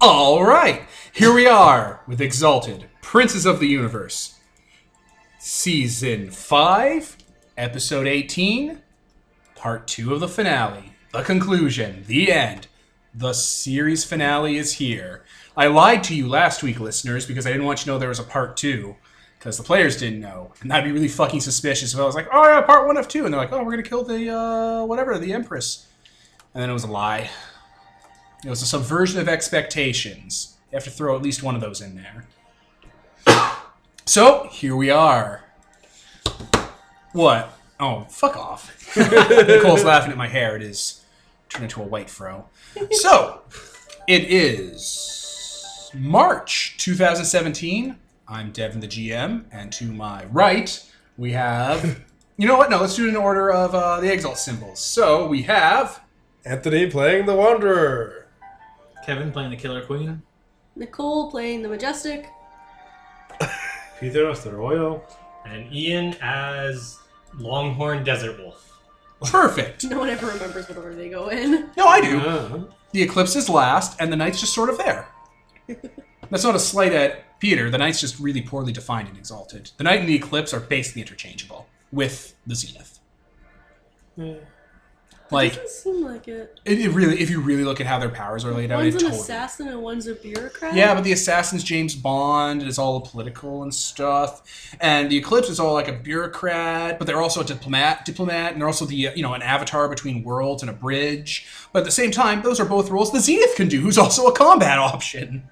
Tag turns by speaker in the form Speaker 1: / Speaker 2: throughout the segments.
Speaker 1: All right, here we are with Exalted, Princes of the Universe, Season 5, Episode 18, Part 2 of the finale, the conclusion, the end. The series finale is here. I lied to you last week, listeners, because I didn't want you to know there was a Part 2, because the players didn't know. And that'd be really fucking suspicious if I was like, oh yeah, Part 1 of 2, and they're like, oh, we're going to kill the, uh, whatever, the Empress. And then it was a lie. It was a subversion of expectations. You have to throw at least one of those in there. so here we are. What? Oh, fuck off. Nicole's laughing at my hair. It is turned into a white fro. So it is March 2017. I'm Devin, the GM, and to my right we have. You know what? No, let's do it in order of uh, the exalt symbols. So we have
Speaker 2: Anthony playing the Wanderer.
Speaker 3: Kevin playing the Killer Queen.
Speaker 4: Nicole playing the Majestic.
Speaker 2: Peter as the Royal.
Speaker 5: and Ian as Longhorn Desert Wolf.
Speaker 1: perfect.
Speaker 4: No one ever remembers what order they go in.
Speaker 1: No, I do.
Speaker 2: Yeah.
Speaker 1: The eclipse is last, and the night's just sort of there. That's not a slight at Peter. The night's just really poorly defined and exalted. The night and the eclipse are basically interchangeable with the zenith.
Speaker 2: Yeah.
Speaker 1: Like
Speaker 4: Doesn't seem like it.
Speaker 1: it, it really, if you really look at how their powers are laid out, it
Speaker 4: one's an
Speaker 1: totally.
Speaker 4: assassin and one's a bureaucrat.
Speaker 1: Yeah, but the assassin's James Bond. It's all political and stuff, and the eclipse is all like a bureaucrat, but they're also a diplomat, diplomat, and they're also the uh, you know an avatar between worlds and a bridge. But at the same time, those are both roles the Zenith can do, who's also a combat option.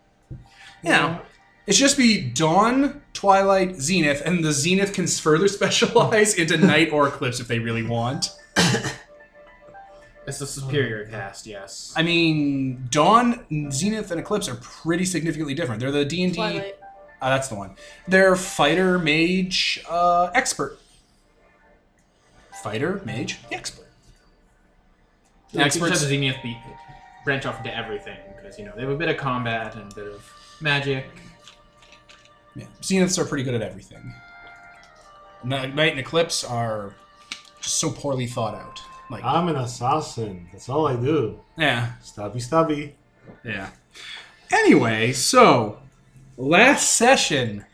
Speaker 1: You know, it should just be Dawn, Twilight, Zenith, and the Zenith can further specialize into Night or Eclipse if they really want.
Speaker 3: It's a superior cast, yes.
Speaker 1: I mean, Dawn, Zenith, and Eclipse are pretty significantly different. They're the D and D
Speaker 4: Twilight.
Speaker 1: Uh, that's the one. They're fighter, mage, uh, expert. Fighter, mage, expert.
Speaker 3: Experts
Speaker 1: Experts.
Speaker 3: the Zenith be- branch off into everything because you know they have a bit of combat and a bit of magic.
Speaker 1: Yeah. Zeniths are pretty good at everything. Night Night and Eclipse are just so poorly thought out. Like,
Speaker 2: I'm an assassin. That's all I do.
Speaker 1: Ah. yeah,
Speaker 2: Stabby stabby.
Speaker 1: yeah. Anyway, so last session,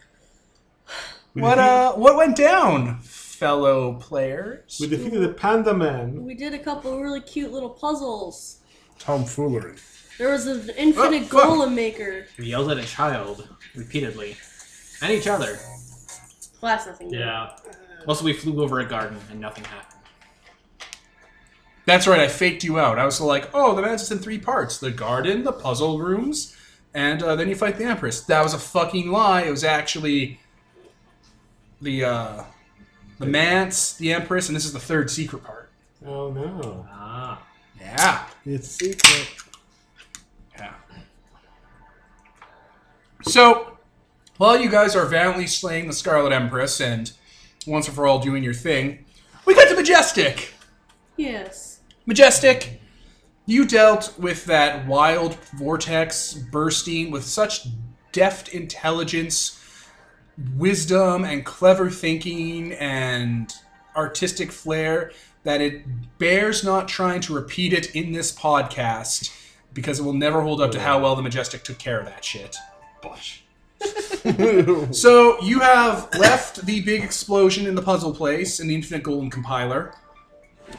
Speaker 2: We
Speaker 1: what
Speaker 2: defeated,
Speaker 1: uh, what went down, fellow players?
Speaker 2: We defeated the Panda Man.
Speaker 4: We did a couple really cute little puzzles.
Speaker 2: Tomfoolery.
Speaker 4: There was an infinite
Speaker 1: Oh, fuck.
Speaker 4: golem maker.
Speaker 3: We yelled at a child repeatedly at each other.
Speaker 4: Well, that's nothing. new.
Speaker 5: Yeah.
Speaker 3: Also, we flew over a garden and nothing happened.
Speaker 1: That's right, I faked you out. I was like, oh, the mansion's in three parts the garden, the puzzle rooms, and uh, then you fight the Empress. That was a fucking lie. It was actually the uh, the manse, the Empress, and this is the third secret part.
Speaker 2: Oh no.
Speaker 5: Ah.
Speaker 1: Yeah.
Speaker 2: It's secret.
Speaker 1: Yeah. So, while you guys are valiantly slaying the Scarlet Empress and once and for all doing your thing, we got to Majestic!
Speaker 4: Yes.
Speaker 1: Majestic, you dealt with that wild vortex bursting with such deft intelligence, wisdom, and clever thinking and artistic flair that it bears not trying to repeat it in this podcast because it will never hold up to how well the Majestic took care of that shit. So you have left the big explosion in the puzzle place in the Infinite Golden Compiler,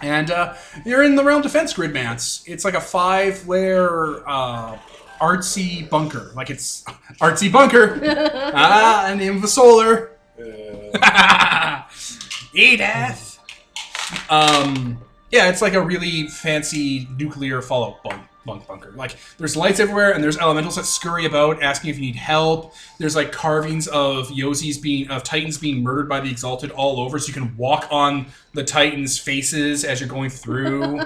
Speaker 1: and uh, you're in the Realm Defense Grid Mance. It's like a five-layer uh, artsy bunker. Like it's artsy bunker. ah, and name of a solar. Edith. Um, yeah, it's like a really fancy nuclear fallout bunk, bunk bunker. Like, there's lights everywhere, and there's elementals that scurry about asking if you need help. There's like carvings of Yozis being of Titans being murdered by the Exalted all over, so you can walk on the Titans' faces as you're going through.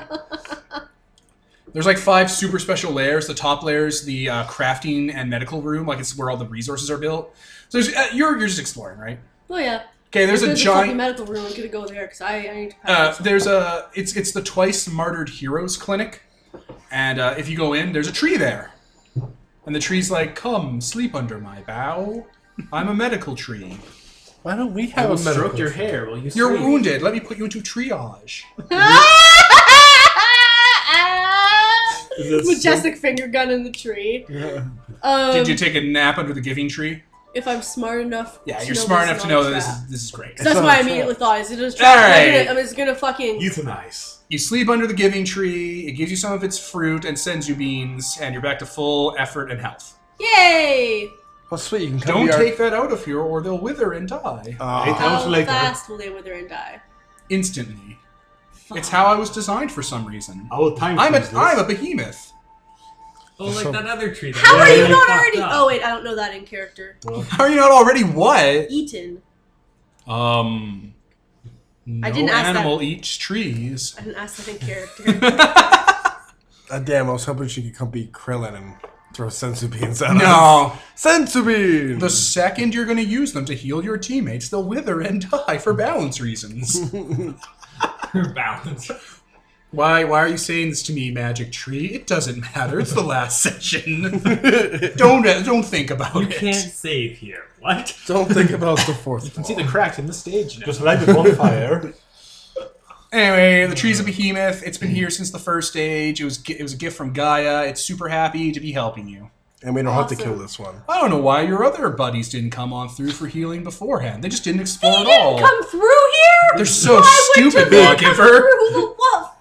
Speaker 1: There's like five super special layers. The top layer is the uh, crafting and medical room, like it's where all the resources are built. So there's, uh, you're you're just exploring, right?
Speaker 4: Oh yeah.
Speaker 1: Okay, there's
Speaker 4: if
Speaker 1: a
Speaker 4: there's
Speaker 1: giant.
Speaker 4: fucking medical room. I'm gonna go there because I, I need to.
Speaker 1: Uh,
Speaker 4: practice.
Speaker 1: there's a it's it's the twice martyred heroes clinic, and uh, if you go in, there's a tree there, and the tree's like, "Come sleep under my bough. I'm a medical tree.
Speaker 2: Why don't we have
Speaker 3: I
Speaker 2: a
Speaker 3: will
Speaker 2: medical?
Speaker 3: stroke your hair while you
Speaker 1: You're
Speaker 3: sleep.
Speaker 1: wounded. Oh. Let me put you into triage."
Speaker 2: Is this-
Speaker 4: Majestic finger gun in the tree.
Speaker 2: Yeah.
Speaker 4: Um,
Speaker 1: Did you take a nap under the giving tree?
Speaker 4: if I'm smart enough.
Speaker 1: Yeah,
Speaker 4: to
Speaker 1: you're
Speaker 4: know
Speaker 1: smart
Speaker 4: this
Speaker 1: enough to
Speaker 4: not
Speaker 1: know
Speaker 4: a
Speaker 1: that this
Speaker 4: trap.
Speaker 1: is this is great.
Speaker 4: So that's
Speaker 2: It's
Speaker 4: why
Speaker 2: not
Speaker 4: I
Speaker 2: a
Speaker 4: immediately thought is it is
Speaker 1: All
Speaker 4: trap. I'm,
Speaker 1: right.
Speaker 4: gonna, I'm just gonna fucking
Speaker 2: Euthanize.
Speaker 1: You sleep under the giving tree. It gives you some of its fruit and sends you beans, and you're back to full effort and health.
Speaker 4: yay!
Speaker 2: Oh, sweet. You can come
Speaker 1: Don't
Speaker 2: to
Speaker 1: take that out of here, or they'll wither and die
Speaker 6: Uh,
Speaker 2: Our...
Speaker 5: Hey,
Speaker 2: Aw.
Speaker 5: that was
Speaker 4: How
Speaker 5: like-
Speaker 4: fast will they wither and die?
Speaker 1: instantly. It's how I was designed for some reason.
Speaker 6: I will time
Speaker 1: I'm a
Speaker 6: freeze this.
Speaker 1: I'm a behemoth.
Speaker 5: Oh, like that other tree. that
Speaker 4: How
Speaker 5: we
Speaker 4: are you
Speaker 5: really
Speaker 4: not
Speaker 5: fucked
Speaker 4: already?
Speaker 5: up.
Speaker 4: Oh wait, I don't know that in character.
Speaker 1: How are you not already what?
Speaker 4: Eaten.
Speaker 1: Um. No
Speaker 4: I didn't ask that.
Speaker 1: animal eats trees.
Speaker 4: I didn't ask that in character.
Speaker 2: Ah, damn, I was hoping she could come beat Krillin and throw sensu beans at us.
Speaker 1: no.
Speaker 2: Sensu beans!
Speaker 1: The second you're going to use them to heal your teammates, they'll wither and die for balance reasons.
Speaker 5: balance.
Speaker 1: why? Why are you saying this to me, Magic Tree? It doesn't matter. It's the last session. don't don't think about
Speaker 5: You
Speaker 1: it.
Speaker 5: can't save here. What?
Speaker 2: Don't think about the fourth
Speaker 3: You can see
Speaker 2: wall.
Speaker 3: the cracks in the stage now.
Speaker 6: Just light the bonfire.
Speaker 1: Anyway, the tree's a behemoth. It's been here since the first age. It was gi- it was a gift from Gaia. It's super happy to be helping you.
Speaker 2: And we don't have to
Speaker 4: Awesome.
Speaker 2: kill this one.
Speaker 1: I don't know why your other buddies didn't come on through for healing beforehand. They just didn't explore
Speaker 4: they
Speaker 1: at all.
Speaker 4: didn't come through here.
Speaker 1: They're so
Speaker 4: Why wouldn't
Speaker 1: stupid,
Speaker 4: they have come
Speaker 1: lawgiver.
Speaker 4: through? What?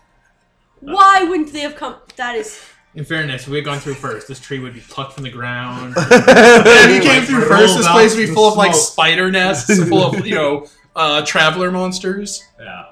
Speaker 4: Why wouldn't they have come? That is
Speaker 3: In fairness, if we had gone through first, this tree would be plucked from the ground.
Speaker 1: If you came
Speaker 3: Like,
Speaker 1: through
Speaker 3: rolled
Speaker 1: first, this
Speaker 3: out
Speaker 1: place would be
Speaker 3: the
Speaker 1: full of like
Speaker 3: smoke.
Speaker 1: spider nests, full of you know uh, traveler monsters.
Speaker 5: Yeah.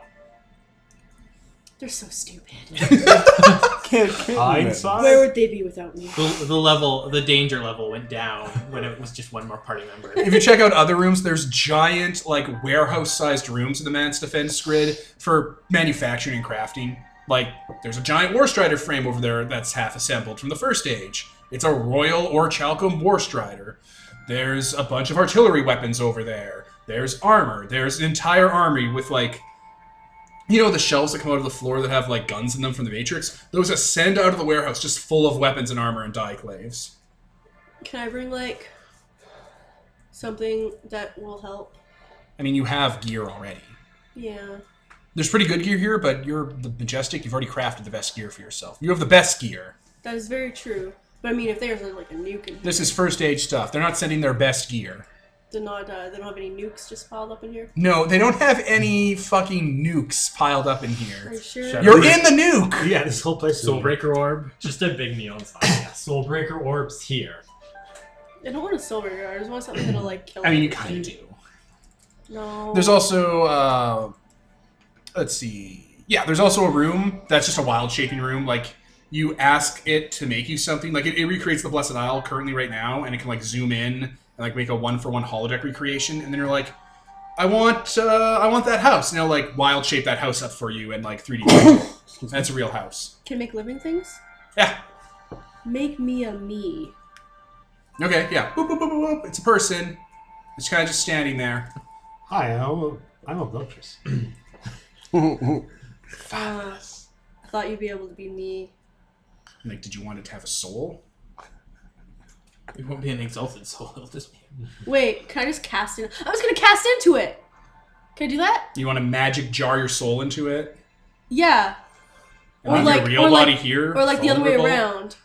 Speaker 4: They're so stupid.
Speaker 2: Can't kill
Speaker 4: Where
Speaker 6: Hindsight.
Speaker 4: would they be without me?
Speaker 3: The, the level, the danger level went down when it was just one more party member.
Speaker 1: If you check out other rooms, there's giant like warehouse-sized rooms in the man's defense grid for manufacturing and crafting. Like there's a giant war strider frame over there that's half assembled from the first age. It's a royal or chalcum war strider. There's a bunch of artillery weapons over there. There's armor. There's an entire army with like you know the shelves that come out of the floor that have like guns in them from the Matrix? Those ascend out of the warehouse just full of weapons and armor and dieclaves.
Speaker 4: Can I bring like something that will help?
Speaker 1: I mean you have gear already.
Speaker 4: Yeah.
Speaker 1: There's pretty good gear here, but you're the majestic. You've already crafted the best gear for yourself. You have the best gear.
Speaker 4: That is very true. But I mean, if there's like a nuke in here,
Speaker 1: This is first age stuff. They're not sending their best gear.
Speaker 4: they're not, uh, they don't have any nukes just piled up in here.
Speaker 1: No, they don't have any fucking nukes piled up in
Speaker 4: Are
Speaker 1: here.
Speaker 4: you sure?
Speaker 3: Shut up.
Speaker 1: You're in the nuke.
Speaker 6: Yeah, this whole place. is
Speaker 5: Soulbreaker orb. Just a big neon sign. Yeah. Soulbreaker orb's here.
Speaker 4: I don't want a silver guard. I just want something that'll like kill.
Speaker 1: I mean, you
Speaker 4: everything.
Speaker 1: kind of do.
Speaker 4: No.
Speaker 1: There's also, uh, let's see. Yeah, there's also a room that's just a wild shaping room. Like you ask it to make you something. Like it, it recreates the Blessed Isle currently right now, and it can like zoom in and like make a one for one holodeck recreation. And then you're like, I want, uh, I want that house. And it'll like wild shape that house up for you and like 3D. print it. that's a real house.
Speaker 4: Can make living things?
Speaker 1: Yeah.
Speaker 4: Make me a me.
Speaker 1: Okay. Yeah. Boop, boop, boop, boop, boop. It's a person. It's kind of just standing there.
Speaker 6: Hi, I'm, I'm obnoxious.
Speaker 1: Ah.
Speaker 4: Uh, I thought you'd be able to be me.
Speaker 1: I'm like, did you want it to have a soul?
Speaker 3: It won't be an exalted soul. It'll just be.
Speaker 4: Wait, can I just cast in? I was gonna cast into it. Can I do that?
Speaker 1: You want to magic jar your soul into it?
Speaker 4: Yeah.
Speaker 1: And leave your real
Speaker 4: or
Speaker 1: body
Speaker 4: like,
Speaker 1: here.
Speaker 4: or like the other way
Speaker 1: vulnerable?
Speaker 4: around.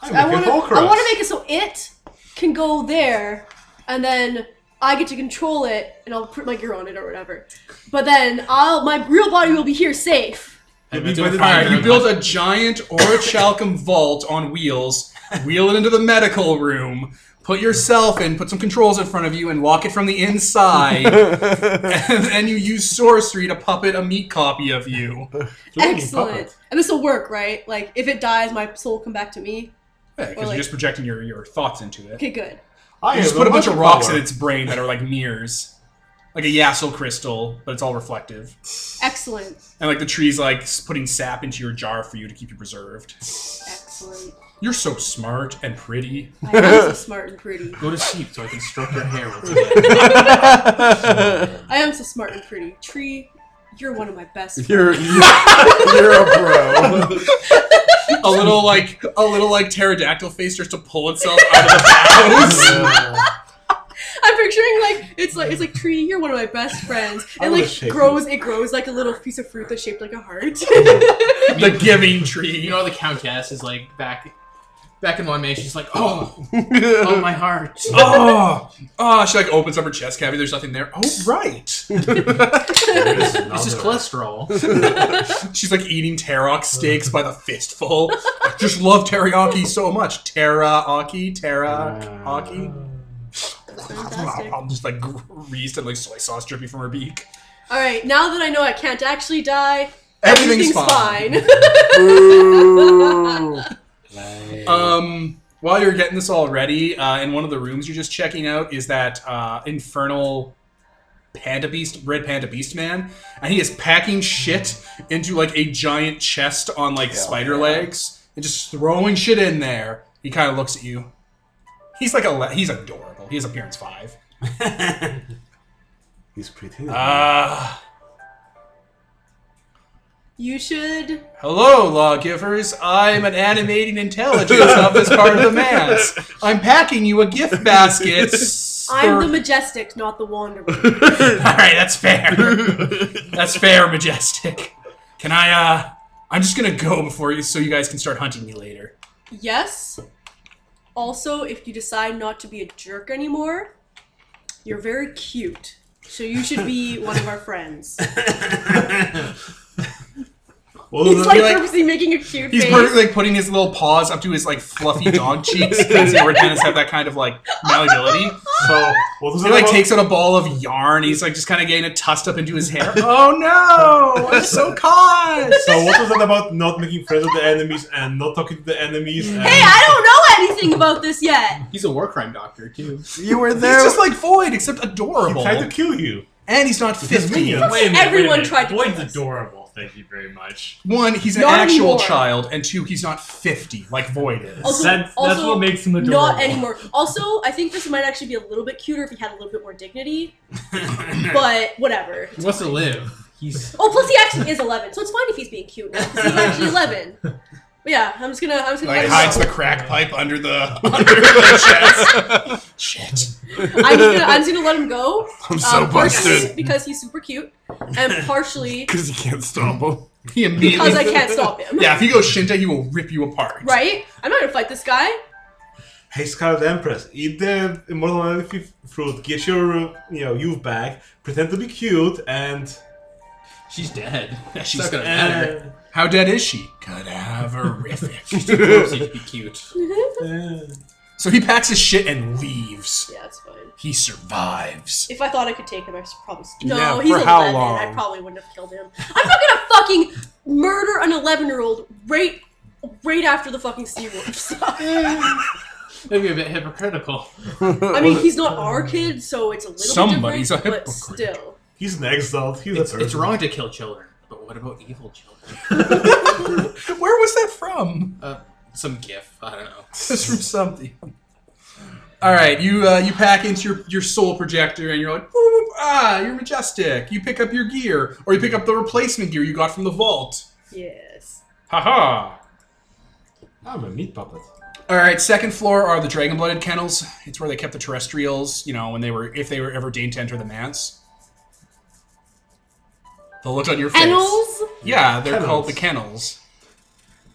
Speaker 6: I'm
Speaker 4: I
Speaker 6: a
Speaker 4: want to. I
Speaker 6: Hulkrust.
Speaker 4: want to make it so it can go there, and then I get to control it, and I'll put my gear on it or whatever. But then I'll my real body will be here safe.
Speaker 3: I've
Speaker 6: be
Speaker 3: been to
Speaker 6: by
Speaker 3: a
Speaker 6: the
Speaker 3: fire
Speaker 6: time
Speaker 1: You
Speaker 3: room.
Speaker 1: build a giant orichalcum vault on wheels, wheel it into the medical room, put yourself in, put some controls in front of you, and lock it from the inside. and then you use sorcery to puppet a meat copy of you.
Speaker 6: Flaming
Speaker 4: Excellent.
Speaker 6: puppet.
Speaker 4: And this will work, right? Like if it dies, my soul will come back to me.
Speaker 1: Because
Speaker 4: Or like-
Speaker 1: you're just projecting your, your thoughts into it.
Speaker 4: Okay, good.
Speaker 6: I
Speaker 1: You just
Speaker 6: have
Speaker 1: put a bunch of rocks
Speaker 6: power.
Speaker 1: in its brain that are like mirrors. Like a yassel crystal, but it's all reflective.
Speaker 4: Excellent.
Speaker 1: And like the tree's like s- putting sap into your jar for you to keep you preserved.
Speaker 4: Excellent.
Speaker 1: You're so smart and pretty.
Speaker 4: I am so smart and pretty.
Speaker 3: Go to sleep so I can stroke your hair with it.
Speaker 4: I am so smart and pretty. Tree, you're one of my best. friends.
Speaker 2: You're, you're, you're a bro.
Speaker 1: A little like a little like pterodactyl face starts to pull itself out of the house.
Speaker 4: I'm picturing like it's like it's like Trini, you're one of my best friends.
Speaker 6: I
Speaker 4: It
Speaker 6: wanna
Speaker 4: like
Speaker 6: shake
Speaker 4: grows it grows like a little piece of fruit that's shaped like a heart.
Speaker 1: the giving
Speaker 3: You
Speaker 1: tree.
Speaker 3: know, the countess is like back, back in one May. She's like, oh, oh my heart.
Speaker 1: Oh, oh, she like opens up her chest cavity. There's nothing there. Oh, right.
Speaker 3: This is cholesterol.
Speaker 1: She's like eating teriyaki steaks by the fistful. I just love teriyaki so much. Teriyaki, teriyaki.
Speaker 4: That's fantastic.
Speaker 1: I'm just like greased and like soy sauce dripping from her beak.
Speaker 4: Alright, now that I know I can't actually die,
Speaker 1: Everything's, fine.
Speaker 4: fine.
Speaker 2: Ooh.
Speaker 1: Um, while you're getting this all ready, uh, in one of the rooms you're just checking out is that uh, infernal panda beast, red panda beast man, and he is packing shit into like a giant chest on like spider legs and just throwing shit in there. He kind of looks at you. He's like a le- he's adorable. He has appearance five.
Speaker 6: He's pretty.
Speaker 1: Uh,
Speaker 2: Ah.
Speaker 4: you should
Speaker 1: hello, lawgivers. I'm an animating intelligence of this part of the manse. I'm packing you a gift basket.
Speaker 4: I'm the
Speaker 1: for-
Speaker 4: majestic, not the wanderer.
Speaker 1: All right, that's fair. that's fair, majestic. Can I? uh I'm just gonna go before you, so you guys can start hunting me later.
Speaker 4: yes. Also, if you decide not to be a jerk anymore, you're very cute. So you should be one of our friends. He's like,
Speaker 1: Be like-
Speaker 4: purposely making a cute
Speaker 1: He's
Speaker 4: face.
Speaker 1: perfectly like putting his little paws up to his like fluffy dog cheeks. Because red pandas have that kind of like malleability.
Speaker 6: so oh, what was
Speaker 1: He
Speaker 6: it
Speaker 1: like
Speaker 6: about?
Speaker 1: takes out a ball of yarn. He's like just kind of getting it tussed up into his hair. Oh no! I'm so caught.
Speaker 6: So what was it about not making friends with the enemies and not talking to the enemies? And
Speaker 4: Hey, I don't know anything about this yet.
Speaker 3: He's a war crime doctor, too.
Speaker 2: you were
Speaker 1: He's
Speaker 2: there.
Speaker 1: just like Void, except
Speaker 6: he
Speaker 1: adorable,
Speaker 6: tried to kill you.
Speaker 1: and he's not
Speaker 6: His
Speaker 1: fifteen.
Speaker 6: minions.
Speaker 5: Wait a minute, wait
Speaker 4: Everyone
Speaker 5: a minute.
Speaker 4: tried to
Speaker 5: Boyd's
Speaker 4: kill us.
Speaker 5: adorable. Thank you very much.
Speaker 1: One, he's an
Speaker 4: Not
Speaker 1: actual
Speaker 4: anymore.
Speaker 1: child, and two, he's not fifty like Void is.
Speaker 4: Also,
Speaker 5: that's, that's
Speaker 4: also
Speaker 5: what makes him adorable.
Speaker 4: not anymore. Also, I think this might actually be a little bit cuter if he had a little bit more dignity. but whatever.
Speaker 3: He wants to live. He's
Speaker 4: Oh, plus he actually is 11, so it's fine if he's being cute now. 'cause He's actually 11. But yeah, I'm just gonna. I'm just gonna.
Speaker 1: Like
Speaker 4: let
Speaker 1: hides
Speaker 4: him
Speaker 1: the crack pipe under the under the chest. Shit.
Speaker 4: go. I'm just gonna. I'm just gonna let him go.
Speaker 2: I'm so
Speaker 4: um, partially
Speaker 2: busted.
Speaker 4: because he's super cute, and partially
Speaker 2: Because you can't stop him.
Speaker 1: He immediately.
Speaker 4: because I can't stop him.
Speaker 1: yeah, if you go Shinta, he will rip you apart.
Speaker 4: Right? I'm not gonna fight this guy.
Speaker 6: Hey, Scarlet Empress, eat the immortal enemy fruit. Get your uh, you know youth back. Pretend to be cute and.
Speaker 3: she's dead. She's
Speaker 1: she's
Speaker 3: not
Speaker 2: Uh,
Speaker 3: gonna matter.
Speaker 6: and-
Speaker 1: How dead is she? Cadaverific.
Speaker 3: She wants you to be cute.
Speaker 2: uh,
Speaker 6: and-
Speaker 1: so he packs his shit and leaves.
Speaker 4: Yeah, it's fine.
Speaker 1: He survives.
Speaker 4: If I thought I could take him, I should probably. No,
Speaker 2: Yeah,
Speaker 4: he's
Speaker 2: for
Speaker 4: 11.
Speaker 2: how
Speaker 4: I
Speaker 2: long?
Speaker 4: probably wouldn't have killed him. I'm not gonna fucking murder an 11 year old right, right after the fucking sea wolves.
Speaker 3: Maybe a bit hypocritical.
Speaker 4: I mean, he's not our kid, so it's a little
Speaker 1: Somebody's
Speaker 4: bit
Speaker 1: a
Speaker 4: different, but
Speaker 1: hypocrite.
Speaker 4: still.
Speaker 6: he's an exiled. He's
Speaker 3: It's,
Speaker 6: a person.
Speaker 3: it's wrong to kill children, but what about evil children?
Speaker 1: Where was that from?
Speaker 3: Uh, some gif. I don't know.
Speaker 1: This from something. All right, you uh, you pack into your, your soul projector and you're like, "Whoop, whoop, ah, you're majestic. You pick up your gear, or you pick up the replacement gear you got from the vault.
Speaker 4: Yes.
Speaker 1: Haha.
Speaker 6: I'm a meat puppet.
Speaker 1: All right, second floor are the dragon blooded kennels. It's where they kept the terrestrials, you know, when they were if they were ever deigned to enter the manse. The look on your face.
Speaker 4: Annals?
Speaker 1: Yeah, they're
Speaker 6: Kennels.
Speaker 1: called the kennels.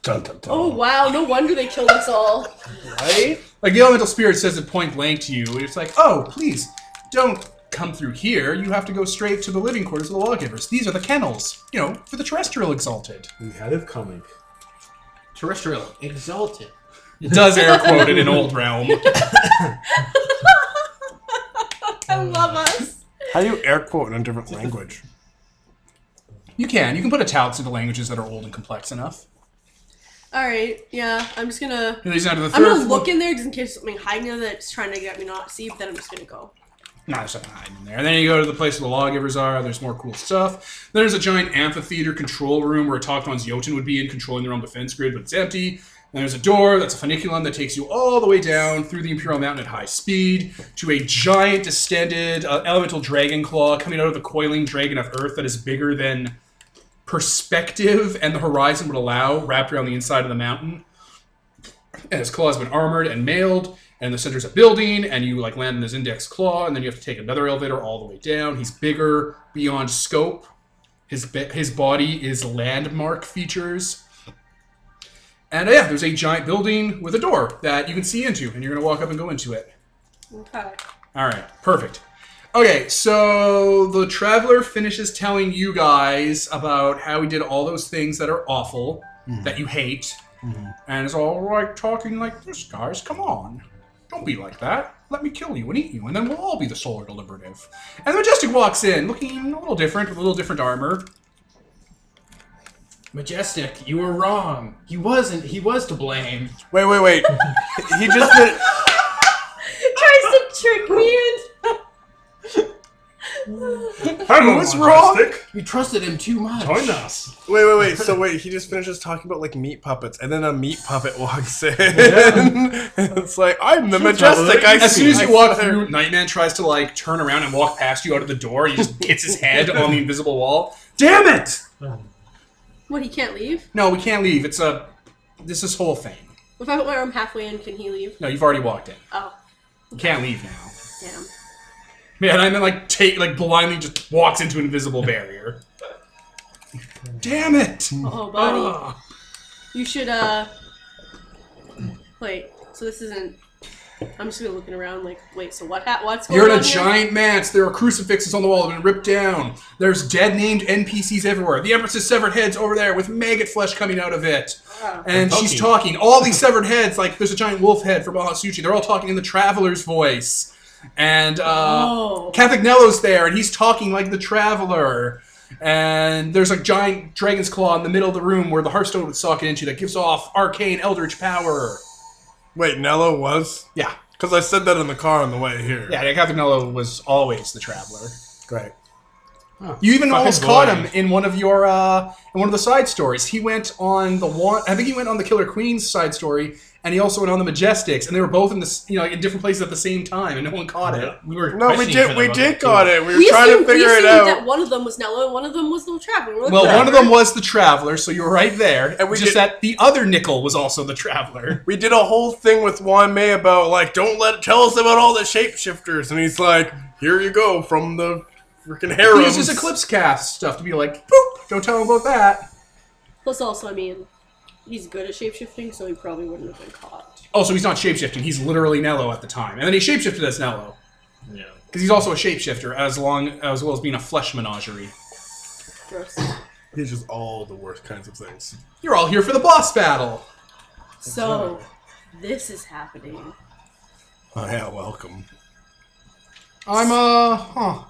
Speaker 2: Dun, dun, dun.
Speaker 4: Oh wow, no wonder they killed us all.
Speaker 1: Right? Like the elemental spirit says at point blank to you, it's like, oh, please, don't come through here. You have to go straight to the living quarters of the lawgivers. These are the kennels, you know, for the terrestrial exalted.
Speaker 6: We had it coming.
Speaker 3: Terrestrial, exalted.
Speaker 1: It does air quote in an old realm.
Speaker 4: I love us.
Speaker 2: How do you air quote in a different language?
Speaker 1: You can. You can put a tout to the languages that are old and complex enough.
Speaker 4: Alright, yeah, I'm just gonna.
Speaker 1: And these are the
Speaker 4: I'm
Speaker 1: 3rd
Speaker 4: gonna
Speaker 1: floor.
Speaker 4: look in there just in case something hiding there that's trying to get me not see, but then I'm just gonna go.
Speaker 1: Nah, there's nothing hiding in there. And then you go to the place where the lawgivers are. There's more cool stuff. There's a giant amphitheater control room where Tokton's Jotun would be in controlling their own defense grid, but it's empty. And there's a door that's a funiculum that takes you all the way down through the Imperial Mountain at high speed to a giant distended uh, elemental dragon claw coming out of the coiling dragon of Earth that is bigger than perspective and the horizon would allow, wrapped around the inside of the mountain and his claw has been armored and mailed. and the center's a building, and you like land in his index claw, and then you have to take another elevator all the way down. He's bigger, beyond scope. His ba- his body is landmark features. And uh, yeah, there's a giant building with a door that you can see into, and you're gonna walk up and go into it.
Speaker 4: Okay.
Speaker 1: All right, perfect. Okay, so the traveler finishes telling you guys about how he did all those things that are awful, that you hate, and is all like talking like this, guys. Come on, don't be like that. Let me kill you and eat you, and then we'll all be the solar deliberative. And the majestic walks in, looking a little different, with a little different armor.
Speaker 3: Majestic, you were wrong. He wasn't. He was to blame.
Speaker 2: Wait, wait, wait. he just did.
Speaker 4: Tries to trick me and
Speaker 6: Hello,
Speaker 2: What's wrong?
Speaker 6: Majestic.
Speaker 3: You trusted him too much.
Speaker 6: Join us.
Speaker 2: Wait, wait, wait. So wait, he just finishes talking about like meat puppets, and then a meat puppet walks in. and it's like I'm the majestic. I
Speaker 1: As soon
Speaker 2: see,
Speaker 1: as
Speaker 2: I
Speaker 1: you walk
Speaker 2: swear."
Speaker 1: through, Nightman tries to like turn around and walk past you out of the door. He just hits his head on the invisible wall. Damn it!
Speaker 4: What, he can't leave?
Speaker 1: No, we can't leave. It's a this is whole thing.
Speaker 4: If I put my arm halfway in, can he leave?
Speaker 1: No, you've already walked in.
Speaker 4: Oh,
Speaker 1: You can't leave now.
Speaker 4: damn.
Speaker 1: Man, I mean like take like blindly just walks into an invisible barrier. Damn it!
Speaker 4: Oh, buddy.
Speaker 1: Ah.
Speaker 4: You should, uh. Wait, so this isn't. I'm just gonna looking around like, wait, so what ha- what's going
Speaker 1: You're in
Speaker 4: on
Speaker 1: a
Speaker 4: here?
Speaker 1: giant manse. There are crucifixes on the wall that have been ripped down. There's dead named NPCs everywhere. The Empress's severed head's over there with maggot flesh coming out of it.
Speaker 4: Oh.
Speaker 1: And she's talking. All these severed heads, like there's a giant wolf head from Mahasuchi. They're all talking in the traveler's voice. And uh
Speaker 4: Oh.
Speaker 1: Campagnello's there and he's talking like the traveler. And there's a giant dragon's claw in the middle of the room where the hearthstone would socket into that gives off arcane eldritch power.
Speaker 2: Wait, Nello was
Speaker 1: Yeah.
Speaker 2: because I said that in the car on the way here.
Speaker 1: Yeah, Campagnello was always the traveler.
Speaker 2: great.
Speaker 1: You even
Speaker 3: Fucking
Speaker 1: almost caught
Speaker 3: boring.
Speaker 1: him in one of your uh, in one of the side stories. He went on the one. I think he went on the Killer Queen's side story, and he also went on the Majestics, and they were both in this you know in different places at the same time, and no one caught it.
Speaker 3: We were
Speaker 2: No, we
Speaker 3: questioning for
Speaker 2: did.
Speaker 3: them
Speaker 2: We
Speaker 3: about
Speaker 2: did
Speaker 3: too.
Speaker 2: got it. We were
Speaker 4: We
Speaker 2: trying
Speaker 4: assumed,
Speaker 2: to figure
Speaker 4: we
Speaker 2: it
Speaker 4: assumed
Speaker 2: out,
Speaker 4: that one of them was Nello and one of them was the traveler. We're like,
Speaker 1: Well,
Speaker 4: whatever.
Speaker 1: one of them was the Traveler, so you were right there.
Speaker 2: And we
Speaker 1: just
Speaker 2: did-
Speaker 1: that the other nickel was also the Traveler.
Speaker 2: we did a whole thing with Juan May about like, don't let tell us about all the shapeshifters, and he's like, here you go from the freaking
Speaker 1: He
Speaker 2: harems.
Speaker 1: uses Eclipse Cast stuff to be like, boop, don't tell him about that.
Speaker 4: Plus, also, I mean, he's good at shapeshifting, so he probably wouldn't have been caught.
Speaker 1: Oh, so he's not shapeshifting. He's literally Nello at the time, and then he shapeshifted as Nello
Speaker 5: Yeah.
Speaker 1: because he's also a shapeshifter as long as well as being a flesh menagerie.
Speaker 4: Gross.
Speaker 2: He's just all the worst kinds of things.
Speaker 1: You're all here for the boss battle.
Speaker 4: So, this is happening.
Speaker 2: Oh yeah, welcome.
Speaker 1: I'm uh huh.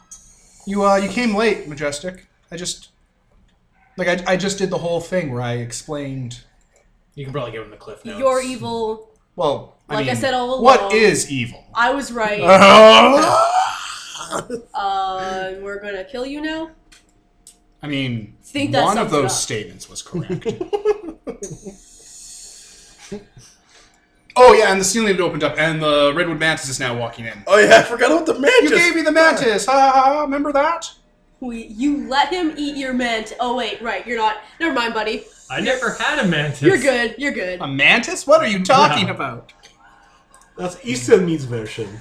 Speaker 1: You uh you came late, Majestic. I just like I, I just did the whole thing where I explained
Speaker 3: You can probably give him the cliff notes.
Speaker 4: You're evil.
Speaker 1: well I
Speaker 4: Like I
Speaker 1: mean,
Speaker 4: said all
Speaker 1: What
Speaker 4: along.
Speaker 1: is evil?
Speaker 4: I was right. Uh, we're gonna kill you now?
Speaker 1: I mean
Speaker 4: Think that
Speaker 1: one
Speaker 4: sums
Speaker 1: of
Speaker 4: it
Speaker 1: those
Speaker 4: up.
Speaker 1: statements was correct. oh yeah, and the ceiling had opened up and the redwood mantis is now walking in.
Speaker 2: oh yeah, I forgot about the
Speaker 1: You
Speaker 2: mantis.
Speaker 1: gave me the mantis. Ha ha ha. Remember that?
Speaker 4: We, you let him eat your mint. Oh, wait, right. You're not. Never mind, buddy.
Speaker 5: I never had a mantis.
Speaker 4: You're good. You're good.
Speaker 1: A mantis? What are you talking
Speaker 5: Yeah.
Speaker 1: about?
Speaker 6: That's Eastern Meat's version.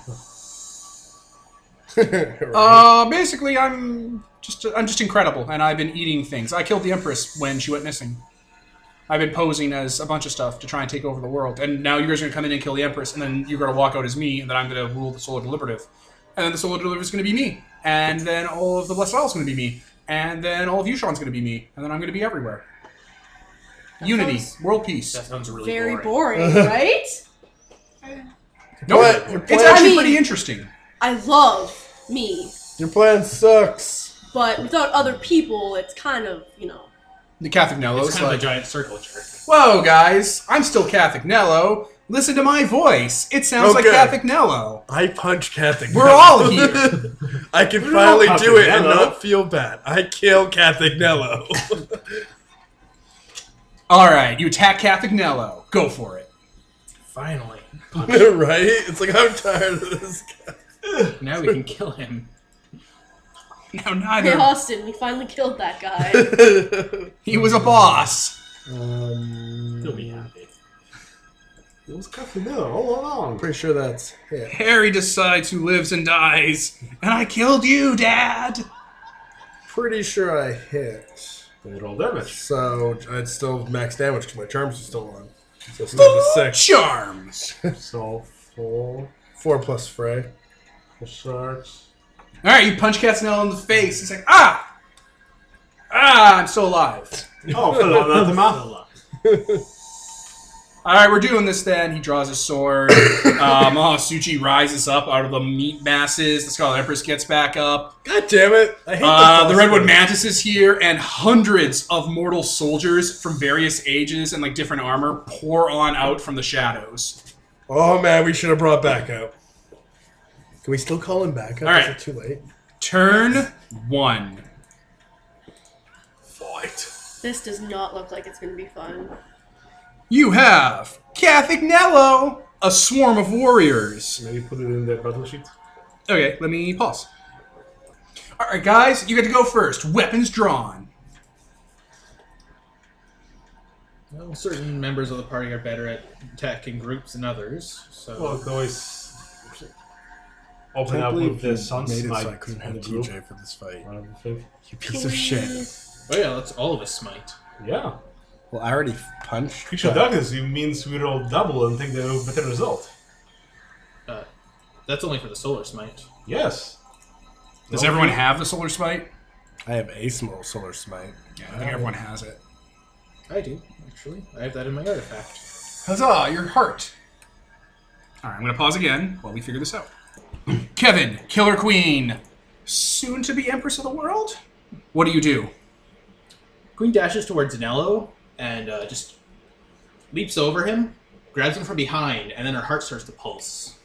Speaker 1: Uh, basically, I'm just I'm just incredible, and I've been eating things. I killed the Empress when she went missing. I've been posing as a bunch of stuff to try and take over the world, and now you guys are gonna come in and kill the Empress, and then you're gonna walk out as me, and then I'm gonna rule the Solar Deliberative, and then the Solar Deliberative is gonna be me, and then all of the Blessed Isle is gonna be me, and then all of Yushan's gonna be me, and then I'm gonna be everywhere. Unity,
Speaker 4: sounds-
Speaker 1: world peace.
Speaker 3: That sounds really
Speaker 4: Very
Speaker 3: boring.
Speaker 4: boring, right?
Speaker 1: No,
Speaker 2: But-
Speaker 1: it's
Speaker 2: I
Speaker 1: actually
Speaker 4: mean-
Speaker 1: pretty interesting.
Speaker 4: I love me,
Speaker 2: Your plan sucks.
Speaker 4: but without other people, it's kind of, you know.
Speaker 1: The Catholic Nello
Speaker 3: It's
Speaker 1: is
Speaker 3: kind
Speaker 1: like,
Speaker 3: of a giant circle jerk.
Speaker 1: Whoa, guys, I'm still Catholic Nello. Listen to my voice. It sounds like
Speaker 2: Okay.
Speaker 1: Catholic Nello.
Speaker 2: I punch Catholic.
Speaker 1: We're
Speaker 2: Nello.
Speaker 1: all here.
Speaker 2: I can
Speaker 6: all
Speaker 2: finally do it and
Speaker 6: Catholic Nello.
Speaker 2: not feel bad. I kill Catholic Nello.
Speaker 1: All right, you attack Catholic Nello. Go for it.
Speaker 3: Finally.
Speaker 2: right? It's like I'm tired of this guy.
Speaker 3: Now we can kill him.
Speaker 1: No,
Speaker 4: Hey,
Speaker 1: neither.
Speaker 4: Austin, we finally killed that guy.
Speaker 1: He was a boss.
Speaker 3: He'll be happy.
Speaker 6: Um, It was Caffinil all along.
Speaker 2: Pretty sure that's it.
Speaker 1: Harry decides who lives and dies, and I killed you, Dad.
Speaker 2: Pretty sure I hit.
Speaker 6: Then roll damage.
Speaker 2: So I'd still max damage because my charms are still on. So still the six.
Speaker 1: Charms.
Speaker 6: So four
Speaker 2: Four plus Frey.
Speaker 6: plus shards.
Speaker 1: All right, you punch Castanel in the face. He's like, ah, ah, I'm still alive.
Speaker 6: Oh, fell out of the mouth.
Speaker 1: All right, we're doing this then. He draws his sword. uh, Mahasuchi rises up out of the meat masses. The Scarlet Empress gets back up.
Speaker 2: God damn it! I hate
Speaker 1: Uh,
Speaker 2: this
Speaker 1: the Redwood
Speaker 2: monster.
Speaker 1: Mantis is here, and hundreds of mortal soldiers from various ages and like different armor pour on out from the shadows.
Speaker 2: Oh man, we should have brought back up. Can we still call him back up?
Speaker 1: All right.
Speaker 2: Is it too late?
Speaker 1: Turn one.
Speaker 2: Fight.
Speaker 4: This does not look like it's gonna be fun.
Speaker 1: You have Cathignello, a swarm of warriors.
Speaker 6: Maybe put it in the battle sheet.
Speaker 1: Okay, let me pause. All right, guys, you get to go first. Weapons drawn.
Speaker 3: Well, certain members of the party are better at attacking groups than others, so
Speaker 6: Well, it's always
Speaker 2: I
Speaker 6: Oh, open
Speaker 2: can't
Speaker 6: up
Speaker 2: believe
Speaker 6: with the
Speaker 2: you made it so I
Speaker 6: sunspite
Speaker 2: couldn't have
Speaker 6: group.
Speaker 2: DJ for this fight.
Speaker 6: One of the thing.
Speaker 2: You piece of shit.
Speaker 3: Oh yeah, let's all of us smite.
Speaker 6: Yeah.
Speaker 2: Well, I already punched.
Speaker 6: Creature of darkness it means we roll double and take the better result.
Speaker 3: Uh, that's only for the solar smite.
Speaker 6: Yes.
Speaker 1: Does everyone have the solar smite?
Speaker 2: I have a small solar smite.
Speaker 1: Yeah, I think everyone has it.
Speaker 3: I do actually. I have that in my artifact.
Speaker 1: Huzzah, your heart. All right, I'm going to pause again while we figure this out. Kevin, Killer Queen, soon to be Empress of the World? What do you do?
Speaker 3: Queen dashes towards Nello and uh, just leaps over him, grabs him from behind, and then her heart starts to pulse.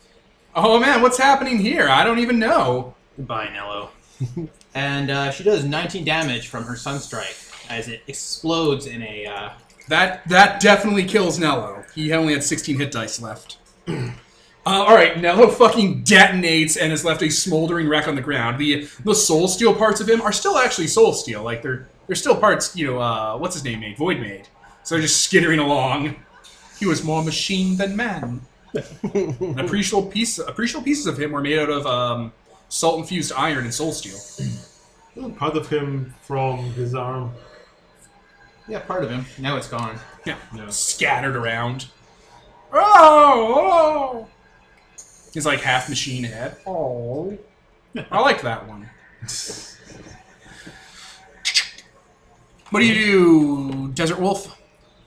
Speaker 1: Oh man, what's happening here? I don't even know.
Speaker 3: Goodbye, Nello. and uh, she does 19 damage from her sunstrike as it explodes in a. Uh,
Speaker 1: That that definitely kills Nello. He only had 16 hit dice left. Uh, all right, Nello fucking detonates and has left a smoldering wreck on the ground. The the soul steel parts of him are still actually soul steel. Like they're they're still parts. You know, uh, what's his name made? Void made. So they're just skittering along. He was more machine than man. An appreciable piece appreciable pieces of him were made out of um, salt infused iron and soul steel.
Speaker 6: Part of him from his arm.
Speaker 3: yeah, part of him. Now it's gone.
Speaker 1: Yeah,
Speaker 3: No.
Speaker 1: scattered around. Oh, oh. He's like half machine head. Oh. I like that one. What do you do, Desert Wolf?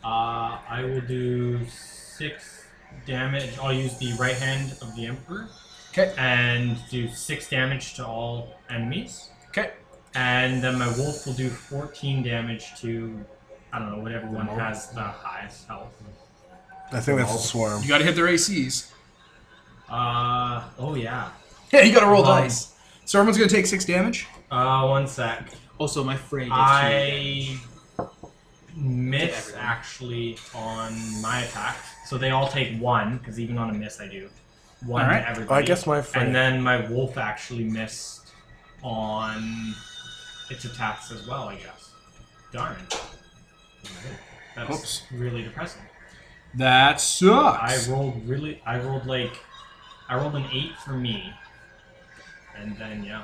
Speaker 5: Uh, I will do six damage. I'll use the right hand of the Emperor.
Speaker 1: 'Kay.
Speaker 5: And do six damage to all enemies.
Speaker 1: Okay.
Speaker 5: And then my wolf will do 14 damage to, I don't know, whatever one has the highest health.
Speaker 2: I think that's a swarm.
Speaker 1: You gotta hit their ACs.
Speaker 5: Uh, oh yeah.
Speaker 1: Yeah, you gotta roll
Speaker 5: Um,
Speaker 1: dice. So everyone's gonna take six damage?
Speaker 5: Uh, one sec.
Speaker 3: Also, my frayed. is huge.
Speaker 5: I miss
Speaker 3: everyone.
Speaker 5: actually on my attack, so they all take one because even on a miss I do one
Speaker 1: Alright.
Speaker 5: to
Speaker 2: I
Speaker 5: everybody.
Speaker 2: guess my
Speaker 5: and
Speaker 2: friend.
Speaker 5: then my wolf actually missed on its attacks as well. I guess. Darn. That's
Speaker 1: Oops.
Speaker 5: really depressing.
Speaker 1: That
Speaker 5: I
Speaker 1: sucks.
Speaker 5: rolled really. I rolled like. I rolled an eight for me. And then yeah.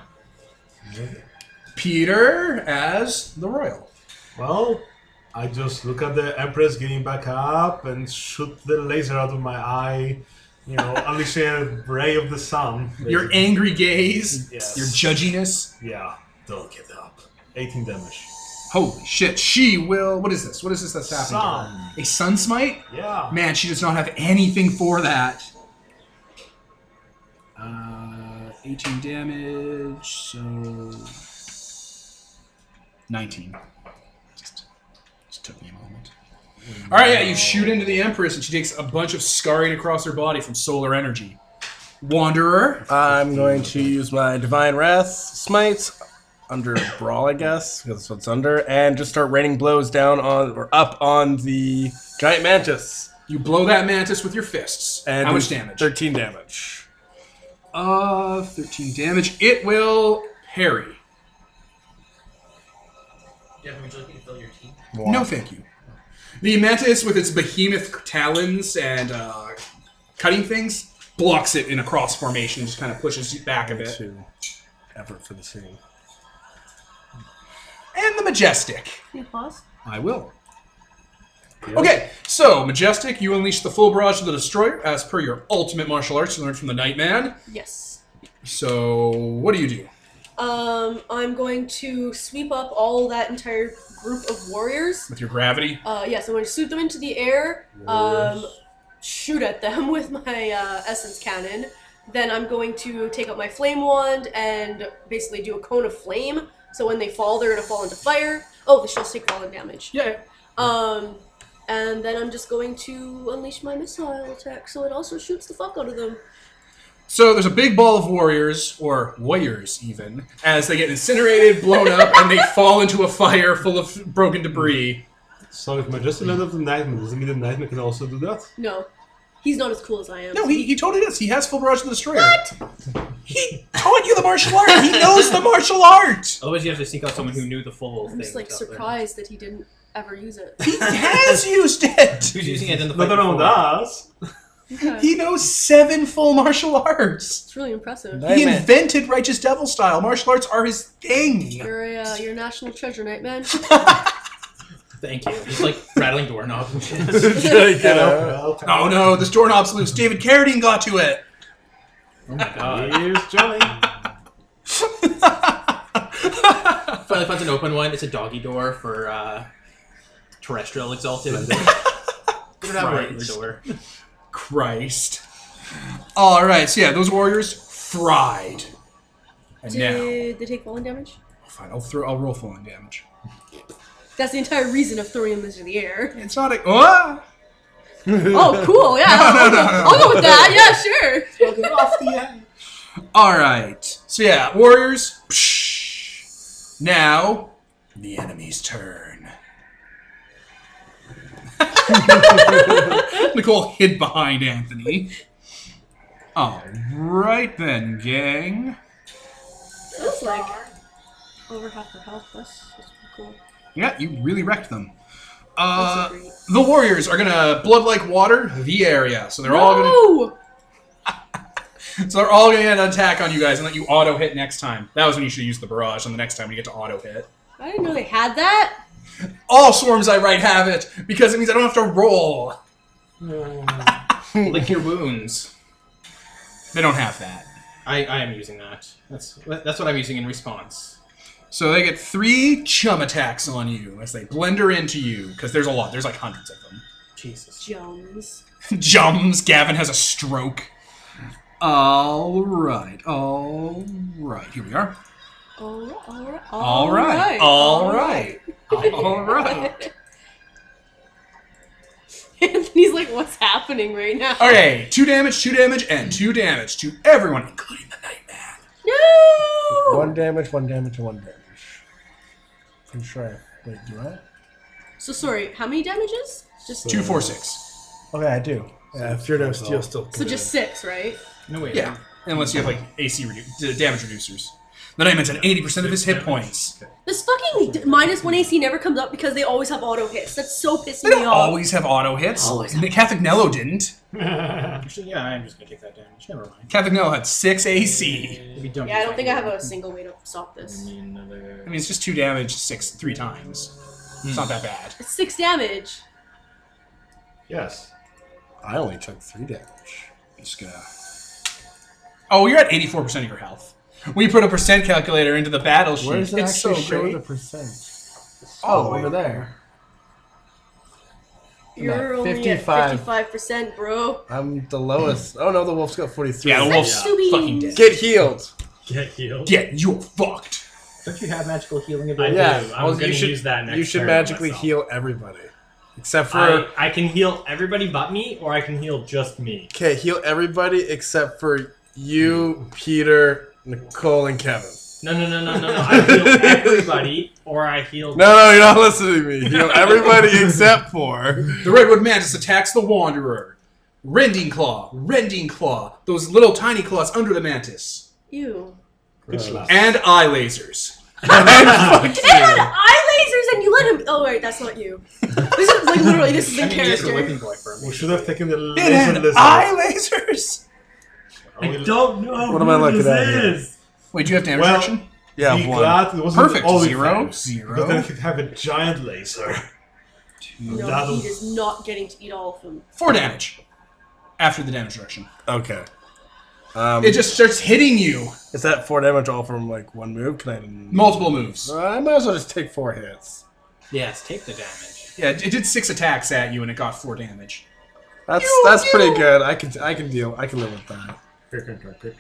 Speaker 1: Peter as the royal.
Speaker 6: Well, I just look at the Empress getting back up and shoot the laser out of my eye, you know, unleashing a ray of the sun.
Speaker 1: Your angry gaze,
Speaker 6: Yes.
Speaker 1: your judginess.
Speaker 6: Yeah, don't get up. 18 damage.
Speaker 1: Holy shit, she will. What is this? What is this that's happening? to her?
Speaker 6: Sun.
Speaker 1: A sun smite?
Speaker 6: Yeah.
Speaker 1: Man, she does not have anything for that. Uh, 18 damage, so 19. Just, just took me a moment. All right, yeah, you shoot into the Empress, and she takes a bunch of scarring across her body from solar energy. Wanderer,
Speaker 2: I'm going to use my divine wrath smite under brawl, I guess, because that's what it's under, and just start raining blows down on or up on the giant mantis.
Speaker 1: you blow that mantis with your fists.
Speaker 2: And
Speaker 1: How much
Speaker 2: do
Speaker 1: damage?
Speaker 2: Thirteen damage.
Speaker 1: Uh, 13 damage. It will parry.
Speaker 5: Devin, would you like me to fill your teeth?
Speaker 1: No, thank you. The mantis, with its behemoth talons and uh, cutting things, blocks it in a cross formation, just kind of pushes it back a bit.
Speaker 2: to effort for the city.
Speaker 1: And the majestic.
Speaker 4: Can you pause?
Speaker 1: I will. Okay, so Majestic, you unleash the full barrage of the Destroyer as per your ultimate martial arts you learned from the Nightman.
Speaker 4: Yes.
Speaker 1: So, what do you do?
Speaker 4: Um, I'm going to sweep up all that entire group of warriors.
Speaker 1: With your gravity?
Speaker 4: Uh, yes, I'm going to shoot them into the air. Um, shoot at them with my uh, essence cannon. Then I'm going to take out my flame wand and basically do a cone of flame. So when they fall, they're going to fall into fire. Oh, they should also take falling damage.
Speaker 1: Yeah.
Speaker 4: Um, and then I'm just going to unleash my missile attack, so it also shoots the fuck out of them.
Speaker 1: So there's a big ball of warriors, or warriors even, as they get incinerated, blown up, and they fall into a fire full of broken debris.
Speaker 6: So if Majestic landed of the Nightmare, does it mean the Nightmare can also do that?
Speaker 4: No, he's not as cool as I am.
Speaker 1: No, he, he totally does. He has full barrage of the Destroyer. What? He taught you the martial art. He knows the martial art.
Speaker 3: Otherwise, you have to seek out someone who knew the full
Speaker 4: I'm
Speaker 3: thing.
Speaker 4: just like
Speaker 3: out there.
Speaker 4: surprised that he didn't ever use it.
Speaker 1: He has used it.
Speaker 3: Who's using it in the fight
Speaker 6: Not around
Speaker 3: before?
Speaker 6: us.
Speaker 4: Okay.
Speaker 1: He knows seven full martial arts.
Speaker 4: It's really impressive.
Speaker 1: He
Speaker 2: Nightman.
Speaker 1: invented Righteous Devil style. Martial arts are his thing.
Speaker 4: You're a, uh, you're a national treasure, Nightman.
Speaker 3: Thank you. Just like rattling doorknobs and shit.
Speaker 2: Get up.
Speaker 6: Well,
Speaker 1: Oh no, this doorknob's loose. David Carradine got to it.
Speaker 3: Oh my god.
Speaker 6: uh, Here's Johnny.
Speaker 3: Finally finds an open one. It's a doggy door for uh, terrestrial exalted. Put it out right in the
Speaker 1: Christ.
Speaker 3: door.
Speaker 1: Christ. All right, so yeah, those warriors fried. And now,
Speaker 4: Did they take falling damage?
Speaker 1: fine, I'll throw. I'll roll falling damage.
Speaker 4: That's the entire reason of throwing them into the air.
Speaker 1: It's not a. Ah!
Speaker 4: Oh, cool. Yeah, I'll, go, I'll go with that. Yeah, sure.
Speaker 1: All right, so yeah, warriors. Psh. Now, the enemy's turn. Nicole hid behind Anthony. All right then, gang.
Speaker 4: That's like over half their health. That's that's pretty cool.
Speaker 1: Yeah, you really wrecked them.
Speaker 4: That's so
Speaker 1: Uh,
Speaker 4: great.
Speaker 1: the warriors are gonna blood like water the area, so they're all gonna
Speaker 4: No!
Speaker 1: So they're all going to attack on you guys and let you auto hit next time. That was when you should use the barrage on the next time when you get to auto hit.
Speaker 4: I didn't know they had that.
Speaker 1: All swarms I write have it because it means I don't have to roll.
Speaker 3: Lick your wounds.
Speaker 1: They don't have that.
Speaker 3: I, I am using that. That's that's what I'm using in response.
Speaker 1: So they get three chum attacks on you as they blender into you because there's a lot. There's like hundreds of them.
Speaker 3: Jesus.
Speaker 4: Jones.
Speaker 1: Jums. Gavin has a stroke. All right. All right. Here we are.
Speaker 4: All right.
Speaker 1: All right. All right. All right.
Speaker 4: Anthony's like, what's happening right now?
Speaker 1: Okay. Two damage, two damage, and two damage to everyone, including the Nightman.
Speaker 4: No!
Speaker 2: One damage, one damage, and one damage. Pretty sure. I, wait, do I?
Speaker 4: So sorry, how many damages? Just
Speaker 1: Two, four, six.
Speaker 2: Okay, I do. Yeah, Fearno Steel still.
Speaker 4: so just six, right?
Speaker 3: No way.
Speaker 1: Yeah, unless you have like AC redu- d- damage reducers. The Nightman's at eighty percent of his hit points.
Speaker 4: This fucking d- minus one AC never comes up because they always have auto hits. That's so pissing
Speaker 1: They
Speaker 4: me
Speaker 1: don't
Speaker 4: off.
Speaker 1: always have auto hits. N- Cathagniello didn't.
Speaker 3: Actually, yeah, I'm just gonna take that damage. Never mind.
Speaker 1: Cathagniello had six AC.
Speaker 3: It'd be dumb
Speaker 4: yeah, I
Speaker 3: to
Speaker 4: don't
Speaker 3: fight
Speaker 4: think I have
Speaker 3: you.
Speaker 4: a single way to stop this.
Speaker 1: I mean, it's just two damage, six three times. It's not that bad.
Speaker 4: It's six damage.
Speaker 6: Yes.
Speaker 2: I only took three damage.
Speaker 1: I'm just gonna. Oh, you're at eighty-four percent of your health. We put a percent calculator into the battle sheet.
Speaker 2: Where does it
Speaker 1: it's so
Speaker 2: actually show
Speaker 1: great.
Speaker 2: the percent?
Speaker 1: Oh,
Speaker 2: Oh, over there.
Speaker 4: You're
Speaker 2: at
Speaker 4: only
Speaker 2: 55.
Speaker 4: at 55%, bro.
Speaker 2: I'm the lowest. Oh no, the wolf's got 43.
Speaker 1: yeah, the wolf's
Speaker 4: Stubby.
Speaker 1: fucking dead.
Speaker 2: Get healed.
Speaker 5: Get healed.
Speaker 1: Yeah, you're fucked.
Speaker 3: Don't you have magical healing
Speaker 5: I
Speaker 3: ability?
Speaker 2: yeah,
Speaker 5: do. I'm
Speaker 2: well,
Speaker 5: gonna
Speaker 2: you should,
Speaker 5: use that next
Speaker 2: You should
Speaker 5: turn
Speaker 2: magically
Speaker 5: myself.
Speaker 2: heal everybody, except for
Speaker 5: I, I can heal everybody but me, or I can heal just me.
Speaker 2: okay, heal everybody except for you, Peter, Nicole, and Kevin.
Speaker 5: No, no, no, no, no, no. I heal everybody, or I heal.
Speaker 2: No, no, you're not listening to me. Heal everybody except for.
Speaker 1: The Redwood Mantis attacks the Wanderer. Rending Claw, Rending Claw, those little tiny claws under the Mantis.
Speaker 4: Ew.
Speaker 6: Good slap.
Speaker 1: And eye lasers.
Speaker 4: It had eye lasers and you let him. Oh wait, that's not you. This is like literally this is
Speaker 3: I
Speaker 4: in
Speaker 3: mean, he is a
Speaker 4: character.
Speaker 3: whipping boy for a
Speaker 6: We
Speaker 3: minute.
Speaker 6: should have taken the
Speaker 1: It
Speaker 6: laser
Speaker 1: had
Speaker 6: lizard.
Speaker 1: eye lasers.
Speaker 6: Are we-
Speaker 5: I don't know.
Speaker 2: What am I
Speaker 5: who
Speaker 2: looking
Speaker 5: this
Speaker 2: at here?
Speaker 5: is.
Speaker 1: Wait, do you have damage
Speaker 6: Well-
Speaker 1: reduction?
Speaker 2: Yeah,
Speaker 6: be
Speaker 2: one.
Speaker 6: glad it wasn't
Speaker 1: Perfect.
Speaker 6: all
Speaker 1: Zero,
Speaker 6: effects,
Speaker 1: zero.
Speaker 6: Because then he'd have a giant laser.
Speaker 4: No,
Speaker 6: That'll-
Speaker 4: he is not getting to eat all of them.
Speaker 1: Four damage. After the damage reduction,
Speaker 2: Okay. Um,
Speaker 1: it just starts hitting you
Speaker 2: is that four damage all from like one move? Can I?
Speaker 1: multiple moves.
Speaker 2: Uh, I might as well just take four hits.
Speaker 3: Yes, take the damage.
Speaker 1: Yeah, it did six attacks at you and it got four damage.
Speaker 2: That's that's pretty good. I can I can deal. I can live with that.
Speaker 6: Quick, quick, quick, quick.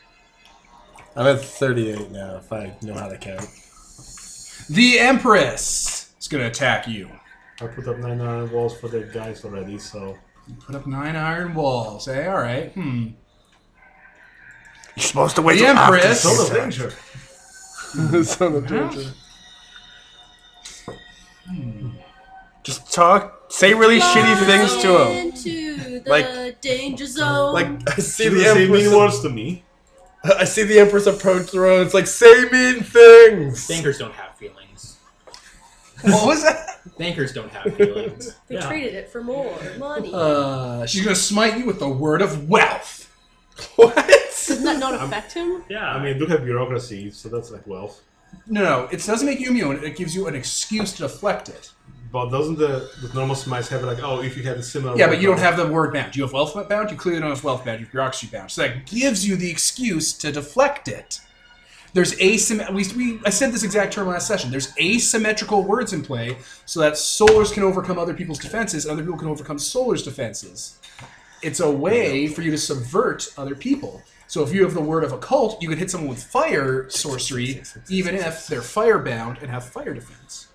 Speaker 2: I'm at 38 now. If I know how to count.
Speaker 1: The Empress is gonna attack you.
Speaker 6: I put up nine iron walls for the guys already, so
Speaker 1: Put up nine iron walls. Hey, all right. Hmm.
Speaker 2: You're supposed to wait.
Speaker 1: The Empress.
Speaker 6: Soul of Danger.
Speaker 2: Son of danger. Hmm. Just talk. Say really shitty things to him.
Speaker 4: Into the
Speaker 2: Like-
Speaker 4: danger zone.
Speaker 2: Like I see
Speaker 6: She
Speaker 2: the
Speaker 6: doesn't say
Speaker 2: Empress.
Speaker 6: mean words to me.
Speaker 2: I see the Empress approach the road. It's like say mean things.
Speaker 3: Bankers don't have feelings.
Speaker 1: What was that?
Speaker 3: Bankers don't have feelings.
Speaker 4: they
Speaker 5: Yeah.
Speaker 4: traded it for more money.
Speaker 1: Uh, she's gonna smite you with the word of wealth.
Speaker 2: What?
Speaker 4: Doesn't that not affect him?
Speaker 5: Yeah.
Speaker 6: I mean, do have bureaucracy, so that's like wealth.
Speaker 1: No, no, it doesn't make you immune. It gives you an excuse to deflect it.
Speaker 6: But doesn't the, the normal smites have like, oh, if you had a similar.
Speaker 1: Yeah, but you don't
Speaker 6: weapon-
Speaker 1: have the word bound. You have wealth bound. You clearly don't have wealth bound. You have bureaucracy bound. So that gives you the excuse to deflect it. There's asymm. We, we I said this exact term last session. There's asymmetrical words in play, so that solars can overcome other people's defenses, and other people can overcome solars' defenses. It's a way for you to subvert other people. So if you have the word of occult, you could hit someone with fire sorcery, even if they're fire bound and have fire defense.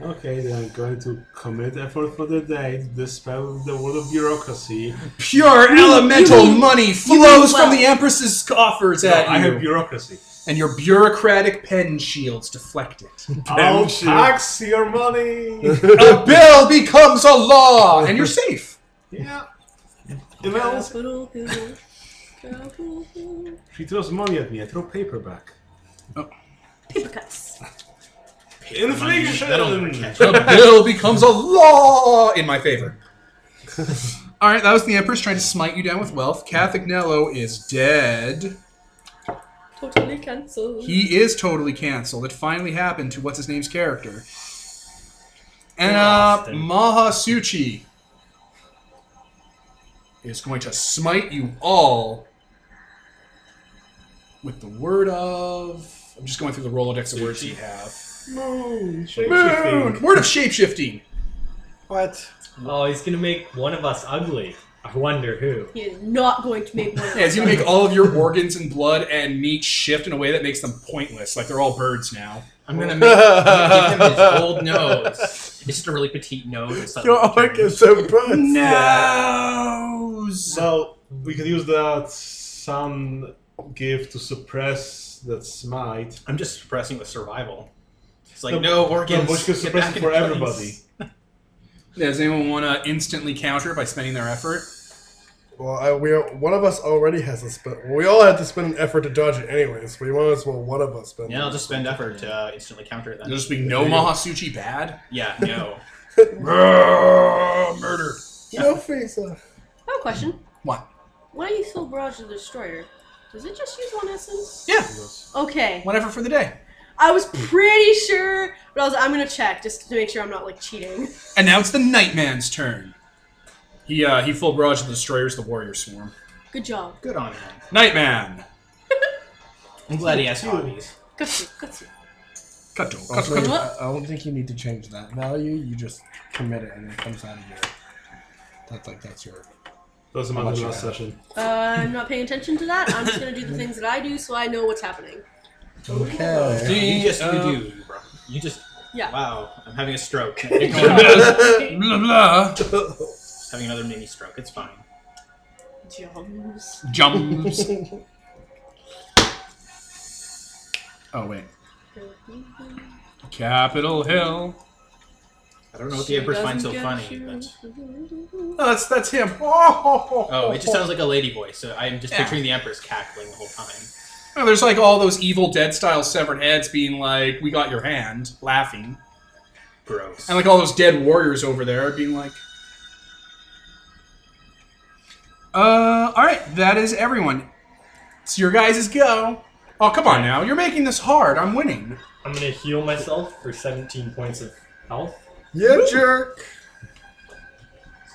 Speaker 6: Okay, then I'm going to commit effort for the day to dispel the word of bureaucracy.
Speaker 1: Pure elemental
Speaker 4: mean-
Speaker 1: money flows from
Speaker 4: wealth.
Speaker 1: the Empress's coffers
Speaker 6: No,
Speaker 1: at you.
Speaker 6: I have bureaucracy.
Speaker 1: and your bureaucratic pen shields deflect it.
Speaker 6: I'll
Speaker 2: shit.
Speaker 6: tax your money!
Speaker 1: a bill becomes a law, and you're safe.
Speaker 6: yeah. You know,
Speaker 4: Capital Hill, Capital Hill.
Speaker 6: she throws money at me, I throw paper back.
Speaker 4: Paper cuts.
Speaker 6: Inflation!
Speaker 3: That'll never catch
Speaker 1: A bill becomes a law in my favor. All right, that was the Empress trying to smite you down with wealth. Cathagnello is dead.
Speaker 4: Totally cancelled.
Speaker 1: He is totally canceled. It finally happened to what's his name's character. And uh,
Speaker 5: Austin.
Speaker 1: Mahasuchi is going to smite you all with the word of. I'm just going through the Rolodex of words you have.
Speaker 6: Moon!
Speaker 1: Moon!
Speaker 6: Shapeshifting.
Speaker 1: Word of shapeshifting.
Speaker 2: What?
Speaker 5: oh, he's gonna make one of us ugly. I wonder who.
Speaker 4: He is not going to make one.
Speaker 1: Yeah, it's going to make all of your organs and blood and meat shift in a way that makes them pointless. Like they're all birds now.
Speaker 3: I'm gonna make give him his old nose. It's just a really petite nose. and suddenly
Speaker 2: Your
Speaker 3: turns-
Speaker 2: orc is so bad.
Speaker 1: Nose!
Speaker 6: So, we could use that sun gift to suppress that smite.
Speaker 3: I'm just suppressing with survival. It's like
Speaker 6: No,
Speaker 3: no, organs.
Speaker 6: No, Bush could
Speaker 3: get
Speaker 6: suppress
Speaker 3: back
Speaker 6: it
Speaker 3: in
Speaker 6: for
Speaker 3: place.
Speaker 6: everybody.
Speaker 1: Yeah, Does anyone want to instantly counter by spending their effort?
Speaker 2: Well, I, we are, one of us already has to spend. We all had to spend an effort to dodge it anyways. We might as well one of us spend.
Speaker 3: Yeah, I'll just spend effort to uh, instantly counter it then.
Speaker 1: There'll just be no Mahasuchi bad.
Speaker 3: Yeah, no.
Speaker 1: Murder.
Speaker 2: No face uh, off.
Speaker 4: I have a question.
Speaker 1: What?
Speaker 4: Why do you fill Barrage of the Destroyer? Does it just use one essence?
Speaker 1: Yeah.
Speaker 4: Okay.
Speaker 1: Whatever for the day.
Speaker 4: I was pretty sure, but I was I'm gonna check just to make sure I'm not like cheating.
Speaker 1: And now it's the Nightman's turn. He uh he full barrage the destroyers, the warrior swarm.
Speaker 4: Good job.
Speaker 3: Good on him.
Speaker 1: Nightman.
Speaker 3: I'm glad he has hobbies.
Speaker 4: Got you, got you.
Speaker 1: Cut to cut
Speaker 2: Also,
Speaker 1: to-
Speaker 2: I, I don't think you need to change that value. You just commit it, and it comes out of your. That's like that's your.
Speaker 6: Doesn't
Speaker 2: How
Speaker 6: matter
Speaker 2: much you
Speaker 6: last
Speaker 2: have?
Speaker 6: session.
Speaker 4: Uh, I'm not paying attention to that. I'm just gonna do the things that I do so I know what's happening.
Speaker 2: Okay.
Speaker 3: You just
Speaker 1: uh,
Speaker 3: you do, bro. You just.
Speaker 4: Yeah.
Speaker 3: Wow, I'm having a stroke.
Speaker 1: Blah blah.
Speaker 3: Just having another mini stroke. It's fine.
Speaker 4: Jums.
Speaker 1: Jumps. oh wait. Capitol Hill.
Speaker 3: I don't know what the Empress finds so funny, but
Speaker 1: Oh, that's that's him. Oh, ho, ho,
Speaker 3: oh,
Speaker 1: ho,
Speaker 3: it just
Speaker 1: ho.
Speaker 3: sounds like a lady voice. So I'm just
Speaker 1: Yeah.
Speaker 3: picturing the Empress cackling the whole time.
Speaker 1: Oh, there's like all those Evil Dead style severed heads being like, "We got your hand," laughing.
Speaker 3: Gross.
Speaker 1: And like all those dead warriors over there being like. Uh, all right, that is everyone. It's your guys' go. Oh, come on now. You're making this hard. I'm winning.
Speaker 7: I'm gonna heal myself for 17 points of health.
Speaker 2: Yeah, jerk.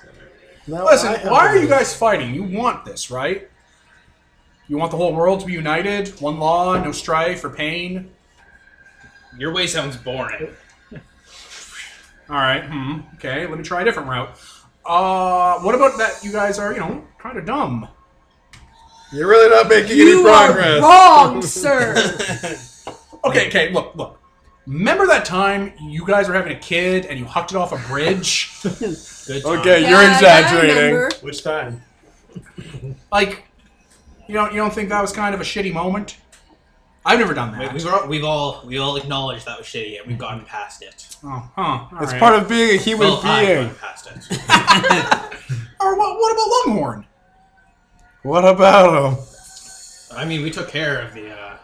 Speaker 7: So,
Speaker 2: Now
Speaker 1: Listen,
Speaker 2: Oh, I have
Speaker 1: why are
Speaker 2: to
Speaker 1: you guys fighting? You want this, right? You want the whole world to be united, one law, no strife or pain.
Speaker 3: Your way sounds boring.
Speaker 1: All right, hmm, okay, let me try a different route. Uh, what about that? You guys are, you know, kind of dumb.
Speaker 2: You're really not making any
Speaker 4: You are
Speaker 2: progress.
Speaker 4: wrong, sir.
Speaker 1: Okay, okay, look, look. Remember that time you guys were having a kid and you hucked it off a bridge?
Speaker 3: Good time.
Speaker 2: Okay,
Speaker 4: Yeah,
Speaker 2: you're
Speaker 4: yeah, I
Speaker 2: exaggerating.
Speaker 4: remember.
Speaker 6: Which time?
Speaker 1: like, you don't you don't think that was kind of a shitty moment? I've never done
Speaker 3: We,
Speaker 1: that.
Speaker 3: we were, we've all we all acknowledged that was shitty, and we've gotten past it.
Speaker 1: Oh, huh.
Speaker 2: It's part of being a human
Speaker 3: Well, I've
Speaker 2: being.
Speaker 3: gotten past it.
Speaker 1: Or what? What about Longhorn?
Speaker 2: What about him?
Speaker 3: I mean, we took care of the uh,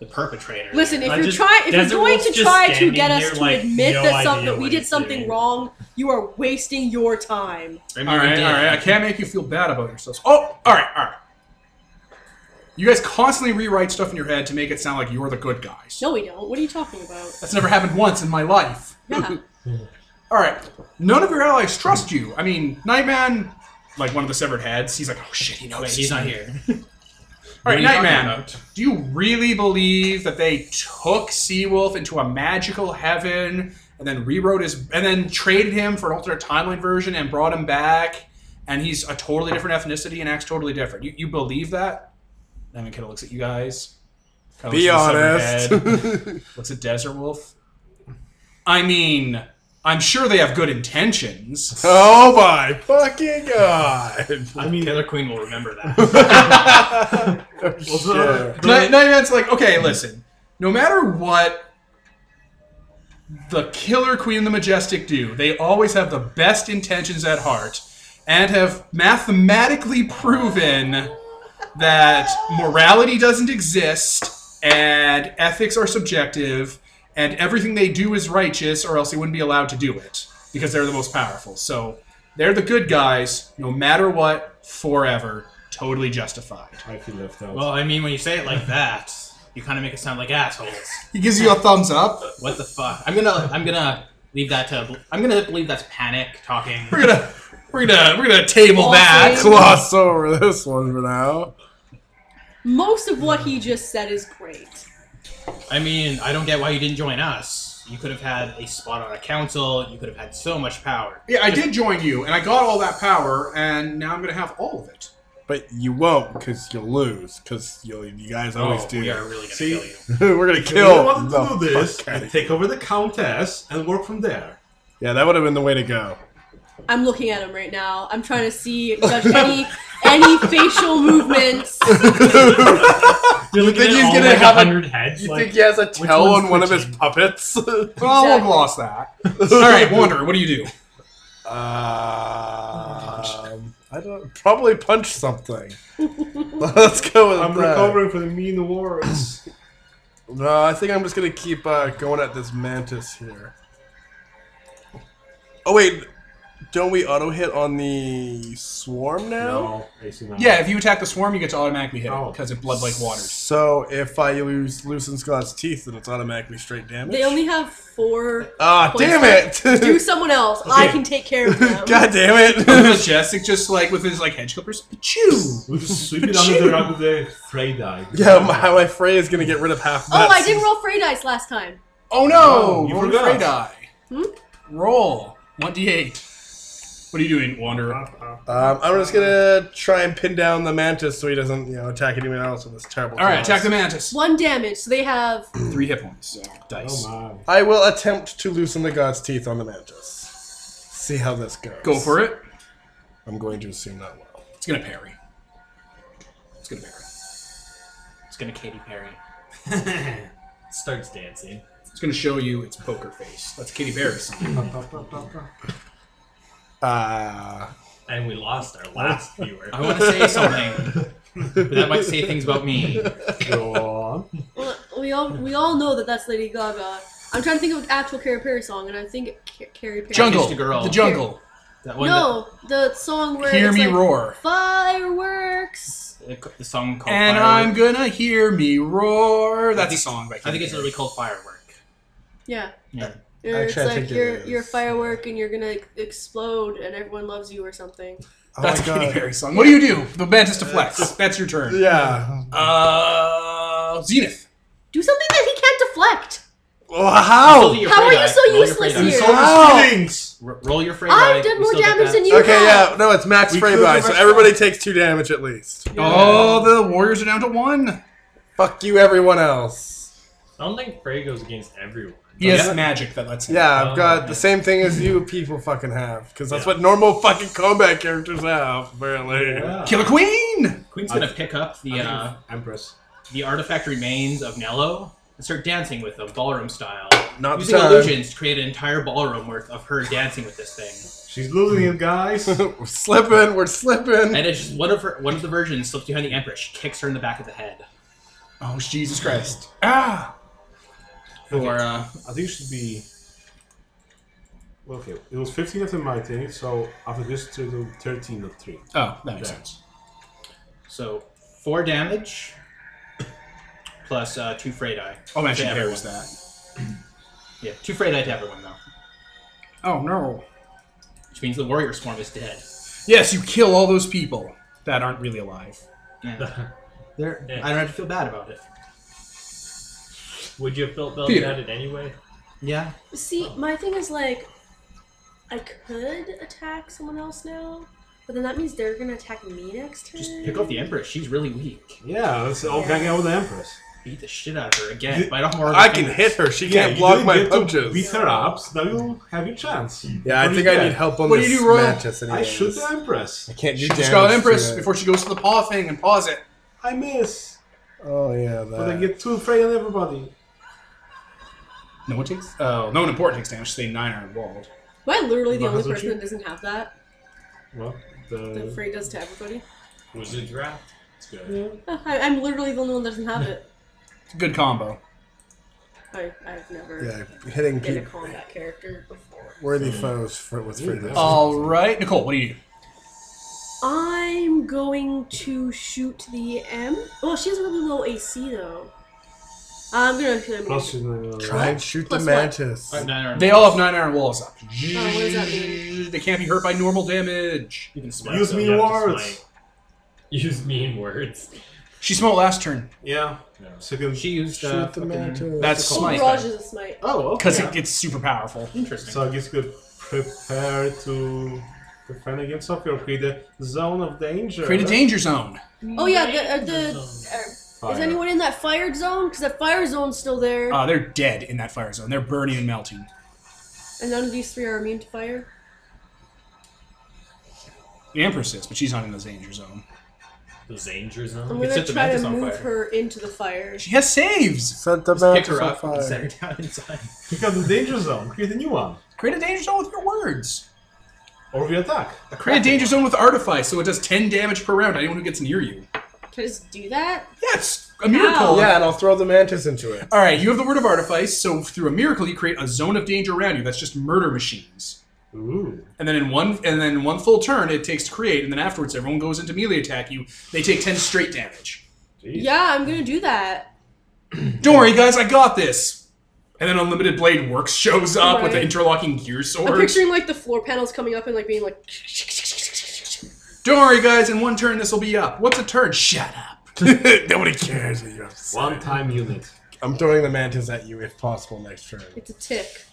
Speaker 3: the perpetrator.
Speaker 4: Listen, if
Speaker 7: I
Speaker 4: you're
Speaker 7: just-
Speaker 4: trying, if you're
Speaker 7: Desert
Speaker 4: going
Speaker 7: Wolf's
Speaker 4: to
Speaker 7: just
Speaker 4: try to
Speaker 7: standing
Speaker 4: get us
Speaker 7: here,
Speaker 4: to
Speaker 7: like,
Speaker 4: admit
Speaker 7: no
Speaker 4: that
Speaker 7: idea
Speaker 4: something we
Speaker 7: what
Speaker 4: did
Speaker 7: he's
Speaker 4: something
Speaker 7: doing.
Speaker 4: wrong, you are wasting your time.
Speaker 3: I mean,
Speaker 1: All
Speaker 3: we
Speaker 1: right,
Speaker 3: did.
Speaker 1: all right. I can't make you feel bad about yourselves. Oh, all right, all right. You guys constantly rewrite stuff in your head to make it sound like you're the good guys.
Speaker 4: No, we don't. What are you talking about?
Speaker 1: That's never happened once in my life.
Speaker 4: Yeah.
Speaker 1: All right. None of your allies trust you. I mean, Nightman, like one of the severed heads, he's like, oh shit, he knows.
Speaker 3: Wait, he's not here.
Speaker 1: All right,
Speaker 3: What are you talking
Speaker 1: Nightman.
Speaker 3: about?
Speaker 1: Do you really believe that they took Seawolf into a magical heaven and then rewrote his and then traded him for an alternate timeline version and brought him back and he's a totally different ethnicity and acts totally different? You, you believe that? And then Kidda looks at you guys. kinda
Speaker 2: Be
Speaker 1: looks at the
Speaker 2: honest.
Speaker 1: severed head, looks at Desert Wolf. I mean, I'm sure they have good intentions.
Speaker 2: oh my fucking god.
Speaker 6: I mean,
Speaker 3: Taylor Queen will remember that.
Speaker 6: also,
Speaker 2: Sure.
Speaker 6: do
Speaker 1: Night,
Speaker 6: they-
Speaker 1: Nightman's like, okay, listen. No matter what the killer queen and the majestic do, they always have the best intentions at heart and have mathematically proven that morality doesn't exist and ethics are subjective and everything they do is righteous or else they wouldn't be allowed to do it because they're the most powerful. So they're the good guys no matter what forever, totally justified.
Speaker 6: I feel left out.
Speaker 3: well, I mean, when you say it like that, you kind of make it sound like assholes.
Speaker 1: He gives you a thumbs up.
Speaker 3: What the fuck? I'm gonna I'm gonna leave that to I'm gonna believe that's panic talking.
Speaker 1: we're gonna we're gonna we're gonna table that.
Speaker 2: Gloss over this one for now.
Speaker 4: Most of what he just said is great.
Speaker 3: I mean, I don't get why you didn't join us. You could have had a spot on a council. You could have had so much power.
Speaker 1: Yeah, I did join you, and I got all that power, and now I'm gonna have all of it.
Speaker 2: But you won't, because you'll lose, because you guys always
Speaker 3: oh,
Speaker 2: do.
Speaker 3: we are really gonna
Speaker 6: See?
Speaker 3: kill you.
Speaker 2: We're gonna
Speaker 6: If we really
Speaker 2: kill.
Speaker 6: wanted
Speaker 2: the
Speaker 6: to do this,
Speaker 2: fuck outta
Speaker 6: and take over the Countess and work from there.
Speaker 2: Yeah, that would have been the way to go.
Speaker 4: I'm looking at him right now. I'm trying to see judge any any facial movements.
Speaker 7: You're looking
Speaker 2: think
Speaker 7: at
Speaker 2: he's
Speaker 7: all,
Speaker 2: gonna
Speaker 7: like,
Speaker 2: have a-
Speaker 7: 100 heads. like,
Speaker 2: he has a
Speaker 7: tail one's on one of his twitching?
Speaker 2: puppets?
Speaker 1: Well,
Speaker 4: Exactly.
Speaker 1: we'll gloss that. all right, Wanderer, what do you do?
Speaker 2: Um, I don't probably punch something. Let's go with
Speaker 6: I'm
Speaker 2: that.
Speaker 6: recovering from the mean words.
Speaker 2: No, I think I'm just gonna keep uh, going at this mantis here. Oh wait, don't we auto hit on the swarm now?
Speaker 6: no, AC nine.
Speaker 1: Yeah, if you attack the swarm, you get to automatically hit it
Speaker 6: Oh.
Speaker 1: because it blood like waters.
Speaker 2: So if I lose loosens God's teeth, then it's automatically straight damage.
Speaker 4: They only have four.
Speaker 2: ah,
Speaker 4: points
Speaker 2: damn
Speaker 4: left.
Speaker 2: it!
Speaker 4: Do someone else. I can take care of them.
Speaker 2: God damn
Speaker 1: The
Speaker 2: it!
Speaker 1: majestic, just like with his like hedge clippers, pachoo.
Speaker 6: We just sweep it under the rug with the Frey die.
Speaker 2: yeah, my, how my fray is gonna get rid of half.
Speaker 4: Oh,
Speaker 2: that.
Speaker 4: I didn't roll fray dice last time.
Speaker 1: Oh no!
Speaker 6: Oh, you
Speaker 1: roll
Speaker 6: forgot.
Speaker 1: fray die.
Speaker 4: Hmm?
Speaker 1: Roll one d8. What are you doing, Wanderer?
Speaker 6: Oh
Speaker 2: Um, I'm just gonna try and pin down the mantis so he doesn't, you know, attack anyone else with this terrible.
Speaker 1: All right,
Speaker 2: claws.
Speaker 1: attack the mantis.
Speaker 4: One damage, so they have.
Speaker 1: Three hit points. So, dice.
Speaker 6: Oh
Speaker 2: I will attempt to loosen the god's teeth on the mantis. See how this goes.
Speaker 1: Go for it.
Speaker 2: I'm going to assume not well.
Speaker 1: It's gonna parry. It's gonna parry.
Speaker 3: It's gonna Katy Perry.
Speaker 7: starts dancing.
Speaker 1: It's going to show you its poker face. That's Katy Perry song.
Speaker 6: my.
Speaker 2: Uh,
Speaker 7: And we lost our last viewer.
Speaker 3: I want to say something, but that might say things about me.
Speaker 6: Go on.
Speaker 2: oh
Speaker 4: Well, we all we all know that that's Lady Gaga. I'm trying to think of an actual Carrie Perry song, and I think Ca- Carrie Perry.
Speaker 1: Jungle.
Speaker 3: Just a girl.
Speaker 1: The jungle.
Speaker 3: That one.
Speaker 4: No, the song where
Speaker 1: Hear
Speaker 4: it's
Speaker 1: me
Speaker 4: like,
Speaker 1: roar.
Speaker 4: Fireworks.
Speaker 3: That, the, the song called.
Speaker 1: And
Speaker 3: Firework.
Speaker 1: I'm gonna hear me roar. Oh, That's a
Speaker 3: think-
Speaker 1: song by
Speaker 3: I think
Speaker 1: Katy
Speaker 3: it's
Speaker 1: Perry.
Speaker 3: literally called Firework.
Speaker 4: Yeah.
Speaker 3: Yeah.
Speaker 4: Or
Speaker 2: Actually, I
Speaker 4: it's
Speaker 2: think
Speaker 4: like
Speaker 2: it
Speaker 4: you're you're a
Speaker 2: is.
Speaker 4: firework and you're gonna ex- explode and everyone loves you or something.
Speaker 2: Oh
Speaker 1: That's a
Speaker 2: my
Speaker 1: Katy
Speaker 2: god.
Speaker 1: Perry song. What do you do? The mantis to flex. That's your turn.
Speaker 2: Yeah.
Speaker 1: Uh, Zenith.
Speaker 4: Do something that he can't deflect.
Speaker 2: Well, how?
Speaker 3: Roll your
Speaker 4: Oh, How
Speaker 3: fray
Speaker 4: are you
Speaker 3: die.
Speaker 4: so
Speaker 3: Roll your
Speaker 4: useless
Speaker 3: fray die.
Speaker 4: here?
Speaker 2: Wow.
Speaker 6: Feelings.
Speaker 3: R- roll your fray die.
Speaker 4: I've
Speaker 3: We
Speaker 4: done more
Speaker 3: still get
Speaker 4: damage
Speaker 3: that.
Speaker 4: than you
Speaker 2: Okay,
Speaker 4: have.
Speaker 2: yeah. No, it's max
Speaker 6: We
Speaker 2: frame
Speaker 6: could
Speaker 2: by, so
Speaker 6: reverse
Speaker 2: everybody takes two damage at least.
Speaker 1: Oh, the warriors are down to one.
Speaker 2: Fuck you, everyone else.
Speaker 7: I don't think Frey goes against everyone.
Speaker 1: He has
Speaker 2: Yeah.
Speaker 1: magic that lets him.
Speaker 2: Yeah, I've got
Speaker 7: Oh,
Speaker 2: the
Speaker 7: yeah.
Speaker 2: same thing as you people fucking have, because that's
Speaker 7: Yeah.
Speaker 2: what normal fucking combat characters have, apparently.
Speaker 1: Killer Queen.
Speaker 3: Queen's gonna pick up the uh,
Speaker 6: Empress.
Speaker 3: the artifact remains of Nello and start dancing with them, ballroom style.
Speaker 2: Not
Speaker 3: using
Speaker 2: the time.
Speaker 3: illusions to create an entire ballroom worth of her dancing with this thing.
Speaker 6: She's losing it, guys.
Speaker 2: we're slipping. We're slipping.
Speaker 3: And it's just one of her one of the versions slips behind the Empress. She kicks her in the back of the head.
Speaker 1: Oh, Jesus Christ. Ah.
Speaker 3: For uh,
Speaker 6: I think it should be. Well, okay. It was 15 after my thing, so after this, to do 13 of 3.
Speaker 1: Oh, that makes
Speaker 6: Yeah.
Speaker 1: sense.
Speaker 3: so four damage plus uh, two fray die.
Speaker 1: Oh, man, she
Speaker 3: To everyone.
Speaker 1: carries that.
Speaker 3: Yeah, two fray die to everyone though.
Speaker 1: Oh no.
Speaker 3: Which means the warrior swarm is dead.
Speaker 1: Yes, you kill all those people that aren't really alive.
Speaker 3: Yeah.
Speaker 7: There.
Speaker 3: I don't have to feel bad about it.
Speaker 7: Would you have built built
Speaker 1: Peter.
Speaker 7: at it anyway?
Speaker 3: Yeah.
Speaker 4: See, my thing is like, I could attack someone else now, but then that means they're gonna attack me next turn.
Speaker 3: Just pick up the Empress. She's really weak.
Speaker 6: Yeah, let's all hang out with the Empress.
Speaker 3: Beat the shit out of her again. Bite off more. of her
Speaker 2: I can
Speaker 3: fingers.
Speaker 2: hit her. She
Speaker 6: Yeah,
Speaker 2: can't
Speaker 6: you
Speaker 2: block
Speaker 6: didn't
Speaker 2: my
Speaker 6: get to Beat
Speaker 2: punches.
Speaker 6: her up, so now you'll have your chance.
Speaker 2: Yeah, I
Speaker 6: What
Speaker 2: think
Speaker 6: do you
Speaker 2: I need
Speaker 6: get?
Speaker 2: help on
Speaker 1: What do
Speaker 2: this
Speaker 1: you do, Roy?
Speaker 2: mantis.
Speaker 6: I
Speaker 2: anyways.
Speaker 6: shoot the Empress.
Speaker 2: I can't do
Speaker 1: Shoot the
Speaker 2: damage
Speaker 1: Scarlet
Speaker 2: to
Speaker 1: Empress
Speaker 2: it.
Speaker 1: before she goes to the paw thing and paws it.
Speaker 6: I miss.
Speaker 2: Oh yeah, that.
Speaker 6: But I get two afraid on everybody.
Speaker 1: No one takes. Oh, no one important takes damage. They nine are walled.
Speaker 4: Am I literally the
Speaker 6: Well,
Speaker 4: only
Speaker 6: hasn't
Speaker 4: person
Speaker 6: she?
Speaker 4: that doesn't have that?
Speaker 6: Well,
Speaker 4: That
Speaker 6: the.
Speaker 4: Frey does to everybody.
Speaker 7: Wizard draft. It's good.
Speaker 6: Yeah.
Speaker 4: Uh, I, I'm literally the only one that doesn't have it.
Speaker 1: It's a good combo.
Speaker 4: I, I've never
Speaker 2: yeah, hitting
Speaker 4: been a
Speaker 2: people,
Speaker 4: combat character before.
Speaker 2: worthy foes for, with free damage.
Speaker 1: All right, Nicole, what do you do?
Speaker 4: I'm going to shoot the M. Well, she has really low AC though. I'm gonna shoot him.
Speaker 6: Plus, you know,
Speaker 2: Try and shoot
Speaker 4: Plus
Speaker 2: the
Speaker 4: what?
Speaker 2: mantis.
Speaker 3: Alright, nine are-
Speaker 1: They all have nine iron walls up.
Speaker 4: Oh, what does that mean?
Speaker 1: They can't be hurt by normal damage.
Speaker 3: You can smite.
Speaker 6: use
Speaker 7: So
Speaker 6: me
Speaker 7: you have to
Speaker 6: words.
Speaker 7: smite. Use mean words.
Speaker 1: She smote last turn
Speaker 6: Yeah.
Speaker 7: No.
Speaker 6: Second.
Speaker 3: She used
Speaker 2: Shoot
Speaker 3: uh,
Speaker 2: the
Speaker 3: fucking-
Speaker 2: mantis.
Speaker 1: That's
Speaker 4: Oh,
Speaker 1: smite.
Speaker 4: Raj is a smite.
Speaker 3: Oh, okay.
Speaker 1: because
Speaker 3: Yeah.
Speaker 1: it gets super powerful.
Speaker 3: Interesting.
Speaker 6: So I guess you could prepare to defend against Sophia or create a zone of danger.
Speaker 1: Create a danger zone.
Speaker 4: Oh yeah, the, uh, the uh,
Speaker 6: Fire.
Speaker 4: is anyone in that fired zone? Because that fire zone's still there,
Speaker 1: Uh, they're dead in that fire zone. They're burning and melting.
Speaker 4: and none of these three are immune to fire.
Speaker 1: The Empress is, but she's not in the danger zone.
Speaker 7: The Zanger
Speaker 4: I'm
Speaker 7: Zone.
Speaker 4: gonna
Speaker 3: set the
Speaker 4: try
Speaker 3: mantis
Speaker 4: to
Speaker 3: on
Speaker 4: move
Speaker 3: fire.
Speaker 4: her into the fire.
Speaker 1: She has saves.
Speaker 2: Set the
Speaker 3: Just pick
Speaker 2: mantis
Speaker 3: her
Speaker 2: on
Speaker 3: up and set
Speaker 2: fire.
Speaker 3: her down inside.
Speaker 6: Pick up the danger zone, create a new one.
Speaker 1: Create a danger zone with your words.
Speaker 6: Or we attack.
Speaker 1: Create a danger zone with artifice, so it does ten damage per round to anyone who gets near you.
Speaker 4: Can I just do that?
Speaker 1: Yes, a miracle.
Speaker 4: Ow.
Speaker 2: Oh, Yeah, and I'll throw the mantis into it.
Speaker 1: All right, you have the word of artifice, so through a miracle, you create a zone of danger around you. That's just murder machines.
Speaker 6: Ooh.
Speaker 1: And then in one, and then one full turn it takes to create, and then afterwards everyone goes into melee attack you. They take ten straight damage.
Speaker 6: Jeez.
Speaker 4: Yeah, I'm gonna do that.
Speaker 1: Don't worry, guys, I got this. And then Unlimited Blade Works shows up with the
Speaker 4: Right.
Speaker 1: interlocking gear
Speaker 4: I'm
Speaker 1: sword.
Speaker 4: picturing like the floor panels coming up and like being like.
Speaker 1: Don't worry, guys, in one turn this will be up. What's a turn? Shut up.
Speaker 2: Nobody cares what you have to say.
Speaker 6: One time unit.
Speaker 2: I'm throwing the mantis at you if possible next turn.
Speaker 4: It's a tick.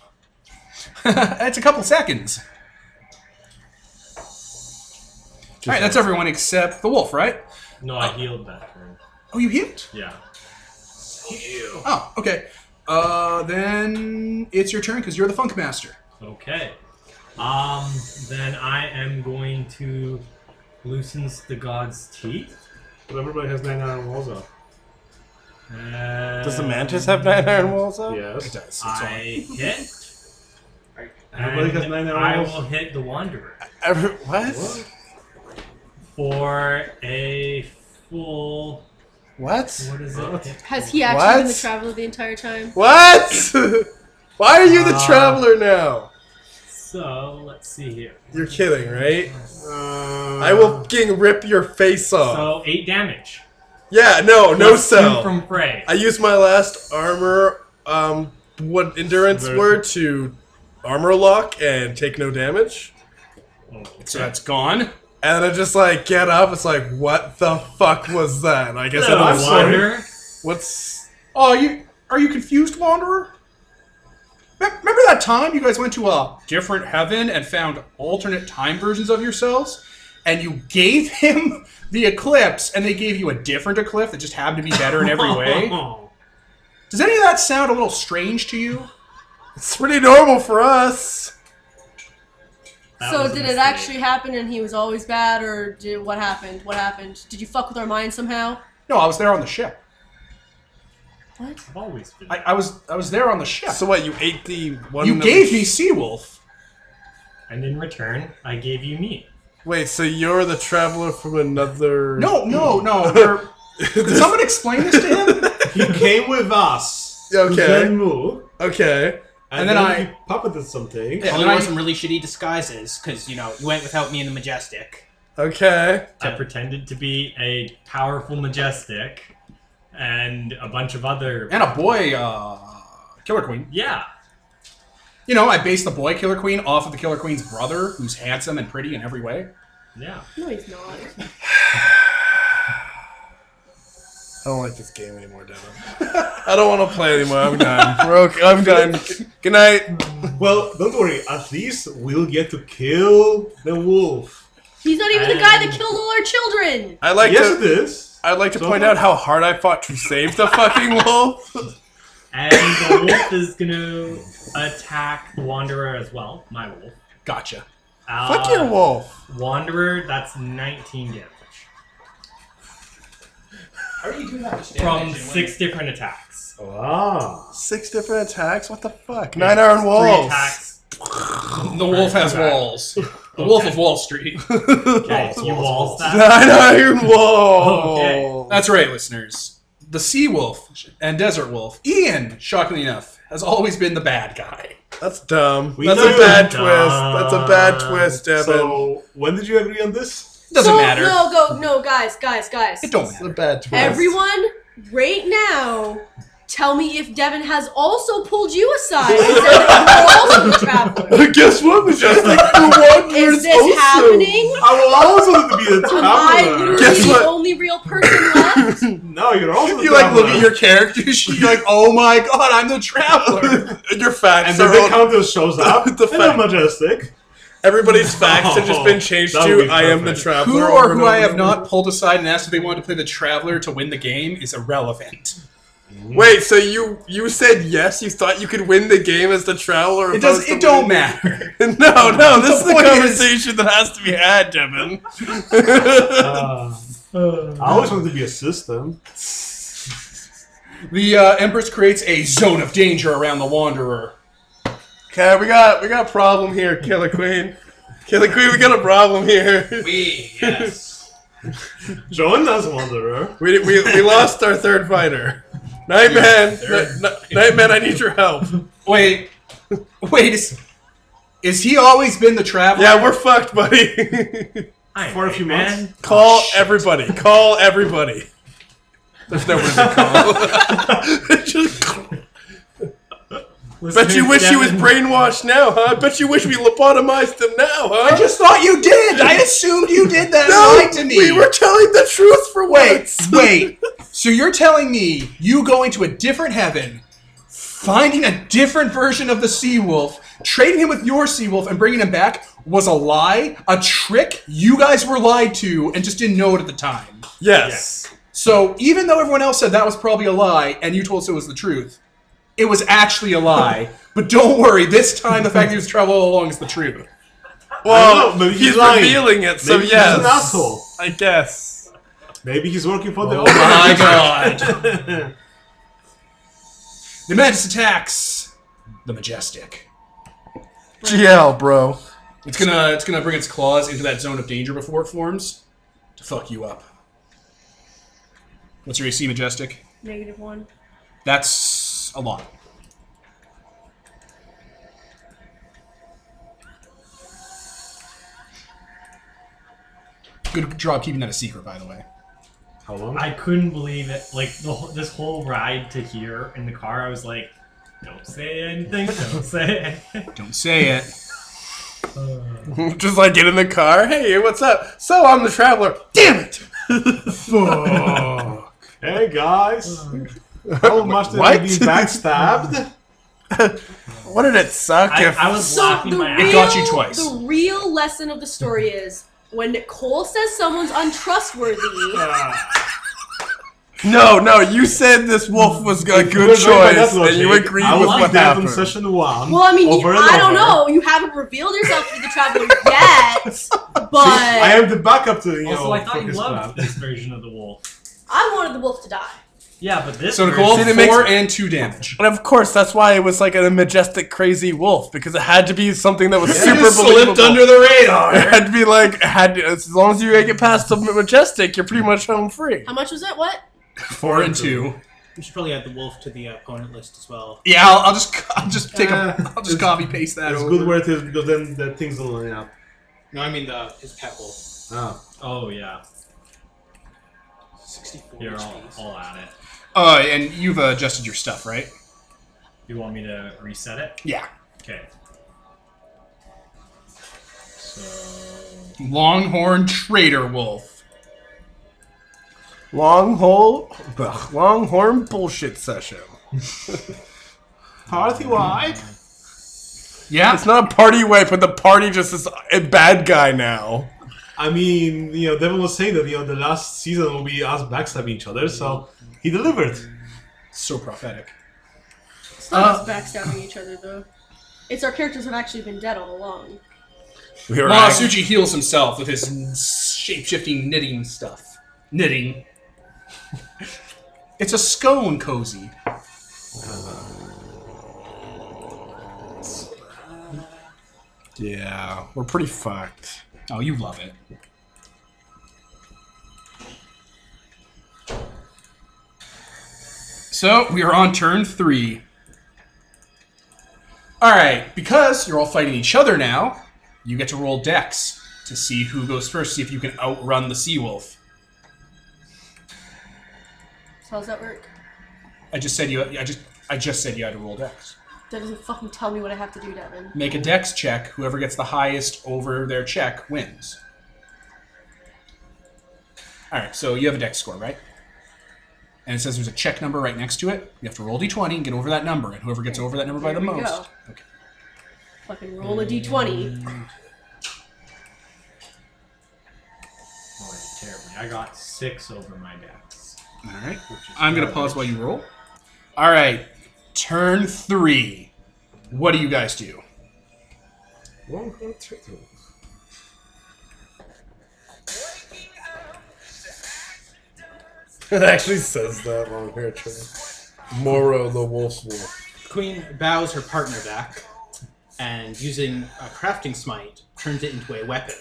Speaker 1: That's a couple seconds. All right, that's everyone except the wolf, right?
Speaker 7: No, I healed that turn.
Speaker 1: Oh, you healed?
Speaker 7: Yeah.
Speaker 1: Oh, okay. Uh, then it's your turn because you're the funk master.
Speaker 7: Okay. Um, then I am going to loosens the god's teeth.
Speaker 6: But everybody has nine iron walls up.
Speaker 2: Does
Speaker 7: Does
Speaker 2: the mantis have nine iron walls up?
Speaker 1: It
Speaker 6: Yes.
Speaker 1: does. It's fine.
Speaker 7: I hit.
Speaker 6: Everybody
Speaker 7: and
Speaker 6: has nine iron
Speaker 7: I
Speaker 6: walls?
Speaker 7: will hit the wanderer
Speaker 2: Every, what?
Speaker 6: What?
Speaker 7: for a full.
Speaker 2: What?
Speaker 7: What is it?
Speaker 6: What?
Speaker 4: Has he actually been
Speaker 2: What?
Speaker 4: the traveler the entire time?
Speaker 2: What? Why are you the
Speaker 6: Uh,
Speaker 2: traveler now?
Speaker 7: So let's see here.
Speaker 2: You're kidding, right?
Speaker 6: Uh,
Speaker 2: I will fucking rip your face off.
Speaker 7: So eight damage.
Speaker 2: yeah, Oh. no, no
Speaker 7: Plus two
Speaker 2: sell.
Speaker 7: from Frey.
Speaker 2: I used my last armor, um, what endurance
Speaker 6: Very-
Speaker 2: word to armor lock and take no damage.
Speaker 1: So that's gone.
Speaker 2: And I just like get up. It's like, what the fuck was that? And I guess
Speaker 7: Hello,
Speaker 2: I'm sorry.
Speaker 7: Wander.
Speaker 2: What's
Speaker 1: Oh, you are you confused, Wanderer? Me- Remember that time you guys went to a different heaven and found alternate time versions of yourselves, and you gave him the eclipse, and they gave you a different eclipse that just happened to be better in every way. Does any of that sound a little strange to you?
Speaker 2: it's pretty normal for us.
Speaker 4: so did it actually happen and he was always bad, or did, what happened? What happened? Did you fuck with our mind somehow?
Speaker 1: No, I was there on the ship.
Speaker 4: What?
Speaker 5: I've always been.
Speaker 1: I, I was I was there on the ship.
Speaker 2: So what? You ate the one.
Speaker 1: you
Speaker 2: that
Speaker 1: gave
Speaker 2: we-
Speaker 1: me Seawolf.
Speaker 7: And in return, I gave you meat.
Speaker 2: Wait, so you're the traveler from another?
Speaker 1: No, no, no. you're- Could someone explain this to him?
Speaker 6: He came with us.
Speaker 2: Okay.
Speaker 6: Then move.
Speaker 2: Okay.
Speaker 1: And
Speaker 6: And,
Speaker 1: then
Speaker 6: then,
Speaker 1: I-
Speaker 6: he puppeted something.
Speaker 1: Yeah,
Speaker 3: Only
Speaker 1: and I-
Speaker 3: wore some really shitty disguises because you know you went without me in the majestic.
Speaker 2: Okay.
Speaker 7: I pretended to be a powerful majestic and a bunch of other.
Speaker 1: and a boy, uh, Killer Queen.
Speaker 7: Yeah.
Speaker 1: You know, I based the boy Killer Queen off of the Killer Queen's brother, who's handsome and pretty in every way.
Speaker 7: Yeah.
Speaker 4: No, he's not.
Speaker 2: I don't like this game anymore, Devin. I don't want to play anymore. I'm done. We're okay. I'm done. Good night.
Speaker 6: Well, don't worry. At least we'll get to kill the wolf.
Speaker 4: He's not even the guy that
Speaker 7: And-
Speaker 4: killed all our children.
Speaker 2: I like to.
Speaker 6: yes, it is.
Speaker 2: I'd like to
Speaker 6: So
Speaker 2: point
Speaker 6: far.
Speaker 2: out how hard I fought to save the fucking wolf.
Speaker 7: And the wolf is going to attack the wanderer as well. My wolf.
Speaker 1: Gotcha.
Speaker 7: Uh,
Speaker 2: Fuck your wolf.
Speaker 7: Wanderer, that's 19 damage.
Speaker 3: How are you doing that much
Speaker 7: From
Speaker 3: damage in one-
Speaker 7: six different attacks.
Speaker 6: Ah.
Speaker 2: Six different attacks. What the fuck? Nine iron
Speaker 7: Three
Speaker 2: walls.
Speaker 7: attacks.
Speaker 1: The wolf has walls. The Wolf of Wall Street.
Speaker 7: Okay,
Speaker 1: Walls,
Speaker 7: you
Speaker 1: walls,
Speaker 7: walls
Speaker 2: Nine
Speaker 7: that.
Speaker 2: iron walls.
Speaker 7: Okay.
Speaker 1: That's right, listeners. The Sea Wolf and Desert Wolf, Ian, shockingly enough, has always been the bad guy.
Speaker 2: That's dumb.
Speaker 6: We
Speaker 2: That's a
Speaker 6: know. Ah.
Speaker 2: bad twist. That's a bad
Speaker 7: Dumb.
Speaker 2: twist, Devin.
Speaker 6: So when did you agree on this?
Speaker 1: Doesn't
Speaker 4: so,
Speaker 1: matter.
Speaker 4: No, go, no, guys, guys, guys.
Speaker 1: It don't
Speaker 2: It's a
Speaker 1: matter.
Speaker 2: bad twist.
Speaker 4: Everyone, right now, tell me if Devin has also pulled you aside and said that you're also the traveler.
Speaker 2: Guess what, Majestic? The one
Speaker 4: Is this happening?
Speaker 6: I will also want to be the
Speaker 4: Am I
Speaker 6: traveler.
Speaker 4: literally
Speaker 2: Guess
Speaker 4: the
Speaker 2: what?
Speaker 4: only real person left?
Speaker 6: No, you're also the
Speaker 2: You like
Speaker 6: traveler.
Speaker 2: look at your character sheet, you're like, oh my god, I'm the traveler. and your facts
Speaker 6: And
Speaker 2: are
Speaker 6: then the
Speaker 2: all-
Speaker 6: counter shows up.
Speaker 2: The
Speaker 6: Hello,
Speaker 2: fact-
Speaker 6: majestic.
Speaker 2: everybody's facts have just been changed
Speaker 6: That would
Speaker 2: to
Speaker 6: be
Speaker 2: I am the
Speaker 6: perfect.
Speaker 1: Who
Speaker 2: traveler. over
Speaker 1: or
Speaker 2: and
Speaker 1: who I
Speaker 2: over
Speaker 1: have
Speaker 2: and
Speaker 1: not
Speaker 2: over.
Speaker 1: pulled aside and asked if they wanted to play the Traveler to win the game is irrelevant.
Speaker 2: Wait, so you you said yes? You thought you could win the game as the traveler?
Speaker 1: It
Speaker 2: opposed
Speaker 1: does.
Speaker 2: to
Speaker 1: It don't
Speaker 2: winning-
Speaker 1: matter.
Speaker 2: no, no, this is the
Speaker 1: point is-
Speaker 2: conversation that has to be had, Devin.
Speaker 6: Uh, I always wanted to be a system.
Speaker 1: The uh, Empress creates a zone of danger around the Wanderer.
Speaker 2: okay, we got we got a problem here, Killer Queen. Killer Queen, we got a problem here.
Speaker 3: We yes.
Speaker 6: Join us, wanderer.
Speaker 2: We, we, we lost our third fighter. Nightman, n- n- Nightman, I need your help.
Speaker 1: Wait, wait. Is, is he always been the Traveler?
Speaker 2: Yeah, we're fucked, buddy.
Speaker 7: I am
Speaker 6: For a few
Speaker 7: man.
Speaker 6: months.
Speaker 2: call
Speaker 1: shit.
Speaker 2: everybody. Call everybody. There's no one to call. Just call. Bet you wish you was brainwashed now, huh? Bet you wish we lobotomized them now, huh?
Speaker 1: I just thought you did. I assumed you did that.
Speaker 2: no,
Speaker 1: and lied to me.
Speaker 2: we were telling the truth for
Speaker 1: Wait,
Speaker 2: once.
Speaker 1: wait. So you're telling me you go into a different heaven, finding a different version of the sea wolf, trading him with your sea wolf, and bringing him back was a lie, a trick you guys were lied to and just didn't know it at the time.
Speaker 2: Yes.
Speaker 1: So even though everyone else said that was probably a lie and you told us it was the truth, it was actually a lie. but don't worry, this time the fact that he was traveling all along is the truth.
Speaker 6: I
Speaker 2: Well,
Speaker 6: don't know, maybe
Speaker 2: he's,
Speaker 6: he's lying.
Speaker 2: revealing it, so
Speaker 6: Maybe
Speaker 2: yes.
Speaker 6: he's an asshole.
Speaker 2: I guess.
Speaker 6: Maybe he's working for the
Speaker 1: Oh
Speaker 6: Overlord.
Speaker 1: my god. the Mantis attacks the Majestic.
Speaker 2: GL, bro.
Speaker 1: It's gonna it's gonna bring its claws into that zone of danger before it forms to fuck you up. What's your AC Majestic?
Speaker 4: Negative one.
Speaker 1: That's a lot. Good job keeping that a secret, by the way.
Speaker 6: How long?
Speaker 7: I couldn't believe it. Like the whole, this whole ride to here in the car, I was like, "Don't say anything. Don't say." anything."
Speaker 1: Don't say it.
Speaker 2: Just like get in the car. Hey, what's up? So I'm the traveler. Damn it!
Speaker 6: Fuck. hey guys. How much did I
Speaker 2: What?
Speaker 6: be backstabbed?
Speaker 2: Wouldn't it suck
Speaker 7: I,
Speaker 2: if
Speaker 7: I was
Speaker 4: So
Speaker 7: laughing
Speaker 4: the
Speaker 7: my
Speaker 4: real,
Speaker 1: It
Speaker 7: ass.
Speaker 1: got you twice.
Speaker 4: The real lesson of the story is when Cole says someone's untrustworthy,
Speaker 6: Uh,
Speaker 2: No, no, you said this wolf was a
Speaker 6: We're
Speaker 2: good
Speaker 6: going by that
Speaker 2: choice, and you
Speaker 6: logic.
Speaker 2: agreed
Speaker 6: I
Speaker 2: with
Speaker 6: was
Speaker 2: what
Speaker 6: dead in
Speaker 2: happened.
Speaker 6: session one.
Speaker 4: Well, I mean, you,
Speaker 6: over and
Speaker 4: I don't
Speaker 6: over.
Speaker 4: know. You haven't revealed yourself to be the traveler yet, but
Speaker 6: I
Speaker 4: I,
Speaker 6: am the backup to you
Speaker 7: Also,
Speaker 6: know.
Speaker 7: I thought you
Speaker 6: focus
Speaker 7: loved
Speaker 6: plan.
Speaker 7: this version of the wolf.
Speaker 4: wanted the wolf to die.
Speaker 7: Yeah, but this.
Speaker 1: So
Speaker 7: version,
Speaker 1: Nicole,
Speaker 2: See,
Speaker 1: four
Speaker 2: that makes-
Speaker 1: and two damage.
Speaker 2: And of course, that's why it was like a majestic, crazy wolf because it had to be something that was
Speaker 1: You
Speaker 2: super believable.
Speaker 1: slipped under the
Speaker 2: it
Speaker 1: radar.
Speaker 2: had to be like had to- as long as you make it past the majestic, you're pretty much home free.
Speaker 4: How much was it? What?
Speaker 1: Four and two.
Speaker 3: We should probably add the wolf to the uh, opponent list as well.
Speaker 1: Yeah, I'll, I'll just I'll just take a
Speaker 6: Uh,
Speaker 1: I'll just
Speaker 6: it's-
Speaker 1: copy paste that.
Speaker 6: It's
Speaker 1: over.
Speaker 6: good where it is because then the things will line up.
Speaker 3: No, I mean the his pet wolf.
Speaker 6: Ah.
Speaker 7: Oh yeah,
Speaker 3: 64
Speaker 7: here I'll,
Speaker 3: HPs.
Speaker 7: I'll add it.
Speaker 1: Uh, and you've uh, adjusted your stuff, right?
Speaker 7: You want me to reset it?
Speaker 1: Yeah.
Speaker 7: Okay. So
Speaker 1: Longhorn Trader Wolf.
Speaker 2: Long hole, ugh, long horn bullshit session.
Speaker 6: Party wipe.
Speaker 1: Yeah.
Speaker 2: It's not a party wipe, but the party just is a bad guy now.
Speaker 6: I mean, you know, Devin was saying that you know the last season will be us backstabbing each other, so he delivered.
Speaker 1: So prophetic.
Speaker 4: It's not
Speaker 1: Uh,
Speaker 4: us backstabbing each other though. It's our characters have actually been dead all along.
Speaker 2: We were act-
Speaker 1: Masuji heals himself with his shape-shifting knitting stuff. Knitting. It's a scone cozy.
Speaker 2: yeah, we're pretty fucked.
Speaker 1: Oh, you love it. So we are on turn three. All right, because you're all fighting each other now, you get to roll dex to see who goes first, see if you can outrun the sea wolf.
Speaker 4: So how does that work?
Speaker 1: I just said you. I just. I just said you had to roll dex.
Speaker 4: That doesn't fucking tell me what I have to do, Devin.
Speaker 1: Make a dex check. Whoever gets the highest over their check wins. All right, so you have a dex score, right? And it says there's a check number right next to it. You have to roll d20 and get over that number, and whoever gets over that number by the
Speaker 4: There we
Speaker 1: most.
Speaker 4: go.
Speaker 1: Okay.
Speaker 4: Fucking roll a d20.
Speaker 7: Oh, it's terribly. I got six over my dex.
Speaker 1: All right. I'm gonna pause while you roll. All right, turn three. What do you guys do?
Speaker 2: It actually says that on hair trail. Moro the wolf's wolf.
Speaker 3: Queen bows her partner back, and using a crafting smite, turns it into a weapon.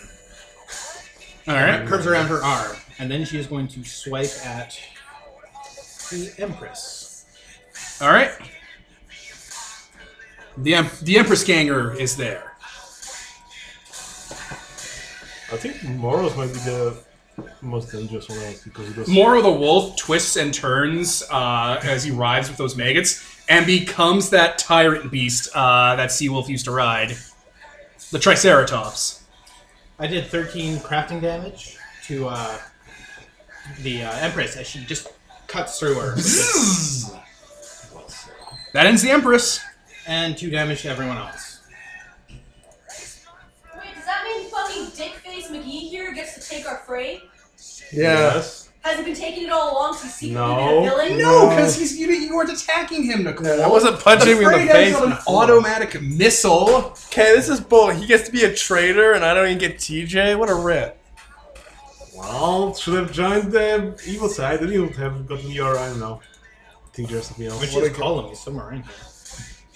Speaker 1: All right.
Speaker 3: Curves around her arm, and then she is going to swipe at the Empress.
Speaker 1: All right. The em- the Empress Ganger is there.
Speaker 6: I think Moros might be the most dangerous one else because it was
Speaker 1: Moro the wolf twists and turns uh, as he rides with those maggots and becomes that tyrant beast uh, that Seawolf used to ride. The Triceratops.
Speaker 3: I did 13 crafting damage to uh, the uh, Empress as she just cuts through her.
Speaker 1: That ends the Empress.
Speaker 3: and 2 damage to everyone else.
Speaker 4: Wait, does that mean fucking Dickface McGee here gets to take our freight?
Speaker 2: Yeah.
Speaker 6: yes.
Speaker 4: Has he been taking it all along? He's secretly
Speaker 6: No.
Speaker 4: been a villain?
Speaker 1: No, because he's you, you weren't attacking him, Nicole.
Speaker 2: I wasn't punching him in the face.
Speaker 1: an automatic missile.
Speaker 2: Okay, this is bull. He gets to be a traitor, and I don't even get TJ. What a rip.
Speaker 6: Well, should have joined the evil side, then you would have gotten your I don't know. Danger or something else.
Speaker 3: Which is calling me somewhere in here.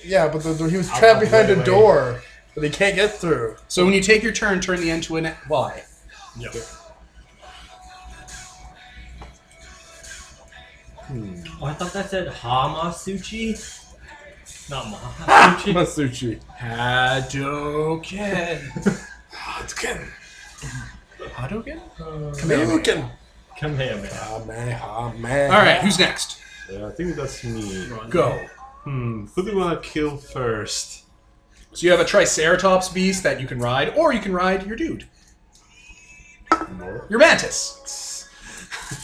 Speaker 2: Yeah, but the, he was
Speaker 6: trapped behind a door
Speaker 2: that he can't get through.
Speaker 1: So when you take your turn, turn the end to an Y.
Speaker 6: Yeah.
Speaker 7: Oh, I thought that said Hamasuchi. Not
Speaker 2: Masuchi.
Speaker 7: Mahasuchi.
Speaker 1: Hadouken. Hadouken. Hadouken?
Speaker 2: Hadouken.
Speaker 7: Kamehameha.
Speaker 2: Ah, Kamehameha.
Speaker 1: All right, who's next?
Speaker 6: Yeah, I think that's me.
Speaker 1: Go.
Speaker 6: Hmm, who do you want to kill first?
Speaker 1: So you have a Triceratops beast that you can ride, or you can ride your dude,
Speaker 6: More?
Speaker 1: your mantis.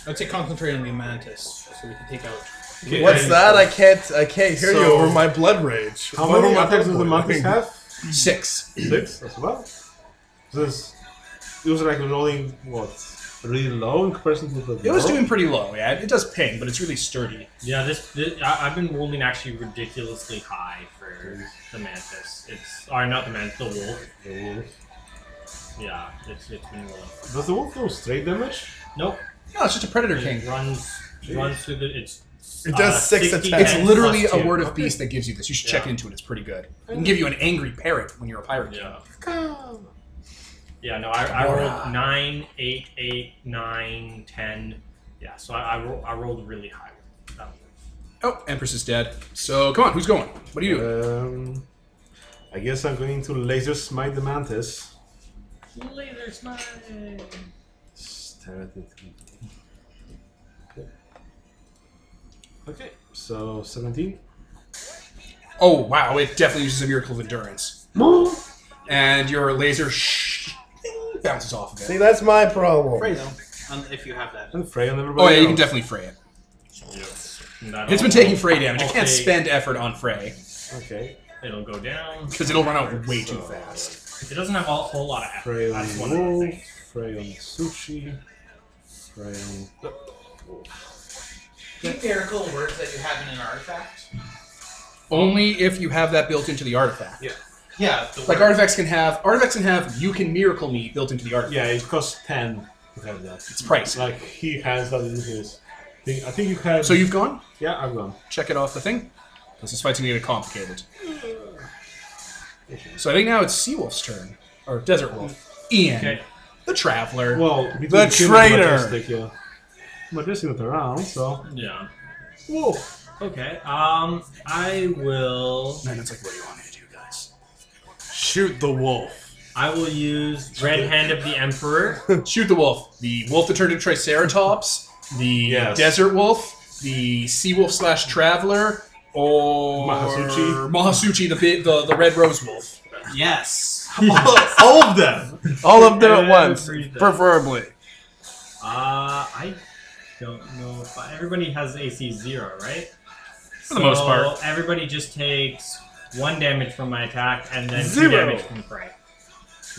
Speaker 3: I'd say concentrate on the mantis so we can take out.
Speaker 6: Okay,
Speaker 2: What's
Speaker 6: and
Speaker 2: that? I can't. I can't hear you
Speaker 6: So-
Speaker 2: over my blood rage.
Speaker 6: How
Speaker 2: Over
Speaker 6: many
Speaker 2: my blood
Speaker 6: attacks does the
Speaker 2: boiling.
Speaker 6: monkeys have?
Speaker 1: Six.
Speaker 6: Six as well. This it was like rolling what really long person with the
Speaker 1: It was
Speaker 6: roll?
Speaker 1: doing pretty low. Yeah, it does ping, but it's really sturdy.
Speaker 7: Yeah, this, this I, I've been rolling actually ridiculously high for the mantis. It's or not the mantis, the wolf.
Speaker 6: The wolf.
Speaker 7: Yeah, it's it's been rolling.
Speaker 6: Does the wolf do straight damage?
Speaker 7: Nope,
Speaker 1: No, it's just a predator
Speaker 7: it
Speaker 1: king.
Speaker 7: runs runs through the. It's
Speaker 2: It does six attacks.
Speaker 7: 60
Speaker 1: It's
Speaker 7: and
Speaker 1: literally
Speaker 7: plus
Speaker 1: a
Speaker 7: two.
Speaker 1: word of beast that gives you this. You should check
Speaker 7: Yeah.
Speaker 1: into it. It's pretty good. It can give you an angry parrot when you're a pirate king.
Speaker 7: Yeah. Yeah, no, I, I rolled nine, eight, eight, nine, ten. Yeah, so I I, roll, I rolled really high. with That one.
Speaker 1: Oh, Empress is dead. So come on, who's going? What are you doing?
Speaker 6: Um, I guess I'm going to laser smite the mantis.
Speaker 7: Laser smite.
Speaker 6: Stare at it. Okay. Okay, so 17.
Speaker 1: Oh wow, it definitely uses a miracle of endurance. And your laser sh- bounces off of
Speaker 2: See,
Speaker 1: it.
Speaker 2: that's my problem.
Speaker 3: though, um, if you have that.
Speaker 6: And Frey on everybody.
Speaker 1: Oh yeah, you can
Speaker 6: else.
Speaker 1: definitely fray it.
Speaker 7: Yep.
Speaker 1: It's been taking fray damage. You can't
Speaker 7: Okay.
Speaker 1: spend effort on fray
Speaker 6: Okay.
Speaker 7: It'll go down.
Speaker 1: because it'll run out way too fast.
Speaker 7: It doesn't have a whole lot of effort.
Speaker 6: Frey on
Speaker 7: That's one of the
Speaker 6: wolf.
Speaker 7: things.
Speaker 6: Frey on sushi. Frey on.
Speaker 3: The miracle words that you have in an artifact.
Speaker 1: Only if you have that built into the artifact.
Speaker 3: Yeah, the
Speaker 1: Like
Speaker 3: word-
Speaker 1: artifacts can have artifacts can have you can miracle me built into the artifact.
Speaker 6: Yeah, it costs 10 to have that.
Speaker 1: It's pricey.
Speaker 6: Like he has that in his. Thing. I think you have.
Speaker 1: So you've gone.
Speaker 6: Yeah, I've gone.
Speaker 1: check it off the thing. Because this fight's gonna get complicated. So I think now it's Seawolf's turn. Or Desert Wolf. Ian.
Speaker 7: Okay.
Speaker 1: The Traveler.
Speaker 6: Well, between him and
Speaker 2: traitor.
Speaker 6: Majestic, yeah. Majestic not around, so.
Speaker 7: Yeah.
Speaker 6: Whoa!
Speaker 7: Okay. Um, I will.
Speaker 1: and it's like, what do you want me to do, guys?
Speaker 2: Shoot the wolf.
Speaker 7: I will use Red Hand of the Emperor. Uh,
Speaker 1: Shoot the wolf. The wolf that turned into Triceratops. The
Speaker 6: Yes.
Speaker 1: Desert Wolf. The Seawolf slash Traveler. Or
Speaker 6: Mahasuchi.
Speaker 1: Mahasuchi, the, bi- the the Red Rose Wolf.
Speaker 3: yes.
Speaker 2: All of them. All of them at once,
Speaker 7: Everything.
Speaker 2: preferably.
Speaker 7: Uh, I don't know if I, everybody has AC zero, right? For
Speaker 1: the most part.
Speaker 7: everybody just takes one damage from my attack and then
Speaker 2: Zero.
Speaker 7: two damage from prey.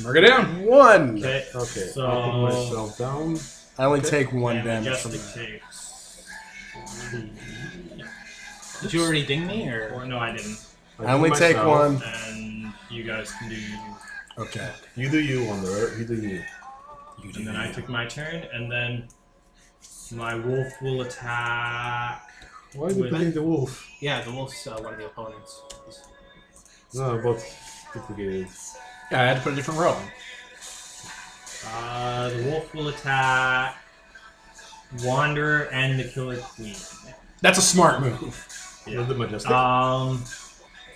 Speaker 1: Mark it down.
Speaker 2: One.
Speaker 7: Okay.
Speaker 6: Okay,
Speaker 7: So
Speaker 6: I'll put myself down.
Speaker 2: I only take one
Speaker 7: and
Speaker 2: damage from
Speaker 7: Majestic
Speaker 2: that.
Speaker 7: takes.
Speaker 3: Did you already ding me or?
Speaker 7: Or no, I didn't.
Speaker 6: I,
Speaker 2: I only
Speaker 6: do
Speaker 2: take
Speaker 6: myself.
Speaker 2: one.
Speaker 7: And you guys can do.
Speaker 2: Okay.
Speaker 6: You do you, Wanderer. You do you.
Speaker 7: And then I took my turn, and then my wolf will attack.
Speaker 6: Why are you
Speaker 7: With-
Speaker 6: playing the wolf?
Speaker 3: Yeah, the wolf's uh, one of the opponents.
Speaker 6: No, but duplicated.
Speaker 1: Yeah, I had to put a different row in.
Speaker 7: Uh, the wolf will attack Wanderer and the Killer Queen.
Speaker 1: That's a smart move.
Speaker 6: Not the Majestic.
Speaker 7: Um,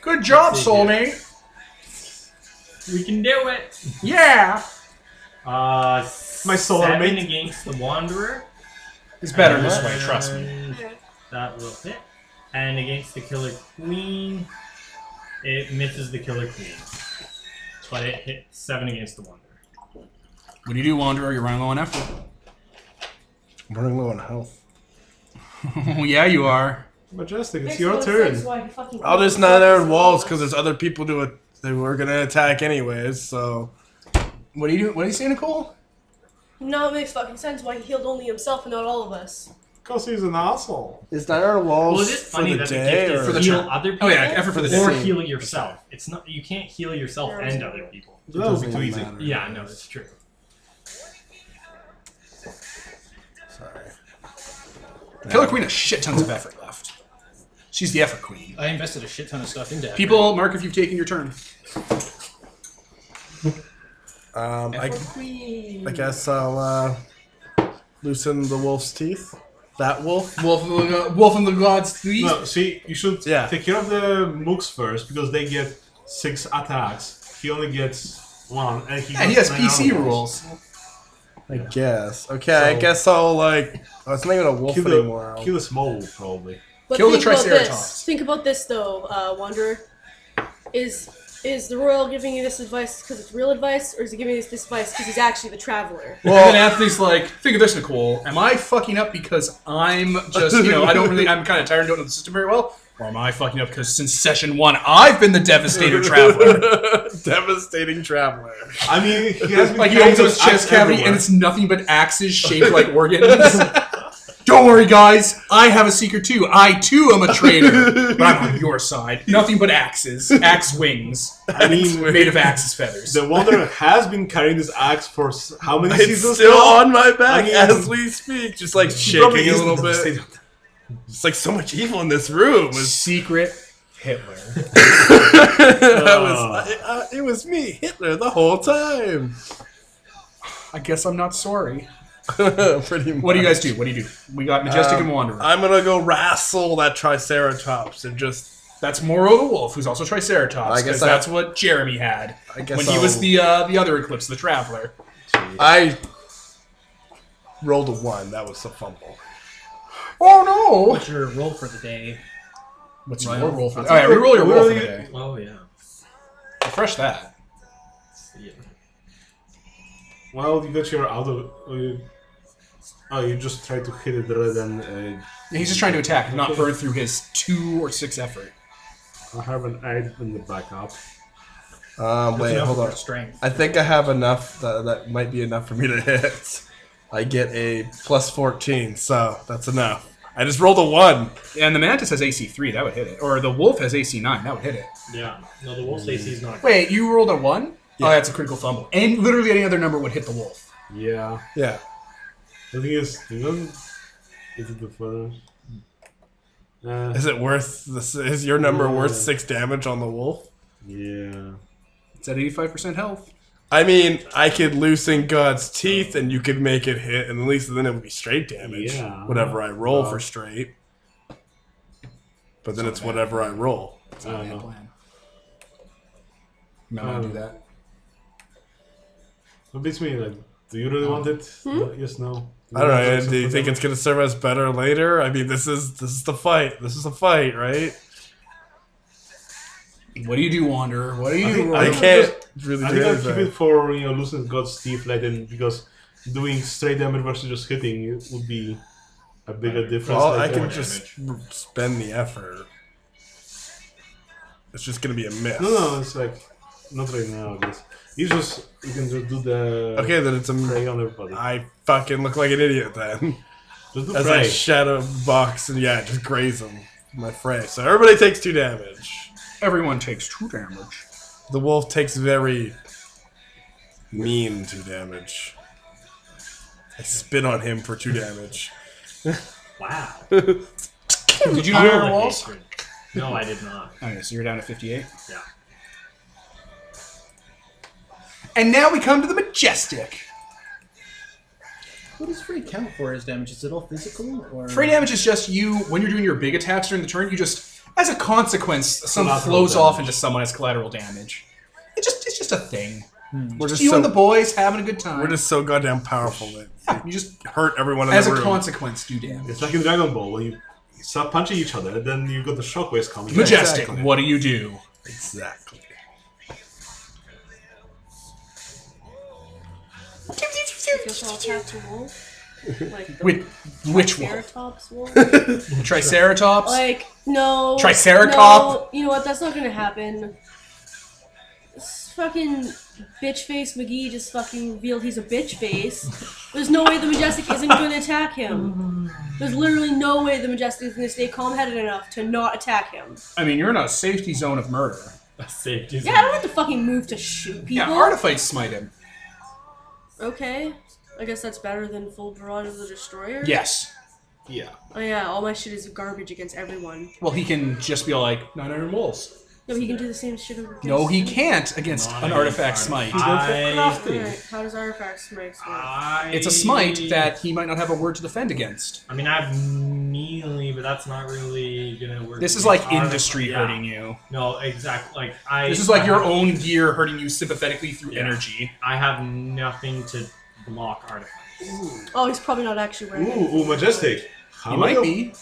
Speaker 1: Good job,
Speaker 7: Let's see here.
Speaker 1: soulmate.
Speaker 7: we can do it.
Speaker 1: Yeah.
Speaker 7: Uh,
Speaker 6: My soul
Speaker 7: seven
Speaker 6: mate.
Speaker 7: against the Wanderer.
Speaker 1: It's better this way, trust me.
Speaker 7: And That will hit. And against the Killer Queen, it misses the Killer Queen, but it hit seven against the Wanderer.
Speaker 1: What do you do, Wanderer? You're running low on effort.
Speaker 2: I'm running low on health.
Speaker 1: Oh, yeah, you are.
Speaker 6: Majestic, it's
Speaker 8: Makes
Speaker 6: your
Speaker 8: no
Speaker 6: turn.
Speaker 8: sense why he fucking-
Speaker 2: I'll just not iron walls because there's other people to it. They were gonna attack anyways. So
Speaker 1: What do you do? What do you say, Nicole?
Speaker 4: No, it makes fucking sense why he healed only himself and not all of us.
Speaker 6: Because he's an asshole.
Speaker 2: is not iron walls
Speaker 7: Well, it is
Speaker 2: for
Speaker 7: funny
Speaker 2: the
Speaker 7: that the
Speaker 2: day
Speaker 7: gift is
Speaker 2: or
Speaker 1: For the
Speaker 7: heal
Speaker 1: turn.
Speaker 7: other people
Speaker 1: Oh yeah, effort for the
Speaker 7: or
Speaker 1: day.
Speaker 2: Same.
Speaker 7: heal yourself. It's not you can't heal yourself
Speaker 4: Yeah.
Speaker 7: and other people.
Speaker 2: It
Speaker 6: That would be
Speaker 2: doesn't
Speaker 6: too easy.
Speaker 2: matter.
Speaker 7: Yeah, no, it's true.
Speaker 2: Sorry.
Speaker 1: Killer Queen has shit tons of effort left. She's the effort queen.
Speaker 3: I invested a shit ton of stuff into.
Speaker 1: People, mark if you've taken your turn.
Speaker 2: Um, I,
Speaker 3: Effort Queen.
Speaker 2: I guess I'll uh, loosen the wolf's teeth. That wolf.
Speaker 1: Wolf of the, Wolf of the Gods Three.
Speaker 6: No, see, you should
Speaker 2: Yeah.
Speaker 6: take care of the mooks first because they get six attacks. He only gets one, and he,
Speaker 1: yeah, he has
Speaker 6: gets nine
Speaker 1: PC
Speaker 6: animals.
Speaker 1: rules.
Speaker 2: I guess. Okay, I
Speaker 6: So-
Speaker 2: guess I'll like. Oh, it's not even a wolf
Speaker 6: Kill
Speaker 2: anymore.
Speaker 6: the, kill the small, probably.
Speaker 4: But
Speaker 1: Kill the
Speaker 4: think about this.
Speaker 1: Triceratops.
Speaker 4: Think about this though, uh, Wanderer. Is is the royal giving you this advice because it's real advice, or is he giving you this advice because he's actually the traveler?
Speaker 2: Well-
Speaker 1: and then Anthony's like, think of this, Nicole. Am I fucking up because I'm just, you know, I don't really, I'm kind of tired and don't know the system very well? Or am I fucking up because since session one, I've been the devastator traveler?
Speaker 2: Devastating traveler.
Speaker 6: I mean, he has been
Speaker 1: Like, he opens
Speaker 6: carrying
Speaker 1: up his
Speaker 6: those
Speaker 1: chest
Speaker 6: axe
Speaker 1: cavity
Speaker 6: everywhere.
Speaker 1: and it's nothing but axes shaped like organs. Don't worry, guys. I have a secret too. I too am a traitor, but I'm on your side. Nothing but axes, axe wings.
Speaker 6: I mean,
Speaker 1: made of axes feathers.
Speaker 6: The Wanderer has been carrying this axe for s- how many
Speaker 2: It's
Speaker 6: seasons
Speaker 2: still
Speaker 6: now?
Speaker 2: on my back
Speaker 6: I mean-
Speaker 2: as we speak, just like
Speaker 6: He
Speaker 2: shaking
Speaker 6: probably
Speaker 2: a
Speaker 6: isn't
Speaker 2: little bit.
Speaker 6: devastated.
Speaker 2: It's like so much evil in this room. It was,
Speaker 1: secret Hitler.
Speaker 2: That was- I- I- it was me, Hitler, the whole time.
Speaker 1: I guess I'm not sorry.
Speaker 2: Pretty much.
Speaker 1: What do you guys do? What do you do? We got Majestic
Speaker 2: Um,
Speaker 1: and Wanderer.
Speaker 2: I'm gonna go wrestle that Triceratops and just.
Speaker 1: That's Moro the Wolf, who's also Triceratops.
Speaker 2: I guess
Speaker 1: Because
Speaker 2: I-
Speaker 1: that's what Jeremy had
Speaker 2: I guess
Speaker 1: when he was
Speaker 2: I'll-
Speaker 1: the uh, the other Eclipse, the Traveler.
Speaker 2: I rolled a one. That was a fumble.
Speaker 1: Oh no!
Speaker 3: What's your roll for the day?
Speaker 1: What's
Speaker 2: Right.
Speaker 1: your roll for? All right, reroll your roll for
Speaker 6: Really-
Speaker 1: the day.
Speaker 7: Oh yeah.
Speaker 1: Refresh that.
Speaker 7: Yeah.
Speaker 6: Well, you got your auto. uh, you- Oh, you just try to hit it rather than. Uh,
Speaker 1: Yeah, He's just trying to attack, and not burn through his two or six effort.
Speaker 6: I have an eight in the backup.
Speaker 2: Um, wait,
Speaker 3: Enough
Speaker 2: hold
Speaker 3: of
Speaker 2: on.
Speaker 3: your Strength.
Speaker 2: I think I have enough that, that might be enough for me to hit. I get a plus 14, so that's enough. I just rolled a one.
Speaker 1: And the Mantis has AC three. That would hit it. Or the Wolf has AC nine. That would hit it.
Speaker 7: Yeah. No, the wolf's AC is not.
Speaker 1: Wait, you rolled a one?
Speaker 2: Yeah.
Speaker 1: Oh, that's a critical fumble. And literally any other number would hit the Wolf.
Speaker 6: Yeah.
Speaker 2: Yeah.
Speaker 6: The thing is, you know, is it the further? Uh,
Speaker 2: Is it worth this? Is your number worth
Speaker 6: Yeah.
Speaker 2: six damage on the wolf?
Speaker 6: yeah.
Speaker 1: It's at eighty five percent health.
Speaker 2: I mean, I could loosen God's teeth and you could make it hit, and at least then it would be straight damage.
Speaker 6: Yeah.
Speaker 2: Whatever I roll
Speaker 6: Well.
Speaker 2: for straight. But then it's whatever I roll.
Speaker 1: It's not a
Speaker 6: Oh,
Speaker 1: bad
Speaker 6: no.
Speaker 1: plan. No, I don't do that.
Speaker 6: It beats me. Like, do you really want it? No, yes. No.
Speaker 2: I don't know. Do you think it's gonna serve us better later? I mean, this is this is the fight. This is the fight, right?
Speaker 1: What do you do, Wanderer? What do you
Speaker 6: I
Speaker 1: do?
Speaker 6: think-
Speaker 1: Roy?
Speaker 2: I
Speaker 6: think
Speaker 2: can't really
Speaker 6: I
Speaker 2: do
Speaker 6: think I'll keep
Speaker 2: anything.
Speaker 6: it for you know losing God's teeth later because doing straight damage versus just hitting it would be a bigger difference.
Speaker 2: Well, I
Speaker 6: later.
Speaker 2: can just r- spend the effort. It's just gonna be a miss.
Speaker 6: No, no, it's like not right now. I guess you just you can just do the
Speaker 2: Okay, then it's a. m-
Speaker 6: prey on everybody.
Speaker 2: I fucking look like an idiot then.
Speaker 6: Just do
Speaker 2: As I
Speaker 6: prey.
Speaker 2: shadow box and yeah, just graze him. My fray. So everybody takes two damage.
Speaker 1: Everyone takes two damage.
Speaker 2: The wolf takes very mean two damage. I spit on him for two damage.
Speaker 7: Wow.
Speaker 1: Did you not roll
Speaker 7: All the
Speaker 1: walls?
Speaker 7: hatred. No, I did not.
Speaker 1: Okay, Oh, so you're down to 58.
Speaker 7: Yeah.
Speaker 1: And now we come to the Majestic.
Speaker 3: What does free count for his damage? Is it all physical or
Speaker 1: Free damage is just you, when you're doing your big attacks during the turn, you just, as a consequence, some
Speaker 6: Collateral
Speaker 1: flows off
Speaker 6: damage.
Speaker 1: into someone as collateral damage. It just, it's just a thing.
Speaker 2: Hmm. We're just
Speaker 1: you
Speaker 2: so,
Speaker 1: and the boys having a good time.
Speaker 2: we're just so goddamn powerful that
Speaker 1: Yeah, you just,
Speaker 2: we hurt everyone in
Speaker 1: as
Speaker 2: the
Speaker 1: a
Speaker 2: room.
Speaker 1: consequence, do damage.
Speaker 6: It's like in Dragon Ball when you start punching each other, and then you got the shockwaves coming.
Speaker 1: Majestic,
Speaker 2: exactly.
Speaker 1: what do you do?
Speaker 2: exactly.
Speaker 4: Guess I'll attack the wolf, like the
Speaker 1: With which one?
Speaker 4: Triceratops wolf.
Speaker 1: Triceratops?
Speaker 4: like no.
Speaker 1: Triceracop?
Speaker 4: No, you know what? That's not gonna happen. This fucking bitch face McGee just fucking revealed he's a bitch face. There's no way the majestic isn't gonna attack him. There's literally no way the majestic is gonna stay calm-headed enough to not attack him.
Speaker 1: I mean, you're in a safety zone of murder.
Speaker 7: Safety.
Speaker 4: Yeah, I don't have to fucking move to shoot people.
Speaker 1: Yeah, Artifice smite him.
Speaker 4: Okay. I guess that's better than full barrage of the destroyer.
Speaker 1: Yes.
Speaker 6: Yeah.
Speaker 4: Oh yeah, all my shit is garbage against everyone.
Speaker 1: Well, he can just be like, nine iron wolves.
Speaker 4: No, he can do the same shit against
Speaker 1: No, he can't against an artifact smite.
Speaker 7: I,
Speaker 4: Alright, how does artifact smite work?
Speaker 7: I,
Speaker 1: It's a smite that he might not have a word to defend against.
Speaker 7: I mean, I have melee, but that's not really gonna work.
Speaker 1: This is
Speaker 7: against
Speaker 1: like
Speaker 7: our-
Speaker 1: industry
Speaker 7: yeah.
Speaker 1: hurting you.
Speaker 7: No, exactly. Like I.
Speaker 1: This is like
Speaker 7: I
Speaker 1: your
Speaker 7: have-
Speaker 1: own gear hurting you sympathetically through
Speaker 7: Yeah.
Speaker 1: energy.
Speaker 7: I have nothing to block artifacts.
Speaker 4: Oh, he's probably not actually wearing it.
Speaker 6: Ooh, ooh majestic. How
Speaker 1: He
Speaker 6: many
Speaker 1: might
Speaker 6: of,
Speaker 1: be.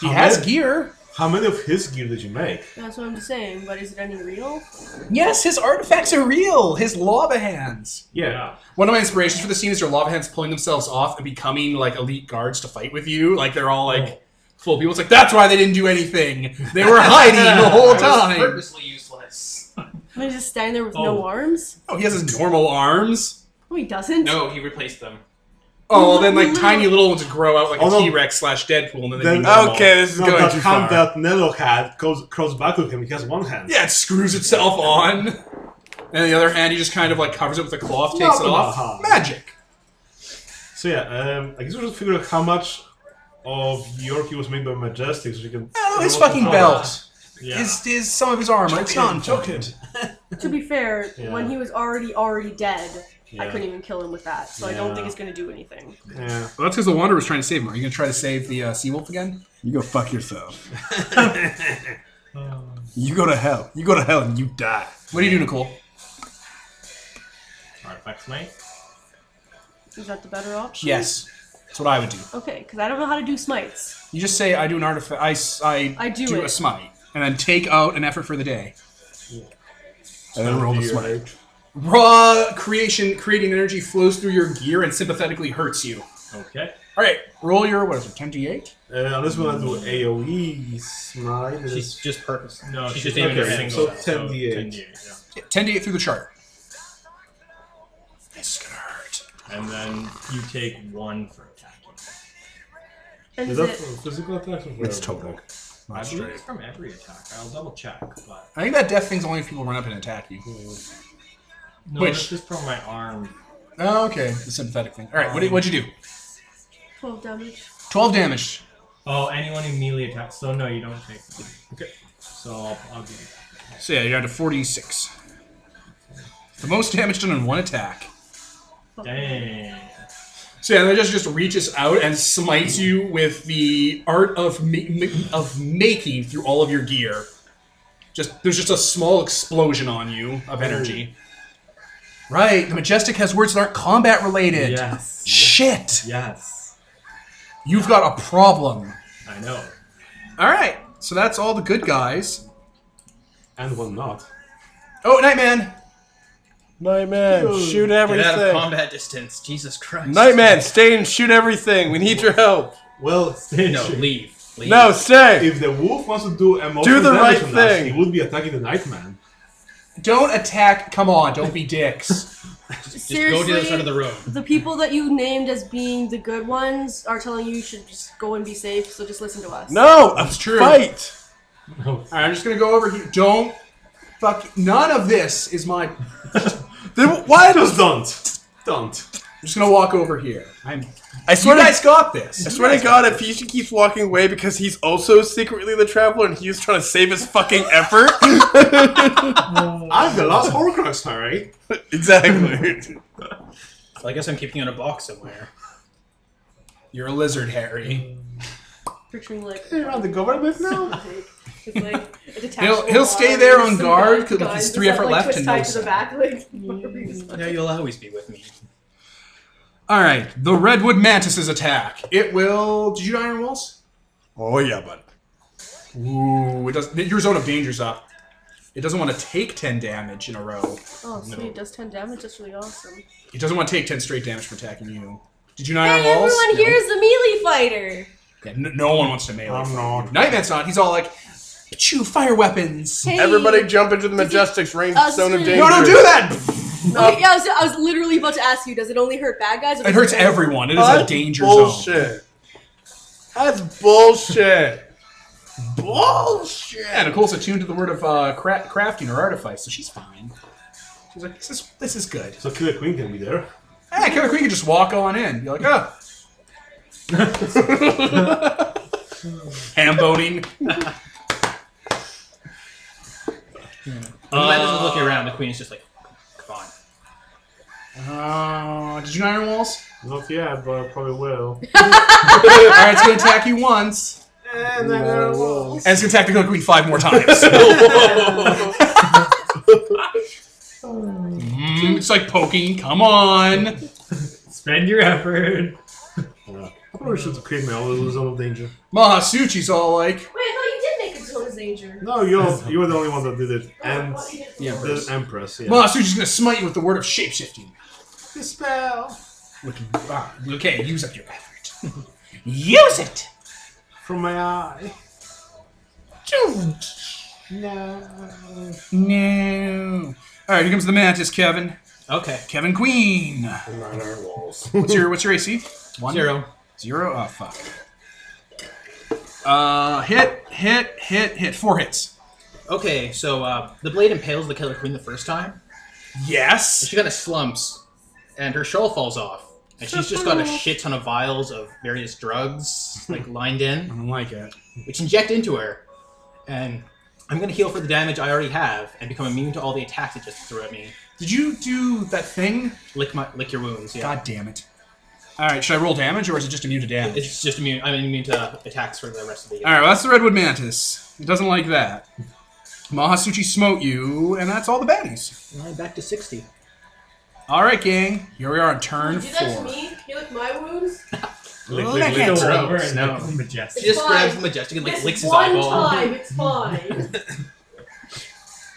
Speaker 1: He
Speaker 6: how
Speaker 1: has
Speaker 6: many-
Speaker 1: gear.
Speaker 6: How many of his gear did you make?
Speaker 4: That's what I'm saying, but is it any real?
Speaker 1: Yes, his artifacts are real. His lava hands.
Speaker 7: yeah.
Speaker 1: One of my inspirations for the scene is your lava hands pulling themselves off and becoming like elite guards to fight with you. Like they're all like full of people. It's like that's why they didn't do anything. They were hiding the
Speaker 3: I
Speaker 1: whole
Speaker 3: was
Speaker 1: time.
Speaker 3: Purposely useless.
Speaker 4: I mean, he's just standing there with no
Speaker 7: Oh.
Speaker 4: arms?
Speaker 1: Oh, he has his normal arms.
Speaker 4: Oh, he doesn't?
Speaker 3: No, he replaced them.
Speaker 1: Oh, well, then like tiny little ones would grow out like
Speaker 6: Oh, no.
Speaker 1: a T Rex slash Deadpool, and then,
Speaker 6: Then-
Speaker 1: they become
Speaker 2: Okay, this is
Speaker 6: No,
Speaker 2: going
Speaker 6: that
Speaker 2: too
Speaker 6: hand
Speaker 2: far.
Speaker 6: that Nello had goes, cross back with him. He has one hand.
Speaker 1: Yeah, it screws itself on. And the other hand, he just kind of like covers it with a cloth, takes it off.
Speaker 6: Lava.
Speaker 1: Magic.
Speaker 6: So yeah, um, I guess we should figure out how much of Yorkie was made by Majestic, so you can.
Speaker 1: Oh, his
Speaker 6: know what
Speaker 1: fucking
Speaker 6: the-
Speaker 1: belt.
Speaker 7: Yeah.
Speaker 1: Is is some of his armor. It's not important.
Speaker 4: To be fair,
Speaker 6: Yeah.
Speaker 4: when he was already already dead, I
Speaker 6: Yeah.
Speaker 4: couldn't even kill him with that, so I don't
Speaker 6: Yeah.
Speaker 4: think it's gonna do anything.
Speaker 6: Yeah.
Speaker 1: Well, that's because the Wanderer was trying to save him. Are you going to try to save the uh, Seawolf again?
Speaker 2: You go fuck yourself.
Speaker 5: Um,
Speaker 7: Uh,
Speaker 2: You go to hell. You go to hell and you die.
Speaker 1: What do you do, Nicole?
Speaker 7: Artifacts, mate.
Speaker 4: Is that the better option?
Speaker 1: Yes. That's what I would do.
Speaker 4: Okay, because I don't know how to do smites.
Speaker 1: You just say, I do an artifact. I, s- I,
Speaker 4: I do
Speaker 1: a
Speaker 4: it.
Speaker 1: smite. And then take out an effort for the day.
Speaker 2: And then roll the smite.
Speaker 1: Raw creation, creating energy flows through your gear and sympathetically hurts you.
Speaker 7: Okay.
Speaker 1: All right, roll your, what is it, 10 d8?
Speaker 6: Uh, unless we want to do AOE smite. it
Speaker 3: She's
Speaker 6: is-
Speaker 3: just purpose.
Speaker 7: No,
Speaker 3: She's
Speaker 7: she's
Speaker 3: just
Speaker 7: aiming
Speaker 6: aiming
Speaker 7: at
Speaker 6: at
Speaker 7: single.
Speaker 6: single. So 10d8.
Speaker 7: 10d8, yeah.
Speaker 1: 10 d8 through the chart. This is going to hurt.
Speaker 7: and then you take one for attacking.
Speaker 4: And
Speaker 6: Is
Speaker 4: is
Speaker 6: that
Speaker 4: it
Speaker 6: for physical attack or for
Speaker 2: It's
Speaker 6: everything?
Speaker 2: total.
Speaker 7: I
Speaker 2: Not
Speaker 7: believe
Speaker 2: straight.
Speaker 7: it's from every attack. I'll double check, but
Speaker 1: I think that death thing's only if people run up and attack you.
Speaker 7: no,
Speaker 1: Which-
Speaker 7: this is from my arm.
Speaker 1: Oh, okay. The sympathetic thing. All right, what did, what'd you do?
Speaker 4: 12 damage?
Speaker 1: 12 damage.
Speaker 7: Oh, anyone who melee attacks. So no, you don't take them. Okay. So I'll, I'll give you. that.
Speaker 1: So yeah, you're down to 46. The most damage done in one attack.
Speaker 4: Fuck.
Speaker 7: Dang.
Speaker 1: So yeah, and then just just reaches out and smites you with the art of ma- ma- of making through all of your gear. Just there's just a small explosion on you of energy. Right, the majestic has words that aren't combat related.
Speaker 7: Yes.
Speaker 1: Shit,
Speaker 7: Yes.
Speaker 1: you've got a problem.
Speaker 7: I know.
Speaker 1: All right, so that's all the good guys.
Speaker 6: And one not.
Speaker 1: Oh, Nightman.
Speaker 2: Nightman, shoot
Speaker 3: Get out of
Speaker 2: everything.
Speaker 3: combat distance. Jesus Christ.
Speaker 2: Nightman, stay and shoot everything. We need your help.
Speaker 6: Well,
Speaker 3: No, leave. leave.
Speaker 2: No, stay.
Speaker 6: if the wolf wants to do emotional
Speaker 2: Do the
Speaker 6: damage
Speaker 2: right
Speaker 6: on us,
Speaker 2: thing.
Speaker 6: he would be attacking the Nightman.
Speaker 1: Don't attack. Come on, don't be dicks.
Speaker 3: Just
Speaker 4: Seriously,
Speaker 3: go to the other side of the room.
Speaker 4: the people that you named as being the good ones are telling you you should just go and be safe, so just listen to us.
Speaker 2: No,
Speaker 1: That's true.
Speaker 2: Fight.
Speaker 1: All right, I'm just gonna go over here. Don't fuck. None of this is my. I'm
Speaker 2: Then why
Speaker 6: Just
Speaker 2: does?
Speaker 6: don't. Don't.
Speaker 1: just gonna walk over here. I'm.
Speaker 2: I
Speaker 1: You
Speaker 2: swear to
Speaker 1: guys got this.
Speaker 2: I swear to God, if he keeps walking away because he's also secretly the traveler and he's trying to save his fucking effort.
Speaker 6: I'm the last Horcrux, alright?
Speaker 2: exactly.
Speaker 3: I guess I'm keeping it in a box somewhere.
Speaker 1: You're a lizard, Harry.
Speaker 4: Picturing like,
Speaker 6: You're on the government now?
Speaker 4: it's like a detachable
Speaker 1: He'll- he'll stay there on
Speaker 4: arm, some
Speaker 1: guard,
Speaker 4: guns,
Speaker 1: 'cause with
Speaker 4: guns,
Speaker 1: his three
Speaker 4: just,
Speaker 1: effort
Speaker 4: like,
Speaker 1: left
Speaker 4: twist
Speaker 1: and
Speaker 4: tied
Speaker 1: no
Speaker 4: to the
Speaker 1: sound.
Speaker 4: back, like, whatever he was
Speaker 3: Yeah,
Speaker 4: doing.
Speaker 3: you'll always be with me.
Speaker 1: All right, the redwood mantis's attack. It will. Did you do iron walls?
Speaker 2: Oh yeah, bud.
Speaker 1: Ooh, it does. Your zone of danger's up. It doesn't want to take ten damage in a row.
Speaker 4: Oh, sweet, does 10 damage, that's really awesome.
Speaker 1: It doesn't want to take ten straight damage from attacking you. Did you not
Speaker 4: Hey,
Speaker 1: iron walls?
Speaker 4: everyone
Speaker 1: No.
Speaker 4: here is the melee fighter!
Speaker 1: Yeah, n- no one wants to melee.
Speaker 6: I'm
Speaker 1: fight
Speaker 6: not.
Speaker 1: you. Nightman's not. He's all like, "Chew fire weapons."
Speaker 4: Hey!
Speaker 2: Everybody jump into the Majestic's range
Speaker 4: Uh,
Speaker 2: zone of
Speaker 4: screw-
Speaker 2: danger.
Speaker 1: No, don't do that.
Speaker 4: Okay, yeah, I was, I was literally about to ask you, does it only hurt bad guys? Or
Speaker 1: It
Speaker 4: does
Speaker 1: hurts
Speaker 4: hurt
Speaker 1: everyone.
Speaker 4: everyone?
Speaker 1: It is
Speaker 2: That's
Speaker 1: a danger zone.
Speaker 2: bullshit. That's bullshit. bullshit.
Speaker 1: Yeah, Nicole's attuned to the word of uh, cra- crafting or artifice, so she's fine. She's like, this is this is good.
Speaker 6: so Killer Queen can be there.
Speaker 1: Hey, Killer Queen can just walk on in. You're like, oh. Hamboning.
Speaker 3: When the man doesn't look around, the queen is just like, come on.
Speaker 1: Uh, did you know iron walls?
Speaker 6: Not yet, but I probably will.
Speaker 1: All right, it's gonna attack you once,
Speaker 6: and then there was.
Speaker 1: and it's gonna attack the Killer Queen five more times. Mm-hmm. Mm, it's like poking. Come on.
Speaker 7: Spend your effort.
Speaker 6: Or should create my little zone of danger.
Speaker 1: Mahasuchi's all like,
Speaker 4: Wait, I thought you did make a zone of danger.
Speaker 6: No, you're you were the only one that did it, and
Speaker 4: yeah.
Speaker 6: the Empress. Yeah.
Speaker 1: Mahasuchi's gonna smite you with the word of shapeshifting.
Speaker 6: Dispel
Speaker 1: Okay, uh, use up your effort. use it!
Speaker 6: from my eye.
Speaker 1: No. All right, here comes the mantis, Kevin.
Speaker 3: Okay.
Speaker 1: Kevin Queen.
Speaker 2: Not our walls.
Speaker 1: What's your What's your AC? One
Speaker 3: Zero.
Speaker 1: zero. Oh fuck. Uh, hit, hit, hit, hit. Four hits.
Speaker 3: Okay, so uh, the blade impales the killer queen the first time.
Speaker 1: Yes.
Speaker 3: She kind of slumps, and her shawl falls off. And she's just got a shit ton of vials of various drugs, like lined in,
Speaker 1: don't like it.
Speaker 3: which inject into her. And I'm gonna heal for the damage I already have and become immune to all the attacks it just threw at me.
Speaker 1: Did you do that thing?
Speaker 3: Lick my, lick your wounds. Yeah.
Speaker 1: God damn it. All right, should I roll damage or is it just immune to damage?
Speaker 3: It's just immune. I'm immune to attacks for the rest of the.
Speaker 1: All right, well, that's the redwood mantis. It doesn't like that. Mahasuchi smote you, and that's all the baddies.
Speaker 3: I'm back to sixty.
Speaker 1: All right, gang. Here we are on turn
Speaker 4: You do
Speaker 1: four.
Speaker 4: that to me? You lick my wounds?
Speaker 6: Lick,
Speaker 1: Lick
Speaker 6: lick,
Speaker 1: it.
Speaker 6: lick.
Speaker 7: Over and
Speaker 6: No.
Speaker 7: then majestic.
Speaker 3: She just
Speaker 4: Fine.
Speaker 3: grabs Majestic and like
Speaker 4: This
Speaker 3: licks his
Speaker 4: one
Speaker 3: eyeball.
Speaker 4: time, it's fine.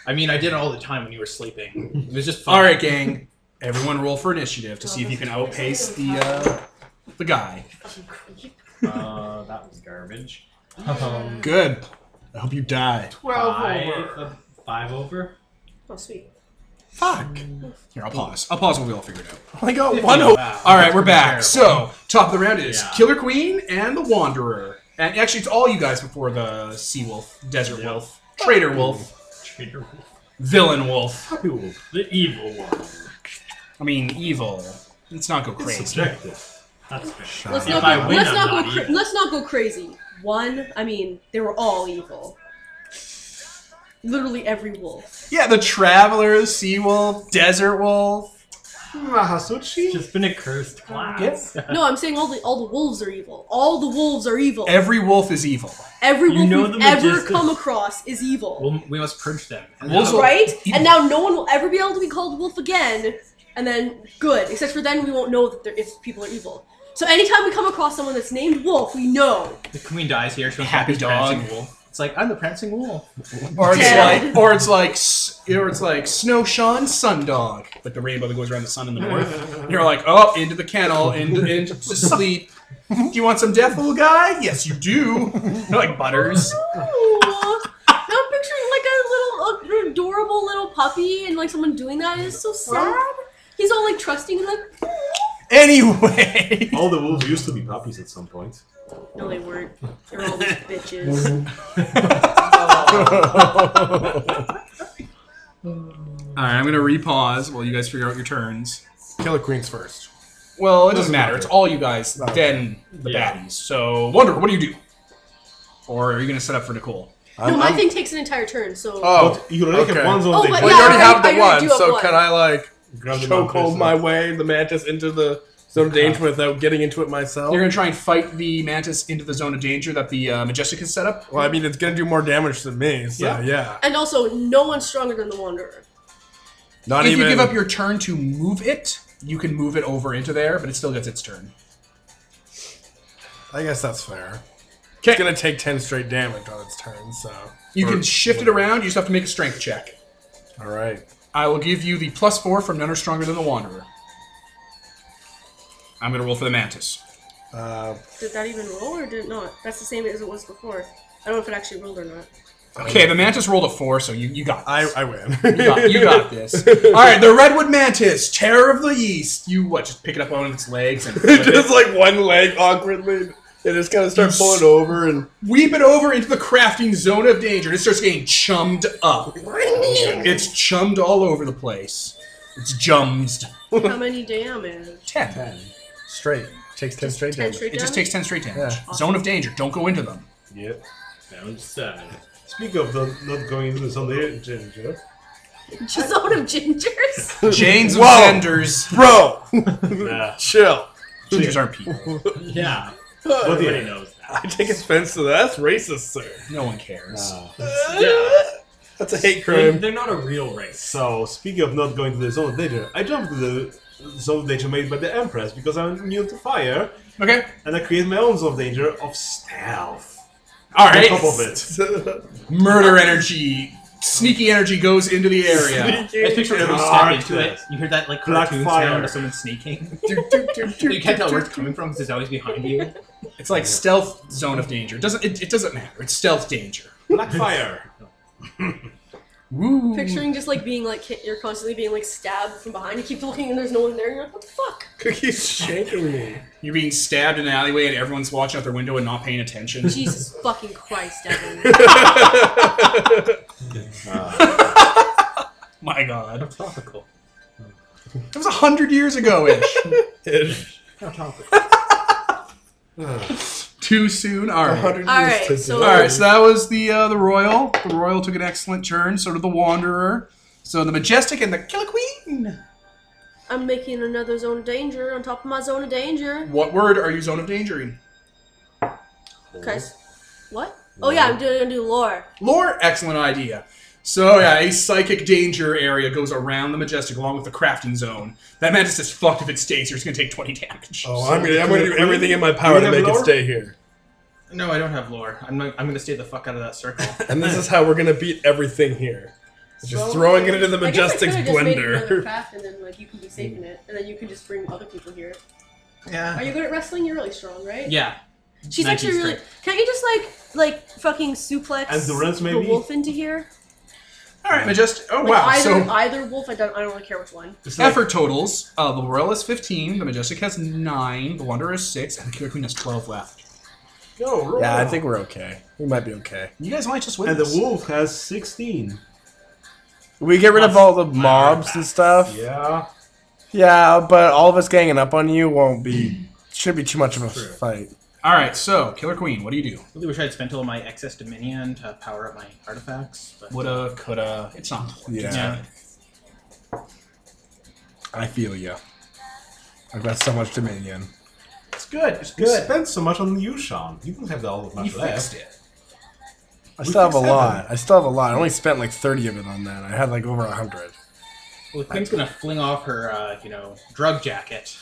Speaker 3: I mean, I did it all the time when you were sleeping. It was just fun.
Speaker 1: All right, gang. Everyone, roll for initiative to see if you can outpace the uh, the guy.
Speaker 4: Fucking creep.
Speaker 7: Uh, that was garbage. Um,
Speaker 1: Good. I hope you die.
Speaker 7: five, over. five over.
Speaker 4: Oh, sweet.
Speaker 1: Fuck. Here, I'll pause. I'll pause when we all figure it out.
Speaker 2: I got one. o-
Speaker 3: Wow.
Speaker 1: All right, we're back. So, top of the round is
Speaker 7: Yeah.
Speaker 1: Killer Queen and the Wanderer. And actually, it's all you guys before the Sea Wolf, Desert Wolf, Traitor Wolf,
Speaker 7: Traitor.
Speaker 1: Villain Wolf.
Speaker 6: Happy wolf.
Speaker 7: The evil one.
Speaker 1: I mean, evil. Let's not go
Speaker 6: It's
Speaker 1: crazy.
Speaker 6: subjective.
Speaker 7: That's fair.
Speaker 4: Let's
Speaker 7: If
Speaker 4: not
Speaker 7: I
Speaker 4: go,
Speaker 7: win,
Speaker 4: let's
Speaker 7: I'm
Speaker 4: not go
Speaker 7: not
Speaker 4: cra-
Speaker 7: evil.
Speaker 4: let's not go crazy. One, I mean, they were all evil. Literally every wolf.
Speaker 1: Yeah, the Traveler, Sea Wolf, Desert Wolf.
Speaker 7: It's
Speaker 6: Mahasuchi.
Speaker 7: just been a cursed class.
Speaker 1: Yes.
Speaker 4: No, I'm saying all the all the wolves are evil. All the wolves are evil.
Speaker 1: Every wolf is evil.
Speaker 4: Every
Speaker 7: You
Speaker 4: wolf
Speaker 7: know
Speaker 4: we've
Speaker 7: the
Speaker 4: ever
Speaker 7: logistics-
Speaker 4: come across is evil.
Speaker 3: We'll, we must purge them. And then
Speaker 1: Wolves
Speaker 3: I'll-
Speaker 1: are-
Speaker 4: right?
Speaker 1: evil.
Speaker 4: And now no one will ever be able to be called wolf again. And then good, except for then we won't know that they're, if people are evil. So anytime we come across someone that's named Wolf, we know.
Speaker 3: the queen dies here. She goes
Speaker 1: Happy
Speaker 3: back to
Speaker 1: dog.
Speaker 3: Prancing Wolf. It's like I'm the prancing wolf.
Speaker 1: Or it's
Speaker 4: Dead.
Speaker 1: like, or it's like, s- or it's like snow shone sun dog, like the rainbow that goes around the sun in the north. You're like, oh, into the kennel, into, into to sleep. Do you want some death, little guy? Yes, you do. You're like butters.
Speaker 4: Ooh. now I'm picturing like a little a- an adorable little puppy and like someone doing that is so sad. He's all like trusting and like
Speaker 1: Anyway,
Speaker 6: All the wolves used to be puppies at some point.
Speaker 4: No they weren't. They're all these bitches.
Speaker 1: all right, I'm gonna repause while you guys figure out your turns.
Speaker 2: Killer Queens first.
Speaker 1: Well, it doesn't matter. It's all you guys,
Speaker 2: Okay.
Speaker 1: then the
Speaker 7: Yeah.
Speaker 1: baddies. So, Wonder, what do you do? Or are you gonna set up for Nicole?
Speaker 4: no,
Speaker 2: I'm-
Speaker 4: my
Speaker 2: I'm-
Speaker 4: thing takes an entire turn, so
Speaker 2: Oh,
Speaker 6: But you only
Speaker 2: okay.
Speaker 6: have one zone
Speaker 4: Oh,
Speaker 6: of danger.
Speaker 4: but
Speaker 2: well,
Speaker 4: yeah,
Speaker 2: you already
Speaker 4: I
Speaker 2: have
Speaker 4: already-
Speaker 2: the
Speaker 4: I already
Speaker 2: one,
Speaker 4: do have
Speaker 2: so
Speaker 4: one.
Speaker 2: can I like
Speaker 6: Grab the
Speaker 2: chokehold
Speaker 6: Empress,
Speaker 2: my
Speaker 6: uh,
Speaker 2: way the mantis into the zone of danger without getting into it myself?
Speaker 1: You're gonna try and fight the mantis into the zone of danger that the uh, majestic has set up.
Speaker 2: Well, I mean, it's gonna do more damage than me, so
Speaker 1: Yeah.
Speaker 2: yeah.
Speaker 4: and also no one's stronger than the wanderer.
Speaker 2: Not
Speaker 1: if
Speaker 2: even.
Speaker 1: you give up your turn to move it, you can move it over into there, but it still gets its turn.
Speaker 2: I guess that's fair.
Speaker 1: 'Kay.
Speaker 2: It's gonna take ten straight damage on its turn, so.
Speaker 1: You can
Speaker 2: Or-
Speaker 1: shift it around. You just have to make a strength check.
Speaker 2: All right.
Speaker 1: I will give you the plus four from none are stronger than the wanderer. I'm gonna roll for the mantis.
Speaker 2: Uh,
Speaker 4: Did that even roll or did it not? That's the same as it was before. I don't know if it actually rolled or not.
Speaker 1: Okay, the mantis rolled a four, so you you got
Speaker 2: I
Speaker 1: this.
Speaker 2: I win.
Speaker 1: you, got, you got this. All right, the redwood mantis, terror of the east. You what? Just pick it up on its legs and flip it.
Speaker 2: just like one leg awkwardly. It just kind of start
Speaker 1: You
Speaker 2: pulling
Speaker 1: s-
Speaker 2: over and
Speaker 1: weep it over into the crafting zone of danger. and It starts getting chummed up. It's chummed all over the place. It's jumsed.
Speaker 4: How many damage?
Speaker 1: Ten.
Speaker 2: straight takes ten straight
Speaker 4: Ten
Speaker 2: damage.
Speaker 4: straight
Speaker 1: It just
Speaker 4: damage?
Speaker 1: takes ten straight damage.
Speaker 2: Yeah.
Speaker 1: Zone of danger. Don't go into them.
Speaker 2: Yep.
Speaker 7: Sound seven.
Speaker 6: Speak of the, not going into the zone of danger.
Speaker 4: Just zone of gingers.
Speaker 1: Janes of
Speaker 2: Whoa.
Speaker 1: Zenders.
Speaker 2: Bro,
Speaker 6: Nah.
Speaker 2: chill.
Speaker 1: Gingers aren't people.
Speaker 7: Yeah.
Speaker 6: What do
Speaker 7: Everybody
Speaker 6: you?
Speaker 7: knows
Speaker 2: I
Speaker 7: that.
Speaker 2: take offense to that. That's racist, sir.
Speaker 1: No one cares.
Speaker 2: That's a hate
Speaker 7: They're,
Speaker 2: crime.
Speaker 7: they're not a real race.
Speaker 6: So, speaking of not going to the zone of danger, I jumped to the zone of danger made by the Empress because I'm immune to fire,
Speaker 1: Okay.
Speaker 6: and I create my own zone of danger of stealth.
Speaker 1: All
Speaker 6: On
Speaker 1: right.
Speaker 6: top of it.
Speaker 1: Murder energy. Sneaky energy goes into the area.
Speaker 3: I just picture everyone
Speaker 6: Dark
Speaker 3: stepping into it. You hear that like
Speaker 6: Black
Speaker 3: cartoon
Speaker 6: fire.
Speaker 3: sound of someone sneaking.
Speaker 1: Do, do, do, do,
Speaker 3: you can't
Speaker 1: do,
Speaker 3: tell where
Speaker 1: do.
Speaker 3: it's coming from because it's always behind you.
Speaker 1: It's like stealth zone of danger. Doesn't it, it doesn't matter. It's stealth danger.
Speaker 6: Black fire.
Speaker 1: Woo.
Speaker 4: Picturing just like being like hit, you're constantly being like stabbed from behind. You keep looking and there's no one there. You're like, what the fuck?
Speaker 2: Cookie's shaking me.
Speaker 1: You're being stabbed in an alleyway and everyone's watching out their window and not paying attention.
Speaker 4: Jesus fucking Christ, Evan.
Speaker 1: My god.
Speaker 5: Topical.
Speaker 1: That was a hundred years ago ish. Too soon? Alright.
Speaker 4: All right, so-
Speaker 1: All right, so that was the uh, the royal. The royal took an excellent turn. So did the wanderer. So the majestic and the killer queen.
Speaker 4: I'm making another zone of danger on top of my zone of danger.
Speaker 1: What word are you zone of danger in?
Speaker 4: Okay. What? Oh yeah, I'm doing a new lore.
Speaker 1: Lore, excellent idea. So yeah, a psychic danger area goes around the majestic along with the crafting zone. That mantis is fucked if it stays here. It's gonna take twenty damage.
Speaker 2: Oh, I'm gonna, I'm gonna do everything in my power to
Speaker 6: have
Speaker 2: make it
Speaker 6: lore?
Speaker 2: stay here.
Speaker 3: No, I don't have lore. I'm not, I'm gonna stay the fuck out of that circle.
Speaker 2: And this is how we're gonna beat everything here. Just throwing it into the Majestic's
Speaker 4: I guess I could've just Made another
Speaker 2: blender.
Speaker 4: craft and then like you can be safe in it, and then you can just bring other people here. Are
Speaker 3: yeah.
Speaker 4: you good at wrestling? You're really strong, right?
Speaker 3: Yeah.
Speaker 4: She's
Speaker 3: 19
Speaker 4: actually really. Can't you just like like fucking suplex
Speaker 6: And the rest
Speaker 4: the
Speaker 6: maybe?
Speaker 4: wolf into here?
Speaker 1: All right, majestic. Oh
Speaker 4: Like,
Speaker 1: wow.
Speaker 4: Either
Speaker 1: so
Speaker 4: either wolf. I don't. I don't really care which one.
Speaker 6: It's like,
Speaker 1: effort totals. Uh, the royal is fifteen. The majestic has nine. The wanderer is six, and the killer queen has twelve left.
Speaker 6: no, roll.
Speaker 2: Yeah, I think we're okay. We might be okay.
Speaker 1: You guys might just win.
Speaker 6: And the
Speaker 1: this.
Speaker 6: wolf has 16.
Speaker 2: We get rid of all the mobs and stuff.
Speaker 6: Yeah.
Speaker 2: Yeah, but all of us ganging up on you won't be should be too much of a fight.
Speaker 1: All right, so killer queen, what do you do?
Speaker 3: Really wish I'd spent all my excess dominion to power up my artifacts. But
Speaker 1: Woulda, coulda. It's not important.
Speaker 2: Yeah.
Speaker 3: yeah.
Speaker 2: I feel you. I've got so much dominion.
Speaker 1: It's good. It's
Speaker 6: You spent so much on you, Sean. You don't have that all that
Speaker 1: You
Speaker 6: much
Speaker 1: fixed
Speaker 6: left.
Speaker 1: it.
Speaker 2: I still have a
Speaker 6: fixed
Speaker 2: lot. I still have a lot. I only spent like thirty of it on that. I had like over a hundred.
Speaker 3: well, the queen's gonna fling off her, uh, you know, drug jacket,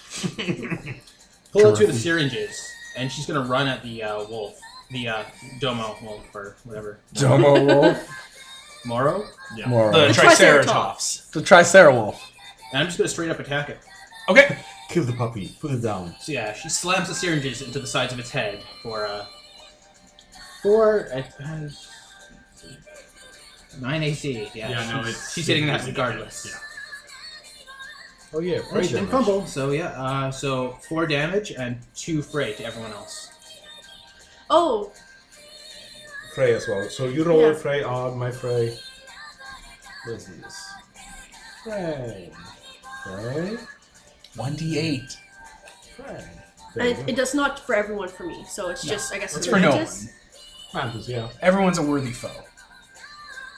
Speaker 3: pull out two of the syringes, and she's gonna run at the uh, wolf, the uh, domo wolf or whatever.
Speaker 2: Domo wolf,
Speaker 3: Moro.
Speaker 2: Moro.
Speaker 1: The
Speaker 2: The,
Speaker 1: triceratops.
Speaker 2: Tricera wolf.
Speaker 3: And I'm just gonna straight up attack it.
Speaker 1: Okay.
Speaker 6: Kill the puppy. Put it down.
Speaker 3: So yeah, she slams the syringes into the sides of its head for uh, four, I, uh, nine AC. Yeah,
Speaker 5: Yeah, no,
Speaker 3: she's-
Speaker 5: it's
Speaker 3: she's hitting that
Speaker 5: it's-
Speaker 3: regardless.
Speaker 5: Yeah.
Speaker 6: Oh, yeah.
Speaker 3: Or she didn't fumble. So yeah, uh, so four damage and two fray to everyone else.
Speaker 4: Oh,
Speaker 6: Frey as well. So you roll
Speaker 4: Yeah.
Speaker 6: Frey on my Frey. What's this? Frey. Frey.
Speaker 1: One d eight.
Speaker 6: Frey. There you
Speaker 4: and
Speaker 6: go.
Speaker 4: it does not for everyone for me. So it's just I guess
Speaker 1: It's for no one.
Speaker 4: religious?
Speaker 6: Mantis, yeah.
Speaker 1: Everyone's a worthy foe.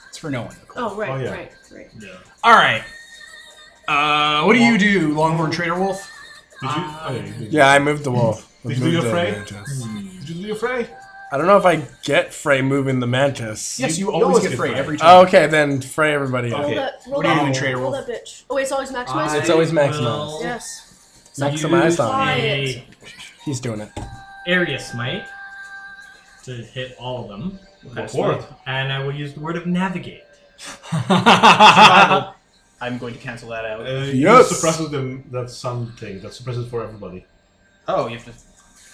Speaker 1: It's for no one. Nicole.
Speaker 4: Oh right,
Speaker 6: Oh, yeah.
Speaker 4: right, right.
Speaker 5: Yeah.
Speaker 1: All right. Uh, what do you do, Longhorn Trader Wolf?
Speaker 6: Did you, oh, yeah, you did.
Speaker 2: Yeah, I moved the wolf. I
Speaker 6: Did you
Speaker 2: moved
Speaker 6: do
Speaker 2: the
Speaker 6: Frey?
Speaker 2: mantis.
Speaker 6: Did you do your Frey?
Speaker 2: I don't know if I get Frey moving the mantis.
Speaker 1: Yes, you,
Speaker 6: you
Speaker 1: always,
Speaker 6: always
Speaker 1: get
Speaker 6: get
Speaker 1: frayed
Speaker 6: frayed.
Speaker 1: every time.
Speaker 2: Oh, okay, then Frey everybody. up.
Speaker 4: Roll
Speaker 6: Okay.
Speaker 4: that. Roll
Speaker 1: What are you
Speaker 4: that.
Speaker 1: doing, Trader
Speaker 4: roll
Speaker 1: Wolf?
Speaker 4: that bitch. Oh wait, it's always maximized.
Speaker 2: It's always maximized.
Speaker 5: Well,
Speaker 4: yes.
Speaker 2: Maximized on.
Speaker 4: Fine.
Speaker 5: a
Speaker 2: He's doing it.
Speaker 5: area smite to hit all of them,
Speaker 6: What word?
Speaker 5: and I will use the word of navigate.
Speaker 3: Survival. I'm going to cancel that out.
Speaker 6: Uh,
Speaker 2: Yes.
Speaker 6: You suppresses them. That's something. That suppresses for everybody.
Speaker 3: Oh, you have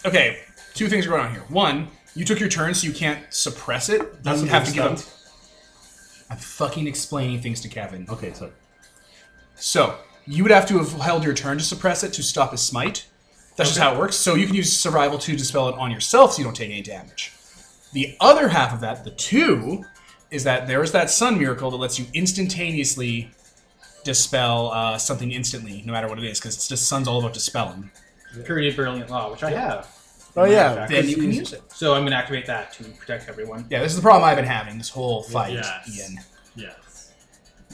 Speaker 3: to.
Speaker 1: okay, two things are going on here. One, you took your turn, so you can't suppress it.
Speaker 6: That's
Speaker 1: you
Speaker 6: a
Speaker 1: have to
Speaker 6: good
Speaker 1: give up.
Speaker 6: start.
Speaker 1: I'm fucking explaining things to Kevin.
Speaker 6: Okay, sorry.
Speaker 1: So you would have to have held your turn to suppress it to stop his smite. That's just how it works. So you can use survival to dispel it on yourself, so you don't take any damage. The other half of that, the two, is that there is that sun miracle that lets you instantaneously dispel uh, something instantly, no matter what it is, because it's just sun's all about dispelling.
Speaker 3: Period Brilliant Law, which I have.
Speaker 2: Oh yeah.
Speaker 1: Then you can use it.
Speaker 3: So I'm going to activate that to protect everyone.
Speaker 1: Yeah, this is the problem I've been having this whole fight,
Speaker 5: Yes.
Speaker 1: Ian.
Speaker 5: Yes.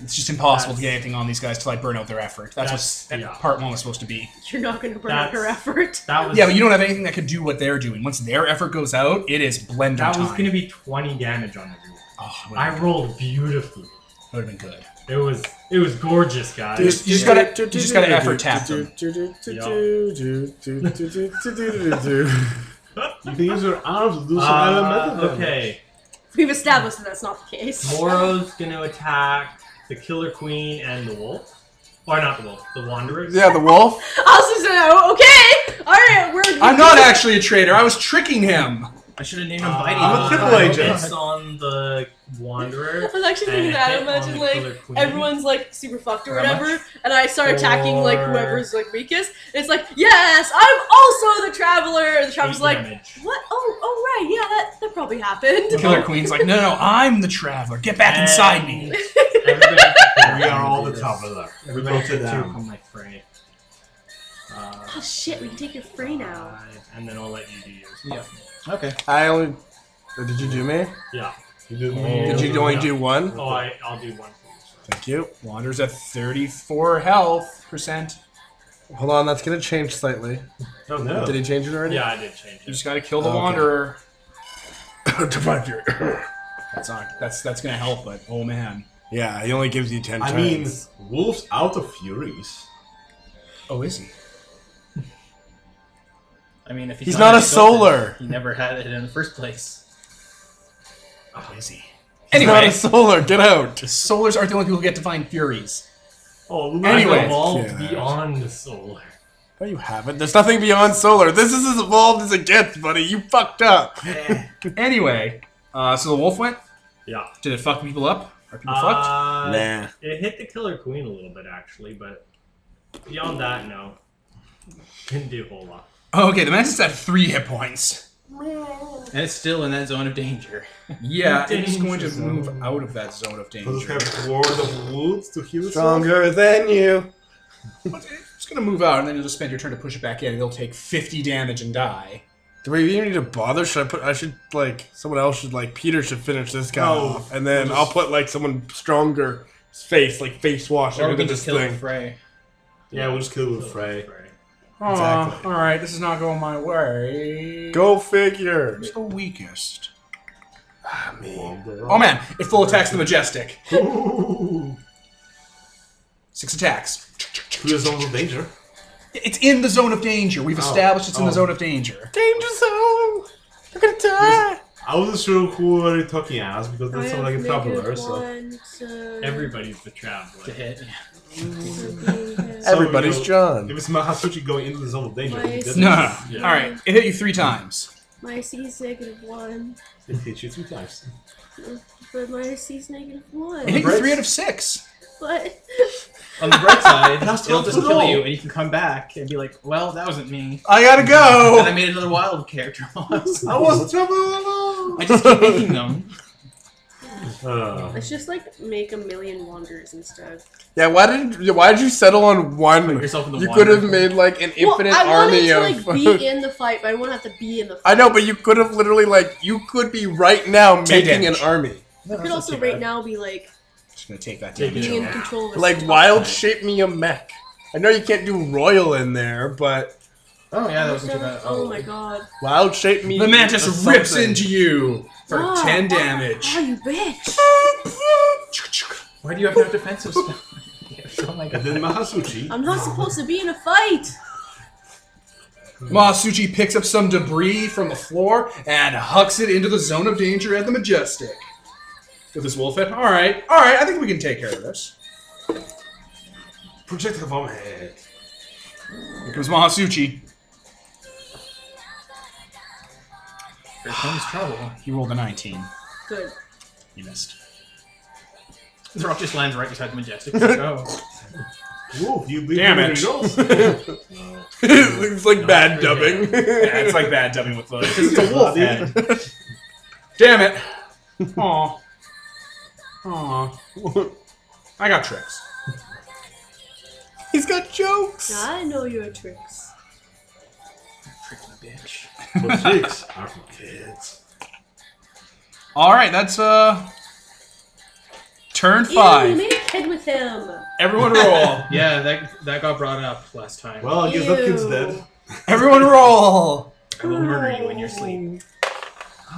Speaker 1: It's just impossible to get
Speaker 5: That's-
Speaker 1: anything on these guys till I burn out their effort. That's,
Speaker 5: That's- uh,
Speaker 1: what s-
Speaker 5: yeah.
Speaker 1: part one was supposed to be.
Speaker 4: You're not going to burn out her
Speaker 5: That's-
Speaker 4: effort.
Speaker 5: That was
Speaker 1: Yeah, but you don't have anything that could do what they're doing. Once their effort goes out, it is blender
Speaker 5: that was
Speaker 1: time.
Speaker 5: gonna be twenty damage on everyone.
Speaker 1: Oh,
Speaker 5: I rolled beautifully.
Speaker 1: would have been good.
Speaker 7: It was it was gorgeous, guys.
Speaker 1: Dude, You just gotta- you just gotta effort tap them.
Speaker 6: You can use your arms to do some
Speaker 7: Uh,
Speaker 6: elemental damage.
Speaker 7: okay,
Speaker 4: We've established that that's not the case.
Speaker 7: Moro's gonna attack the Killer Queen and the Wolf, or not the Wolf, the Wanderer.
Speaker 2: Yeah, the wolf.
Speaker 4: Also, so okay, all right, we're.
Speaker 1: I'm not actually a traitor. I was tricking him.
Speaker 3: I should have named him
Speaker 7: Uh,
Speaker 3: Bitey.
Speaker 6: I'm a triple agent.
Speaker 7: It's on the Wanderer.
Speaker 4: I was actually thinking
Speaker 7: and a
Speaker 4: that.
Speaker 7: hit on
Speaker 4: Imagine
Speaker 7: the
Speaker 4: like
Speaker 7: Killer Queen.
Speaker 4: everyone's like super fucked or
Speaker 7: How much?
Speaker 4: whatever, and I start attacking like
Speaker 7: Or-
Speaker 4: whoever's like weakest. It's like yes, I'm also the traveler. And the traveler's
Speaker 7: Eight
Speaker 4: like,
Speaker 7: damage.
Speaker 4: what? Oh, oh right, yeah, that that probably happened.
Speaker 5: Oh.
Speaker 1: The Killer Queen's like, no, no, no, I'm the traveler. Get back inside me.
Speaker 7: And everybody-
Speaker 6: We are all the
Speaker 7: Yes.
Speaker 6: top of that.
Speaker 7: Everybody
Speaker 6: Go to
Speaker 7: took two
Speaker 6: them.
Speaker 7: from my fray. Uh,
Speaker 4: Oh shit, we can take your free now.
Speaker 7: five, uh, And then I'll let you do yours.
Speaker 3: Yeah. Okay.
Speaker 2: I only. Or Did you do me?
Speaker 7: Yeah.
Speaker 6: You didn't
Speaker 2: Did you only do one?
Speaker 7: Oh, I, I'll do one. for you, sorry.
Speaker 2: Thank you.
Speaker 1: Wander's at 34 health percent.
Speaker 2: Hold on, that's gonna change slightly.
Speaker 6: Oh, No, no.
Speaker 2: Did he change it already?
Speaker 7: Yeah, I did change
Speaker 1: You
Speaker 7: it.
Speaker 1: just gotta kill the
Speaker 2: Okay.
Speaker 1: Wanderer.
Speaker 2: Divine Fury.
Speaker 1: That's not. That's that's gonna help, but oh man.
Speaker 2: yeah, he only gives you ten.
Speaker 6: I mean,
Speaker 2: turns.
Speaker 6: wolves out of furies.
Speaker 1: Oh, is he?
Speaker 3: I mean, if he's,
Speaker 2: he's not a
Speaker 3: insulted,
Speaker 2: solar.
Speaker 3: he never had it in the first place.
Speaker 1: Oh, is he?
Speaker 2: He's not
Speaker 1: Anyway,
Speaker 2: a solar. Get out.
Speaker 1: the Solars aren't the only people who get Divine Furies.
Speaker 6: Oh,
Speaker 7: I've
Speaker 1: Anyway.
Speaker 7: evolved
Speaker 2: Yeah.
Speaker 7: beyond the solar.
Speaker 2: No, you haven't. There's nothing beyond solar. This is as evolved as it gets, buddy. You fucked up.
Speaker 1: Anyway, uh, so the wolf went.
Speaker 7: Yeah.
Speaker 1: Did it fuck people up? Are people fucked?
Speaker 7: Uh,
Speaker 2: Nah.
Speaker 7: It hit the killer queen a little bit actually, but beyond that, no. Didn't do a whole lot.
Speaker 1: Oh, okay, the mantis had three hit points.
Speaker 3: And it's still in that zone of danger.
Speaker 1: Yeah,
Speaker 7: Danger
Speaker 1: it's going to
Speaker 7: zone.
Speaker 1: move out of that zone of
Speaker 6: Does it
Speaker 1: danger.
Speaker 6: have ward of woods to heal itself?
Speaker 2: Stronger than you.
Speaker 1: But It's going to move out, and then you'll just spend your turn to push it back in, and it'll take 50 damage and die.
Speaker 2: Do we even need to bother? Should I put? I should like someone else should like Peter should finish this guy
Speaker 1: Oh,
Speaker 6: No,
Speaker 2: off, and then
Speaker 6: we'll
Speaker 2: I'll
Speaker 6: just-
Speaker 2: put like someone stronger face like face wash
Speaker 3: Or we
Speaker 2: into
Speaker 3: can
Speaker 2: this
Speaker 3: just kill
Speaker 2: thing.
Speaker 3: him Frey.
Speaker 6: Yeah, we'll just kill it with Frey.
Speaker 2: Exactly.
Speaker 1: all right, this is not going my way.
Speaker 2: Go figure.
Speaker 1: Who's the weakest?
Speaker 2: I mean,
Speaker 1: Oh man, it full attacks the majestic.
Speaker 6: Ooh.
Speaker 1: Six attacks.
Speaker 6: To the zone of danger.
Speaker 1: It's in the zone of danger. We've established it's in the
Speaker 6: Oh.
Speaker 1: zone of danger.
Speaker 2: danger zone. You're gonna die.
Speaker 6: I wasn't sure who were you talking as because
Speaker 4: I
Speaker 6: that sounds
Speaker 4: have
Speaker 6: like a traveler.
Speaker 4: negative
Speaker 6: So
Speaker 4: one to-
Speaker 7: Everybody's the traveler.
Speaker 3: To hit.
Speaker 4: to-
Speaker 6: So,
Speaker 2: Everybody's
Speaker 6: you know, If
Speaker 2: John.
Speaker 6: it's Mahasuchi going into the zone of danger,
Speaker 4: Why
Speaker 6: he
Speaker 4: is-
Speaker 6: didn't.
Speaker 1: No, no, no.
Speaker 7: Yeah.
Speaker 1: All right, it hit you three times.
Speaker 4: My C is negative one,
Speaker 6: It hit you three times.
Speaker 4: but my C is negative
Speaker 1: It hit
Speaker 4: one.
Speaker 1: you three out of six.
Speaker 4: But
Speaker 3: On the bright side,
Speaker 6: That's
Speaker 3: it'll
Speaker 6: not
Speaker 3: just
Speaker 6: at
Speaker 3: kill
Speaker 6: all.
Speaker 3: you, and you can come back and be like, "Well, that wasn't me."
Speaker 2: I gotta
Speaker 3: And I
Speaker 2: go.
Speaker 3: made another wild character. I
Speaker 6: I was trouble.
Speaker 3: just keep making them.
Speaker 6: Uh,
Speaker 4: let's just like make a million wanders instead.
Speaker 2: Yeah, why did you, why did you settle on one?
Speaker 3: yourself in the
Speaker 2: You
Speaker 3: water.
Speaker 2: could have made like an infinite
Speaker 4: well, I
Speaker 2: army
Speaker 4: wanted
Speaker 2: of.
Speaker 4: to like be in the fight, but I won't have to be in the. fight.
Speaker 2: I know, but you could have literally like you could be right now
Speaker 1: Take
Speaker 2: making
Speaker 1: damage.
Speaker 2: an army.
Speaker 4: you could also right now be like
Speaker 1: Just gonna take that
Speaker 7: Take
Speaker 1: damage.
Speaker 4: be in
Speaker 7: Yeah.
Speaker 4: control of. a
Speaker 2: Like
Speaker 4: situation.
Speaker 2: wild shape me a mech. I know you can't do royal in there, but
Speaker 3: Oh yeah, that wasn't too bad.
Speaker 4: Oh my god.
Speaker 2: wild shape me.
Speaker 1: The mantis
Speaker 2: a
Speaker 1: rips
Speaker 2: something.
Speaker 1: into you for
Speaker 4: Ah,
Speaker 1: ten
Speaker 4: ah,
Speaker 1: damage.
Speaker 4: Oh, you bitch.
Speaker 3: Why do you have no defensive spell? Yes, oh my
Speaker 6: and
Speaker 3: god.
Speaker 6: then Mahasuchi.
Speaker 4: I'm not supposed to be in a fight.
Speaker 1: Masuchi picks up some debris from the floor and hucks it into the zone of danger at the majestic. With his wolf head. All right, all right. I think we can take care of this.
Speaker 6: Projectile vomit.
Speaker 1: Here comes Mahasuchi.
Speaker 3: Here comes trouble.
Speaker 1: He rolled a 19.
Speaker 4: Good.
Speaker 1: He missed.
Speaker 3: The rock just lands right beside the majestic. Oh.
Speaker 6: Ooh, you leave
Speaker 1: Damn
Speaker 6: him
Speaker 1: it.
Speaker 6: results.
Speaker 2: it's like bad dubbing.
Speaker 1: Yeah, it's like bad dubbing with the.
Speaker 6: it's a wolf head.
Speaker 1: Damn it. Aw. Aw. I got tricks.
Speaker 2: He's got jokes.
Speaker 4: Now I know your tricks.
Speaker 3: Freaking bitch.
Speaker 6: But chicks are for kids.
Speaker 1: All right, that's uh. Turn
Speaker 4: Ew, you
Speaker 1: five.
Speaker 4: made a kid with him.
Speaker 1: Everyone roll.
Speaker 3: Yeah, that that got brought up last time.
Speaker 6: Well, I guess that kid's
Speaker 4: Ew.
Speaker 6: dead.
Speaker 1: Everyone roll.
Speaker 3: I will murder you in your sleep.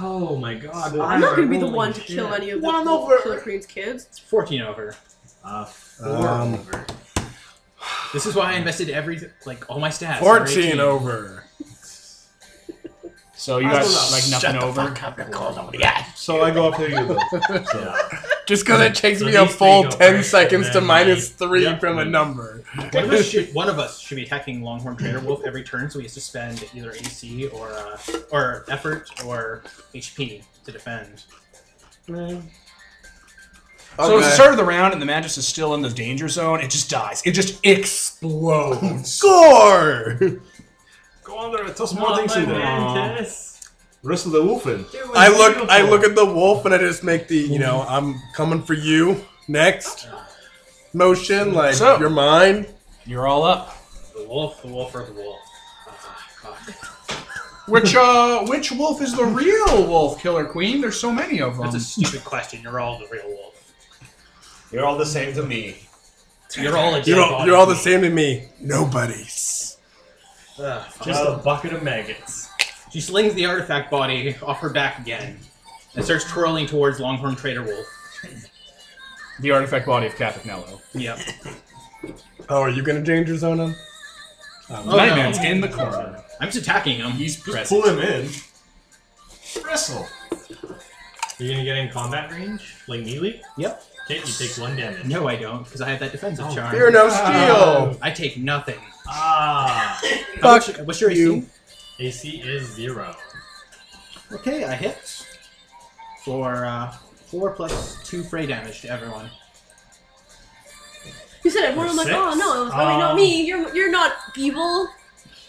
Speaker 7: Oh my god.
Speaker 6: So-
Speaker 4: I'm not gonna be the
Speaker 7: Holy
Speaker 4: one to
Speaker 7: shit.
Speaker 4: kill any of the
Speaker 6: One
Speaker 4: Kill-
Speaker 6: over.
Speaker 4: Killer Queen's kids.
Speaker 3: It's 14 over.
Speaker 5: Uh, four
Speaker 2: Um,
Speaker 5: over.
Speaker 3: This is why I invested every like all my stats. Number
Speaker 2: 14
Speaker 3: 18.
Speaker 2: over.
Speaker 1: So you got like nothing over.
Speaker 6: So I go up to you. though.
Speaker 2: Just because it takes
Speaker 7: So
Speaker 2: me a
Speaker 7: these
Speaker 2: full
Speaker 7: three go
Speaker 2: 10
Speaker 7: first,
Speaker 2: seconds
Speaker 7: and
Speaker 2: to
Speaker 7: then
Speaker 2: minus 3
Speaker 3: yeah.
Speaker 2: from a number.
Speaker 3: One of us should one of us should be attacking Longhorn Trader Wolf every turn, so he has to spend either AC or uh, or effort or HP to defend.
Speaker 1: So at the
Speaker 2: Okay.
Speaker 1: start of the round, and the Magus is still in the danger zone. It just dies. It just explodes.
Speaker 2: Score!
Speaker 6: Go on there. Toss
Speaker 7: Oh,
Speaker 6: more things in there.
Speaker 7: Mantis.
Speaker 6: Wrestle the wolf in.
Speaker 2: I look, I look at the wolf and I just make the, you know, I'm coming for you next motion. Like,
Speaker 1: So-
Speaker 2: you're mine.
Speaker 1: You're all up.
Speaker 3: The wolf, the wolf, or the wolf. Ah, fuck.
Speaker 1: Which uh, which wolf is the real wolf killer queen? There's so many of them.
Speaker 3: That's a stupid question. You're all the real wolf.
Speaker 8: You're all the same to me.
Speaker 3: You're all a dead
Speaker 2: You're all,
Speaker 3: body
Speaker 2: you're all the
Speaker 3: to me.
Speaker 2: same to me. Nobody's.
Speaker 3: Ah, fuck.
Speaker 7: Just a bucket of maggots.
Speaker 3: She slings the artifact body off her back again and starts twirling towards Longhorn Trader Wolf.
Speaker 1: the artifact body of Capitanello.
Speaker 3: Yep.
Speaker 2: Oh, are you going to danger zone him?
Speaker 3: Oh, no.
Speaker 1: Nightman's in the corner.
Speaker 3: I'm just attacking him.
Speaker 1: He's
Speaker 6: Just
Speaker 1: present.
Speaker 6: pull him in. Wrestle.
Speaker 7: You're gonna get in combat range, like melee.
Speaker 3: Yep.
Speaker 7: Okay, you take one damage.
Speaker 3: No, I don't, because I have that defensive charm.
Speaker 2: Fear no steel.
Speaker 3: I take nothing.
Speaker 7: Ah,
Speaker 3: How
Speaker 2: Fuck
Speaker 3: much- Uh, what's your AC?
Speaker 2: you.
Speaker 7: AC is zero.
Speaker 3: Okay, I hit for uh, four plus two fray damage to everyone.
Speaker 4: You said everyone. I'm like,
Speaker 7: Six.
Speaker 4: oh no, I was probably
Speaker 7: Uh,
Speaker 4: not me. You're you're not evil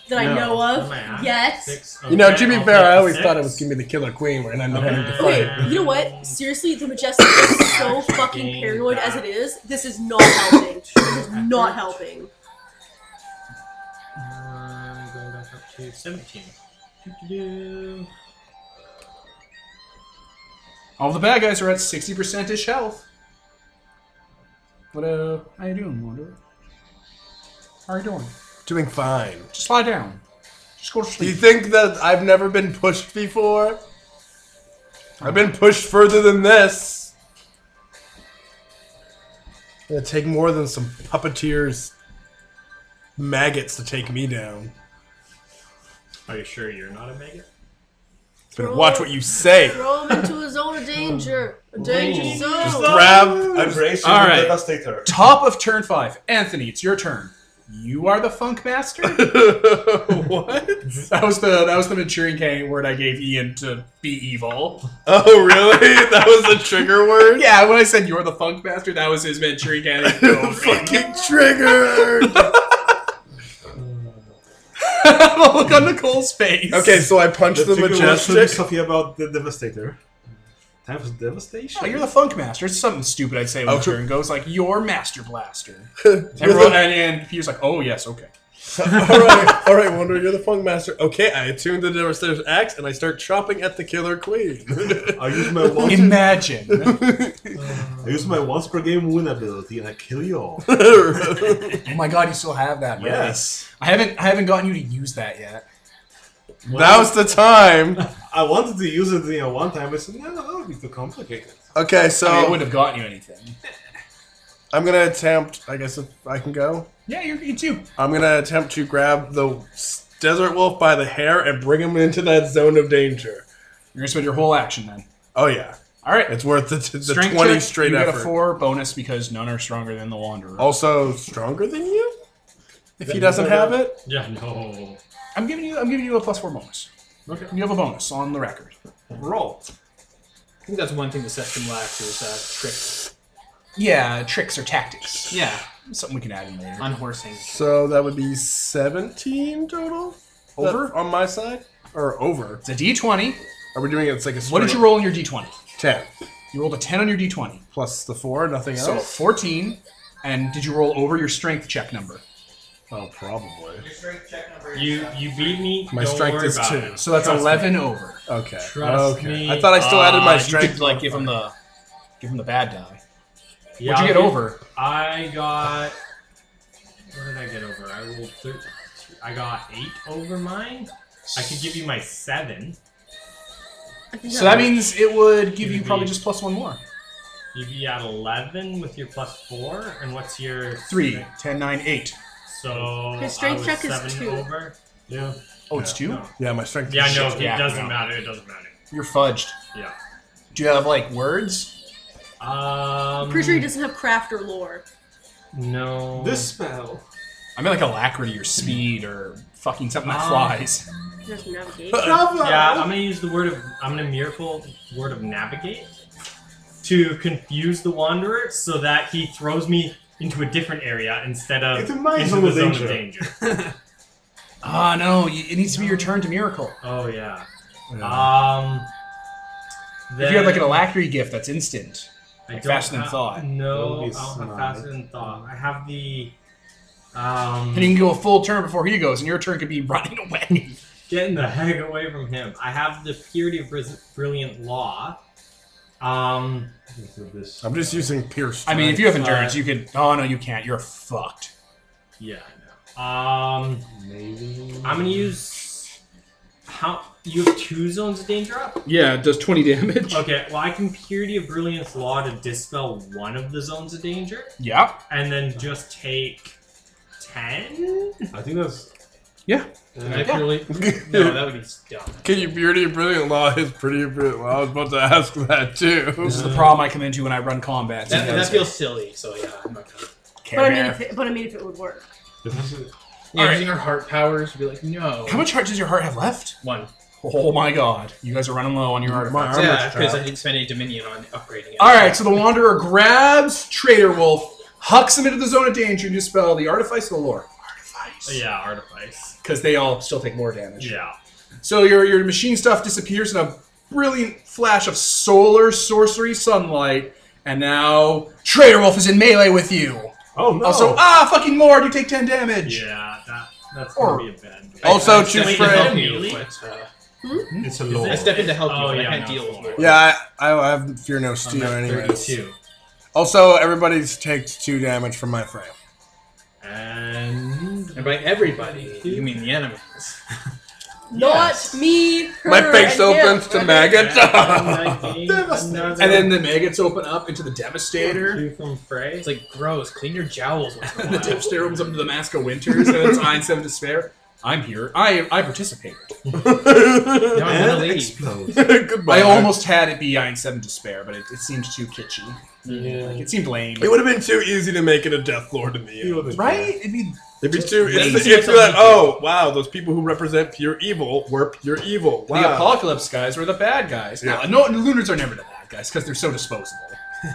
Speaker 4: that I
Speaker 3: Um, No.
Speaker 4: know of.
Speaker 7: Oh, Man.
Speaker 4: Yet.
Speaker 7: Six.
Speaker 2: You know,
Speaker 7: Okay,
Speaker 2: to be
Speaker 7: I'll
Speaker 2: fair,
Speaker 7: take
Speaker 2: I always
Speaker 7: six.
Speaker 2: thought it was going to be the killer queen, and I'm having to
Speaker 4: Okay,
Speaker 2: fight.
Speaker 4: you know what? Seriously, the majestic is so fucking paranoid as it is. This is not helping. This is not helping.
Speaker 7: Um, going back up to 17. Doo-doo-doo.
Speaker 1: All the bad guys are at sixty percent ish health. What uh, how you doing, Wanderer? How you doing?
Speaker 2: Doing fine.
Speaker 1: Just lie down. Just go to
Speaker 2: Do you
Speaker 1: sleep.
Speaker 2: think that I've never been pushed before? I've been pushed further than this. It'd take more than some puppeteers maggots to take me down.
Speaker 7: Are you sure you're not a maggot?
Speaker 2: But watch what you say.
Speaker 4: Throw him into a zone of danger. A danger zone.
Speaker 2: Grab
Speaker 6: I'm
Speaker 2: I'm
Speaker 6: racing
Speaker 1: All
Speaker 6: the
Speaker 1: right.
Speaker 6: devastator.
Speaker 1: Top of turn five, Anthony. It's your turn. You are the funk master.
Speaker 2: what?
Speaker 1: That was the that was the maturing K word I gave Ian to be evil.
Speaker 2: Oh really? That was the trigger word?
Speaker 1: Yeah, when I said you're the funk master, that was his maturing K.
Speaker 2: Fucking triggered.
Speaker 1: Look on Nicole's face.
Speaker 2: okay, so I punched the,
Speaker 6: figure was to do
Speaker 2: majestic.
Speaker 6: Something about the devastator. Time for devastation.
Speaker 1: Oh, you're the funk master. It's something stupid I'd say when
Speaker 2: Oh,
Speaker 1: the
Speaker 2: true.
Speaker 1: turn goes like your master blaster.
Speaker 2: You're
Speaker 1: Everyone,
Speaker 2: the-
Speaker 1: and, and computer's like, oh yes, okay.
Speaker 2: all right, all right, Wonder, you're the funk master. Okay, I attune the devastator's axe and I start chopping at the killer queen.
Speaker 6: I use my once.
Speaker 1: Imagine.
Speaker 6: I use my once per game win ability, and I kill you all.
Speaker 1: oh my god, you still have that. Really?
Speaker 6: yes,
Speaker 1: I haven't I haven't gotten you to use that yet.
Speaker 2: Now's the time.
Speaker 6: I wanted to use it, you know, one time. I said, no, that would be too complicated.
Speaker 2: Okay, so
Speaker 1: I mean, it wouldn't have gotten you anything.
Speaker 2: I'm gonna attempt. I guess if I can go,
Speaker 1: Yeah, you're you too.
Speaker 2: I'm gonna attempt to grab the s- desert wolf by the hair and bring him into that zone of danger.
Speaker 1: You're gonna spend your whole action then.
Speaker 2: Oh yeah,
Speaker 1: Alright.
Speaker 2: it's worth the, the
Speaker 1: Strength
Speaker 2: twenty
Speaker 1: check,
Speaker 2: straight
Speaker 1: you
Speaker 2: effort. Oh.
Speaker 1: get a four bonus because none are stronger than the wanderer.
Speaker 2: Also stronger than you. If he doesn't have it,
Speaker 7: Yeah, no.
Speaker 1: I'm giving you I'm giving you a plus four bonus. Okay. You have a bonus on the record.
Speaker 6: Roll.
Speaker 3: I think that's one thing the system lacks is uh, tricks.
Speaker 1: Yeah, tricks or tactics.
Speaker 3: Yeah,
Speaker 1: Something we can add in later.
Speaker 3: on horsing.
Speaker 2: so that would be seventeen total.
Speaker 1: Over?
Speaker 2: That- on my side or over?
Speaker 1: It's a D twenty.
Speaker 2: Are we doing it? It's like a
Speaker 1: What did
Speaker 2: straight-
Speaker 1: you roll on your D twenty?
Speaker 2: Ten
Speaker 1: You rolled a ten on your D twenty.
Speaker 2: plus the four, nothing
Speaker 1: So
Speaker 2: else.
Speaker 1: 14. And did you roll over your strength check number?
Speaker 2: Oh, probably.
Speaker 7: You you beat me.
Speaker 2: My
Speaker 7: don't
Speaker 2: strength
Speaker 7: worry
Speaker 2: is
Speaker 7: about
Speaker 2: two.
Speaker 7: it.
Speaker 1: So that's
Speaker 7: Trust me.
Speaker 1: 11 over.
Speaker 2: Okay.
Speaker 7: Trust
Speaker 2: okay.
Speaker 7: me.
Speaker 2: I thought I still added
Speaker 1: Uh,
Speaker 2: my
Speaker 1: You
Speaker 2: strength.
Speaker 1: could, like give him the give him the bad die.
Speaker 7: Yeah,
Speaker 1: What'd you get
Speaker 7: I'll
Speaker 1: over?
Speaker 7: I got. What did I get over? I rolled thirteen. I got eight over mine. I could give you my seven.
Speaker 4: I think
Speaker 1: So that
Speaker 4: works.
Speaker 1: means it would give you
Speaker 7: You'd
Speaker 1: probably
Speaker 7: be-
Speaker 1: just plus one more.
Speaker 7: You'd be at 11 with your plus 4, and what's your.
Speaker 1: Three, ten, nine, eight.
Speaker 7: So.
Speaker 4: His strength
Speaker 7: I was
Speaker 4: check is
Speaker 7: seven
Speaker 4: two.
Speaker 7: Over.
Speaker 6: Yeah.
Speaker 1: Oh, it's two?
Speaker 7: No.
Speaker 2: Yeah, my strength.
Speaker 7: Yeah,
Speaker 2: is
Speaker 7: no,
Speaker 2: shit.
Speaker 7: it
Speaker 1: Yeah,
Speaker 7: doesn't
Speaker 1: no.
Speaker 7: matter. It doesn't matter.
Speaker 1: You're fudged.
Speaker 7: Yeah.
Speaker 1: Do you have, like, words?
Speaker 7: Um,
Speaker 4: I'm pretty sure he doesn't have craft or lore.
Speaker 7: No.
Speaker 6: This spell.
Speaker 1: I mean, like, alacrity or speed or fucking something that
Speaker 7: Um,
Speaker 1: flies.
Speaker 4: He doesn't navigate.
Speaker 6: Uh,
Speaker 7: Yeah, I'm gonna use the word of I'm gonna miracle word of navigate to confuse the wanderer so that he throws me into a different area instead of
Speaker 6: It's a
Speaker 7: into
Speaker 6: minor
Speaker 7: the
Speaker 6: zone of
Speaker 7: zone
Speaker 6: danger.
Speaker 7: of danger.
Speaker 1: Ah, no. y- It needs to be your turn to miracle. Ah,
Speaker 7: Oh yeah.
Speaker 2: Yeah.
Speaker 7: Um.
Speaker 1: If you had, like, an
Speaker 7: then
Speaker 1: alacrity gift that's instant.
Speaker 7: I
Speaker 1: like
Speaker 7: don't
Speaker 1: faster than
Speaker 7: have-
Speaker 1: thought.
Speaker 7: No,
Speaker 6: That'll
Speaker 7: I
Speaker 6: be
Speaker 7: don't have
Speaker 6: smart.
Speaker 7: faster than thought. I have the. Um,
Speaker 1: And you can go a full turn before he goes, and your turn could be running away.
Speaker 7: getting the heck away from him. I have the purity of Bris- brilliant law. Um,
Speaker 6: This.
Speaker 2: I'm just using pierce.
Speaker 1: I mean, if you have
Speaker 7: Right.
Speaker 1: endurance, you could. Oh, no, you can't. You're fucked.
Speaker 7: yeah, I know. Um,
Speaker 6: Maybe.
Speaker 7: I'm gonna use how you have two zones of danger up.
Speaker 1: Yeah, it does 20 damage.
Speaker 7: Okay, well I can purity of brilliance law to dispel one of the zones of danger,
Speaker 1: Yep.
Speaker 7: and then just take ten.
Speaker 6: I think that's.
Speaker 1: Yeah.
Speaker 3: I purely. No,
Speaker 2: Can
Speaker 3: that would be dumb.
Speaker 2: you beauty and brilliant law is pretty and brilliant law? I was about to ask that too.
Speaker 1: This is the problem I come into when I run combat.
Speaker 3: That, that feels silly. So yeah, I'm not gonna.
Speaker 1: Care
Speaker 4: But I mean,
Speaker 1: Bear.
Speaker 4: if it, but I mean, if it would work.
Speaker 6: This is,
Speaker 3: Yeah,
Speaker 1: Alright.
Speaker 3: using our heart powers, be like, no.
Speaker 1: How much heart does your heart have left?
Speaker 3: One.
Speaker 1: Oh my god. You guys are running low on your heart.
Speaker 2: My armor's
Speaker 3: Yeah, because I
Speaker 2: trapped.
Speaker 3: didn't spend any dominion on upgrading it.
Speaker 1: All right, so the Wanderer grabs Trader Wolf, hucks him into the zone of danger, and you spell the Artifice of the Lore. Artifice.
Speaker 7: Yeah, artifice.
Speaker 1: Because they all still take more damage.
Speaker 7: Yeah.
Speaker 1: So your, your machine stuff disappears in a brilliant flash of solar sorcery sunlight, and now Trader Wolf is in melee with you.
Speaker 6: oh no.
Speaker 1: Also, ah, fucking Lord, you take 10 damage.
Speaker 7: Yeah, that that's
Speaker 1: Or-
Speaker 7: gonna be a bad.
Speaker 3: I-
Speaker 2: Also,
Speaker 3: I
Speaker 2: choose
Speaker 3: stepped in
Speaker 7: friend.
Speaker 3: help you,
Speaker 7: Really?
Speaker 3: but, uh,
Speaker 6: it's a
Speaker 7: Is
Speaker 6: law.
Speaker 3: I stepped in to help you,
Speaker 7: Oh,
Speaker 3: but
Speaker 7: yeah,
Speaker 3: I can't
Speaker 7: no,
Speaker 3: deal with
Speaker 7: it's
Speaker 3: more.
Speaker 2: Yeah, I, I have fear no
Speaker 3: I'm
Speaker 2: steel
Speaker 3: at
Speaker 2: anyways.
Speaker 3: 32.
Speaker 2: Also, everybody's takes two damage from my frame.
Speaker 7: And
Speaker 3: And by everybody, you mean the enemies.
Speaker 7: Yes.
Speaker 4: Not me. Her,
Speaker 2: My face
Speaker 4: and him.
Speaker 2: opens to maggots.
Speaker 1: And then the maggots open up into the Devastator.
Speaker 7: two from Frey.
Speaker 3: It's like gross. Clean your jowls once in a
Speaker 1: the
Speaker 3: while.
Speaker 1: Devastator opens up into the Mask of Winters, and it's Iron Seven Despair. I'm here. I I participated.
Speaker 3: No, I'm gonna
Speaker 6: and
Speaker 3: leave.
Speaker 6: explodes.
Speaker 2: Goodbye.
Speaker 1: I almost had it be Iron Seven Despair, but it, it seemed too kitschy.
Speaker 6: Yeah.
Speaker 1: Like it seemed lame.
Speaker 2: It would have been too easy to make it a death lord in the end.
Speaker 1: Right? It'd be
Speaker 2: It'd be too.
Speaker 3: They
Speaker 2: It's,
Speaker 3: see
Speaker 2: it's
Speaker 3: something
Speaker 2: like, oh wow, those people who represent pure evil were pure evil. Wow.
Speaker 1: the apocalypse guys were the bad guys.
Speaker 2: Yeah.
Speaker 1: No, no, Lunars are never the bad guys because they're so disposable.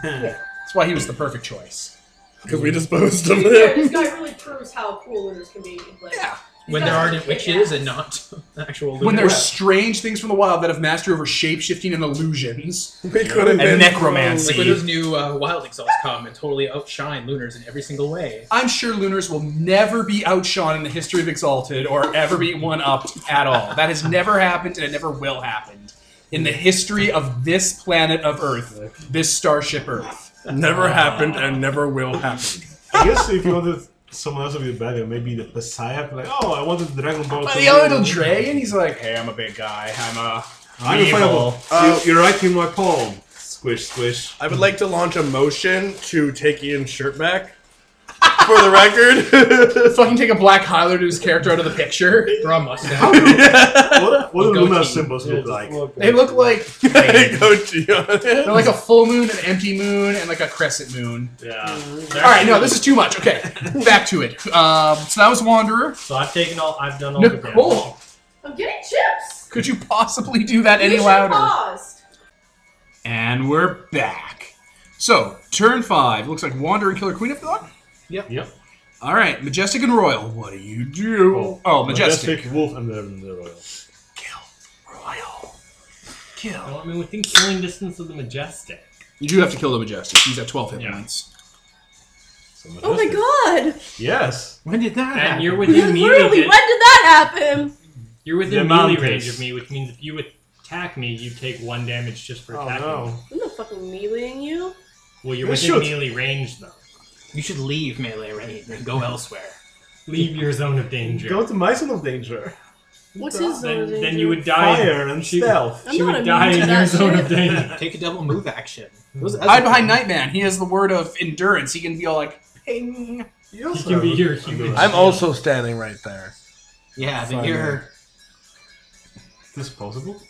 Speaker 1: That's why he was the perfect choice.
Speaker 2: Because we disposed of
Speaker 4: Yeah,
Speaker 2: them.
Speaker 4: this guy really proves how cool lunars can be. Like,
Speaker 1: Yeah.
Speaker 4: these
Speaker 3: When there
Speaker 4: guys are
Speaker 3: aren't
Speaker 4: kick-ass.
Speaker 3: witches and not actual
Speaker 1: When there's
Speaker 3: there's
Speaker 1: strange things from the wild that have mastery over shapeshifting and illusions
Speaker 2: we could have
Speaker 1: and
Speaker 2: been.
Speaker 1: necromancy.
Speaker 3: like when those new uh, wild exalts come and totally outshine lunars in every single way.
Speaker 1: I'm sure Lunars will never be outshone in the history of Exalted or ever be one upped at all. That has never happened and it never will happen. In the history of this planet of Earth, this starship Earth.
Speaker 2: never happened and never will happen.
Speaker 6: I guess if you wanted someone else to be the bad guy, maybe the Messiah. Like, oh, I wanted the Dragon Ball.
Speaker 1: But
Speaker 6: to
Speaker 1: Uh, the other little
Speaker 6: win.
Speaker 1: Dragon, he's like, hey, I'm a big guy. I'm a.
Speaker 6: I'm
Speaker 1: evil."
Speaker 6: available.
Speaker 2: Uh,
Speaker 6: you, you're right in my palm. Squish, squish.
Speaker 2: I would like to launch a motion to take Ian's shirt back. For the record,
Speaker 1: Fucking take a black Hyler to his character out of the picture.
Speaker 3: Draw mustache.
Speaker 6: What, what do
Speaker 3: Goatee.
Speaker 6: Luna symbols look like?
Speaker 1: They look like. They're
Speaker 2: goatee on it.
Speaker 1: like a full moon, an empty moon, and like a crescent moon.
Speaker 7: Yeah.
Speaker 3: Mm-hmm.
Speaker 1: All right, no, this is too much. Okay, back to it. Um, so that was Wanderer.
Speaker 7: So I've taken all. I've done all
Speaker 1: Oh,
Speaker 7: the damage.
Speaker 1: Nicole,
Speaker 4: I'm getting chips.
Speaker 1: Could you possibly do that any
Speaker 4: you should've
Speaker 1: louder?
Speaker 4: Paused.
Speaker 1: And we're back. So, turn five. Looks like Wander and Killer Queen have gone.
Speaker 6: Yep.
Speaker 1: All right, Majestic and Royal. What do you do? Oh, Majestic.
Speaker 6: wolf, and then the royal.
Speaker 1: Kill Royal. Kill.
Speaker 7: Well, Oh, I mean, within killing distance of the majestic.
Speaker 1: You do have to kill the Majestic. He's at 12 hit
Speaker 7: Yeah.
Speaker 1: points.
Speaker 6: So
Speaker 4: Oh my god!
Speaker 6: majestic. Yes.
Speaker 1: When did that
Speaker 7: And you're
Speaker 4: You
Speaker 7: within melee.
Speaker 4: literally, when did
Speaker 7: Range.
Speaker 4: that happen?
Speaker 7: You're within melee
Speaker 6: Diamantes.
Speaker 7: range of me, which means if you attack me, you take one damage just for
Speaker 6: Oh
Speaker 7: attacking. me.
Speaker 6: no.
Speaker 4: I'm not fucking meleeing you.
Speaker 7: Well, you're
Speaker 6: You
Speaker 7: within
Speaker 6: should.
Speaker 7: melee range though.
Speaker 3: You should leave melee range and go elsewhere.
Speaker 7: Leave your zone of danger.
Speaker 6: Go to my zone of danger.
Speaker 4: What's his zone of
Speaker 7: then, then
Speaker 4: danger?
Speaker 7: you would die.
Speaker 6: Fire and
Speaker 7: She-
Speaker 6: stealth.
Speaker 4: I'm
Speaker 7: She
Speaker 4: not
Speaker 7: would
Speaker 4: immune
Speaker 7: die
Speaker 4: to
Speaker 7: in
Speaker 4: that
Speaker 7: your zone
Speaker 4: shit.
Speaker 7: of danger.
Speaker 3: Take a double move action. Who's
Speaker 1: Hide behind Nightman. He has the word of endurance. He can be all like, ping.
Speaker 6: You also
Speaker 7: can be
Speaker 6: have
Speaker 7: your
Speaker 6: a-
Speaker 7: human.
Speaker 2: I'm also standing right there.
Speaker 3: Yeah,
Speaker 2: Fine,
Speaker 3: but you're
Speaker 6: Disposable?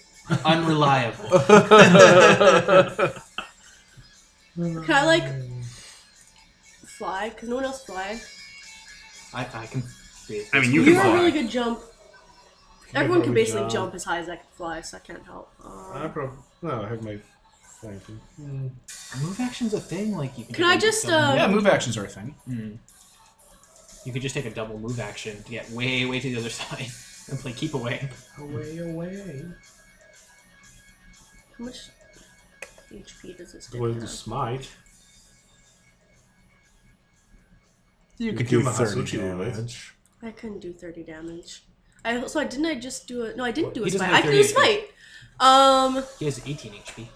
Speaker 3: unreliable.
Speaker 4: Can I like fly? Cause no one else fly.
Speaker 3: I, I can be.
Speaker 1: I mean,
Speaker 4: You,
Speaker 1: you can
Speaker 4: have a
Speaker 1: fly.
Speaker 4: really good jump. Everyone can
Speaker 6: probably
Speaker 4: basically
Speaker 6: jump.
Speaker 4: jump. as high as I can fly, so I can't help.
Speaker 6: I
Speaker 4: Um,
Speaker 6: probably. No, I have my. Thank you.
Speaker 3: Move action's a thing. Like you can.
Speaker 4: Can
Speaker 3: take
Speaker 4: I
Speaker 3: a
Speaker 4: just,
Speaker 3: double-
Speaker 4: uh,
Speaker 1: yeah, move actions are a thing.
Speaker 3: You could just take a double move action to get way, way to the other side and play keep away.
Speaker 6: Away, away.
Speaker 4: how much HP does this
Speaker 6: With the
Speaker 4: have?
Speaker 6: smite.
Speaker 2: You
Speaker 6: could
Speaker 2: could
Speaker 6: do
Speaker 2: do 30
Speaker 6: Mahasuchi with it.
Speaker 2: damage.
Speaker 4: I couldn't do 30 damage. I also I didn't I just do it. No, I didn't do a
Speaker 3: He doesn't
Speaker 4: smite. I
Speaker 3: have
Speaker 4: can do a
Speaker 3: 30
Speaker 4: smite. Um,
Speaker 3: He has 18 HP.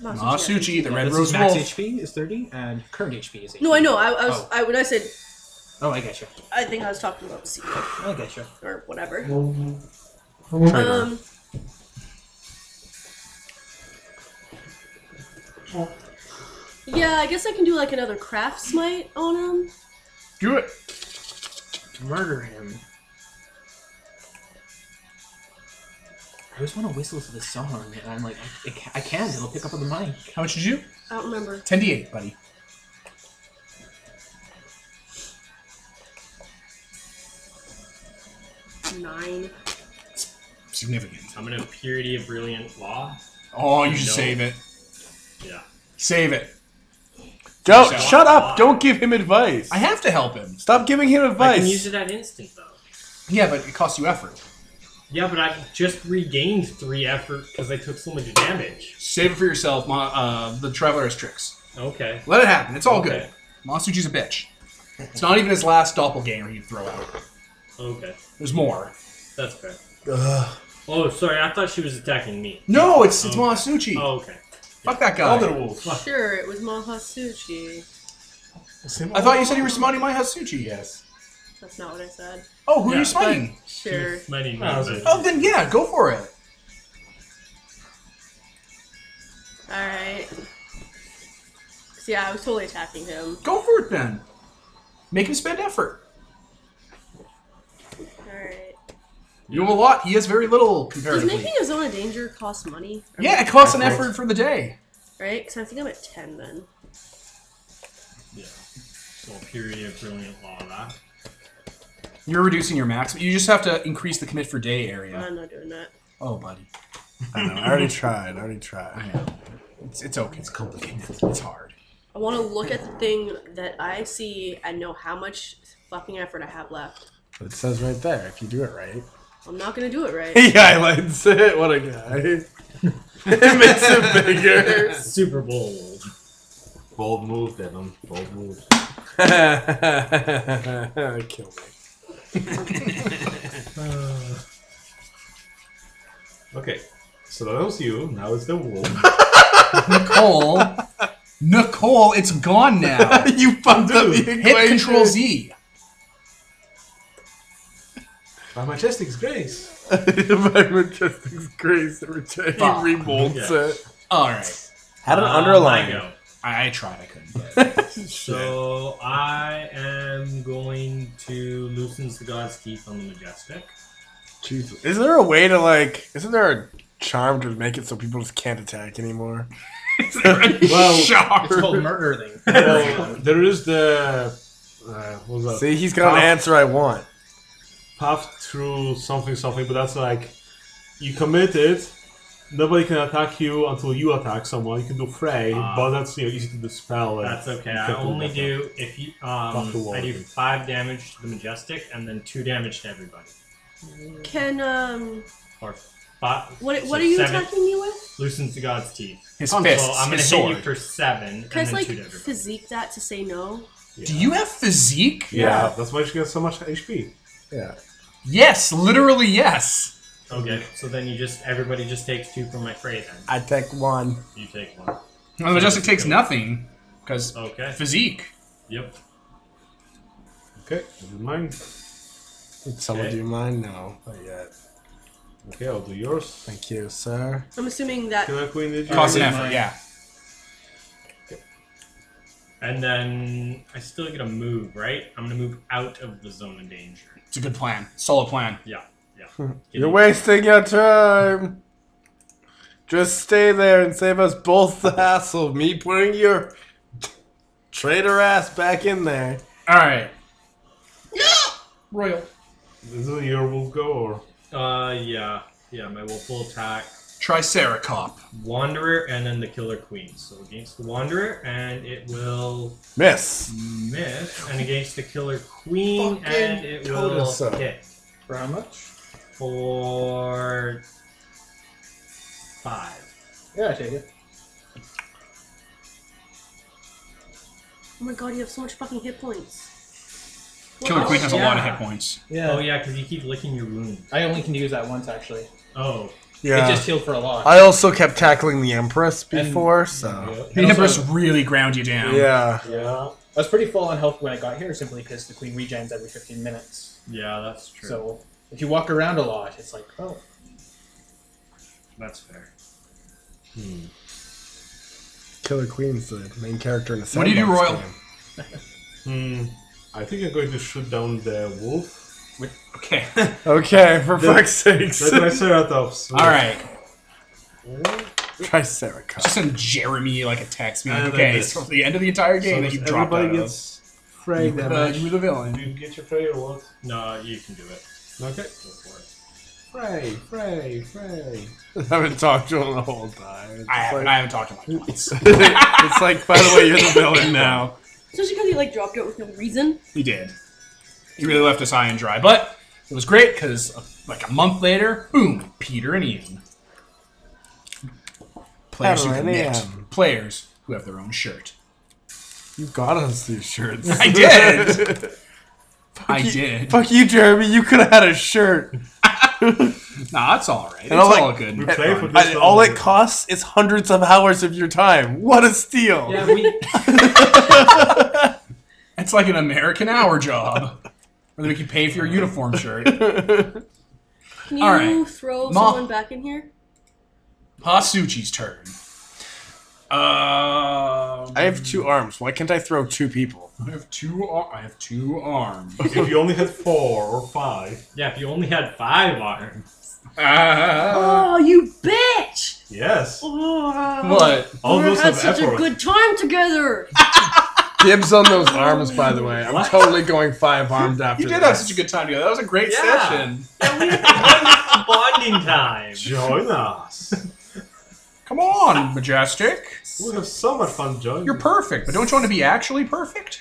Speaker 1: Masuchi, Ah, the
Speaker 3: Yeah,
Speaker 1: Red
Speaker 3: this
Speaker 1: Rose
Speaker 3: is max
Speaker 1: Wolf.
Speaker 3: HP is 30 and current HP is 18.
Speaker 4: No, I know. I, I was
Speaker 3: Oh.
Speaker 4: I when I said
Speaker 3: Oh, I got you.
Speaker 4: I think I was talking about C
Speaker 3: I got you.
Speaker 4: or whatever.
Speaker 2: Traitor.
Speaker 4: Um, yeah, I guess I can do like another craft smite on him.
Speaker 1: Do it.
Speaker 3: Murder him. I always want to whistle to this song, and I'm like, I, I ca- I can. It'll pick up on the mic.
Speaker 1: How much did you?
Speaker 4: I don't remember.
Speaker 1: 10d8, buddy.
Speaker 4: Nine.
Speaker 1: Significant.
Speaker 7: I'm gonna purity of brilliant law.
Speaker 1: Oh, you should
Speaker 7: No.
Speaker 1: save it.
Speaker 7: Yeah.
Speaker 1: Save it.
Speaker 2: Don't
Speaker 1: Shut
Speaker 2: shut up! Don't give him advice.
Speaker 1: I have to help him.
Speaker 2: Stop giving him
Speaker 7: I can use
Speaker 2: advice.
Speaker 7: it at instant though.
Speaker 1: Yeah, but it costs you effort.
Speaker 7: Yeah, but I've just regained three effort because I took so much damage.
Speaker 1: Save it for yourself. Ma- uh, the Traveler has tricks.
Speaker 7: Okay.
Speaker 1: Let it happen. It's all good.
Speaker 7: Okay.
Speaker 1: Masuchi's a bitch. It's not even his last doppelganger he'd throw out.
Speaker 7: Okay.
Speaker 1: There's more.
Speaker 7: That's fair. Oh, sorry. I thought she was attacking me.
Speaker 1: No, it's it's
Speaker 7: Okay.
Speaker 1: Masuchi.
Speaker 7: Oh, okay.
Speaker 1: Fuck that guy.
Speaker 6: Other wolf.
Speaker 4: Sure, it was Mahasuchi.
Speaker 1: I thought you said you were smiting my Hatsuchi.
Speaker 6: Yes.
Speaker 4: That's not what I said.
Speaker 1: Oh, who are
Speaker 7: Yeah.
Speaker 1: you smiting?
Speaker 4: Sure.
Speaker 7: My name
Speaker 6: Oh,
Speaker 7: is-
Speaker 6: okay.
Speaker 1: Oh, then yeah, go for it.
Speaker 4: All right. So yeah, I was totally attacking him.
Speaker 1: Go for it then. Make him spend effort.
Speaker 4: All right.
Speaker 1: You have a lot. He has very little
Speaker 4: Does
Speaker 1: comparatively.
Speaker 4: making a zone of danger cost money?
Speaker 1: Yeah, it costs an effort for the day.
Speaker 4: Right? Because I think I'm at ten then.
Speaker 7: Yeah. So purity of brilliant law. That.
Speaker 1: You're reducing your max. You just have to increase the commit for day area.
Speaker 4: I'm not doing that.
Speaker 1: Oh, buddy,
Speaker 2: I, know, I already tried. I already
Speaker 1: I
Speaker 2: tried.
Speaker 1: know. It's it's okay. It's complicated. It's hard.
Speaker 4: I want to look at the thing that I see and know how much fucking effort I have left.
Speaker 2: But it says right there if you do it right.
Speaker 4: I'm not gonna do it right.
Speaker 2: He highlights it. What a guy. it makes it bigger.
Speaker 7: Super bold.
Speaker 8: Bold move, Devin. Bold move.
Speaker 2: Kill me.
Speaker 6: Okay. So that was you. Now it's the wolf.
Speaker 1: Nicole, Nicole, it's gone now.
Speaker 2: you fucked up the equation.
Speaker 1: Hit Control Z.
Speaker 6: By Majestic's grace.
Speaker 2: My majestic's grace every time
Speaker 1: Fuck.
Speaker 2: he remolds
Speaker 7: Yeah.
Speaker 2: it.
Speaker 1: All right,
Speaker 2: Had an
Speaker 7: Um, I
Speaker 2: underline.
Speaker 7: go.
Speaker 1: I, I tried. I couldn't.
Speaker 7: So I am going to loosens the god's teeth on the majestic.
Speaker 2: Jesus. Is there a way to like? Isn't there a charm to make it so people just can't attack anymore?
Speaker 3: It's called murder thing.
Speaker 6: Well, there is the. Uh, what was that?
Speaker 2: See, he's got an
Speaker 6: Huh?
Speaker 2: answer I want.
Speaker 6: path through something something, but that's like you commit it. Nobody can attack you until you attack someone. You can do fray,
Speaker 7: Ah.
Speaker 6: but that's you know easy to dispel. and
Speaker 7: That's okay.
Speaker 6: you
Speaker 7: I
Speaker 6: can
Speaker 7: only
Speaker 6: that.
Speaker 7: do if you
Speaker 6: Fuck the
Speaker 7: um
Speaker 6: wall.
Speaker 7: I do five damage to the majestic and then two damage to everybody.
Speaker 4: Can um,
Speaker 7: Or five.
Speaker 4: what
Speaker 7: so
Speaker 4: what are you
Speaker 7: seven.
Speaker 4: attacking me with?
Speaker 7: Loosens the god's teeth.
Speaker 1: His
Speaker 7: So
Speaker 1: fists,
Speaker 7: I'm gonna
Speaker 1: his
Speaker 7: hit
Speaker 1: sword.
Speaker 7: you for seven
Speaker 4: Can I
Speaker 7: and
Speaker 4: just,
Speaker 7: then
Speaker 4: like
Speaker 7: two to everybody.
Speaker 4: physique that to say no?
Speaker 6: Yeah.
Speaker 1: Do you have physique?
Speaker 6: Yeah,
Speaker 2: Yeah.
Speaker 6: that's why she gets so much HP.
Speaker 2: Yeah.
Speaker 1: Yes, literally yes.
Speaker 7: Okay, so then you just everybody just takes two from my fray. Then
Speaker 2: I take one.
Speaker 7: you take one.
Speaker 1: Well, the majestic takes nothing because
Speaker 7: Okay.
Speaker 1: physique.
Speaker 7: Yep.
Speaker 6: Okay, never mind.
Speaker 2: Did someone
Speaker 7: Okay.
Speaker 2: do mine? No, not yet.
Speaker 6: Okay, I'll do yours.
Speaker 2: Thank you, sir.
Speaker 4: I'm assuming that
Speaker 6: Killer Queen did you?
Speaker 1: Costs an
Speaker 6: already?
Speaker 1: effort. Yeah.
Speaker 7: And then I still get a move, right? I'm gonna move out of the zone of danger.
Speaker 1: It's a good plan. Solid plan.
Speaker 7: Yeah, yeah.
Speaker 2: You're wasting your time. Just stay there and save us both the hassle. of Me putting your traitor ass back in there.
Speaker 1: All right. Royal.
Speaker 6: This is your wolf go or
Speaker 7: Uh, yeah, yeah. My wolf will attack
Speaker 1: Triceracop.
Speaker 7: Wanderer and then the Killer Queen. So against the Wanderer, and it will
Speaker 2: Miss.
Speaker 7: miss, and against the Killer Queen,
Speaker 2: Fucking
Speaker 7: and it
Speaker 2: told
Speaker 7: will
Speaker 2: us so.
Speaker 7: hit
Speaker 3: For how much?
Speaker 7: for five.
Speaker 3: Yeah, I take it.
Speaker 4: Oh my god, you have so much fucking hit points.
Speaker 1: Killer
Speaker 4: Wow.
Speaker 1: Queen has a lot of
Speaker 7: yeah.
Speaker 1: hit points.
Speaker 3: Yeah.
Speaker 7: Oh yeah, because you keep licking your wound.
Speaker 3: I only can use that once actually.
Speaker 7: Oh,
Speaker 2: Yeah.
Speaker 3: It just healed for a lot.
Speaker 2: I also kept tackling the Empress
Speaker 3: And-
Speaker 2: before, so
Speaker 3: And
Speaker 1: The Empress
Speaker 3: also,
Speaker 1: really ground you down.
Speaker 2: yeah.
Speaker 6: yeah.
Speaker 3: I was pretty full on health when I got here simply because the queen regens every 15 minutes.
Speaker 7: yeah, that's true.
Speaker 3: So if you walk around a lot, it's like, oh,
Speaker 7: that's fair.
Speaker 2: Killer Queen's the main character in the
Speaker 1: What do you do,
Speaker 2: sandbox
Speaker 1: Royal?
Speaker 2: game.
Speaker 6: Hmm. I think I'm going to shoot down the wolf.
Speaker 1: Okay.
Speaker 2: Okay, for
Speaker 6: The-
Speaker 2: fuck's sakes.
Speaker 6: The Triceratops.
Speaker 1: All right.
Speaker 2: Triceratops.
Speaker 1: Just send Jeremy like a text. Being
Speaker 6: I
Speaker 1: like,
Speaker 6: like
Speaker 1: okay,
Speaker 6: this.
Speaker 1: so the end of the entire
Speaker 6: So
Speaker 1: game that you dropped out
Speaker 6: everybody
Speaker 1: of.
Speaker 6: gets frey
Speaker 1: you, were the,
Speaker 6: damage.
Speaker 1: you were the
Speaker 6: Do
Speaker 1: villain.
Speaker 6: you get your prey or what?
Speaker 7: No, you can do it.
Speaker 6: Okay.
Speaker 7: Go for it.
Speaker 6: Frey, frey, frey.
Speaker 2: I haven't talked to him the whole time. It's
Speaker 1: I haven't, I haven't
Speaker 2: like,
Speaker 1: talked to him like once.
Speaker 2: it's like, by the way, you're the villain now.
Speaker 4: Especially because he like dropped out with no reason.
Speaker 1: He did. He really left us high and dry, but it was great because like a month later, boom, Peter and Ian. Players who
Speaker 2: Peter and
Speaker 1: commit.
Speaker 2: Ian.
Speaker 1: Players who have their own shirt.
Speaker 2: You got us these shirts.
Speaker 1: I did. I did.
Speaker 2: Fuck you, Jeremy. You could have had a shirt.
Speaker 1: Nah, it's all right. It's
Speaker 2: And I'll,
Speaker 1: all
Speaker 2: like-
Speaker 1: good.
Speaker 6: We play for this
Speaker 2: I, all
Speaker 6: long.
Speaker 2: it costs is hundreds of hours of your time. What a steal.
Speaker 7: Yeah, we.
Speaker 1: It's like an American hour job. Where they make you pay for your uniform shirt.
Speaker 4: Can you
Speaker 1: All right.
Speaker 4: throw
Speaker 1: Ma-
Speaker 4: someone back in here?
Speaker 1: Hasuchi's turn. Um,
Speaker 2: I have two arms. Why can't I throw two people?
Speaker 1: I have two. Ar- I have two arms.
Speaker 6: If you only had four or five.
Speaker 7: Yeah, if you only had five arms.
Speaker 1: Ah.
Speaker 4: oh, you bitch!
Speaker 6: Yes.
Speaker 1: what?
Speaker 6: All
Speaker 4: we
Speaker 6: those
Speaker 4: had
Speaker 6: have
Speaker 4: such
Speaker 6: effort.
Speaker 4: a good time together.
Speaker 2: Dibs on those arms, by the way. I'm totally going five armed after
Speaker 1: You did have
Speaker 2: this.
Speaker 1: such a good time together. That was a great
Speaker 7: Yeah.
Speaker 1: session.
Speaker 7: Yeah, we had the greatest bonding time.
Speaker 6: Join us.
Speaker 1: Come on, majestic.
Speaker 6: We'll have so much fun joining
Speaker 1: You're
Speaker 6: you.
Speaker 1: perfect, but don't you want to be actually perfect?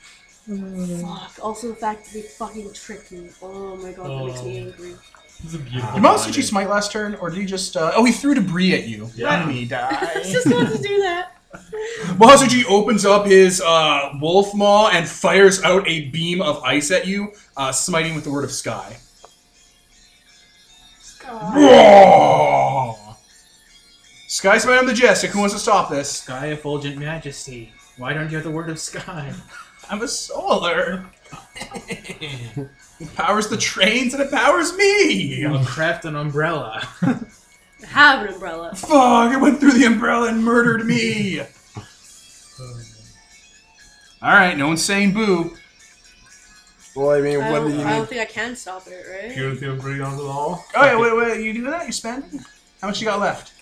Speaker 4: Fuck. Also, the fact that they fucking tricked me. Oh my god, that makes me angry.
Speaker 7: It's a beautiful.
Speaker 1: Did Masuchi
Speaker 7: bonding.
Speaker 1: smite last turn, or did he just? Uh, oh, he threw debris at you.
Speaker 7: Yeah.
Speaker 1: Let me
Speaker 4: I
Speaker 1: die.
Speaker 4: just wanted to do that.
Speaker 1: Mahasuji opens up his uh, wolf maw and fires out a beam of ice at you, uh, smiting with the word of sky. Sky. Sky Smite on the Majestic. Who wants to stop this?
Speaker 3: Sky effulgent majesty. Why don't you have the word of sky?
Speaker 1: I'm a solar. it powers the trains and it powers me.
Speaker 3: I'll craft an umbrella.
Speaker 4: Have an umbrella.
Speaker 1: Fuck, it went through the umbrella and murdered me. Alright, no one's saying boo.
Speaker 2: Well, I mean,
Speaker 4: I
Speaker 2: what do
Speaker 4: don't,
Speaker 2: you
Speaker 4: Oh, I
Speaker 2: need?
Speaker 4: don't think I can stop it, right?
Speaker 6: Purity of greed on the law.
Speaker 1: Oh, yeah, wait, wait, you do that? You spend? How much you got left?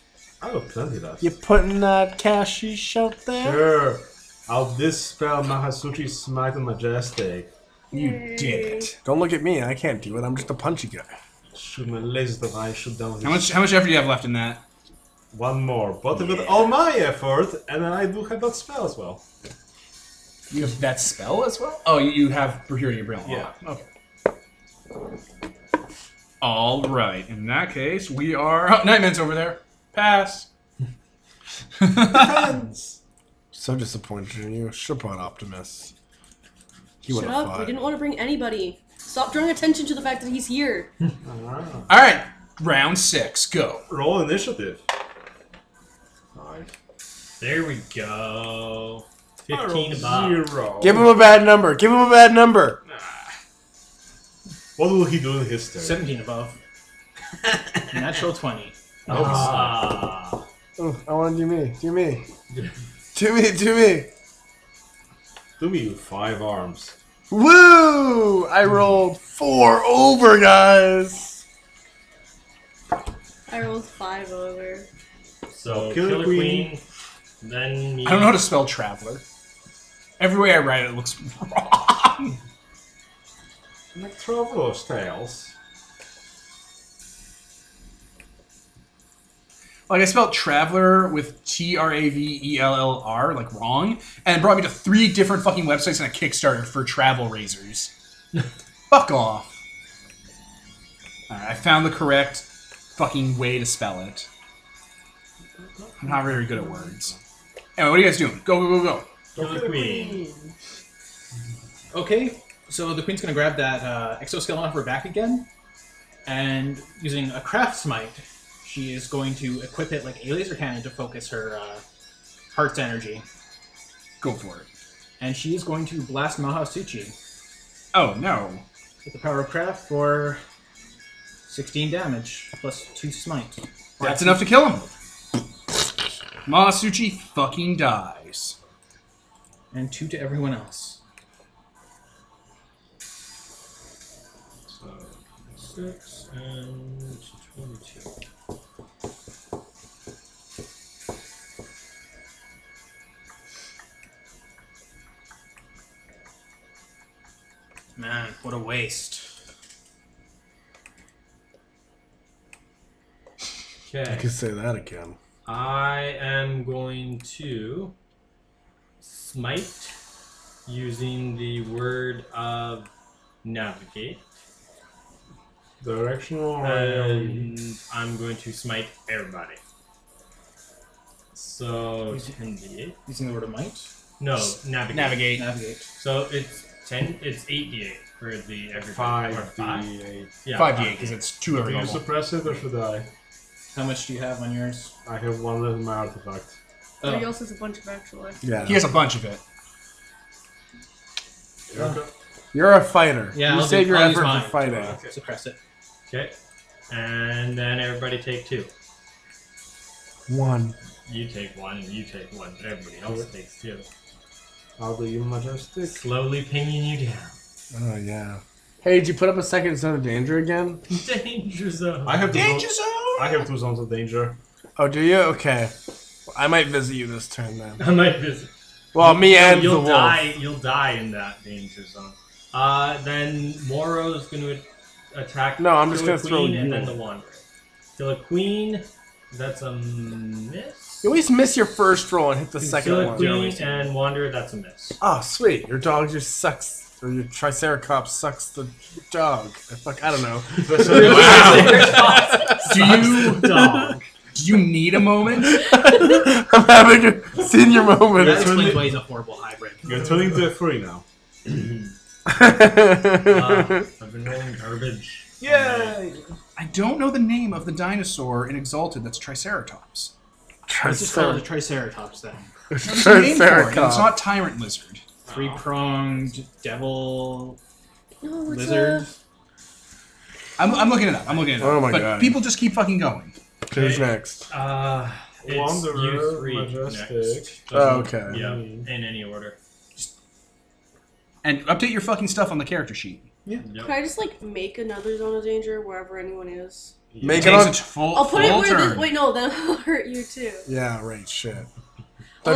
Speaker 6: I have plenty left.
Speaker 2: You putting that cashish out there?
Speaker 6: Sure. I'll dispel Mahasuchi Smite and Majestic.
Speaker 1: You did it.
Speaker 2: Don't look at me. I can't do it. I'm just a punchy guy.
Speaker 6: Shoot my laser that I shoot down this.
Speaker 1: How much, how much effort do you have left in that?
Speaker 6: One more, but with all my effort, and I do have that spell as well.
Speaker 1: You have that spell as well? Oh, you- you have Purity of Braille.
Speaker 6: Yeah.
Speaker 1: Okay. All right. In that case, we are. Oh, Nightman's over there. Pass.
Speaker 2: So disappointed in you. Should have brought Optimus. He would
Speaker 4: Shut
Speaker 2: have
Speaker 4: up.
Speaker 2: fought.
Speaker 4: We didn't want to bring anybody. Stop drawing attention to the fact that he's here.
Speaker 1: All right. Round six. Go.
Speaker 6: Ah. Roll initiative.
Speaker 7: There we go.
Speaker 6: I
Speaker 7: Fifteen
Speaker 6: rolled
Speaker 7: above.
Speaker 6: Zero.
Speaker 2: Give him a bad number. Give him a bad number.
Speaker 6: What will he do in his turn? Oh,
Speaker 3: 17 above. Natural 20.
Speaker 7: Ah,
Speaker 9: Oh, I want to do me. Do me. Do me. Do me.
Speaker 8: Do me with five arms.
Speaker 9: Woo! I rolled four over, guys.
Speaker 4: I rolled five over.
Speaker 7: So
Speaker 6: Killer
Speaker 7: Killer,
Speaker 6: Queen.
Speaker 7: Queen. then me.
Speaker 1: I don't know how to spell traveler. Every way I write it, it looks wrong.
Speaker 8: Like traveler's tales.
Speaker 1: Like I spelled traveler with T R A V E L L R, like wrong, and it brought me to three different fucking websites and a Kickstarter for travel razors. Fuck off. Alright, I found the correct fucking way to spell it. I'm not very good at words. Anyway, what are you guys doing? Go, go, go, go.
Speaker 7: Killer Queen.
Speaker 3: Okay, so the queen's gonna grab that uh, exoskeleton off her back again, and using a craft smite, she is going to equip it like a laser cannon to focus her uh, heart's energy,
Speaker 1: Go for it.
Speaker 3: and she is going to blast Mahasuchi
Speaker 1: Oh, no.
Speaker 3: with the power of craft for 16 damage plus two smite.
Speaker 1: That's enough to kill him. Masuchi fucking dies.
Speaker 3: and two to everyone else.
Speaker 7: So six and twenty-two.
Speaker 3: Man, what a waste.
Speaker 7: Okay.
Speaker 2: I could say that again.
Speaker 7: I am going to smite using the word of navigate,
Speaker 6: Directional. um,
Speaker 7: and I'm going to smite everybody. So 10d8.
Speaker 3: Using the word of might.
Speaker 7: No, navigate.
Speaker 1: Navigate.
Speaker 3: Navigate.
Speaker 7: So it's 10. It's 8d8 for the everybody. or
Speaker 8: Five
Speaker 7: five.
Speaker 8: D eight.
Speaker 7: Yeah,
Speaker 1: 5d8, because it's two every
Speaker 6: Do you
Speaker 1: level.
Speaker 6: suppress it or should I?
Speaker 3: How much do you have on yours?
Speaker 6: I have one left in my artifact.
Speaker 3: Oh,
Speaker 4: Everybody else has a bunch of actual.
Speaker 2: Yeah.
Speaker 1: He has a bunch of it.
Speaker 2: You're a fighter.
Speaker 3: Yeah,
Speaker 2: You
Speaker 3: I'll
Speaker 2: save
Speaker 3: do-
Speaker 2: your
Speaker 3: I'll use
Speaker 2: effort
Speaker 3: mine.
Speaker 2: for fighting.
Speaker 3: suppress it.
Speaker 7: Okay. And then everybody take two.
Speaker 2: One.
Speaker 7: You take one, you take one, but everybody else takes two.
Speaker 6: I'll do you majestic.
Speaker 7: Slowly pinging you down.
Speaker 2: Oh yeah. Hey, did you put up a second zone of danger again?
Speaker 7: Danger zone.
Speaker 6: I have two
Speaker 1: Danger
Speaker 6: zones-
Speaker 1: zone!
Speaker 6: I have two zones of danger.
Speaker 2: Oh, do you? Okay. Well, I might visit you this turn then.
Speaker 7: I might visit.
Speaker 2: Well, me and
Speaker 7: you'll
Speaker 2: the wolf.
Speaker 7: die. You'll die in that danger zone. Uh, then Moro's going to attack.
Speaker 2: No, I'm just
Speaker 7: Killer
Speaker 2: gonna throw
Speaker 7: Queen
Speaker 2: you.
Speaker 7: and then the Wanderer. Kill a queen. That's a miss.
Speaker 2: You always miss your first roll and hit the
Speaker 7: Kill
Speaker 2: second
Speaker 7: a
Speaker 2: one.
Speaker 7: queen and Wanderer. That's a miss.
Speaker 2: Oh, sweet. Your dog just sucks, or your Triceratops sucks the dog. Fuck, I don't know.
Speaker 1: Do you,
Speaker 7: Dog.
Speaker 1: do you need a moment?
Speaker 2: I'm having a senior moment.
Speaker 3: That explains why he's a horrible hybrid.
Speaker 6: You're turning to a three now.
Speaker 7: Uh, I've been rolling garbage.
Speaker 2: Yay!
Speaker 1: I don't know the name of the dinosaur in Exalted that's Triceratops.
Speaker 3: Let's just call it a Triceratops then.
Speaker 1: There's a name for it, and It's
Speaker 2: Triceratops.
Speaker 1: not Tyrant Lizard.
Speaker 3: Three pronged devil
Speaker 4: No, it's
Speaker 3: lizard.
Speaker 1: I'm, I'm looking it up. I'm looking it up.
Speaker 2: Oh my
Speaker 1: but
Speaker 2: God.
Speaker 1: people just keep fucking going.
Speaker 2: Who's next?
Speaker 7: Uh, it's
Speaker 6: Wanderer,
Speaker 7: you three
Speaker 6: Majestic.
Speaker 7: next.
Speaker 2: Oh, okay.
Speaker 7: Yeah, in any order.
Speaker 1: And update your fucking stuff on the character sheet.
Speaker 4: A... Can I just like make another zone of danger wherever anyone is?
Speaker 2: Make it
Speaker 1: Takes
Speaker 2: on.
Speaker 1: its full,
Speaker 6: Oh,
Speaker 4: I'll put it
Speaker 1: full
Speaker 4: where
Speaker 1: turn.
Speaker 4: this. Wait, no, then I'll hurt you too.
Speaker 2: Yeah, right. Shit. Don't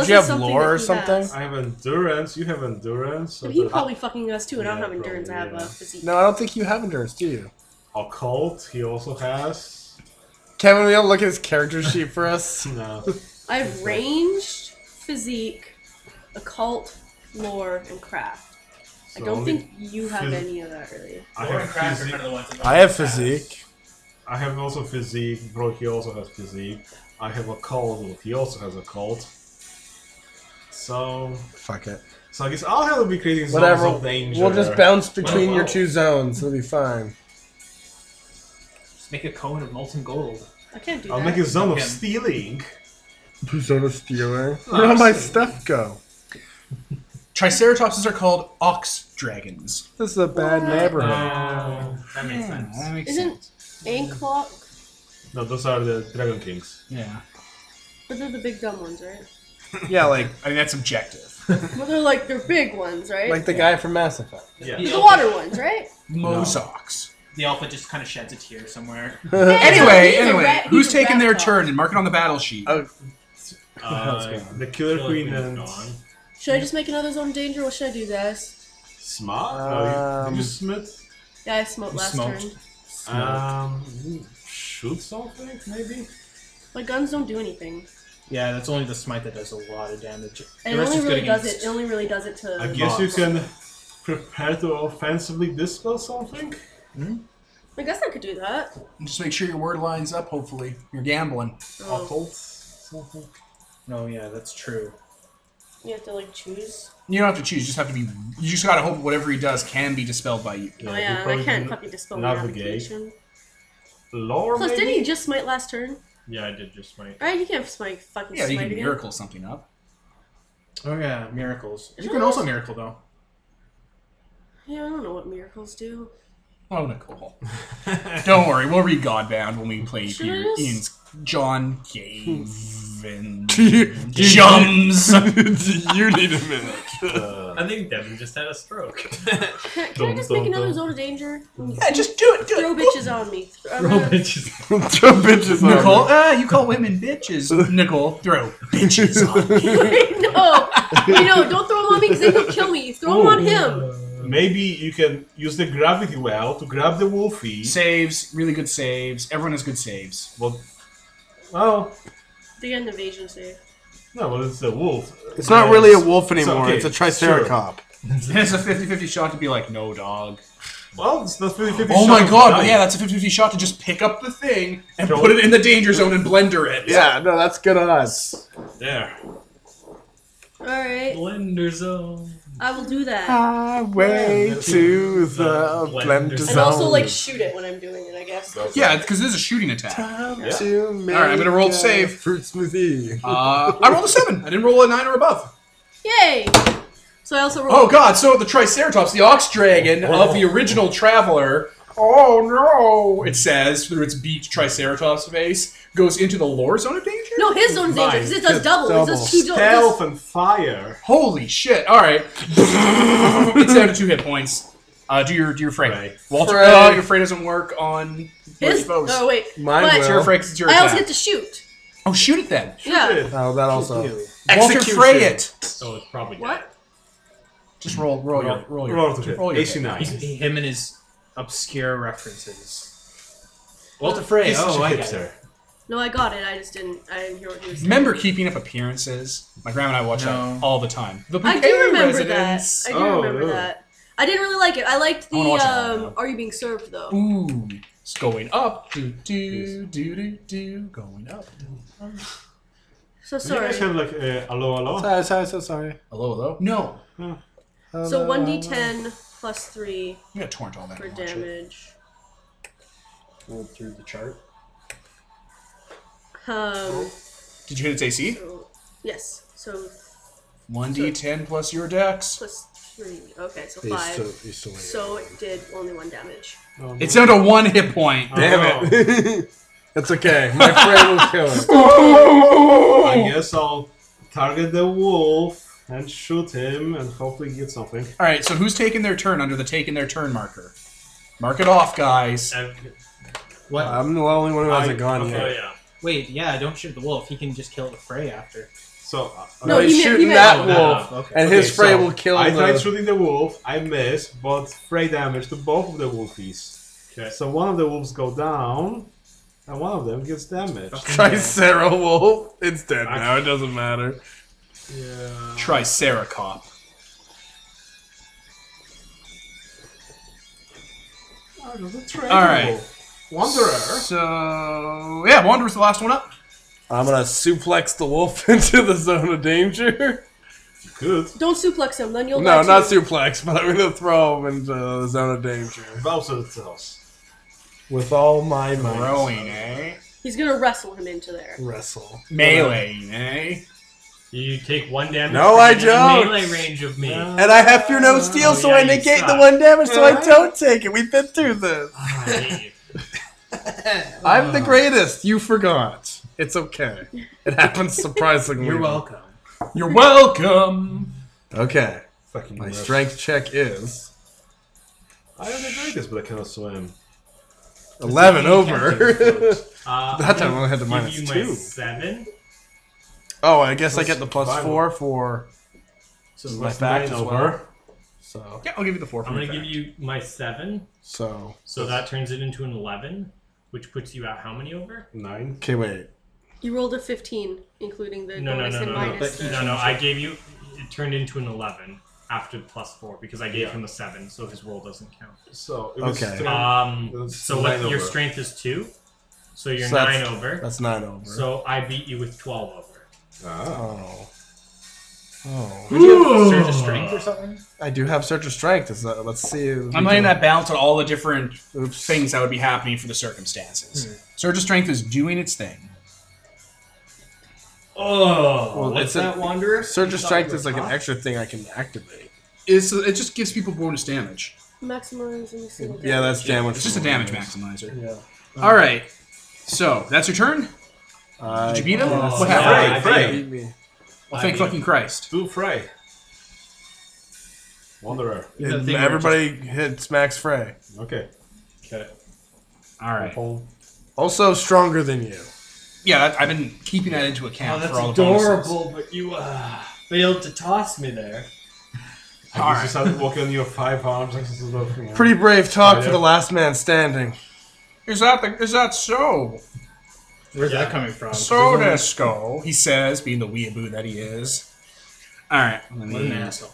Speaker 4: Unless
Speaker 2: you
Speaker 4: it's
Speaker 2: have
Speaker 4: something
Speaker 2: lore or
Speaker 4: that he
Speaker 2: something?
Speaker 4: has.
Speaker 6: I have endurance. You have endurance. so
Speaker 4: But he
Speaker 6: the-
Speaker 4: probably fucking does too, and I don't
Speaker 6: Yeah,
Speaker 4: have endurance. I have
Speaker 6: probably,
Speaker 4: a
Speaker 6: yeah.
Speaker 4: physique.
Speaker 2: No, I don't think you have endurance, do you?
Speaker 6: occult. He also has.
Speaker 2: Kevin, will you look at his character sheet for us?
Speaker 6: No.
Speaker 4: I have ranged, physique, occult, lore, and craft. I don't think you have
Speaker 6: phys-
Speaker 4: any of that really.
Speaker 6: I have, physique.
Speaker 2: I have physique.
Speaker 6: I have also physique. Bro, he also has physique. I have occult. He also has occult. So,
Speaker 2: Fuck it.
Speaker 6: so I guess I'll have to be creating zones
Speaker 2: Whatever.
Speaker 6: of danger.
Speaker 2: We'll just bounce between
Speaker 6: Well,
Speaker 2: your
Speaker 6: well.
Speaker 2: two zones. It'll be fine.
Speaker 3: Just make a cone of molten gold.
Speaker 4: I can't do
Speaker 6: I'll
Speaker 4: that.
Speaker 6: make a zone of
Speaker 3: Okay.
Speaker 6: stealing.
Speaker 2: Zone of stealing. Where'd all my stuff go?
Speaker 1: Triceratopses are called ox dragons.
Speaker 2: This is a bad neighborhood.
Speaker 7: Uh, that makes sense.
Speaker 1: that makes
Speaker 4: Isn't Anklock?
Speaker 6: No, those are the Dragon Kings.
Speaker 1: Yeah.
Speaker 4: Those are the big dumb ones, right?
Speaker 10: Yeah, like
Speaker 1: I mean, that's objective.
Speaker 4: Well, they're like they're big ones, right?
Speaker 10: like the guy from Mass Effect.
Speaker 7: Yeah.
Speaker 4: the water ones, right?
Speaker 1: Mozox.
Speaker 3: The alpha just kind of sheds a tear somewhere.
Speaker 1: Anyway,
Speaker 4: He's a
Speaker 1: anyway,
Speaker 4: rat-
Speaker 1: who's
Speaker 4: he's a
Speaker 1: taking
Speaker 4: rat
Speaker 1: their
Speaker 4: dog.
Speaker 1: turn and mark it on the battle sheet?
Speaker 10: Oh,
Speaker 7: Uh,
Speaker 11: The Killer
Speaker 7: Killer
Speaker 11: Queen
Speaker 7: Queen is
Speaker 11: and
Speaker 7: gone.
Speaker 4: Should I just make another zone of danger? What should I do, guys?
Speaker 6: Smart? no, you,
Speaker 10: Um,
Speaker 6: did you smith?
Speaker 4: Yeah, I smoked last
Speaker 3: smoked.
Speaker 4: turn.
Speaker 3: Uh,
Speaker 6: Um, you shoot something, maybe?
Speaker 4: My guns don't do anything.
Speaker 3: Yeah, that's only the smite that does a lot of damage.
Speaker 4: And
Speaker 3: the
Speaker 4: it
Speaker 3: rest
Speaker 4: only
Speaker 3: is
Speaker 4: really
Speaker 3: good
Speaker 4: does it.
Speaker 3: against-
Speaker 4: It only really does it to.
Speaker 6: I guess you can prepare to offensively dispel something?
Speaker 4: I guess I could do that.
Speaker 1: Just make sure your word lines up. Hopefully, you're gambling.
Speaker 4: Oh,
Speaker 6: something?
Speaker 3: No, Oh, yeah, that's true.
Speaker 4: you have to like choose.
Speaker 1: You don't have to choose. You just have to be. You just gotta hope whatever he does can be dispelled by you.
Speaker 4: oh yeah, and I can't copy dispel
Speaker 6: navigate.
Speaker 4: navigation.
Speaker 6: Lore,
Speaker 4: Plus,
Speaker 6: maybe?
Speaker 4: did he just smite last turn?
Speaker 7: Yeah, I did just my.
Speaker 4: Right, he can't smite fucking
Speaker 1: Yeah,
Speaker 4: smite
Speaker 1: you can
Speaker 4: again.
Speaker 1: miracle something up.
Speaker 3: Oh yeah, miracles. You
Speaker 4: Sure.
Speaker 3: can also miracle though.
Speaker 4: Yeah, I don't know what miracles do.
Speaker 1: Oh, Nicole. Don't worry, we'll read Godbound when we play
Speaker 4: Should I
Speaker 1: Peter
Speaker 4: just-
Speaker 1: Ian's John Cave and Jums.
Speaker 2: you need a minute.
Speaker 7: I think Devin just had a stroke.
Speaker 4: Can, can I
Speaker 6: Dun,
Speaker 4: just
Speaker 6: dun,
Speaker 4: make another
Speaker 6: dun.
Speaker 4: zone of danger? Mm,
Speaker 1: yeah, just do it. Do
Speaker 4: Throw uh, bitches on me. I'm
Speaker 7: Roll
Speaker 4: gonna-
Speaker 7: bitches.
Speaker 2: Throw bitches on
Speaker 1: Nicole, ah, you call women bitches. Nicole, throw bitches on.
Speaker 4: no, I know. Don't throw them on me because then he'll kill me. Throw them on him.
Speaker 6: Maybe you can use the gravity well to grab the wolfie.
Speaker 1: Saves, really good saves. Everyone has good saves.
Speaker 6: well, oh,
Speaker 4: They get an evasion save.
Speaker 6: no, well, it's the wolf.
Speaker 2: It's not really a wolf
Speaker 6: wolf.
Speaker 2: anymore.
Speaker 6: okay,
Speaker 2: It's a triceracop.
Speaker 1: It's a 50 50 shot to be like, no, dog.
Speaker 6: Well, it's not 50
Speaker 1: Oh my god, but yeah, that's a 50 50 shot to just pick up the thing and
Speaker 6: Throw
Speaker 1: put
Speaker 6: it.
Speaker 1: it in the danger zone and blender it.
Speaker 2: Yeah, no, that's good on us.
Speaker 6: There.
Speaker 4: All right,
Speaker 7: Blender zone.
Speaker 4: I will do that.
Speaker 2: Highway to the blender
Speaker 4: and
Speaker 2: zone.
Speaker 4: also like shoot it when I'm doing it. I guess.
Speaker 1: Yeah, because this is a shooting attack.
Speaker 2: Time
Speaker 6: Yeah.
Speaker 2: to make
Speaker 1: Alright, I'm gonna roll
Speaker 2: a
Speaker 1: save.
Speaker 2: Fruit smoothie.
Speaker 1: Uh, I rolled a 7. I didn't roll a 9 or above.
Speaker 4: Yay! So I also rolled.
Speaker 1: Oh god, so the Triceratops, the ox dragon of the original Traveler. Oh no! It says through its beaked Triceratops face goes into the lore zone of danger?
Speaker 4: No, his zone's danger because it does double. It
Speaker 2: Double.
Speaker 4: does two do- it
Speaker 6: Stealth
Speaker 4: does-
Speaker 6: and fire.
Speaker 1: Holy shit! Alright. it's down to two hit points. Uh, do your do your Frey.
Speaker 6: Frey.
Speaker 1: Walter,
Speaker 2: Frey.
Speaker 1: uh, your Frey doesn't work on
Speaker 4: His.
Speaker 1: bows.
Speaker 4: Oh wait,
Speaker 2: Mine
Speaker 4: but
Speaker 2: will.
Speaker 1: It's your Frey, it's your
Speaker 4: I also
Speaker 1: attack.
Speaker 4: get to shoot.
Speaker 1: Oh, shoot it then.
Speaker 4: Yeah.
Speaker 2: Oh, that also.
Speaker 3: Ew.
Speaker 1: Walter
Speaker 2: Execution.
Speaker 1: Frey it.
Speaker 7: So Oh, it's probably
Speaker 4: What?
Speaker 1: Just roll, roll, your, roll your,
Speaker 6: Roll to hit.
Speaker 1: roll your
Speaker 6: AC
Speaker 1: hit.
Speaker 6: 9.
Speaker 3: He's, him and his obscure references. Walter Frey.
Speaker 6: He's such
Speaker 3: oh,
Speaker 6: a
Speaker 3: I get it.
Speaker 6: hipster.
Speaker 4: No, I got it. I just didn't. I didn't hear what he was saying.
Speaker 1: Remember keeping up appearances? My grandma and I watch
Speaker 3: No.
Speaker 1: that all the time. The
Speaker 4: I do
Speaker 1: Bouquet
Speaker 4: remember
Speaker 1: residence.
Speaker 4: that. I do
Speaker 6: Oh,
Speaker 4: remember
Speaker 6: really?
Speaker 4: that. I didn't really like it. I liked the
Speaker 1: wanna watch that one
Speaker 4: um,
Speaker 1: now.
Speaker 4: "Are You Being Served" though.
Speaker 1: Ooh, it's going up. Do do do do do. Going up.
Speaker 4: So
Speaker 6: Do you
Speaker 4: sorry.
Speaker 6: guys have like uh, hello, hello?
Speaker 2: Sorry, sorry, so sorry.
Speaker 1: Hello, hello. No,
Speaker 4: So one d10 plus three
Speaker 1: we got torrent all that.
Speaker 4: for
Speaker 1: and watch it.
Speaker 4: damage.
Speaker 7: Rolled through the chart.
Speaker 4: Um.
Speaker 1: Did you hit its AC?
Speaker 4: So, yes. So
Speaker 1: One d10 plus your dex.
Speaker 4: plus three. Okay. So
Speaker 2: He's still,
Speaker 4: five.
Speaker 2: he's still
Speaker 4: So it did only one damage.
Speaker 1: It's down to one hit point.
Speaker 2: Damn it. it's okay. My friend will kill him.
Speaker 6: I guess I'll target the wolf and shoot him and hopefully get something.
Speaker 1: All right, so who's taking their turn under the taking their turn marker? Mark it off, guys.
Speaker 7: And,
Speaker 3: What?
Speaker 2: I'm the only one who hasn't
Speaker 6: I-
Speaker 2: gone
Speaker 6: okay.
Speaker 7: oh
Speaker 2: yet.
Speaker 7: yeah.
Speaker 3: Wait, yeah, don't shoot the wolf. He can just kill the Frey after.
Speaker 6: So, uh,
Speaker 4: No,
Speaker 2: he's
Speaker 4: he meant- he
Speaker 2: shooting
Speaker 4: meant-
Speaker 2: that
Speaker 7: Oh,
Speaker 2: wolf,
Speaker 7: no, no,
Speaker 3: okay.
Speaker 2: and
Speaker 6: okay,
Speaker 2: his spray
Speaker 6: so
Speaker 2: will kill
Speaker 6: I
Speaker 2: the...
Speaker 6: tried shooting the wolf, I miss, but spray damage to both of the wolfies.
Speaker 7: Okay.
Speaker 6: So one of the wolves go down, and one of them gets damaged.
Speaker 2: Tricera wolf. It's dead now. It doesn't matter.
Speaker 6: Yeah.
Speaker 1: Triceracop.
Speaker 6: Oh, there's a train
Speaker 1: All right.
Speaker 6: wolf. Wanderer.
Speaker 1: So yeah, Wanderer's the last one up.
Speaker 2: I'm gonna suplex the wolf into the zone of danger.
Speaker 6: Good.
Speaker 4: Don't suplex him. Then you'll.
Speaker 2: No,
Speaker 4: die
Speaker 2: not
Speaker 4: too.
Speaker 2: suplex, but I'm gonna throw him into the zone of danger
Speaker 6: Bowser tells.
Speaker 2: with all my might.
Speaker 1: Throwing, eh?
Speaker 4: He's gonna wrestle him into there.
Speaker 2: Mm. Wrestle.
Speaker 1: Melee, eh?
Speaker 7: You take one damage.
Speaker 2: No,
Speaker 7: from
Speaker 2: I
Speaker 7: it in
Speaker 2: don't.
Speaker 7: Melee range of me.
Speaker 2: And I have fear no steel,
Speaker 7: Oh,
Speaker 2: so
Speaker 7: yeah,
Speaker 2: I
Speaker 7: you
Speaker 2: negate the
Speaker 7: suck.
Speaker 2: one damage, so I don't take it. We've been through this.
Speaker 7: I hate you.
Speaker 2: I'm the greatest. You forgot. It's okay. It happens surprisingly.
Speaker 3: You're welcome.
Speaker 2: You're welcome. Okay.
Speaker 8: Fucking
Speaker 2: My
Speaker 8: gross.
Speaker 2: strength check is
Speaker 8: I don't enjoy this, but I cannot swim.
Speaker 2: 11 over.
Speaker 8: float.
Speaker 5: Uh,
Speaker 2: That time
Speaker 5: I'm
Speaker 2: I only had the
Speaker 5: give
Speaker 2: minus
Speaker 5: you my
Speaker 2: two.
Speaker 5: seven.
Speaker 2: oh, I guess I
Speaker 8: Plus
Speaker 2: get the plus
Speaker 8: five.
Speaker 2: four for
Speaker 8: So
Speaker 2: my
Speaker 8: that's
Speaker 2: back
Speaker 8: nine
Speaker 2: as
Speaker 8: over.
Speaker 2: well. So,
Speaker 1: Yeah, I'll give you the four.
Speaker 7: I'm gonna give you my seven,
Speaker 2: so
Speaker 7: so that turns it into an eleven, which puts you at how many over?
Speaker 8: Nine.
Speaker 2: okay, wait.
Speaker 4: You rolled a 15, including the
Speaker 7: No, no,
Speaker 4: bonus
Speaker 7: no,
Speaker 4: and
Speaker 7: no, no,
Speaker 4: minus.
Speaker 7: but no, no. I gave you. It turned into an eleven after plus four because I gave
Speaker 8: Yeah.
Speaker 7: him a seven, so his roll doesn't count.
Speaker 8: So it was
Speaker 2: Okay.
Speaker 8: three.
Speaker 7: Um,
Speaker 8: That's
Speaker 7: so what?
Speaker 8: nine
Speaker 7: Your
Speaker 8: over.
Speaker 7: strength is two, so you're
Speaker 2: So that's-
Speaker 7: nine over.
Speaker 2: That's nine over.
Speaker 7: So I beat you with twelve over.
Speaker 8: Ah.
Speaker 2: oh. Oh.
Speaker 3: Would you have surge of strength or something?
Speaker 2: I do have Search of Strength. Is that, let's see. if
Speaker 1: I'm
Speaker 2: we
Speaker 1: letting
Speaker 2: can-
Speaker 1: that balance on all the different
Speaker 2: Oops.
Speaker 1: things that would be happening for the circumstances. Surge of Strength is doing its thing.
Speaker 7: Oh,
Speaker 2: Well,
Speaker 7: what's
Speaker 2: it's a-
Speaker 7: that, Wanderer?
Speaker 2: Surge
Speaker 7: You
Speaker 2: of
Speaker 7: thought
Speaker 2: Strength
Speaker 7: you were
Speaker 2: is like an
Speaker 7: tough?
Speaker 2: extra thing I can activate.
Speaker 1: It's, it just gives people bonus damage.
Speaker 4: Maximizing single
Speaker 2: Yeah, that's damage.
Speaker 1: It's just a damage maximizer.
Speaker 2: Yeah.
Speaker 1: All right. So that's your turn.
Speaker 2: I-
Speaker 1: Did you beat him?
Speaker 2: Yeah,
Speaker 1: What
Speaker 2: yeah,
Speaker 1: happened?
Speaker 2: I
Speaker 8: Frey,
Speaker 2: beat
Speaker 8: Frey.
Speaker 2: him. Beat me.
Speaker 1: Well, thank fucking Christ.
Speaker 8: Do fry. Wanderer.
Speaker 3: Is that
Speaker 2: And
Speaker 3: thing where it
Speaker 2: everybody hits Max Frey.
Speaker 8: Okay.
Speaker 1: All right.
Speaker 2: Also stronger than you.
Speaker 1: Yeah, that, I've been keeping that into
Speaker 7: Oh,
Speaker 1: account for all
Speaker 7: that's
Speaker 1: the bonuses.
Speaker 7: adorable, but you uh, failed to toss me there.
Speaker 8: I
Speaker 1: All
Speaker 8: guess you started walking on your five arms. like, this is not- you know.
Speaker 2: Pretty brave talk
Speaker 8: Oh, yeah.
Speaker 2: for the last man standing.
Speaker 1: Is that the, is that so?
Speaker 3: Where's that coming from?
Speaker 1: So Skull, he says, being the weeaboo that he is. All right. Let
Speaker 3: What an
Speaker 1: me
Speaker 3: asshole.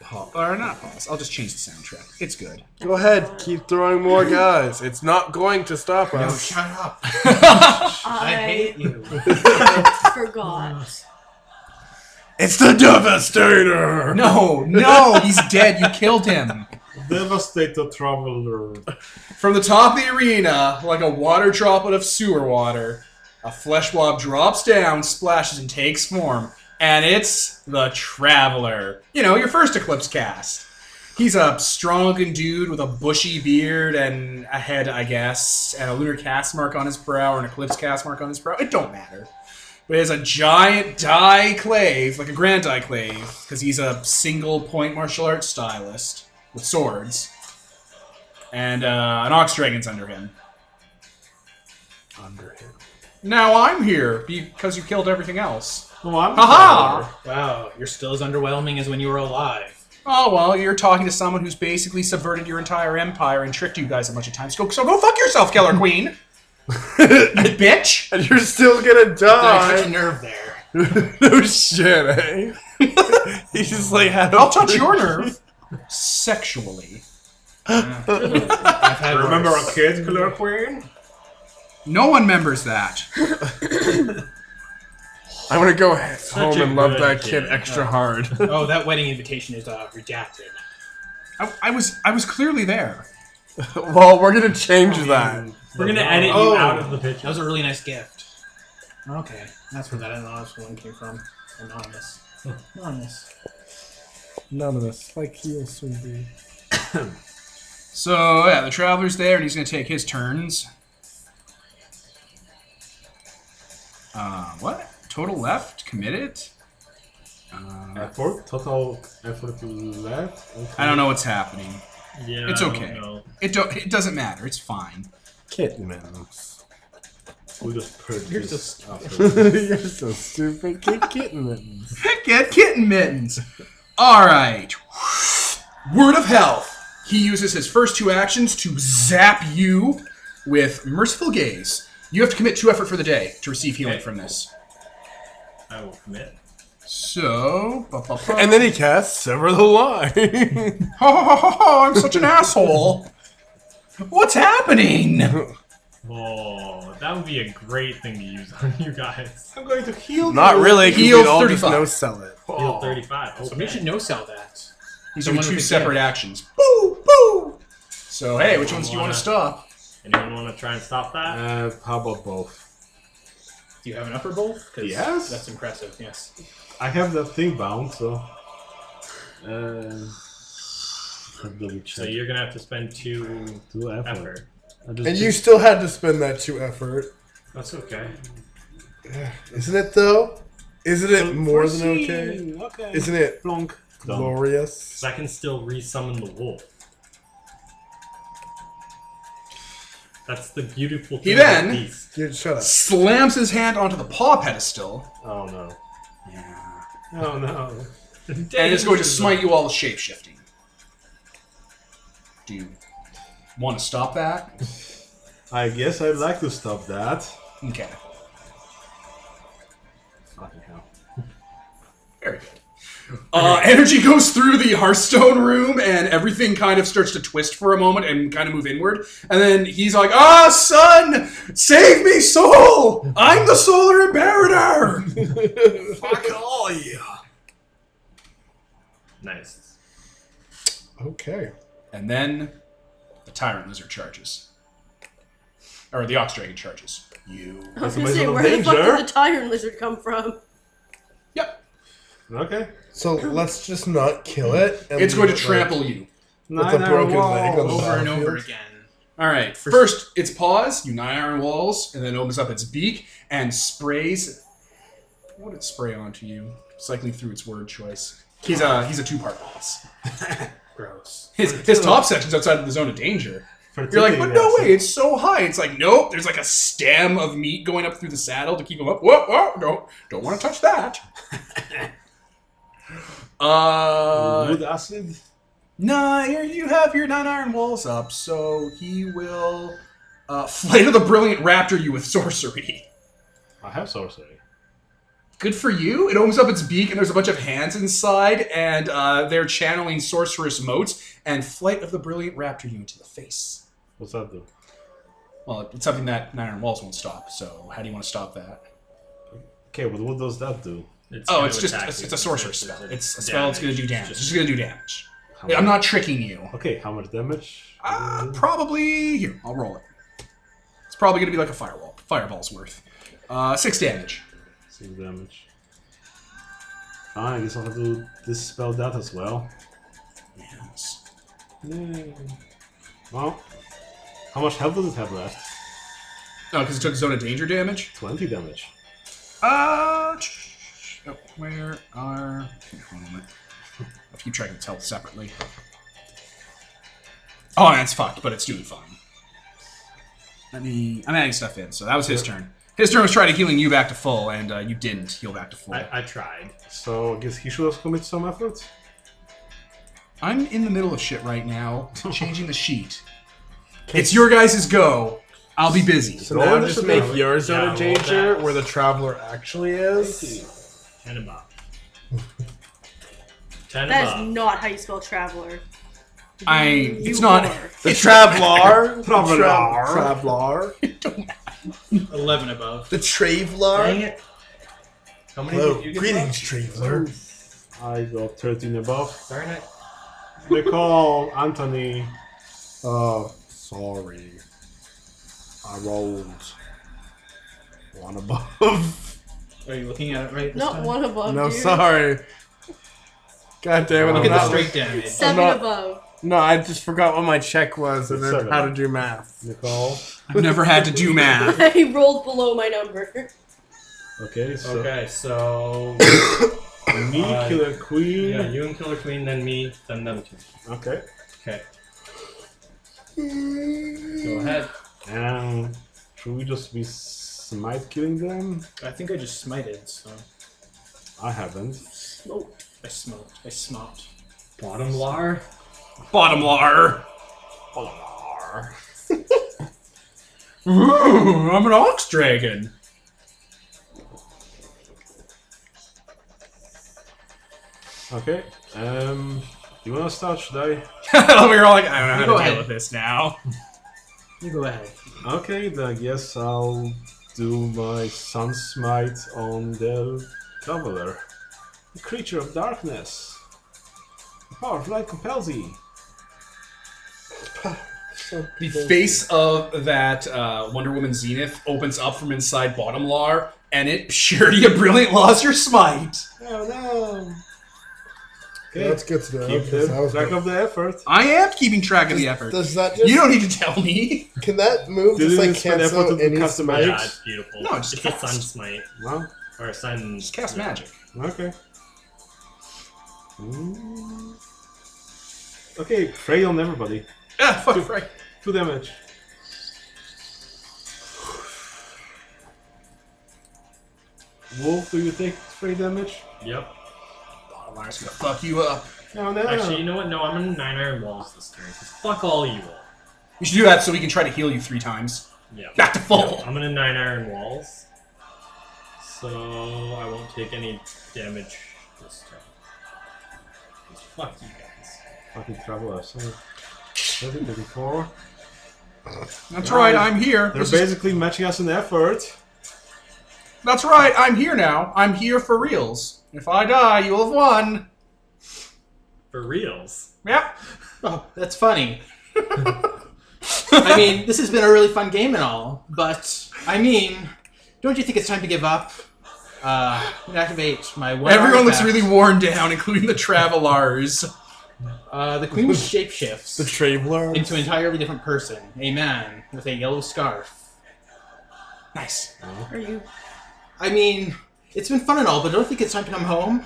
Speaker 1: pop or not pause. I'll just change the soundtrack. It's good.
Speaker 2: Go ahead, keep throwing more guys. It's not going to stop us.
Speaker 3: Shut up.
Speaker 4: I,
Speaker 3: you.
Speaker 4: forgot.
Speaker 2: It's the Devastator!
Speaker 1: No, no, he's dead. You killed him.
Speaker 8: Devastator Traveler.
Speaker 1: From the top of the arena, like a water droplet of sewer water, a flesh blob drops down, splashes, and takes form. And it's the Traveler. You know, your first Eclipse cast. He's a strong looking dude with a bushy beard and a head, I guess, and a lunar cast mark on his brow or an eclipse cast mark on his brow. It don't matter. But he has a giant dieclave, like a grand dieclave, because he's a single point martial arts stylist with swords. And uh, an ox dragon's under him.
Speaker 2: Under him.
Speaker 1: Now I'm here because you killed everything else.
Speaker 8: No, I'm
Speaker 1: Haha!
Speaker 3: Wow, you're still as underwhelming as when you were alive.
Speaker 1: Oh well, you're talking to someone who's basically subverted your entire empire and tricked you guys a bunch of times. Go, so go fuck yourself, Killer Queen. you bitch.
Speaker 2: And you're still gonna
Speaker 3: Such a
Speaker 2: die!
Speaker 3: nerve there.
Speaker 2: no shit, eh? He's just like, had
Speaker 1: I'll touch your nerve sexually.
Speaker 3: I've had
Speaker 8: Remember
Speaker 3: worse.
Speaker 8: a kid, Killer Queen?
Speaker 1: No one remembers that.
Speaker 2: I'm gonna go home
Speaker 7: a
Speaker 2: and love
Speaker 7: good
Speaker 2: that kid
Speaker 7: kid.
Speaker 2: extra hard.
Speaker 3: Oh, that wedding invitation is uh, redacted.
Speaker 1: I, I was I was clearly there.
Speaker 2: well, we're gonna change that.
Speaker 7: We're gonna edit
Speaker 3: Oh.
Speaker 7: you out of the picture.
Speaker 3: That was a really nice gift. Okay, that's where that anonymous one came from. Anonymous. Anonymous.
Speaker 2: None of this. Like he'll soon be.
Speaker 1: So yeah, the traveler's there, and he's gonna take his turns. Uh, what? Total left committed.
Speaker 8: Effort. Total effort left. Okay.
Speaker 1: I don't know what's happening.
Speaker 7: Yeah,
Speaker 1: It's
Speaker 7: I don't
Speaker 1: okay.
Speaker 7: know.
Speaker 1: It do- it doesn't matter. It's fine.
Speaker 2: Kittens.
Speaker 8: We just purged
Speaker 3: You're
Speaker 8: this. after.
Speaker 2: You're so stupid. Get kittens.
Speaker 1: Get kitten mittens. All right. Word of health. He uses his first two actions to zap you with merciful gaze. You have to commit two effort for the day to receive healing
Speaker 7: Okay.
Speaker 1: from this.
Speaker 7: I will commit.
Speaker 1: So, ba, ba, ba.
Speaker 2: And then he casts Sever the Line.
Speaker 1: ho, ho, ho, ho, ho, I'm such an asshole. What's happening?
Speaker 7: Oh, that would be a great thing to use on you guys.
Speaker 1: Oh,
Speaker 8: I'm going to heal
Speaker 2: Not
Speaker 8: you.
Speaker 2: really, 'cause
Speaker 1: Heal
Speaker 2: we'd all just
Speaker 1: 35.
Speaker 2: no sell it.
Speaker 7: Field 35.
Speaker 3: Somebody
Speaker 7: Okay.
Speaker 3: should no sell that.
Speaker 1: He's
Speaker 3: Someone
Speaker 1: doing two
Speaker 3: with a
Speaker 1: separate
Speaker 3: gift.
Speaker 1: actions. Boo, boo. So, hey, which ones do you want
Speaker 7: Wanna-
Speaker 1: to stop?
Speaker 7: Anyone want to try and stop that?
Speaker 8: Uh, how about both?
Speaker 3: Do you have an upper bowl? 'Cause
Speaker 8: Yes.
Speaker 3: That's impressive, yes.
Speaker 8: I have that thing bound, so. Uh, I'll double
Speaker 7: so
Speaker 8: check.
Speaker 7: you're gonna have to spend two
Speaker 8: Do effort.
Speaker 7: effort.
Speaker 8: I just
Speaker 2: And you still had to spend that two effort.
Speaker 7: That's okay.
Speaker 9: Isn't it though? Isn't it more than okay?
Speaker 6: Foreseen, Okay.
Speaker 9: Isn't it
Speaker 6: Plonk.
Speaker 7: Done.
Speaker 9: glorious?
Speaker 7: 'Cause I can still re-summon the wolf. That's the beautiful thing.
Speaker 1: then-
Speaker 7: Of these.
Speaker 9: Dude, shut up.
Speaker 1: Slams his hand onto the paw pedestal
Speaker 6: Oh no. Yeah. Oh no.
Speaker 1: and is going to smite you all with shape shifting. Do you want to stop that?
Speaker 6: I guess I'd like to stop that.
Speaker 1: Okay.
Speaker 6: Fucking hell.
Speaker 1: Very good. Uh, energy goes through the Hearthstone room, and everything kind of starts to twist for a moment and kind of move inward. And then he's like, "Ah, son, save me, soul! I'm the Solar Imperator."
Speaker 6: Fuck all you.
Speaker 7: Nice.
Speaker 9: Okay.
Speaker 1: and then the Tyrant Lizard charges, or the Ox Dragon charges. You.
Speaker 4: I was gonna
Speaker 6: That's a
Speaker 4: say,
Speaker 6: measure of
Speaker 4: where the fuck
Speaker 6: danger.
Speaker 4: did the tyrant lizard come from?
Speaker 1: Yep.
Speaker 6: Okay.
Speaker 9: So let's just not kill it. and
Speaker 1: It's going to
Speaker 9: leave it,
Speaker 1: trample you.
Speaker 9: Like, with a broken leg on the
Speaker 3: Over and over
Speaker 9: battlefield.
Speaker 3: again.
Speaker 1: All right. First, its paws, you nine iron walls, and then opens up its beak and sprays. What did it spray onto you? Cycling through its word choice. He's a he's a two part boss.
Speaker 3: Gross.
Speaker 1: His his top section's outside of the zone of danger. You're like, but
Speaker 6: Fertility
Speaker 1: no
Speaker 6: acid.
Speaker 1: way, it's so high. It's like, nope. There's like a stem of meat going up through the saddle to keep him up. Whoa, whoa, don't don't want to touch that. uh,
Speaker 6: Wood acid.
Speaker 1: Nah, here you have your nine iron walls up, so he will uh, flatter the brilliant raptor you with sorcery.
Speaker 6: I have sorcery.
Speaker 1: Good for you. It opens up its beak, and there's a bunch of hands inside, and uh, they're channeling sorcerous motes and flight of the brilliant raptor you into the face.
Speaker 6: What's that do?
Speaker 1: Well, it's something that nine iron walls won't stop. So how do you want to stop that?
Speaker 6: Okay, but what does that do?
Speaker 7: It's
Speaker 1: Oh,
Speaker 7: gonna
Speaker 1: it's just
Speaker 7: attack
Speaker 1: it's,
Speaker 7: you.
Speaker 1: it's a sorcerer spell. It's a spell. It's gonna do damage. It's
Speaker 7: Just-
Speaker 1: just gonna do damage.
Speaker 6: How
Speaker 1: I'm
Speaker 6: much-
Speaker 1: not tricking you.
Speaker 6: Okay, how much damage?
Speaker 1: Uh,
Speaker 6: Mm-hmm.
Speaker 1: probably here. I'll roll it. It's probably gonna be like a firewall. Fireball's worth. Uh, six damage.
Speaker 6: Six damage. Ah, I guess I'll have to dispel that as well.
Speaker 1: Yes.
Speaker 6: Yay. Well, how much health does it have left?
Speaker 1: Oh, because it took zone of danger damage.
Speaker 6: 20 damage.
Speaker 1: Uh, oh, where are? Hold on a minute. I'll keep track of its health separately. Oh, that's fucked, but it's doing fine. Let me. I'm adding stuff in. So that was his turn. His turn was trying to healing you back to full, and uh, you didn't heal back to full.
Speaker 7: I, I tried.
Speaker 6: So I guess he should have committed some effort.
Speaker 1: I'm in the middle of shit right now, changing the sheet. It's your guys' go. I'll be busy.
Speaker 9: So
Speaker 6: Roll
Speaker 9: now
Speaker 6: this
Speaker 9: just
Speaker 6: amount.
Speaker 9: make your zone
Speaker 7: Yeah,
Speaker 9: of
Speaker 7: roll
Speaker 9: danger
Speaker 7: that.
Speaker 9: where the traveler actually is.
Speaker 7: Ten above. Ten
Speaker 4: That
Speaker 7: above.
Speaker 4: is not how you spell traveler.
Speaker 1: I.
Speaker 4: You
Speaker 1: Uh-huh. It's not.
Speaker 4: are.
Speaker 9: The traveler.
Speaker 6: Traveler.
Speaker 9: Traveler.
Speaker 3: Eleven above.
Speaker 9: The
Speaker 7: Dang
Speaker 9: traveler.
Speaker 7: it. How many
Speaker 9: Hello.
Speaker 7: did you get?
Speaker 9: Greetings, traveler.
Speaker 6: I got 13 above.
Speaker 7: Darn it.
Speaker 6: They call Anthony.
Speaker 9: Oh, sorry. I rolled one above.
Speaker 3: Are you looking at it right? This
Speaker 4: Not
Speaker 3: time?
Speaker 4: one above.
Speaker 9: no,
Speaker 4: Oh, dude.
Speaker 9: sorry. God damn it!
Speaker 3: Look
Speaker 9: I'm
Speaker 3: at the
Speaker 9: not
Speaker 3: straight damage.
Speaker 4: Seven
Speaker 9: I'm not-
Speaker 4: above.
Speaker 9: No, I just forgot what my check was and then
Speaker 6: Seven.
Speaker 9: how to do math.
Speaker 6: Nicole.
Speaker 1: I've never had to do math.
Speaker 4: I rolled below my number.
Speaker 6: Okay, so
Speaker 7: Okay, so
Speaker 6: me,
Speaker 7: Uh,
Speaker 6: Killer Queen.
Speaker 7: yeah, you and Killer Queen, then me, then them two.
Speaker 6: Okay.
Speaker 7: Okay. Go ahead.
Speaker 6: Um, should we just be smite killing them?
Speaker 3: I think I just smited. So Oh,
Speaker 6: I haven't.
Speaker 4: Smoked.
Speaker 3: I smoked. I smoked.
Speaker 7: Bottom lar.
Speaker 1: Bottom lar.
Speaker 7: Bottom lar.
Speaker 1: Ooh, I'm an ox dragon.
Speaker 6: Okay. Um, you wanna start? Should I?
Speaker 1: we were all like, I don't know how
Speaker 3: Go
Speaker 1: to
Speaker 3: ahead.
Speaker 1: deal with this now.
Speaker 3: You go ahead.
Speaker 6: Okay, then I guess I'll do my sun smite on the traveler, the creature of darkness. The power of light compels thee.
Speaker 1: The face of that uh, Wonder Woman Zenith opens up from inside Bottom Lar, and it purity of brilliant lost your smite.
Speaker 6: Oh no. Okay.
Speaker 9: That's good to know.
Speaker 6: Keep
Speaker 9: 'cause I
Speaker 6: the
Speaker 9: was
Speaker 6: track
Speaker 9: like,
Speaker 6: of the effort.
Speaker 1: I am keeping track of the effort.
Speaker 9: Does that just
Speaker 1: You don't need to tell me.
Speaker 9: can that move
Speaker 6: Did
Speaker 9: just
Speaker 6: you
Speaker 9: like
Speaker 6: spend effort to
Speaker 9: cancel
Speaker 6: the
Speaker 9: any
Speaker 6: customer?
Speaker 7: Yeah,
Speaker 6: Magics?
Speaker 7: it's beautiful.
Speaker 1: No, just
Speaker 7: it's a sun
Speaker 1: cast.
Speaker 7: smite
Speaker 6: No.
Speaker 7: or a sun.
Speaker 1: Just cast
Speaker 7: yeah.
Speaker 1: magic.
Speaker 6: Okay.
Speaker 8: Mm.
Speaker 6: Okay. Prey on everybody.
Speaker 1: Ah, fuck right.
Speaker 6: Two damage. Wolf, do you take three damage?
Speaker 7: Yep.
Speaker 1: Bottomline's gonna fuck you up.
Speaker 6: No, no.
Speaker 7: Actually, you know what? No, I'm gonna nine iron walls this turn. 'cause fuck all you all.
Speaker 1: We should do that so we can try to heal you three times.
Speaker 7: Yeah.
Speaker 1: Not to fall.
Speaker 7: I'm gonna nine iron walls, so I won't take any damage this turn. 'Cause Fuck you guys.
Speaker 6: Fucking traveler. So, 30, 34.
Speaker 1: That's right, I'm here.
Speaker 6: They're
Speaker 1: This is-
Speaker 6: basically matching us in effort.
Speaker 1: That's right, I'm here now. I'm here for reals. If I die, you'll have won.
Speaker 7: For reals.
Speaker 1: Yep.
Speaker 3: Oh, that's funny. I mean, this has been a really fun game and all, but I mean, don't you think it's time to give up? Uh, I'm gonna activate my one.
Speaker 1: Everyone looks
Speaker 3: artifact.
Speaker 1: really worn down, including the travelers.
Speaker 3: Uh, the queen shapeshifts
Speaker 9: the traveler?
Speaker 3: into an entirely different person, a man with a yellow scarf.
Speaker 1: Nice.
Speaker 4: Are you?
Speaker 3: I mean, it's been fun and all, but don't you think it's time to come home?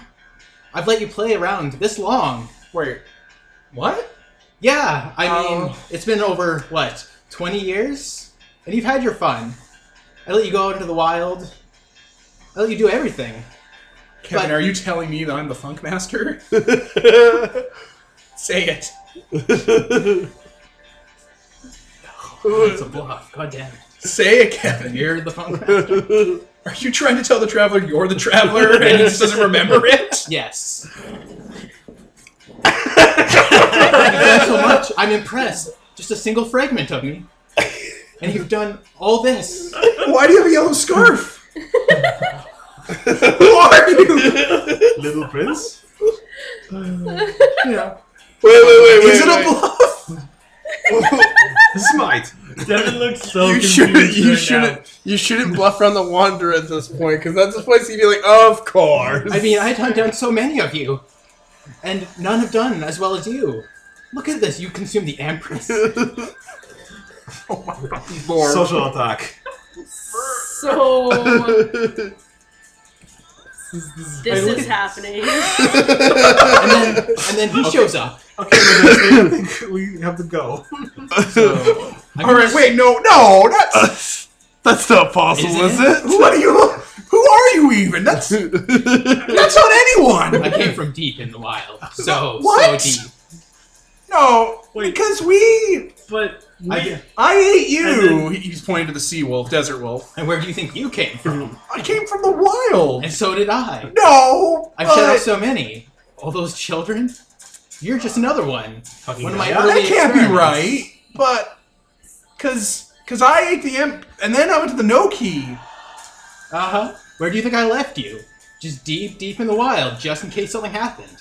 Speaker 3: I've let you play around this long.
Speaker 1: Wait, what?
Speaker 3: Yeah, I mean,
Speaker 1: Oh.
Speaker 3: it's been over, what, 20 years? And you've had your fun. I let you go out into the wild. I let you do everything.
Speaker 1: Kevin,
Speaker 3: But-
Speaker 1: are you telling me that I'm the funk master? Say it.
Speaker 3: Oh, it's a bluff. God damn it.
Speaker 1: Say it, Kevin.
Speaker 3: You're the funk master.
Speaker 1: Are you trying to tell the traveler you're the traveler and he just doesn't remember it?
Speaker 3: Yes. Thanks so much. I'm impressed. Just a single fragment of me. And you've done all this.
Speaker 1: Why do you have a yellow scarf? Who are you?
Speaker 6: Little Prince?
Speaker 3: You know,
Speaker 9: Wait, wait, wait, wait.
Speaker 1: Is it a
Speaker 9: wait.
Speaker 1: bluff?
Speaker 6: Smite!
Speaker 7: Devin looks so
Speaker 9: You shouldn't.
Speaker 7: confused
Speaker 9: You
Speaker 7: right
Speaker 9: shouldn't.
Speaker 7: now.
Speaker 9: You shouldn't bluff around the wanderer at this point, because that's the place you'd be like, "Of course."
Speaker 3: I mean, I had hunted down so many of you, and none have done as well as you. Look at this. You consume the Empress.
Speaker 9: Lord.
Speaker 6: Social attack.
Speaker 4: So this is happening.
Speaker 3: And then, and then he shows up.
Speaker 6: Okay, but I think we have to go.
Speaker 3: So, I'm
Speaker 1: All right, wait, no, no, that's
Speaker 9: that's not possible,
Speaker 3: Isn't
Speaker 9: is it?
Speaker 1: what are you? Who are you even? That's that's on
Speaker 3: I
Speaker 1: anyone.
Speaker 3: came from deep in the wild. So,
Speaker 1: What?
Speaker 3: so deep.
Speaker 1: No,
Speaker 7: Wait.
Speaker 1: because we.
Speaker 7: But we,
Speaker 3: I,
Speaker 1: I hate you.
Speaker 7: And
Speaker 1: He's pointing to the sea wolf, desert wolf.
Speaker 3: and where do you think you came from?
Speaker 1: I came from the wild.
Speaker 3: And so did I.
Speaker 1: No,
Speaker 3: I've shut out
Speaker 1: but
Speaker 3: so many. All those children? You're just another one. One of my early
Speaker 1: that can't be
Speaker 3: experiments.
Speaker 1: right. But because because I ate the imp, and then I went to the no key.
Speaker 3: Uh huh. Where do you think I left you? Just deep, deep in the wild, just in case something happened.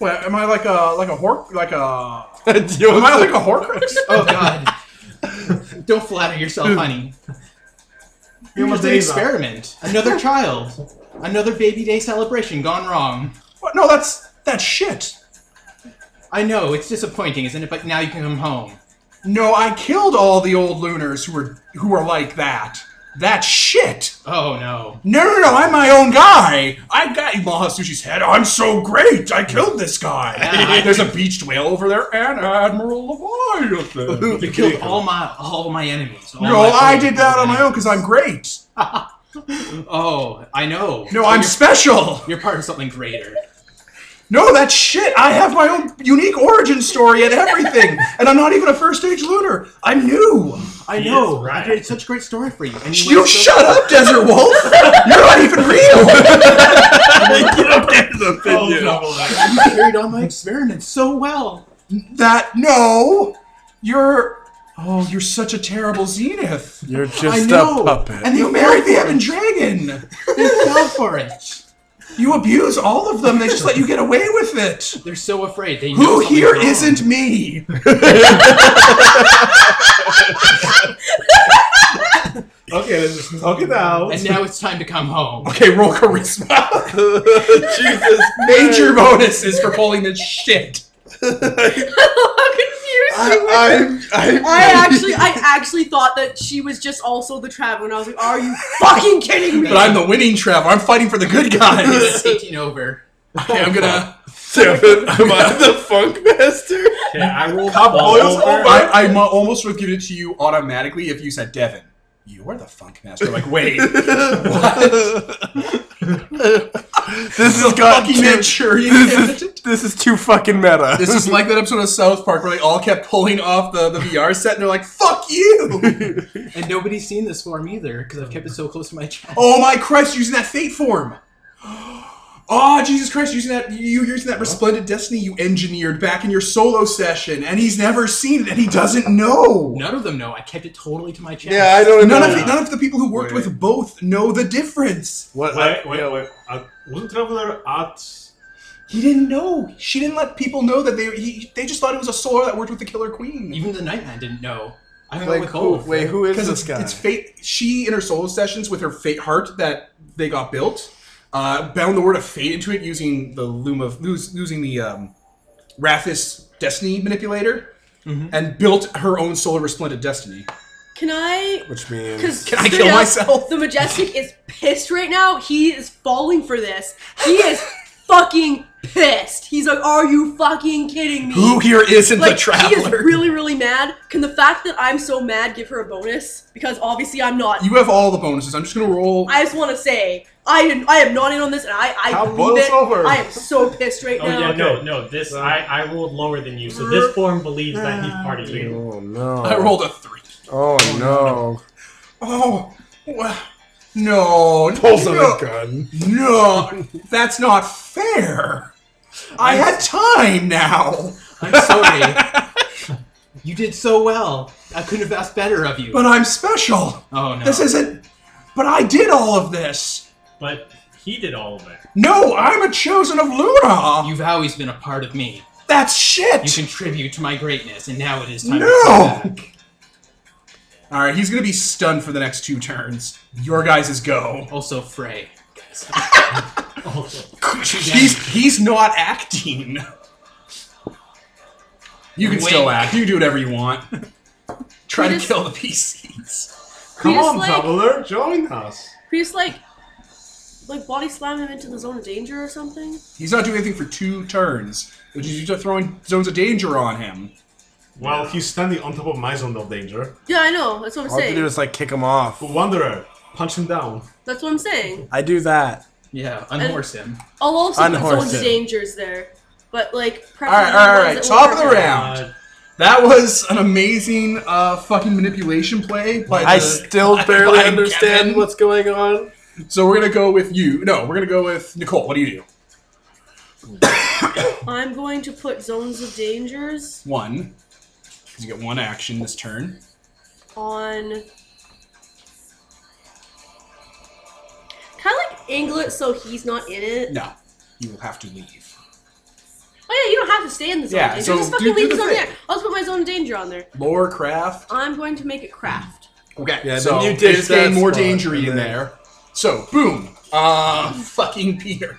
Speaker 1: What, am I like a like a hork like a?
Speaker 9: Am
Speaker 1: Am I like a horcrux?
Speaker 3: Oh god. Don't flatter yourself, honey. You're just an
Speaker 6: Deva.
Speaker 3: experiment. Another child. Another baby day celebration gone wrong.
Speaker 1: What? No, that's that's shit.
Speaker 3: I know, it's disappointing, isn't it? But now you can come home.
Speaker 1: No, I killed all the old lunars who were who were like that. That's shit.
Speaker 3: Oh no.
Speaker 1: No, no, no. I'm my own guy. I got Mahasushi's head. I'm so great. I killed this guy.
Speaker 3: Yeah.
Speaker 1: There's a beached whale over there and Admiral Leviathan.
Speaker 3: You killed all my all my enemies. all
Speaker 1: No,
Speaker 3: my
Speaker 1: I
Speaker 3: old
Speaker 1: did that on my own
Speaker 3: enemies.
Speaker 1: because I'm great.
Speaker 3: Oh, I know.
Speaker 1: No, I'm special.
Speaker 3: You're part of something greater.
Speaker 1: No, that's shit. I have my own unique origin story and everything, and I'm not even a first age lunar. I'm new.
Speaker 3: I
Speaker 7: He
Speaker 3: know.
Speaker 7: is right.
Speaker 3: I created such a great story for you. And
Speaker 1: You
Speaker 3: went so-
Speaker 1: shut up, Desert Wolf. You're not even real.
Speaker 2: Oh,
Speaker 3: You carried on my experiments so well.
Speaker 1: That no, you're. Oh, you're such a terrible Zenith.
Speaker 9: You're
Speaker 3: I
Speaker 9: just
Speaker 3: know.
Speaker 9: a puppet.
Speaker 1: And you married the Ebon Dragon.
Speaker 3: They fell for it.
Speaker 1: You abuse all of them. They just let you get away with it.
Speaker 3: They're so afraid. They know
Speaker 9: Oh,
Speaker 1: Who
Speaker 3: something's
Speaker 1: here
Speaker 3: wrong.
Speaker 1: isn't me?
Speaker 6: Okay, is talk it out.
Speaker 3: And now it's time to come home.
Speaker 1: Okay, roll charisma.
Speaker 9: Jesus,
Speaker 1: Major bonuses for pulling this shit.
Speaker 4: How confused you were.
Speaker 9: I, I, I,
Speaker 4: I actually, I actually thought that she was just also the Trav, and I was like, "Are you fucking kidding me?"
Speaker 1: But I'm the winning Trevor. I'm fighting for the good guys.
Speaker 3: It's 18 over.
Speaker 1: Okay, I'm gonna.
Speaker 9: Devin, am I the funk master?
Speaker 7: Okay, I rolled
Speaker 1: Cop
Speaker 7: all
Speaker 2: Oh,
Speaker 4: Oh
Speaker 1: boils
Speaker 7: over.
Speaker 1: over. Oh I, I mu- almost would have given it to you automatically if you said Devin. You are the funk master. Like, wait,
Speaker 2: This has got
Speaker 1: fucking
Speaker 2: too, this
Speaker 1: Manchurian.
Speaker 2: is this is too fucking meta.
Speaker 1: This is like that episode of South Park where they all kept pulling off the, the VR set and they're like, fuck you!
Speaker 3: And nobody's seen this form either because I've kept it so close to my chest.
Speaker 1: Oh my Christ, using that fate form! Oh, Jesus Christ, using that you using that resplendent destiny you engineered back in your solo session, and he's never seen it and he doesn't know.
Speaker 3: None of them know. I kept it totally to my chest.
Speaker 9: Yeah, I don't
Speaker 1: None
Speaker 9: know.
Speaker 1: of the, none of the people who worked
Speaker 2: Wait.
Speaker 1: with both know the difference.
Speaker 2: What?
Speaker 8: Wait, wait, wait. Uh, wasn't Traveler at
Speaker 1: He didn't know. She didn't let people know that they he, they just thought it was a solar that worked with the Killer Queen.
Speaker 3: Even the Nightman didn't know. I hung out
Speaker 2: Like,
Speaker 3: with
Speaker 2: who,
Speaker 3: Cole.
Speaker 2: wait, who is
Speaker 1: Because
Speaker 2: this
Speaker 1: it's,
Speaker 2: guy?
Speaker 1: it's fate. She in her solo sessions with her fate heart that they got built, uh, bound the word of fate into it using the loom of lose, using the um, Rathis destiny manipulator,
Speaker 4: Mm-hmm.
Speaker 1: and built her own solar resplendent destiny.
Speaker 4: Can I?
Speaker 9: Which means
Speaker 4: Because
Speaker 1: Can I kill myself?
Speaker 4: The majestic is pissed right now. He is falling for this. He is fucking pissed. He's like, "Are you fucking kidding me?"
Speaker 1: Who here isn't
Speaker 4: like
Speaker 1: the
Speaker 4: he is
Speaker 1: traveler?
Speaker 4: really, really mad. Can the fact that I'm so mad give her a bonus? Because obviously I'm not.
Speaker 1: you have all the bonuses. I'm just gonna roll.
Speaker 4: I just want to say I am, I am not in on this, and I I
Speaker 6: How
Speaker 4: believe
Speaker 6: boils
Speaker 4: it.
Speaker 6: over?
Speaker 4: I am so pissed right
Speaker 7: Oh
Speaker 4: now.
Speaker 7: yeah, no, no. This I, I rolled lower than you, so this form believes that he's part of you.
Speaker 9: Oh no.
Speaker 1: I rolled a three.
Speaker 9: Oh no.
Speaker 1: Oh, wha- no!
Speaker 9: Pulls out
Speaker 1: no,
Speaker 9: a gun.
Speaker 1: no, that's not fair. I had time now,
Speaker 3: I'm sorry. you did so well. I couldn't have asked better of you.
Speaker 1: but I'm special.
Speaker 3: oh no.
Speaker 1: This isn't. But I did all of this.
Speaker 7: But he did all of it.
Speaker 1: No, I'm a chosen of Luna.
Speaker 3: You've always been a part of me.
Speaker 1: That's
Speaker 3: You
Speaker 1: shit.
Speaker 3: contribute to my greatness, and now it is time to
Speaker 1: No.
Speaker 3: come back.
Speaker 1: All right, he's gonna be stunned for the next two turns. Your guys' is go.
Speaker 3: Also, Frey. Guys,
Speaker 1: He's he's not acting. You can still
Speaker 3: Wink.
Speaker 1: act. You can do whatever you want. Try
Speaker 4: He
Speaker 1: to
Speaker 4: just-
Speaker 1: kill the PCs.
Speaker 6: Come
Speaker 4: He just,
Speaker 6: on,
Speaker 4: like-
Speaker 6: Traveler, join us.
Speaker 4: He just like like body slam him into the zone of danger or something.
Speaker 1: He's not doing anything for two turns, which is you're throwing zones of danger on him.
Speaker 6: Well, he's standing on top of my zone of danger.
Speaker 4: Yeah, I know. That's what I'm
Speaker 2: All I have
Speaker 4: saying.
Speaker 2: to do is like kick him off.
Speaker 6: Wanderer, punch him down.
Speaker 4: That's what I'm saying.
Speaker 2: I do that.
Speaker 3: yeah, unhorse him.
Speaker 4: I'll also put
Speaker 2: Unhorsed
Speaker 4: zones of
Speaker 2: him.
Speaker 4: dangers there, but like
Speaker 1: All right, all right, all right. Top of the round.
Speaker 7: Uh,
Speaker 1: that was an amazing uh, fucking manipulation play. By
Speaker 2: I
Speaker 1: the-
Speaker 2: still
Speaker 1: by-
Speaker 2: barely
Speaker 1: by
Speaker 2: understand
Speaker 1: Kevin.
Speaker 2: what's going on.
Speaker 1: So we're gonna go with you. No, we're gonna go with Nicole. What do you do?
Speaker 4: I'm going to put zones of dangers
Speaker 1: One, because you get one action this turn.
Speaker 4: on. Kind of like angle it so he's not in it.
Speaker 1: No, you will have to leave.
Speaker 4: Oh yeah, you don't have to stay in the zone
Speaker 1: Yeah,
Speaker 4: of danger.
Speaker 1: so do-
Speaker 4: just fucking
Speaker 1: do
Speaker 4: leave
Speaker 1: the
Speaker 4: the zone
Speaker 1: thing.
Speaker 4: there. I'll just put my zone of danger on there.
Speaker 1: Lore craft.
Speaker 4: I'm going to make it craft.
Speaker 1: Okay,
Speaker 2: Yeah,
Speaker 1: so
Speaker 2: then you ditch
Speaker 1: there's getting
Speaker 2: that
Speaker 1: more
Speaker 2: spot,
Speaker 1: dangery
Speaker 2: and
Speaker 1: in
Speaker 2: then-
Speaker 1: there. So boom. Uh, fucking Peter.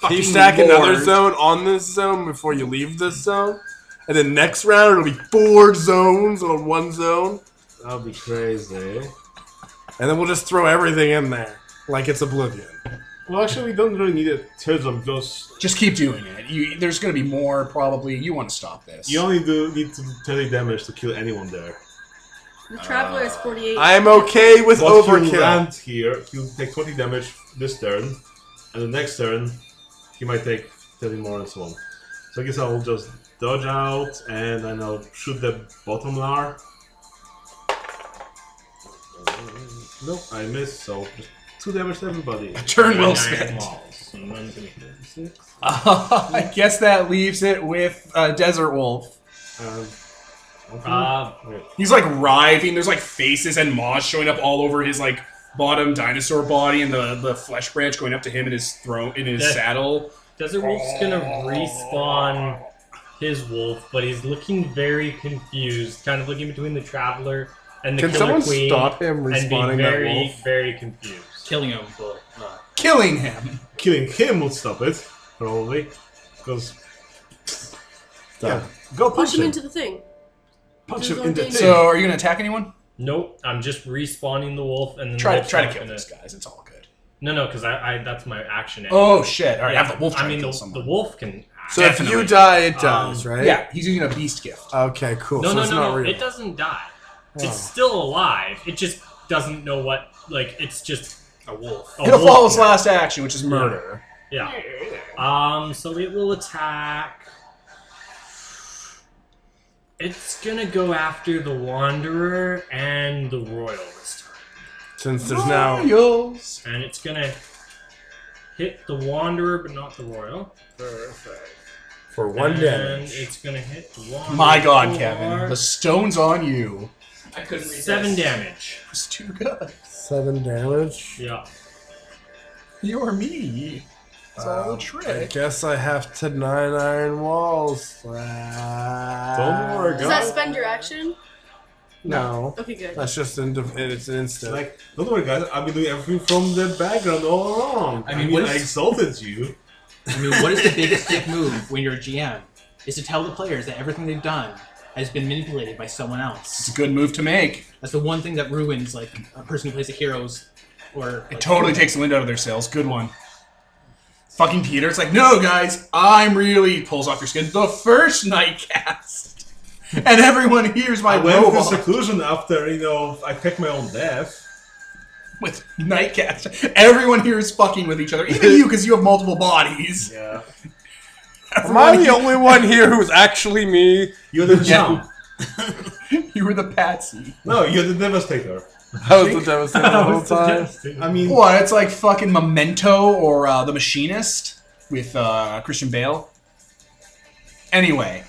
Speaker 2: Can you
Speaker 1: Fucking
Speaker 2: stack another
Speaker 1: Lord.
Speaker 2: zone on this zone before you leave this zone? And then next round it'll be four zones on one zone,
Speaker 6: That'll be crazy.
Speaker 2: and then we'll just throw everything in there like it's Oblivion.
Speaker 6: Well, actually, we don't really need a third zone because
Speaker 1: Just keep doing it. You, there's going to be more probably. You want to stop this.
Speaker 6: you only do need to do 30 damage to kill anyone there.
Speaker 4: The traveler is 48.
Speaker 2: I'm okay with
Speaker 6: But he'll
Speaker 2: overkill.
Speaker 6: land here, he'll take 20 damage this turn, and the next turn, he might take 30 more and so on. So I guess I'll just dodge out, and then I'll shoot the bottom lar. No, Uh, I miss, so just 2 damage to everybody.
Speaker 1: Turn well
Speaker 7: nine
Speaker 1: spent.
Speaker 7: walls, so none can hit it.
Speaker 1: I guess that leaves it with uh, Desert Wolf.
Speaker 6: Um, okay.
Speaker 7: Uh,
Speaker 1: He's like writhing. There's like faces and maws showing up all over his like bottom dinosaur body and the, the flesh branch going up to him in his throat in his
Speaker 7: Yeah.
Speaker 1: saddle.
Speaker 7: Desert Wolf's gonna respawn his wolf, but he's looking very confused, kind of looking between the traveler and the
Speaker 2: Can
Speaker 7: killer
Speaker 2: someone
Speaker 7: queen
Speaker 2: stop him
Speaker 7: and be
Speaker 2: respawning that
Speaker 7: very,
Speaker 2: wolf?
Speaker 7: very confused.
Speaker 3: Killing him will. Uh,
Speaker 1: Killing him.
Speaker 6: Killing him would stop it, probably. Because.
Speaker 2: Yeah.
Speaker 6: Go
Speaker 4: Push
Speaker 6: punch
Speaker 4: him
Speaker 6: him.
Speaker 4: into the thing.
Speaker 6: Punch
Speaker 4: into his
Speaker 6: him in
Speaker 4: own
Speaker 6: the
Speaker 4: thing.
Speaker 6: thing.
Speaker 1: So, are you going to attack anyone?
Speaker 7: Nope, I'm just respawning the wolf and then
Speaker 1: Try
Speaker 7: the
Speaker 1: to
Speaker 7: wolf's
Speaker 1: try to
Speaker 7: not
Speaker 1: kill
Speaker 7: gonna-
Speaker 1: these guys. It's all good.
Speaker 7: No, no, because I, I that's my action. anyway.
Speaker 1: Oh shit! All right,
Speaker 7: Yeah,
Speaker 1: have the wolf. Try
Speaker 7: I
Speaker 1: to
Speaker 7: mean, the,
Speaker 1: kill
Speaker 7: the
Speaker 1: someone.
Speaker 7: wolf can.
Speaker 2: So if
Speaker 1: Definitely.
Speaker 2: you die, it
Speaker 7: Um,
Speaker 2: dies, right?
Speaker 1: Yeah, he's using a beast gift.
Speaker 2: Okay, cool.
Speaker 7: No,
Speaker 2: so
Speaker 7: no,
Speaker 2: it's
Speaker 7: no,
Speaker 2: not
Speaker 7: no.
Speaker 2: real.
Speaker 7: It doesn't die.
Speaker 2: Oh.
Speaker 7: It's still alive. It just doesn't know what. Like it's just a wolf. A
Speaker 1: It'll
Speaker 7: wolf.
Speaker 1: follow its last action, which is murder.
Speaker 7: Yeah. Um. So it will attack. It's gonna go after the wanderer and the royal this time,
Speaker 2: Since there's now.
Speaker 1: Royals.
Speaker 7: and it's gonna hit the wanderer, but not the royal.
Speaker 2: For one
Speaker 7: and
Speaker 2: damage.
Speaker 7: it's gonna hit the wanderer.
Speaker 1: My God,
Speaker 7: for
Speaker 1: Kevin, the stone's on you.
Speaker 3: I couldn't resist.
Speaker 7: Seven damage.
Speaker 1: It's too good.
Speaker 2: Seven damage.
Speaker 7: Yeah.
Speaker 1: You're me. It's all a
Speaker 2: Um, I
Speaker 1: trick.
Speaker 2: guess I have to nine iron walls. Don't
Speaker 6: worry,
Speaker 4: Does that spend your action?
Speaker 2: No,
Speaker 4: Okay, good.
Speaker 2: that's just in, it's an instant.
Speaker 6: Like, don't worry, guys. I've been doing everything from the background all along.
Speaker 3: I
Speaker 6: I
Speaker 3: mean,
Speaker 6: mean,
Speaker 3: what
Speaker 6: I
Speaker 3: is-
Speaker 6: exalted you.
Speaker 3: I mean, what is the biggest dick move when you're a GM? Is to tell the players that everything they've done has been manipulated by someone
Speaker 1: It's
Speaker 3: else.
Speaker 1: a good move to make.
Speaker 3: That's the one thing that ruins like a person who plays a hero's or like,
Speaker 1: It totally takes the wind out of their sails. Good one. Fucking Peter, it's like, no, guys, I'm really pulls off your skin. The first night cast, and everyone hears my
Speaker 6: I went to
Speaker 1: robot
Speaker 6: seclusion after, you know, I picked my own death.
Speaker 1: with night cast. Everyone here is fucking with each other, even you, because you have multiple bodies.
Speaker 6: Yeah.
Speaker 2: Am I the only one here who's actually me?
Speaker 6: You're the jump.
Speaker 1: You were the patsy.
Speaker 6: No, you're the devastator.
Speaker 2: I was the devastator the whole time.
Speaker 6: I mean,
Speaker 1: What? It's like fucking Memento or uh, The Machinist with uh, Christian Bale. Anyway,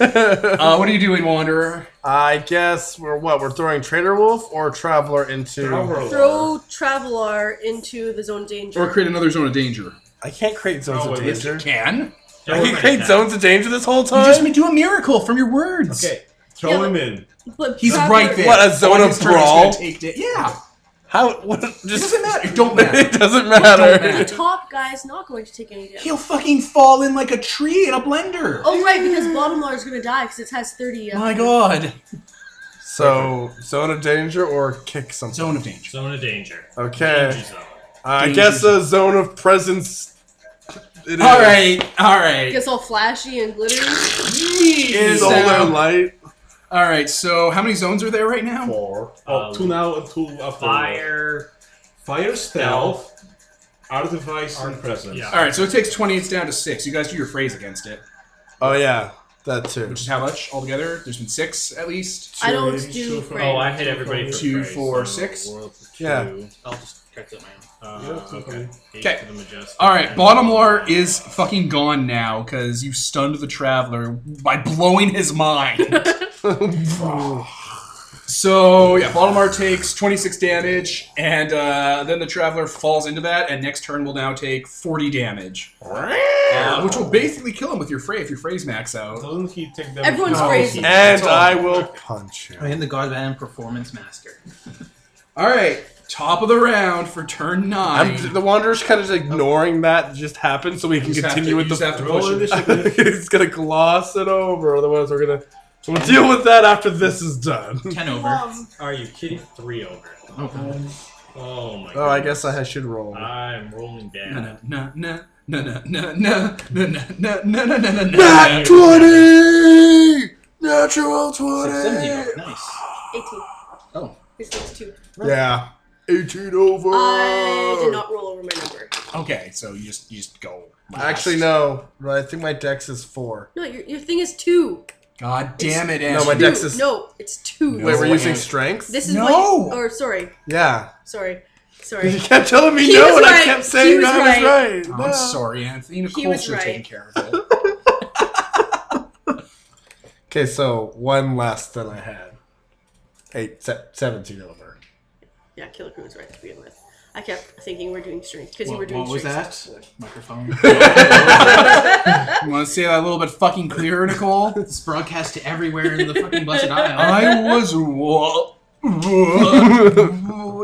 Speaker 1: uh, what are you doing, Wanderer?
Speaker 2: I guess we're what? We're throwing Trader Wolf or Traveler into.
Speaker 6: Traveler.
Speaker 4: Throw Traveler into the zone of danger.
Speaker 1: Or create another zone of danger?
Speaker 2: I can't create zones
Speaker 6: Oh,
Speaker 2: of
Speaker 6: wait, wait.
Speaker 2: danger.
Speaker 1: Can
Speaker 2: I can
Speaker 7: Don't
Speaker 2: create
Speaker 7: write that.
Speaker 2: zones of danger this whole
Speaker 1: you
Speaker 2: time.
Speaker 1: just do a miracle from your words?
Speaker 6: okay, throw
Speaker 4: Yeah,
Speaker 6: him in.
Speaker 4: But
Speaker 1: He's
Speaker 4: Traveler-
Speaker 1: right there.
Speaker 2: What, a zone
Speaker 1: On
Speaker 2: of
Speaker 1: his turn, it's
Speaker 2: brawl?
Speaker 1: gonna take da- yeah,
Speaker 2: How? What, just,
Speaker 1: it doesn't matter. It don't matter.
Speaker 2: it doesn't
Speaker 4: The
Speaker 2: matter.
Speaker 1: matter.
Speaker 4: top guy's not going to take any damage.
Speaker 1: He'll fucking fall in like a tree in a blender. Oh
Speaker 4: Oh right, because bottom is gonna die because it has thirty. Uh,
Speaker 1: my god!
Speaker 2: So, zone of danger or kick something.
Speaker 1: Zone of danger.
Speaker 7: Zone of danger.
Speaker 2: Okay.
Speaker 7: Danger zone.
Speaker 2: I
Speaker 1: Danger
Speaker 2: guess a zone of presence. It is.
Speaker 1: All right, all right.
Speaker 4: Gets all flashy and glittery.
Speaker 2: Is
Speaker 1: So-
Speaker 2: all their light.
Speaker 1: all right. So, how many zones are there right now?
Speaker 6: Four. Oh,
Speaker 7: Um,
Speaker 6: two now and two after.
Speaker 7: Fire.
Speaker 6: Fire stealth, artifice, and presence.
Speaker 7: yeah.
Speaker 1: All right, so it takes 20, it's down to 6. You guys do your phrase against it,
Speaker 2: Oh yeah, that too.
Speaker 1: which is how much altogether? There's been 6 at least.
Speaker 4: I don't
Speaker 2: Two,
Speaker 4: do
Speaker 7: Oh,
Speaker 4: friends.
Speaker 7: I hit everybody for
Speaker 1: Two,
Speaker 7: praise,
Speaker 1: four,
Speaker 7: so
Speaker 1: six.
Speaker 7: world for
Speaker 2: Yeah.
Speaker 7: two.
Speaker 3: I'll just correct it on my own.
Speaker 7: Uh,
Speaker 6: Yeah,
Speaker 7: okay. Eight
Speaker 1: Okay.
Speaker 7: for the majestic.
Speaker 1: All right,
Speaker 7: And-
Speaker 1: Bottomlar is fucking gone now because you stunned the traveler by blowing his mind. so yeah, Bottomlar takes 26 damage, and uh, then the traveler falls into that, and next turn will now take 40 damage, uh, which will basically kill him with your phrase if your phrase max out.
Speaker 6: Doesn't he take damage?
Speaker 4: Everyone's
Speaker 6: now?
Speaker 4: crazy.
Speaker 2: And I will punch
Speaker 3: I
Speaker 2: you.
Speaker 3: am the Godman Performance Master.
Speaker 1: All right, top of the round for turn 9
Speaker 2: I'm, the Wanderer's kind of just ignoring that just happened, so we can
Speaker 1: You just have
Speaker 2: continue
Speaker 1: to-
Speaker 2: with
Speaker 1: you
Speaker 2: the.
Speaker 1: just have to push
Speaker 6: Roll
Speaker 1: it.
Speaker 6: initiative.
Speaker 2: He's gonna gloss it over, otherwise we're gonna we'll deal with that after this is done.
Speaker 3: Ten over.
Speaker 7: Are you kidding? Three over.
Speaker 3: Oh, God.
Speaker 7: Oh my
Speaker 2: Oh, I
Speaker 7: god.
Speaker 2: guess I should roll.
Speaker 7: I'm rolling bad.
Speaker 1: Na na na na na na na na na na na na na na.
Speaker 2: Nat twenty, natural
Speaker 3: Six,
Speaker 2: twenty.
Speaker 1: uh,
Speaker 3: seventy. Nice.
Speaker 4: Eighteen.
Speaker 3: Oh.
Speaker 4: His next two.
Speaker 2: Yeah, eighteen over.
Speaker 4: I did not roll over my number.
Speaker 1: Okay, so you just you just go. last.
Speaker 2: Actually, no. I think my dex is four.
Speaker 4: No, your, your thing is two.
Speaker 1: God damn it, Andrew.
Speaker 2: No, Oh, my
Speaker 4: Two.
Speaker 2: dex is.
Speaker 4: No, it's two.
Speaker 1: No.
Speaker 2: Wait, we're
Speaker 1: way.
Speaker 2: using strength.
Speaker 4: This is
Speaker 1: No!
Speaker 4: what. Or sorry,
Speaker 2: yeah.
Speaker 4: sorry,
Speaker 2: You
Speaker 4: sorry.
Speaker 2: kept telling me
Speaker 4: He
Speaker 2: no,
Speaker 4: was
Speaker 2: and I
Speaker 4: right.
Speaker 2: kept
Speaker 4: He
Speaker 2: saying
Speaker 4: was
Speaker 2: I was right.
Speaker 1: Oh,
Speaker 2: No.
Speaker 1: I'm sorry, Anthony. Nicole
Speaker 4: He was
Speaker 1: should have taken care
Speaker 4: right.
Speaker 1: of it.
Speaker 2: Okay, so one less than I had. Eight, se- 17 over.
Speaker 4: Yeah, Killer Crew was right to begin with. I kept thinking we're doing strength because you were
Speaker 3: What,
Speaker 4: doing
Speaker 3: what was
Speaker 4: strength.
Speaker 3: that? Microphone.
Speaker 1: you want to say that a little bit fucking clearer, Nicole?
Speaker 3: It's broadcast to everywhere in the fucking blessed aisle.
Speaker 1: I was what?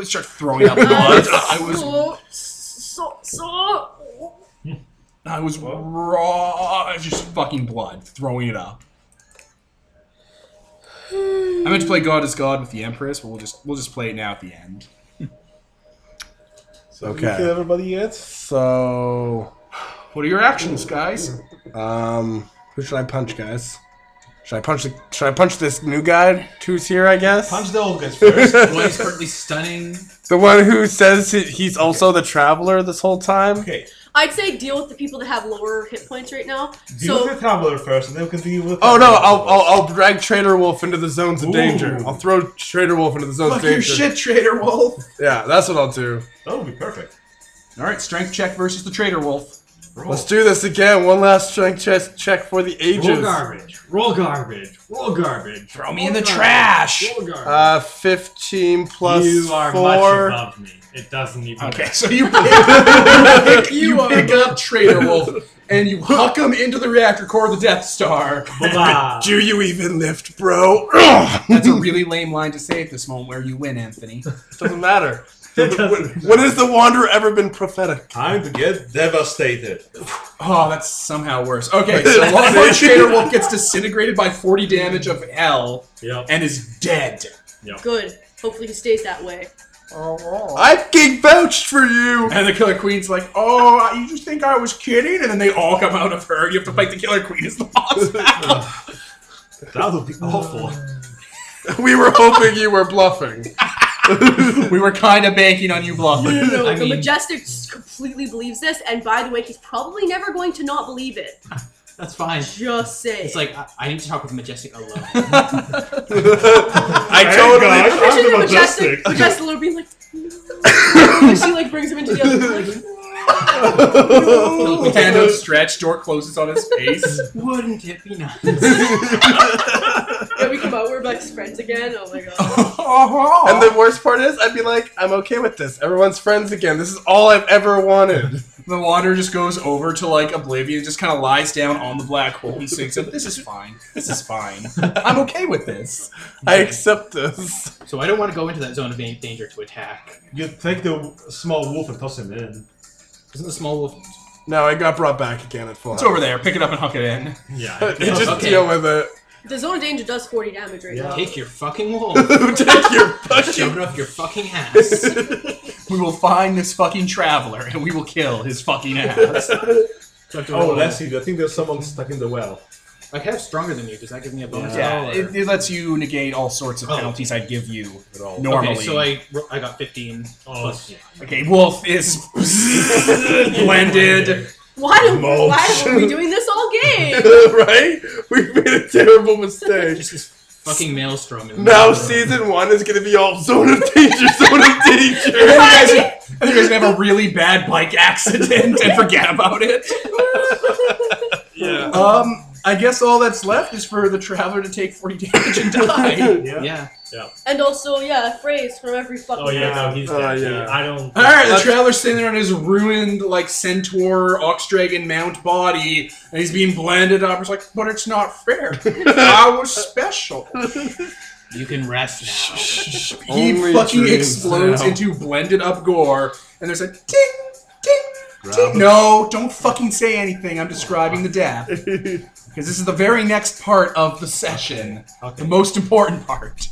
Speaker 1: Start throwing out blood. I was,
Speaker 4: Uh, So, so, so.
Speaker 1: I was raw, just fucking blood, throwing it up. I meant to play God is God with the Empress, but we'll just we'll just play it now at the end.
Speaker 8: So
Speaker 2: Okay.
Speaker 8: you kill everybody yet?
Speaker 2: So,
Speaker 1: What are your actions, guys?
Speaker 2: um, who should I punch, guys? Should I punch the? Should I punch this new guy who's here? I guess.
Speaker 8: Punch the old guys first.
Speaker 3: The one who's currently stunning.
Speaker 2: the one who says he- he's also the traveler this whole time.
Speaker 8: okay.
Speaker 4: I'd say deal with the people that have lower hit points right now.
Speaker 8: Deal
Speaker 4: So
Speaker 8: with the traveler first, and then continue with.
Speaker 2: Oh no! I'll, I'll I'll drag Trader Wolf into the zones of danger.
Speaker 8: Ooh.
Speaker 2: I'll throw Trader Wolf into the zones of danger.
Speaker 1: Trader Wolf.
Speaker 2: Yeah, that's what I'll do.
Speaker 8: That would be perfect.
Speaker 1: All right, strength check versus the Trader Wolf.
Speaker 8: Roll.
Speaker 2: Let's do this again. One last strength check check for the
Speaker 7: Roll
Speaker 2: ages.
Speaker 7: garbage. Roll garbage. Roll garbage.
Speaker 1: Throw me
Speaker 7: roll
Speaker 1: in the
Speaker 7: garbage,
Speaker 1: trash.
Speaker 7: Roll garbage.
Speaker 2: Uh, fifteen plus
Speaker 7: you are
Speaker 2: four.
Speaker 7: much above me. It doesn't even.
Speaker 1: Okay,
Speaker 7: matter.
Speaker 1: so you pick, you pick up Trader Wolf and you huck him into the reactor core of the Death Star.
Speaker 7: Blah.
Speaker 2: Do you even lift, bro?
Speaker 1: That's a really lame line to say at this moment where you win, Anthony.
Speaker 2: Doesn't matter.
Speaker 7: It doesn't-
Speaker 2: When has the Wanderer ever been prophetic?
Speaker 8: Time to get devastated.
Speaker 1: Oh, that's somehow worse. Okay, so Longhorn Trader Wolf gets disintegrated by 40 damage of hell
Speaker 7: Yep.
Speaker 1: and is dead.
Speaker 4: good. Hopefully he stays that way.
Speaker 2: I king vouched for you.
Speaker 1: And the Killer Queen's like, oh, you just think I was kidding? And then they all come out of her. You have to fight the Killer Queen as the boss. battle.
Speaker 8: That would be awful.
Speaker 2: We were hoping you were bluffing.
Speaker 1: we were kind of banking on you bluffing.
Speaker 4: No, no,
Speaker 3: I
Speaker 4: the
Speaker 3: mean-
Speaker 4: Majestic just completely believes this, and by the way, he's probably never going to not believe it.
Speaker 3: That's fine.
Speaker 4: Just say.
Speaker 3: It's like I, I need to talk with Majestic alone.
Speaker 2: I
Speaker 8: Thank
Speaker 2: totally.
Speaker 8: God.
Speaker 4: I picture
Speaker 8: I'm
Speaker 4: the
Speaker 8: the
Speaker 4: Majestic,
Speaker 8: Majestic.
Speaker 4: Majestic Lord being like, no. and she like brings him into the other room, like,
Speaker 1: The hand outstretched, door closes on his face.
Speaker 3: Wouldn't it be nice?
Speaker 4: yeah, we come out, we're like friends again. Oh my god.
Speaker 2: And the worst part is, I'd be like, I'm okay with this. Everyone's friends again. This is all I've ever wanted.
Speaker 1: The water just goes over to like oblivion, just kind of lies down on the black hole and sinks up. This is fine. This is fine. I'm okay with this.
Speaker 2: I accept this.
Speaker 3: So I don't want to go into that zone of dan- danger to attack.
Speaker 8: You take the small wolf and toss him in.
Speaker 3: Isn't the small wolf?
Speaker 2: No, I got brought back again at full.
Speaker 1: It's over there. Pick it up and huck it in.
Speaker 7: Yeah.
Speaker 2: You just
Speaker 3: Okay.
Speaker 2: deal with it.
Speaker 4: The zone of danger does 40 damage right now.
Speaker 3: Take your fucking wolf.
Speaker 2: Take your
Speaker 3: Shove
Speaker 2: fucking.
Speaker 3: it up your fucking ass.
Speaker 1: We will find this fucking traveler and we will kill his fucking ass.
Speaker 3: So I have to
Speaker 8: Oh,
Speaker 3: roll.
Speaker 8: let's see. I think there's someone stuck in the well.
Speaker 3: I have stronger than you. Does that give me a bonus? at
Speaker 1: yeah,
Speaker 3: all, or-
Speaker 1: it, it lets you negate all sorts of
Speaker 3: Oh.
Speaker 1: penalties I'd give you
Speaker 8: At all.
Speaker 1: normally.
Speaker 3: Okay, so I ro- I got 15.
Speaker 7: Oh,
Speaker 3: plus-
Speaker 7: yeah.
Speaker 1: Okay, Wolf is blended.
Speaker 4: Why, do,
Speaker 2: Mulch.
Speaker 4: why are we doing this all game?
Speaker 2: right? We made a terrible mistake.
Speaker 3: Just this fucking maelstrom. in the
Speaker 2: Now
Speaker 3: middle.
Speaker 2: season one is gonna be all zone of danger, zone of
Speaker 1: And
Speaker 2: danger.
Speaker 1: then you guys, and you guys have a really bad bike accident and forget about it.
Speaker 2: Yeah.
Speaker 1: Um, I guess all that's left is for the traveler to take 40 damage and die.
Speaker 8: Yeah.
Speaker 3: Yeah.
Speaker 4: And also, yeah, a phrase from every fucking
Speaker 7: Oh yeah. No, he's dead.
Speaker 2: Oh,
Speaker 7: He-
Speaker 2: yeah.
Speaker 7: I don't.
Speaker 1: All right, the traveler's standing there on his ruined, like, centaur, oxdragon mount body, and he's being blended up. It's like, but it's not fair. I was special.
Speaker 3: You can rest
Speaker 1: he
Speaker 2: Only
Speaker 1: fucking
Speaker 2: dreams
Speaker 1: explodes
Speaker 2: now.
Speaker 1: into blended up gore, and there's a ding, ding,
Speaker 8: Grab
Speaker 1: ding.
Speaker 8: him.
Speaker 1: No, don't fucking say anything. I'm describing the death. Because this is the very next part of the session.
Speaker 8: Okay.
Speaker 1: The most important part.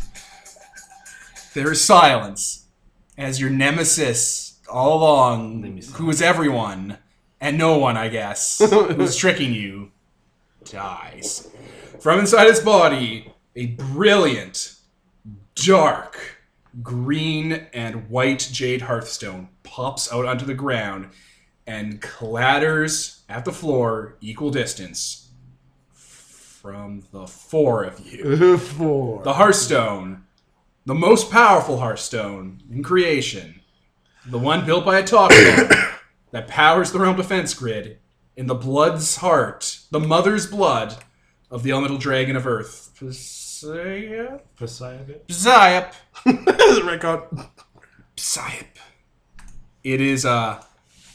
Speaker 1: There is silence as your nemesis all along, who is everyone and no one, I guess, who's tricking you, dies. From inside his body, a brilliant, dark, green, and white jade hearthstone pops out onto the ground and clatters at the floor equal distance from the four of you.
Speaker 2: Four.
Speaker 1: The Hearthstone, the most powerful Hearthstone in creation, the one built by a top that powers the realm defense grid in the blood's heart, the mother's blood of the elemental dragon of earth. Psyop?
Speaker 8: Poseidon.
Speaker 1: Psyop.
Speaker 2: Record.
Speaker 1: Psyop. It is uh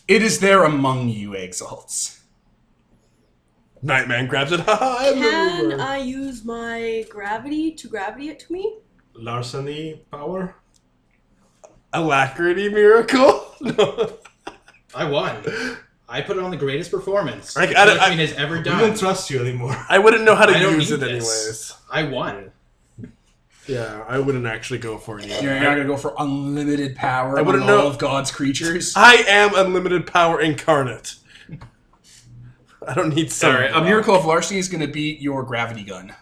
Speaker 1: it is there among you, Exalts.
Speaker 2: Nightman grabs it. Ha ha, I'm the
Speaker 4: Can
Speaker 2: ruler.
Speaker 4: I use my gravity to gravity it to me?
Speaker 8: larceny power?
Speaker 2: Alacrity miracle. no.
Speaker 3: I won. I put on the greatest performance
Speaker 2: I- I-
Speaker 3: Darkwing has ever
Speaker 8: I don't
Speaker 3: done.
Speaker 8: trust you anymore.
Speaker 2: I wouldn't know how to
Speaker 3: I don't
Speaker 2: use it
Speaker 3: need this.
Speaker 2: anyways.
Speaker 3: I won.
Speaker 2: Yeah, I wouldn't actually go for it. Either.
Speaker 1: You're not gonna go for unlimited power
Speaker 2: I
Speaker 1: on
Speaker 2: wouldn't
Speaker 1: all
Speaker 2: know.
Speaker 1: of God's creatures.
Speaker 2: I am unlimited power incarnate. I don't need some.
Speaker 1: Sorry, a miracle of larceny is gonna beat your gravity gun.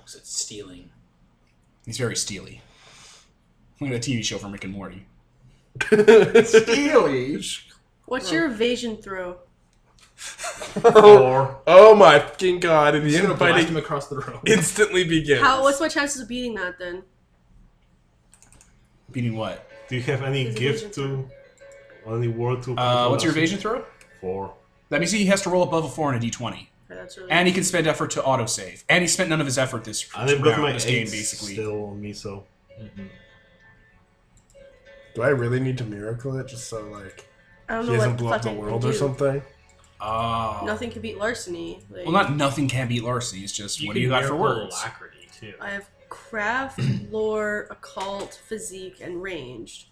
Speaker 3: 'Cause it's stealing.
Speaker 1: He's very steely. Look at that TV show from Rick and Morty.
Speaker 4: What's your evasion throw?
Speaker 2: oh, oh my fucking god! And the
Speaker 3: I'm gonna blast him
Speaker 2: infighting
Speaker 3: across the room.
Speaker 2: instantly begins.
Speaker 4: How? What's my chances of beating that then?
Speaker 1: Beating what?
Speaker 8: Do you have any
Speaker 4: Is it
Speaker 8: gift to. Any word to.
Speaker 1: Uh, what's your evasion throw?
Speaker 8: Four.
Speaker 1: That means he has to roll above a four and a d20.
Speaker 4: Okay, that's really.
Speaker 1: And he can spend effort to autosave. And he spent none of his effort this,
Speaker 8: And I've got
Speaker 1: round,
Speaker 8: my
Speaker 1: this
Speaker 8: eight
Speaker 1: game, basically.
Speaker 8: still on me, so. Mm-hmm.
Speaker 9: Do I really need to miracle it just so like
Speaker 4: I don't
Speaker 9: he
Speaker 4: know
Speaker 9: doesn't
Speaker 4: what
Speaker 9: blow up the
Speaker 4: fucking can
Speaker 9: world or
Speaker 4: do.
Speaker 9: something?
Speaker 1: Oh.
Speaker 4: Nothing can beat larceny. Like,
Speaker 1: Well, not nothing can beat larceny. It's just, what do
Speaker 7: can
Speaker 1: you got for
Speaker 7: miracle
Speaker 1: words?
Speaker 7: Alacrity too.
Speaker 4: I have craft, lore, occult, physique, and ranged.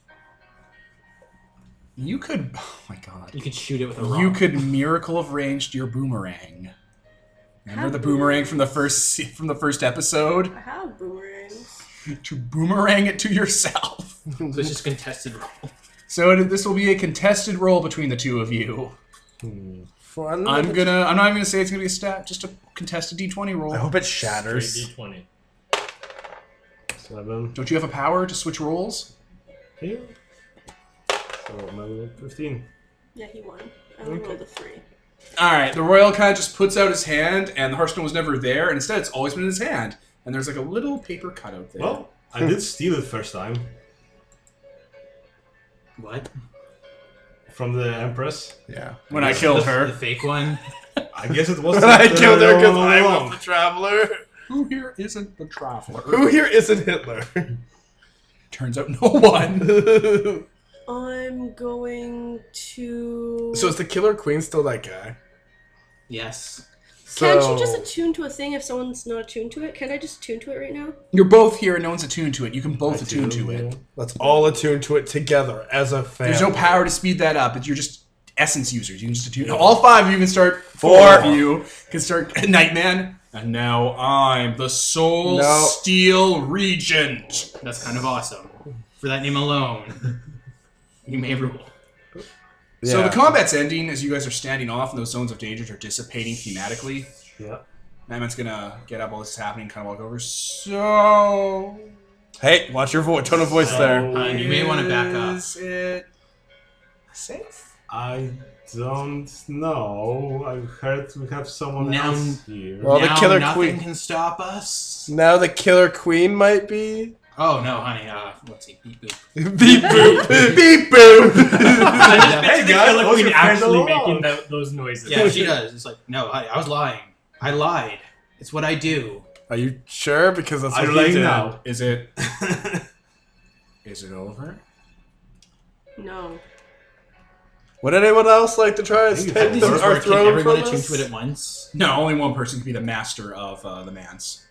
Speaker 1: You could. Oh my god.
Speaker 3: You could shoot it with a rock.
Speaker 1: You could miracle of ranged your boomerang. Remember the boomerang from the first se- from the first episode?
Speaker 4: I have boomerangs.
Speaker 1: To boomerang it to yourself.
Speaker 3: So it's just contested roll.
Speaker 1: So it- this will be a contested roll between the two of you.
Speaker 3: Hmm.
Speaker 9: For I'm,
Speaker 1: I'm gonna. I'm not even gonna say it's gonna be a stat. Just a contested d20
Speaker 9: I
Speaker 1: roll.
Speaker 9: hope it
Speaker 7: Three
Speaker 9: shatters.
Speaker 7: d twenty.
Speaker 8: Seven.
Speaker 1: Don't you have a power to switch rolls?
Speaker 8: Here. So, maybe 15.
Speaker 4: Yeah, he won. I only rolled a three.
Speaker 1: All right. The royal kind of just puts out his hand, and the hearthstone was never there, and instead it's always been in his hand. And there's like a little paper cutout there.
Speaker 8: Well, I did steal it first time
Speaker 3: What?
Speaker 8: from the Empress.
Speaker 9: Yeah.
Speaker 1: when I killed
Speaker 3: The
Speaker 1: her,
Speaker 3: fake one.
Speaker 8: I guess it was.
Speaker 2: I killed her because
Speaker 8: all
Speaker 2: I
Speaker 8: along.
Speaker 2: was the traveler.
Speaker 1: who here isn't the traveler?
Speaker 2: Who here isn't Hitler?
Speaker 1: Turns out no one.
Speaker 2: so
Speaker 4: I'm going to.
Speaker 2: is the Killer Queen still that guy?
Speaker 3: Yes.
Speaker 4: Can't you just
Speaker 2: So-
Speaker 4: attune to a thing if someone's not attuned to it? Can I just attune to it right now?
Speaker 1: You're both here and no one's attuned to it. You can both attune to it.
Speaker 2: Let's all attune to it together as a family.
Speaker 1: There's no power to speed that up, but you're just essence users. You can just attune. All five of you can start.
Speaker 2: Four.
Speaker 1: of you can start Nightman. And now I'm the Soul
Speaker 2: No.
Speaker 1: Steel Regent.
Speaker 3: That's kind of awesome. For that name alone, you may rule.
Speaker 1: So
Speaker 2: Yeah.
Speaker 1: the combat's ending as you guys are standing off and those zones of danger are dissipating thematically.
Speaker 8: Yeah.
Speaker 1: Nightman's gonna get up while this is happening, kind of walk over. So.
Speaker 2: Hey, watch your vo- tone of voice there.
Speaker 3: Uh, you may want to back up.
Speaker 1: Is it safe?
Speaker 8: I don't know. I heard we have someone
Speaker 3: Now-
Speaker 8: else here.
Speaker 2: Well, Oh, the
Speaker 3: now
Speaker 2: killer
Speaker 3: nothing
Speaker 2: queen-
Speaker 3: can stop us.
Speaker 2: Now the Killer Queen might be.
Speaker 3: Oh no, honey. Uh, let's see. Beep, beep.
Speaker 2: Beep boop. Beep boop.
Speaker 7: I just picture
Speaker 8: guys,
Speaker 7: the killer
Speaker 8: I was
Speaker 7: queen
Speaker 8: your friend
Speaker 7: actually
Speaker 8: all
Speaker 7: making
Speaker 8: along.
Speaker 7: tho- those noises.
Speaker 3: Yeah, she does. It's like, no, honey, I was lying. I lied. It's what I do.
Speaker 2: Are you sure? Because that's what
Speaker 8: I
Speaker 2: he
Speaker 8: like
Speaker 2: did.
Speaker 8: now.
Speaker 1: Is it? is it over?
Speaker 4: No.
Speaker 2: Would anyone else like to try and
Speaker 8: think
Speaker 2: take
Speaker 8: it's
Speaker 2: the,
Speaker 8: over.
Speaker 2: our
Speaker 3: Can
Speaker 2: throne
Speaker 3: everyone
Speaker 2: from
Speaker 3: attune to it at
Speaker 2: us?
Speaker 3: once?
Speaker 1: No, only one person can be the master of uh, the man's.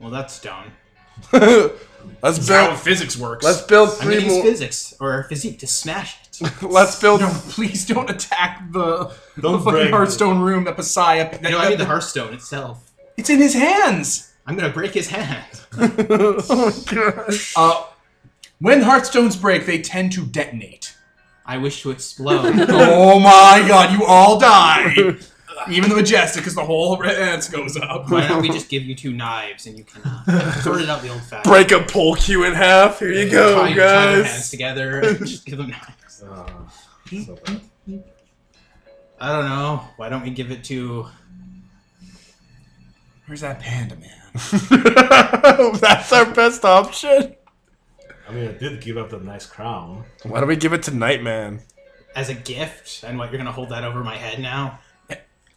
Speaker 3: Well, that's dumb.
Speaker 2: let's
Speaker 1: That's how
Speaker 2: build.
Speaker 1: physics works.
Speaker 2: Let's build
Speaker 3: I'm gonna
Speaker 2: three
Speaker 3: use
Speaker 2: more.
Speaker 3: physics or physique to smash it.
Speaker 2: Let's build.
Speaker 1: No, please don't attack the, the
Speaker 8: Don't
Speaker 1: fucking
Speaker 8: break.
Speaker 1: Hearthstone room that Messiah. That,
Speaker 3: no, I mean the Hearthstone itself.
Speaker 1: It's in his hands.
Speaker 3: I'm gonna break his hand.
Speaker 2: oh my gosh.
Speaker 1: Uh, when Hearthstones break, they tend to detonate.
Speaker 3: I wish to explode.
Speaker 1: oh my god, you all die. Even the Majestic, because the whole reds goes up.
Speaker 3: Why don't we just give you two knives and you can uh, sort it out the old-fashioned.
Speaker 2: Break a pole cue in half. Here you
Speaker 3: tie,
Speaker 2: go,
Speaker 3: tie their hands
Speaker 2: guys.
Speaker 3: together and just give them knives.
Speaker 8: Ah, so bad.
Speaker 3: I don't know. Why don't we give it to?
Speaker 1: Where's that panda man?
Speaker 2: That's our best option.
Speaker 8: I mean, I did give up that nice crown.
Speaker 2: Why don't we give it to Nightman?
Speaker 3: As a gift, and what you're gonna hold that over my head now?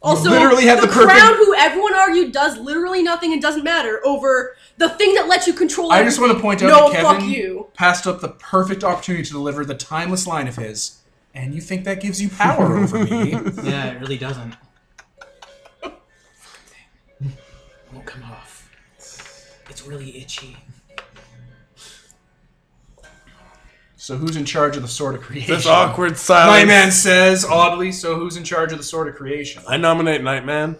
Speaker 4: Also,
Speaker 1: literally have
Speaker 4: the,
Speaker 1: the perfect-
Speaker 4: crown, who everyone argued does literally nothing and doesn't matter, over the thing that lets you control.
Speaker 1: I just want to point out
Speaker 4: No,
Speaker 1: that
Speaker 4: fuck
Speaker 1: Kevin
Speaker 4: you.
Speaker 1: passed up the perfect opportunity to deliver the timeless line of his, and you think that gives you power over me?
Speaker 3: Yeah, it really doesn't. It won't come off. It's really itchy.
Speaker 1: So who's in charge of the sword of creation?
Speaker 2: This awkward silence.
Speaker 1: Nightman says oddly. So who's in charge of the sword of creation?
Speaker 2: I nominate Nightman.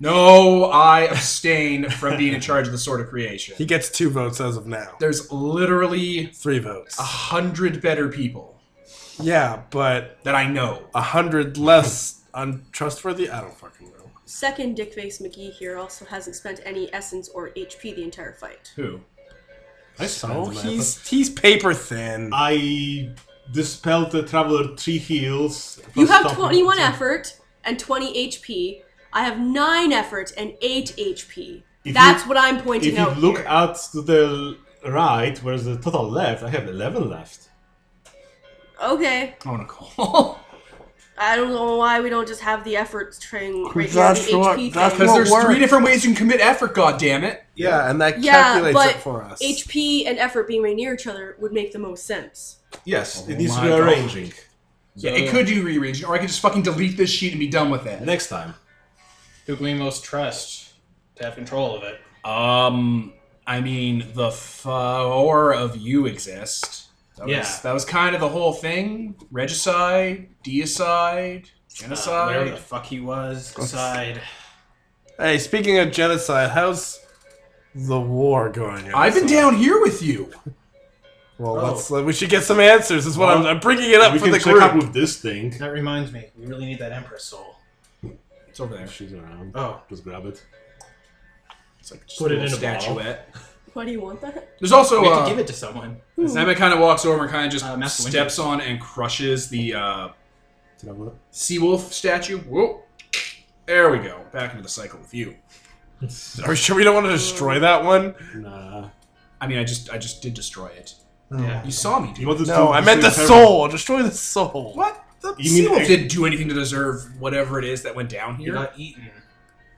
Speaker 1: No, I abstain from being in charge of the sword of creation.
Speaker 2: He gets two votes as of now.
Speaker 1: There's literally
Speaker 2: Three votes.
Speaker 1: a hundred better people
Speaker 2: Yeah, but
Speaker 1: that I know.
Speaker 2: a hundred less untrustworthy. I don't fucking know.
Speaker 4: Second, Dickface McGee here also hasn't spent any essence or HP the entire fight.
Speaker 1: Who?
Speaker 2: I so
Speaker 9: spent my-
Speaker 2: he's Uh, he's paper thin.
Speaker 8: I dispelled the traveler three heals.
Speaker 4: You
Speaker 8: plus
Speaker 4: have
Speaker 8: stopping
Speaker 4: 21
Speaker 8: attack.
Speaker 4: effort and 20 HP. I have 9 effort and 8 HP.
Speaker 8: If
Speaker 4: That's
Speaker 8: you-
Speaker 4: what I'm
Speaker 8: If
Speaker 4: pointing
Speaker 8: you
Speaker 4: out.
Speaker 8: look
Speaker 4: here.
Speaker 8: at to the right, where's the total left? I have eleven left.
Speaker 4: Okay.
Speaker 1: Oh, Nicole.
Speaker 4: I don't know why we don't just have the effort string right here,
Speaker 2: That's
Speaker 4: the
Speaker 2: what-
Speaker 4: HP
Speaker 2: that's
Speaker 4: thing.
Speaker 1: Because
Speaker 2: Won't
Speaker 1: there's
Speaker 2: work.
Speaker 1: three different ways you can commit effort. God damn it!
Speaker 9: Yeah, and that
Speaker 4: Yeah,
Speaker 9: calculates
Speaker 4: but
Speaker 9: it for us.
Speaker 4: HP and effort being right near each other would make the most sense.
Speaker 8: Yes,
Speaker 1: Oh
Speaker 8: it needs
Speaker 1: my
Speaker 8: rearranging.
Speaker 1: Yeah, it could do rearranging, or I could just fucking delete this sheet and be done with it.
Speaker 8: Next time.
Speaker 3: Who can we most trust to have control of it?
Speaker 1: Um, I mean, the four of you exist. That
Speaker 3: Yeah.
Speaker 1: was, that was kind of the whole thing: regicide, deicide,
Speaker 3: Uh, whatever
Speaker 1: genocide.
Speaker 3: the fuck he was, decide.
Speaker 2: Hey, speaking of genocide, how's the war going? on?
Speaker 1: I've been down here with you.
Speaker 2: Well, let's, uh, we should get some answers. Is what I'm, I'm bringing it up
Speaker 8: We
Speaker 2: for
Speaker 8: can
Speaker 2: the
Speaker 8: check
Speaker 2: group.
Speaker 8: up with this thing.
Speaker 3: That reminds me, we really need that Empress soul.
Speaker 1: It's over there.
Speaker 8: She's around.
Speaker 3: Oh,
Speaker 8: Just grab it.
Speaker 1: It's like just
Speaker 7: Put
Speaker 1: a
Speaker 7: it
Speaker 1: little
Speaker 7: in a bottle.
Speaker 1: statuette.
Speaker 4: Why do you want that?
Speaker 1: There's also
Speaker 3: we have
Speaker 1: uh,
Speaker 3: to give it to someone.
Speaker 1: Simon kind of walks over and kind of just
Speaker 3: Uh, Master
Speaker 1: steps on and crushes the uh,
Speaker 8: Traveler.
Speaker 1: seawolf statue. Whoa. There we go. Back into the cycle with you.
Speaker 2: Are we sure we don't want to destroy that one?
Speaker 8: Nah.
Speaker 1: I mean, I just I just did destroy it.
Speaker 3: Yeah.
Speaker 1: You saw me,
Speaker 8: You
Speaker 1: dude.
Speaker 8: want us
Speaker 2: No,
Speaker 8: to
Speaker 2: I meant the
Speaker 8: destroy her-
Speaker 2: soul. Destroy the soul.
Speaker 1: What? The
Speaker 8: You mean
Speaker 1: seawolf
Speaker 8: ex-
Speaker 1: didn't do anything to deserve whatever it is that went down
Speaker 3: You
Speaker 1: here.
Speaker 3: got eaten.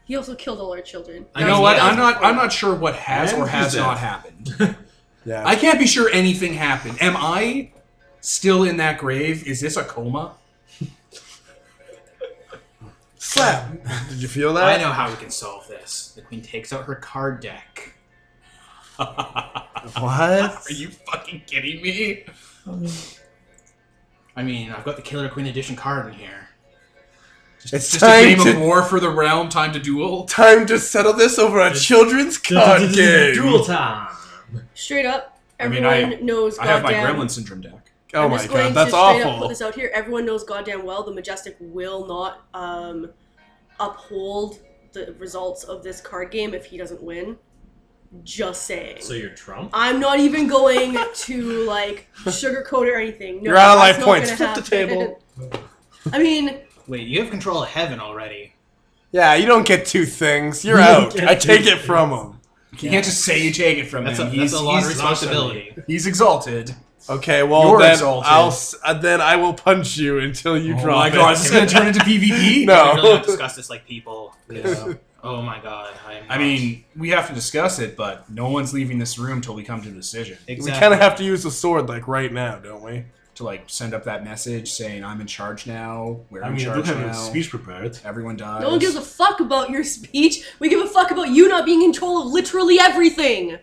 Speaker 4: He also killed all our children.
Speaker 1: you know what?
Speaker 3: Yeah.
Speaker 1: I'm not. I'm not sure what has
Speaker 8: And
Speaker 1: or has
Speaker 8: he's
Speaker 1: not
Speaker 8: dead.
Speaker 1: happened.
Speaker 2: Yeah.
Speaker 1: I can't be sure anything happened. Am I still in that grave? Is this a coma?
Speaker 2: Slap. Did you feel
Speaker 3: I
Speaker 2: that?
Speaker 3: know how we can solve this. The queen takes out her card deck.
Speaker 2: What?
Speaker 1: Are you fucking kidding me?
Speaker 3: I mean, I've got the Killer Queen Edition card in here.
Speaker 2: It's
Speaker 1: Just a
Speaker 2: time
Speaker 1: game of
Speaker 2: to
Speaker 1: war for the realm. Time to duel.
Speaker 2: time to settle this over a children's card game.
Speaker 7: Duel time.
Speaker 4: Straight up,
Speaker 1: I mean,
Speaker 4: everyone
Speaker 1: I-
Speaker 4: knows
Speaker 1: I have my
Speaker 4: goddamn.
Speaker 1: gremlin syndrome deck.
Speaker 2: Oh
Speaker 4: I'm
Speaker 2: my
Speaker 4: just going
Speaker 2: god, that's
Speaker 4: to straight up
Speaker 2: awful.
Speaker 4: put this out here. Everyone knows goddamn well the Majestic will not um, uphold the results of this card game if he doesn't win. Just saying.
Speaker 7: So you're Trump?
Speaker 4: I'm not even going to like sugarcoat it or anything. No,
Speaker 2: You're out of
Speaker 4: that's
Speaker 2: life
Speaker 4: not
Speaker 2: points.
Speaker 4: gonna
Speaker 2: Flip the
Speaker 4: happen. I mean,
Speaker 3: Wait, you have control of heaven already.
Speaker 2: Yeah, you don't get two things. You're
Speaker 7: You don't
Speaker 2: out.
Speaker 7: get
Speaker 2: I
Speaker 7: two
Speaker 2: take it
Speaker 7: things.
Speaker 2: from him.
Speaker 1: You can't just say you take it from
Speaker 3: That's a,
Speaker 1: him.
Speaker 3: that's a lot of
Speaker 1: he's-
Speaker 3: responsibility.
Speaker 1: He's exalted.
Speaker 2: Okay, well
Speaker 1: You're
Speaker 2: then
Speaker 1: exalted.
Speaker 2: I'll s- uh, then I will punch you until you
Speaker 1: oh
Speaker 2: drop
Speaker 1: my god,
Speaker 2: it.
Speaker 1: is this gonna turn into PvP?
Speaker 2: No.
Speaker 3: We really have to discuss this like people. 'cause-
Speaker 8: Yeah.
Speaker 3: Oh my god. I, am
Speaker 1: I
Speaker 3: not-
Speaker 1: mean, we have to discuss it, but no one's leaving this room till we come to a decision
Speaker 2: We
Speaker 3: exactly.
Speaker 2: kind of have to use the sword like right now, don't we?
Speaker 1: to like send up that message saying I'm in charge now. We're
Speaker 8: I
Speaker 1: in
Speaker 8: mean, I do
Speaker 1: charge
Speaker 8: have
Speaker 1: now.
Speaker 8: a speech prepared.
Speaker 1: Everyone dies.
Speaker 4: no one gives a fuck about your speech. We give a fuck about you not being in control of literally everything.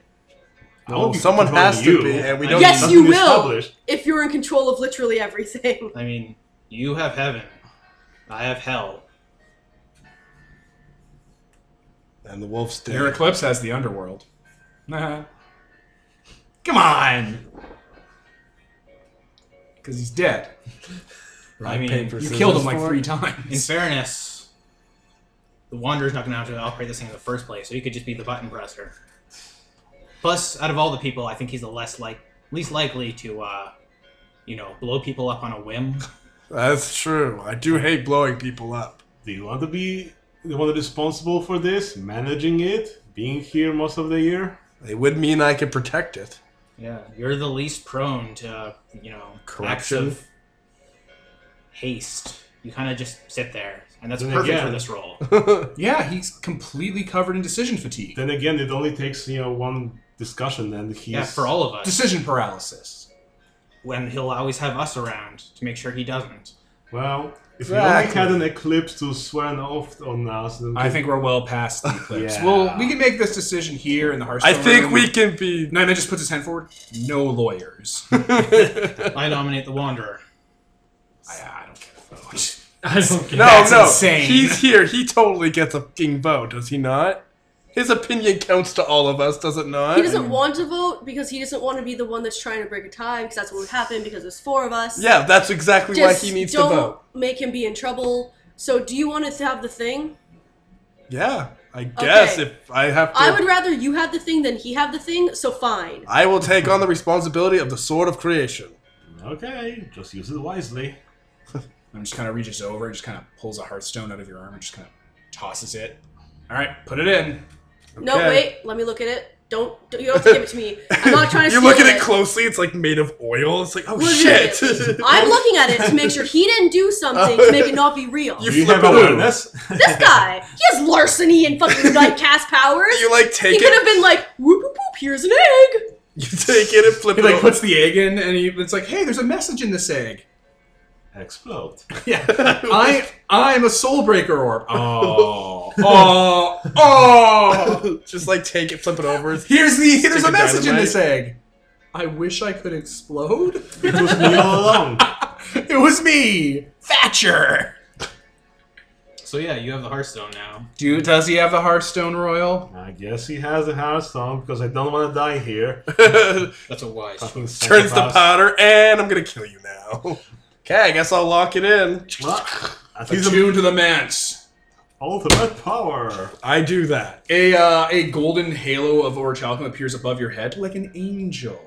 Speaker 8: I won't be
Speaker 2: someone
Speaker 8: controlling
Speaker 2: has to
Speaker 8: you.
Speaker 2: be, and we
Speaker 3: I
Speaker 2: don't.
Speaker 4: yes,
Speaker 8: Nothing
Speaker 4: you
Speaker 8: is
Speaker 4: will.
Speaker 8: published.
Speaker 4: If you're in control of literally everything.
Speaker 3: I mean, you have heaven. I have hell.
Speaker 2: And the wolf's dead.
Speaker 1: Your eclipse has the underworld. Nah. Come on. Because he's dead.
Speaker 3: I mean,
Speaker 1: You killed him like three times.
Speaker 3: In fairness, the Wanderer's not going to have to operate this thing in the first place, so he could just be the button presser. Plus, out of all the people, I think he's the less like least likely to, uh, you know, blow people up on a whim.
Speaker 2: That's true. I do hate blowing people up.
Speaker 8: Do you want to be the one responsible for this, managing it, being here most of the year?
Speaker 2: It would mean I could protect it.
Speaker 3: Yeah, you're the least prone to, uh, you know,
Speaker 2: Corruption.
Speaker 3: acts of haste. You kind of just sit there, and that's
Speaker 8: Then
Speaker 3: perfect
Speaker 8: again-
Speaker 3: for this role.
Speaker 1: yeah, he's completely covered in decision fatigue.
Speaker 8: Then again, it only takes you know one discussion, and he's
Speaker 3: yeah, for all of us.
Speaker 1: Decision paralysis.
Speaker 3: When he'll always have us around to make sure he doesn't.
Speaker 8: Well,
Speaker 6: If
Speaker 8: We only
Speaker 6: had
Speaker 8: had an eclipse to swear off on us. then
Speaker 1: I think we're well past the eclipse.
Speaker 6: Yeah.
Speaker 1: Well, we can make this decision here in the
Speaker 2: I
Speaker 1: Hearthstone.
Speaker 2: think
Speaker 1: room.
Speaker 2: we can be.
Speaker 1: Nightman just puts his hand forward. No lawyers. I,
Speaker 3: I nominate the Wanderer.
Speaker 1: I don't care. about lawyers.
Speaker 7: I don't get
Speaker 2: No,
Speaker 1: That's
Speaker 2: no.
Speaker 1: insane.
Speaker 2: He's here. He totally gets a fucking vote, does he not? His opinion counts to all of us, does it not?
Speaker 4: He doesn't want to vote because he doesn't want to be the one that's trying to break a tie because that's what would happen because there's four of us.
Speaker 2: Yeah, that's exactly
Speaker 4: Just
Speaker 2: why he needs to
Speaker 4: don't
Speaker 2: vote.
Speaker 4: make him be in trouble. So do you want us to have the thing?
Speaker 2: Yeah, I guess if I have to.
Speaker 4: I would rather you have the thing than he have the thing. So fine.
Speaker 2: I will take on the responsibility of the sword of creation.
Speaker 6: Okay, just use it wisely.
Speaker 1: And just kind of reaches over and just kind of pulls a Hearthstone out of your arm and just kind of tosses it. All right, put it in.
Speaker 4: No,
Speaker 2: Okay.
Speaker 4: wait. Let me look at it. Don't don't- you don't have to give it to me. I'm not trying to. steal
Speaker 2: You're looking at
Speaker 4: it.
Speaker 2: it closely. It's like made of oil. It's like, oh
Speaker 4: Legit.
Speaker 2: shit.
Speaker 4: I'm looking at it to make sure he didn't do something to make it not be real.
Speaker 2: You
Speaker 6: Do you
Speaker 2: flip
Speaker 6: have
Speaker 2: it over.
Speaker 6: awareness?
Speaker 4: This guy, he has larceny and fucking night cast powers.
Speaker 2: You like
Speaker 4: He
Speaker 2: take
Speaker 4: could have
Speaker 2: it.
Speaker 4: been like, whoop whoop whoop. Here's an egg.
Speaker 2: You take it and flip
Speaker 1: He
Speaker 2: it.
Speaker 1: like
Speaker 2: over.
Speaker 1: puts the egg in and he, it's like, hey, there's a message in this egg.
Speaker 6: Explode.
Speaker 1: Yeah, I I'm a soul breaker orb. Oh, oh, oh!
Speaker 2: Just like take it, flip it over.
Speaker 1: Here's the there's
Speaker 2: Stick
Speaker 1: a
Speaker 2: a
Speaker 1: message in
Speaker 2: dynamite.
Speaker 1: this egg. I wish I could explode.
Speaker 6: It was me all along.
Speaker 1: It was me, Thatcher.
Speaker 3: So yeah, you have the Hearthstone now.
Speaker 1: Do does he have the Hearthstone Royal?
Speaker 6: I guess he has a Hearthstone because I don't want to die here.
Speaker 2: Turns
Speaker 3: That's a wise.
Speaker 6: Fucking
Speaker 2: to
Speaker 6: psychopath.
Speaker 2: powder, and I'm gonna kill you now. Okay, I guess I'll lock it in.
Speaker 6: Well, at
Speaker 1: He's
Speaker 6: least
Speaker 1: attuned to the manse.
Speaker 6: ultimate power.
Speaker 2: I do that.
Speaker 1: A uh, a golden halo of orichalcum appears above your head like an angel.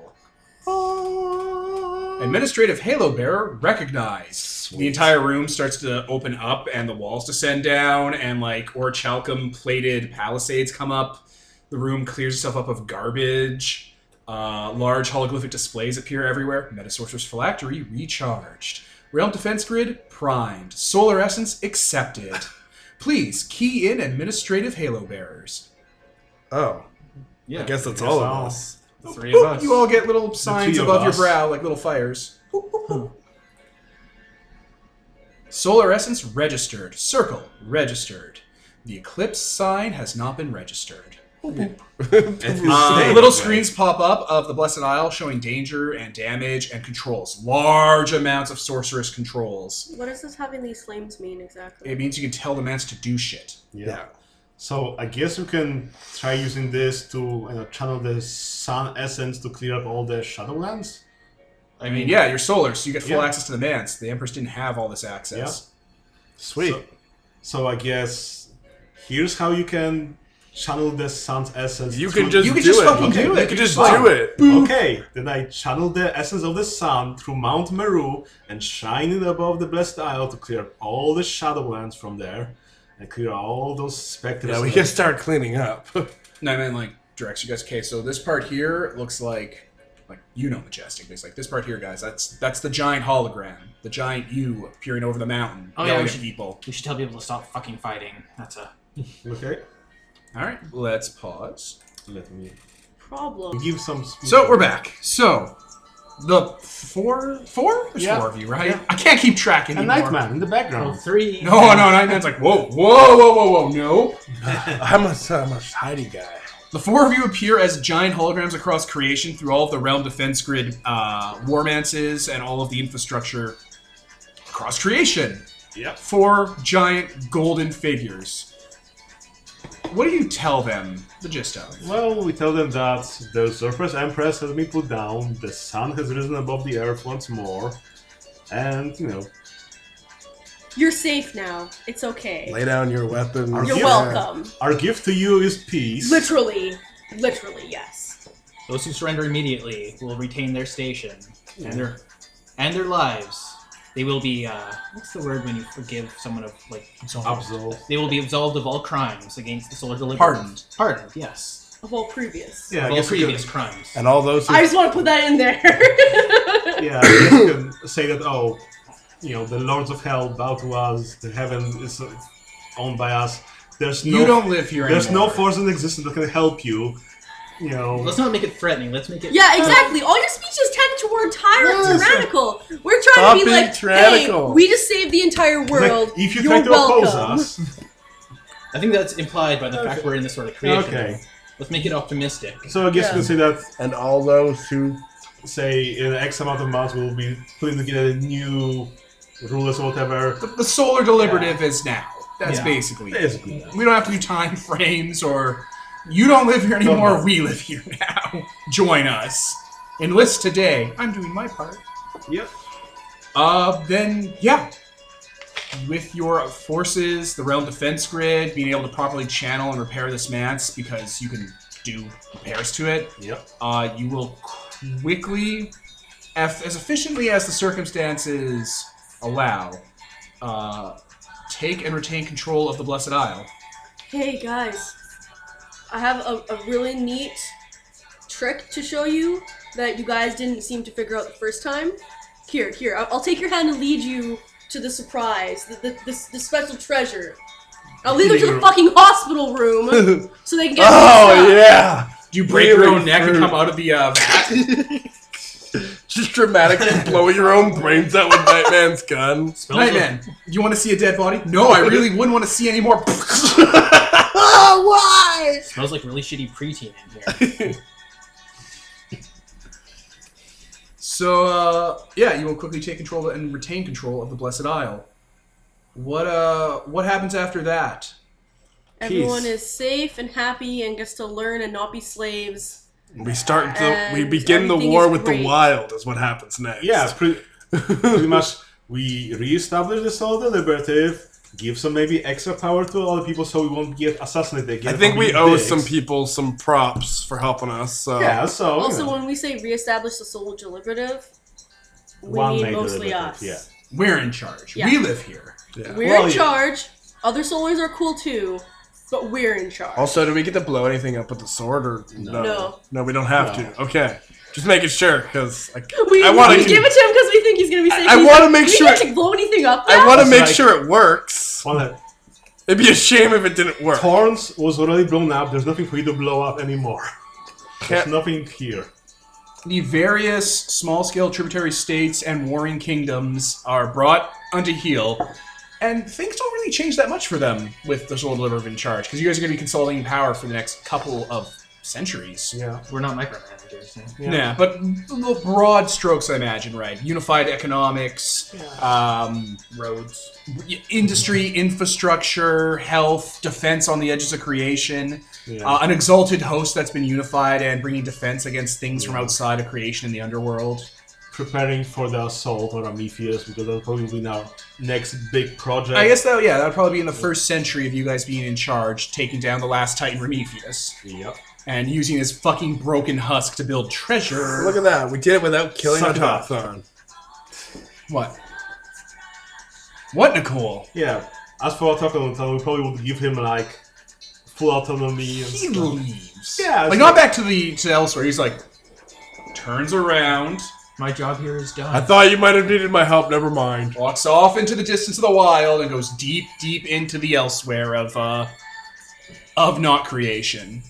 Speaker 1: Administrative halo bearer recognized. The entire room starts to open up and the walls descend down and like orichalcum plated palisades come up. The room clears itself up of garbage. Uh, large hologlyphic displays appear everywhere. Metasorcerer's Phylactery recharged. Realm Defense Grid primed. Solar Essence accepted. Please key in administrative halo bearers.
Speaker 2: Oh,
Speaker 3: Yeah,
Speaker 2: I guess that's
Speaker 6: guess
Speaker 2: all
Speaker 6: I'll-
Speaker 2: of us.
Speaker 3: the three of us.
Speaker 1: You all get little signs
Speaker 6: two of
Speaker 1: above your
Speaker 6: us.
Speaker 1: brow, like little fires. Solar essence registered. Circle registered. The eclipse sign has not been registered.
Speaker 6: Um,
Speaker 1: Uh, little screens pop up of the Blessed Isle showing danger and damage and controls. Large amounts of sorceress controls.
Speaker 4: What does this having these flames mean exactly?
Speaker 1: It means you can tell the mans to do shit.
Speaker 6: Yeah. So I guess we can try using this to you know, channel the sun essence to clear up all the shadowlands.
Speaker 3: I
Speaker 1: I mean,
Speaker 3: mean,
Speaker 1: yeah, you're solar, so you get full
Speaker 6: Yeah.
Speaker 1: access to the mans. The Empress didn't have all this access.
Speaker 2: Sweet.
Speaker 6: So, so I guess here's how you can channel the sun's essence.
Speaker 2: you
Speaker 6: through-
Speaker 2: can just
Speaker 1: You can
Speaker 2: do
Speaker 1: just
Speaker 2: it.
Speaker 1: fucking
Speaker 2: Okay,
Speaker 1: do
Speaker 2: You
Speaker 1: it.
Speaker 2: can just
Speaker 6: Fine.
Speaker 2: do it.
Speaker 6: Okay, then I channel the essence of the sun through Mount Meru and shine it above the Blessed Isle to clear up all the Shadowlands from there and clear all those specters.
Speaker 2: Yeah, we can start cleaning up.
Speaker 1: No, I mean, like, directs you guys, okay, so this part here looks like, like, you know Majestic. It's like, this part here, guys, that's that's the giant hologram. The giant you peering over the mountain.
Speaker 3: Oh, yeah,
Speaker 1: yelling
Speaker 3: we
Speaker 1: at
Speaker 3: should-
Speaker 1: people.
Speaker 3: we should tell people to stop fucking fighting. That's a
Speaker 6: Okay,
Speaker 1: All right, let's pause.
Speaker 6: let me
Speaker 4: Problem.
Speaker 6: give some speed.
Speaker 1: So, we're back. So, the four, four? There's
Speaker 6: Yeah.
Speaker 1: four of you, right? I can't keep track
Speaker 6: a
Speaker 1: anymore.
Speaker 6: nightman in the background.
Speaker 3: three.
Speaker 1: No, no, Nightman's like, whoa, whoa, whoa, whoa, whoa, no.
Speaker 2: I'm a, I'm a hidey guy.
Speaker 1: The four of you appear as giant holograms across creation through all of the realm defense grid uh, warmances and all of the infrastructure across creation.
Speaker 6: Yep.
Speaker 1: Four giant golden figures. What do you tell them? The gist of.
Speaker 6: Well, we tell them that the surface empress has been put down, the sun has risen above the earth once more, and you know,
Speaker 4: You're safe now. It's okay.
Speaker 2: Lay down your weapon.
Speaker 4: You're
Speaker 6: Yeah.
Speaker 4: welcome.
Speaker 6: our gift to you is peace.
Speaker 4: Literally. Literally, yes.
Speaker 3: Those who surrender immediately will retain their station and their and their lives. They will be uh, what's the word when you forgive someone of like
Speaker 6: Absol.
Speaker 3: they will be absolved of all crimes against the solar delivery.
Speaker 1: Pardoned.
Speaker 3: Pardoned. Yes.
Speaker 4: Of all previous.
Speaker 6: Yeah,
Speaker 3: Of
Speaker 6: I
Speaker 3: all
Speaker 6: guess we could-
Speaker 3: previous crimes.
Speaker 2: and all those who
Speaker 4: I just want to put that in there.
Speaker 6: Yeah, I guess you can say that. Oh, you know, the lords of hell bow to us. The heaven is uh, owned by us. There's no,
Speaker 1: you don't live here
Speaker 6: there's
Speaker 1: anymore.
Speaker 6: no force in existence that can help you. You know,
Speaker 3: Let's not make it threatening. Let's make it.
Speaker 4: yeah, exactly. All your speech is 10 much word tyrant
Speaker 9: Listen.
Speaker 4: tyrannical. We're trying to
Speaker 2: Stop
Speaker 4: be
Speaker 2: being
Speaker 4: like,
Speaker 2: tyrannical.
Speaker 4: hey, we just saved the entire world.
Speaker 6: Like, if you
Speaker 4: You're
Speaker 6: try to
Speaker 4: welcome.
Speaker 6: oppose us,
Speaker 3: I think that's implied by the fact we're in this sort of creation.
Speaker 6: okay.
Speaker 3: Let's make it optimistic.
Speaker 6: So I guess
Speaker 4: Yeah.
Speaker 6: we can say that
Speaker 9: And all those who
Speaker 6: say in X amount of months we'll be putting together new rulers or whatever.
Speaker 1: The, the solar deliberative is now. That's
Speaker 3: Yeah.
Speaker 1: basically it.
Speaker 6: Basically,
Speaker 1: We don't have to do time frames or you don't live here anymore, we live here now. Join us. Enlist today. I'm doing my part.
Speaker 6: Yep.
Speaker 1: Uh, then, yeah. With your forces, the realm defense grid, being able to properly channel and repair this manse because you can do repairs to it,
Speaker 6: Yep.
Speaker 1: uh, you will quickly, eff- as efficiently as the circumstances allow, uh, take and retain control of the Blessed Isle.
Speaker 4: Hey guys, I have a, a really neat trick to show you that you guys didn't seem to figure out the first time. Here, here, I'll, I'll take your hand and lead you to the surprise, the, the, the, the special treasure. I'll lead them to the fucking hospital room so they can get.
Speaker 2: Oh
Speaker 4: fixed up.
Speaker 2: yeah,
Speaker 1: Do you break your own neck and come out of the uh, vat?
Speaker 2: just dramatically blow your own brains out with Nightman's gun.
Speaker 1: Nightman, you want to see a dead body? No, I really wouldn't want to see any more.
Speaker 4: Oh,
Speaker 2: Why?
Speaker 3: smells like really shitty preteen in here.
Speaker 1: so, uh, yeah, you will quickly take control and retain control of the Blessed Isle. What uh, what happens after that?
Speaker 4: Everyone is safe and happy and gets to learn and not be slaves.
Speaker 2: We start. The, we
Speaker 4: And
Speaker 2: begin the
Speaker 4: Uh, everything
Speaker 2: war
Speaker 4: is
Speaker 2: with
Speaker 4: great.
Speaker 2: the wild. Is what happens next.
Speaker 6: Yeah, pretty, pretty much we reestablish the sole deliberative, give some maybe extra power to other people so we won't get assassinated again.
Speaker 2: I think
Speaker 6: from
Speaker 2: we
Speaker 6: being
Speaker 2: owe
Speaker 6: dicks.
Speaker 2: some people some props for helping us. So.
Speaker 6: Yeah, so. you
Speaker 4: Also,
Speaker 6: know,
Speaker 4: when we say reestablish the soul deliberative, we
Speaker 6: one
Speaker 4: mean
Speaker 6: main
Speaker 4: mostly
Speaker 6: deliberative,
Speaker 4: us.
Speaker 6: Yeah.
Speaker 1: We're in charge.
Speaker 4: Yeah.
Speaker 1: We live here.
Speaker 4: We're
Speaker 6: Well,
Speaker 4: in
Speaker 6: yeah.
Speaker 4: charge. Other solars are cool too, but we're in charge.
Speaker 2: Also, do we get to blow anything up with the sword or no?
Speaker 4: No.
Speaker 2: we don't have
Speaker 6: No.
Speaker 2: to. Okay, just making sure because I,
Speaker 4: we
Speaker 2: I want
Speaker 4: we give
Speaker 2: to.
Speaker 4: it to him because we think he's gonna be safe.
Speaker 2: I
Speaker 4: He's
Speaker 2: wanna
Speaker 4: like,
Speaker 2: make
Speaker 4: "We
Speaker 2: sure-
Speaker 4: didn't to blow anything up.
Speaker 2: I
Speaker 4: now?"
Speaker 2: want to
Speaker 6: It's
Speaker 2: make
Speaker 6: like-
Speaker 2: sure it works.
Speaker 6: Well, uh,
Speaker 2: It'd be a shame if it didn't work.
Speaker 6: Torrance was already blown up. There's nothing for you to blow up anymore. There's
Speaker 2: Can't-
Speaker 6: nothing here.
Speaker 1: The various small scale tributary states and warring kingdoms are brought unto heel, and things don't really change that much for them with the Soul Deliverer in charge, because you guys are going to be consolidating power for the next couple of centuries.
Speaker 6: Yeah.
Speaker 3: We're not micromanagers. no.
Speaker 1: Yeah, but the broad strokes, I imagine, right? Unified economics, um,
Speaker 3: Roads.
Speaker 1: industry, infrastructure, health, defense on the edges of creation,
Speaker 6: Yeah.
Speaker 1: uh, an exalted host that's been unified and bringing defense against things from outside of creation in the underworld.
Speaker 6: Preparing for the assault on Amethyst because that'll probably be our next big project.
Speaker 1: I guess that yeah, that would probably be in the first century of you guys being in charge, taking down the last Titan Remefius
Speaker 6: Yep.
Speaker 1: and using his fucking broken husk to build treasure.
Speaker 2: Look at that. We did it without killing
Speaker 6: Suck
Speaker 2: a
Speaker 6: it up.
Speaker 2: Tophon.
Speaker 1: what? What Nicole?
Speaker 6: Yeah. As for Autochthon, we probably would give him like full autonomy and
Speaker 1: He
Speaker 6: stuff.
Speaker 1: leaves.
Speaker 6: Yeah, it's
Speaker 1: like not
Speaker 6: like-
Speaker 1: back to the to elsewhere. He's like turns around,
Speaker 3: My job here is done.
Speaker 2: I thought you might have needed my help. Never mind.
Speaker 1: walks off into the distance of the wild, and goes deep, deep into the elsewhere of uh of not creation.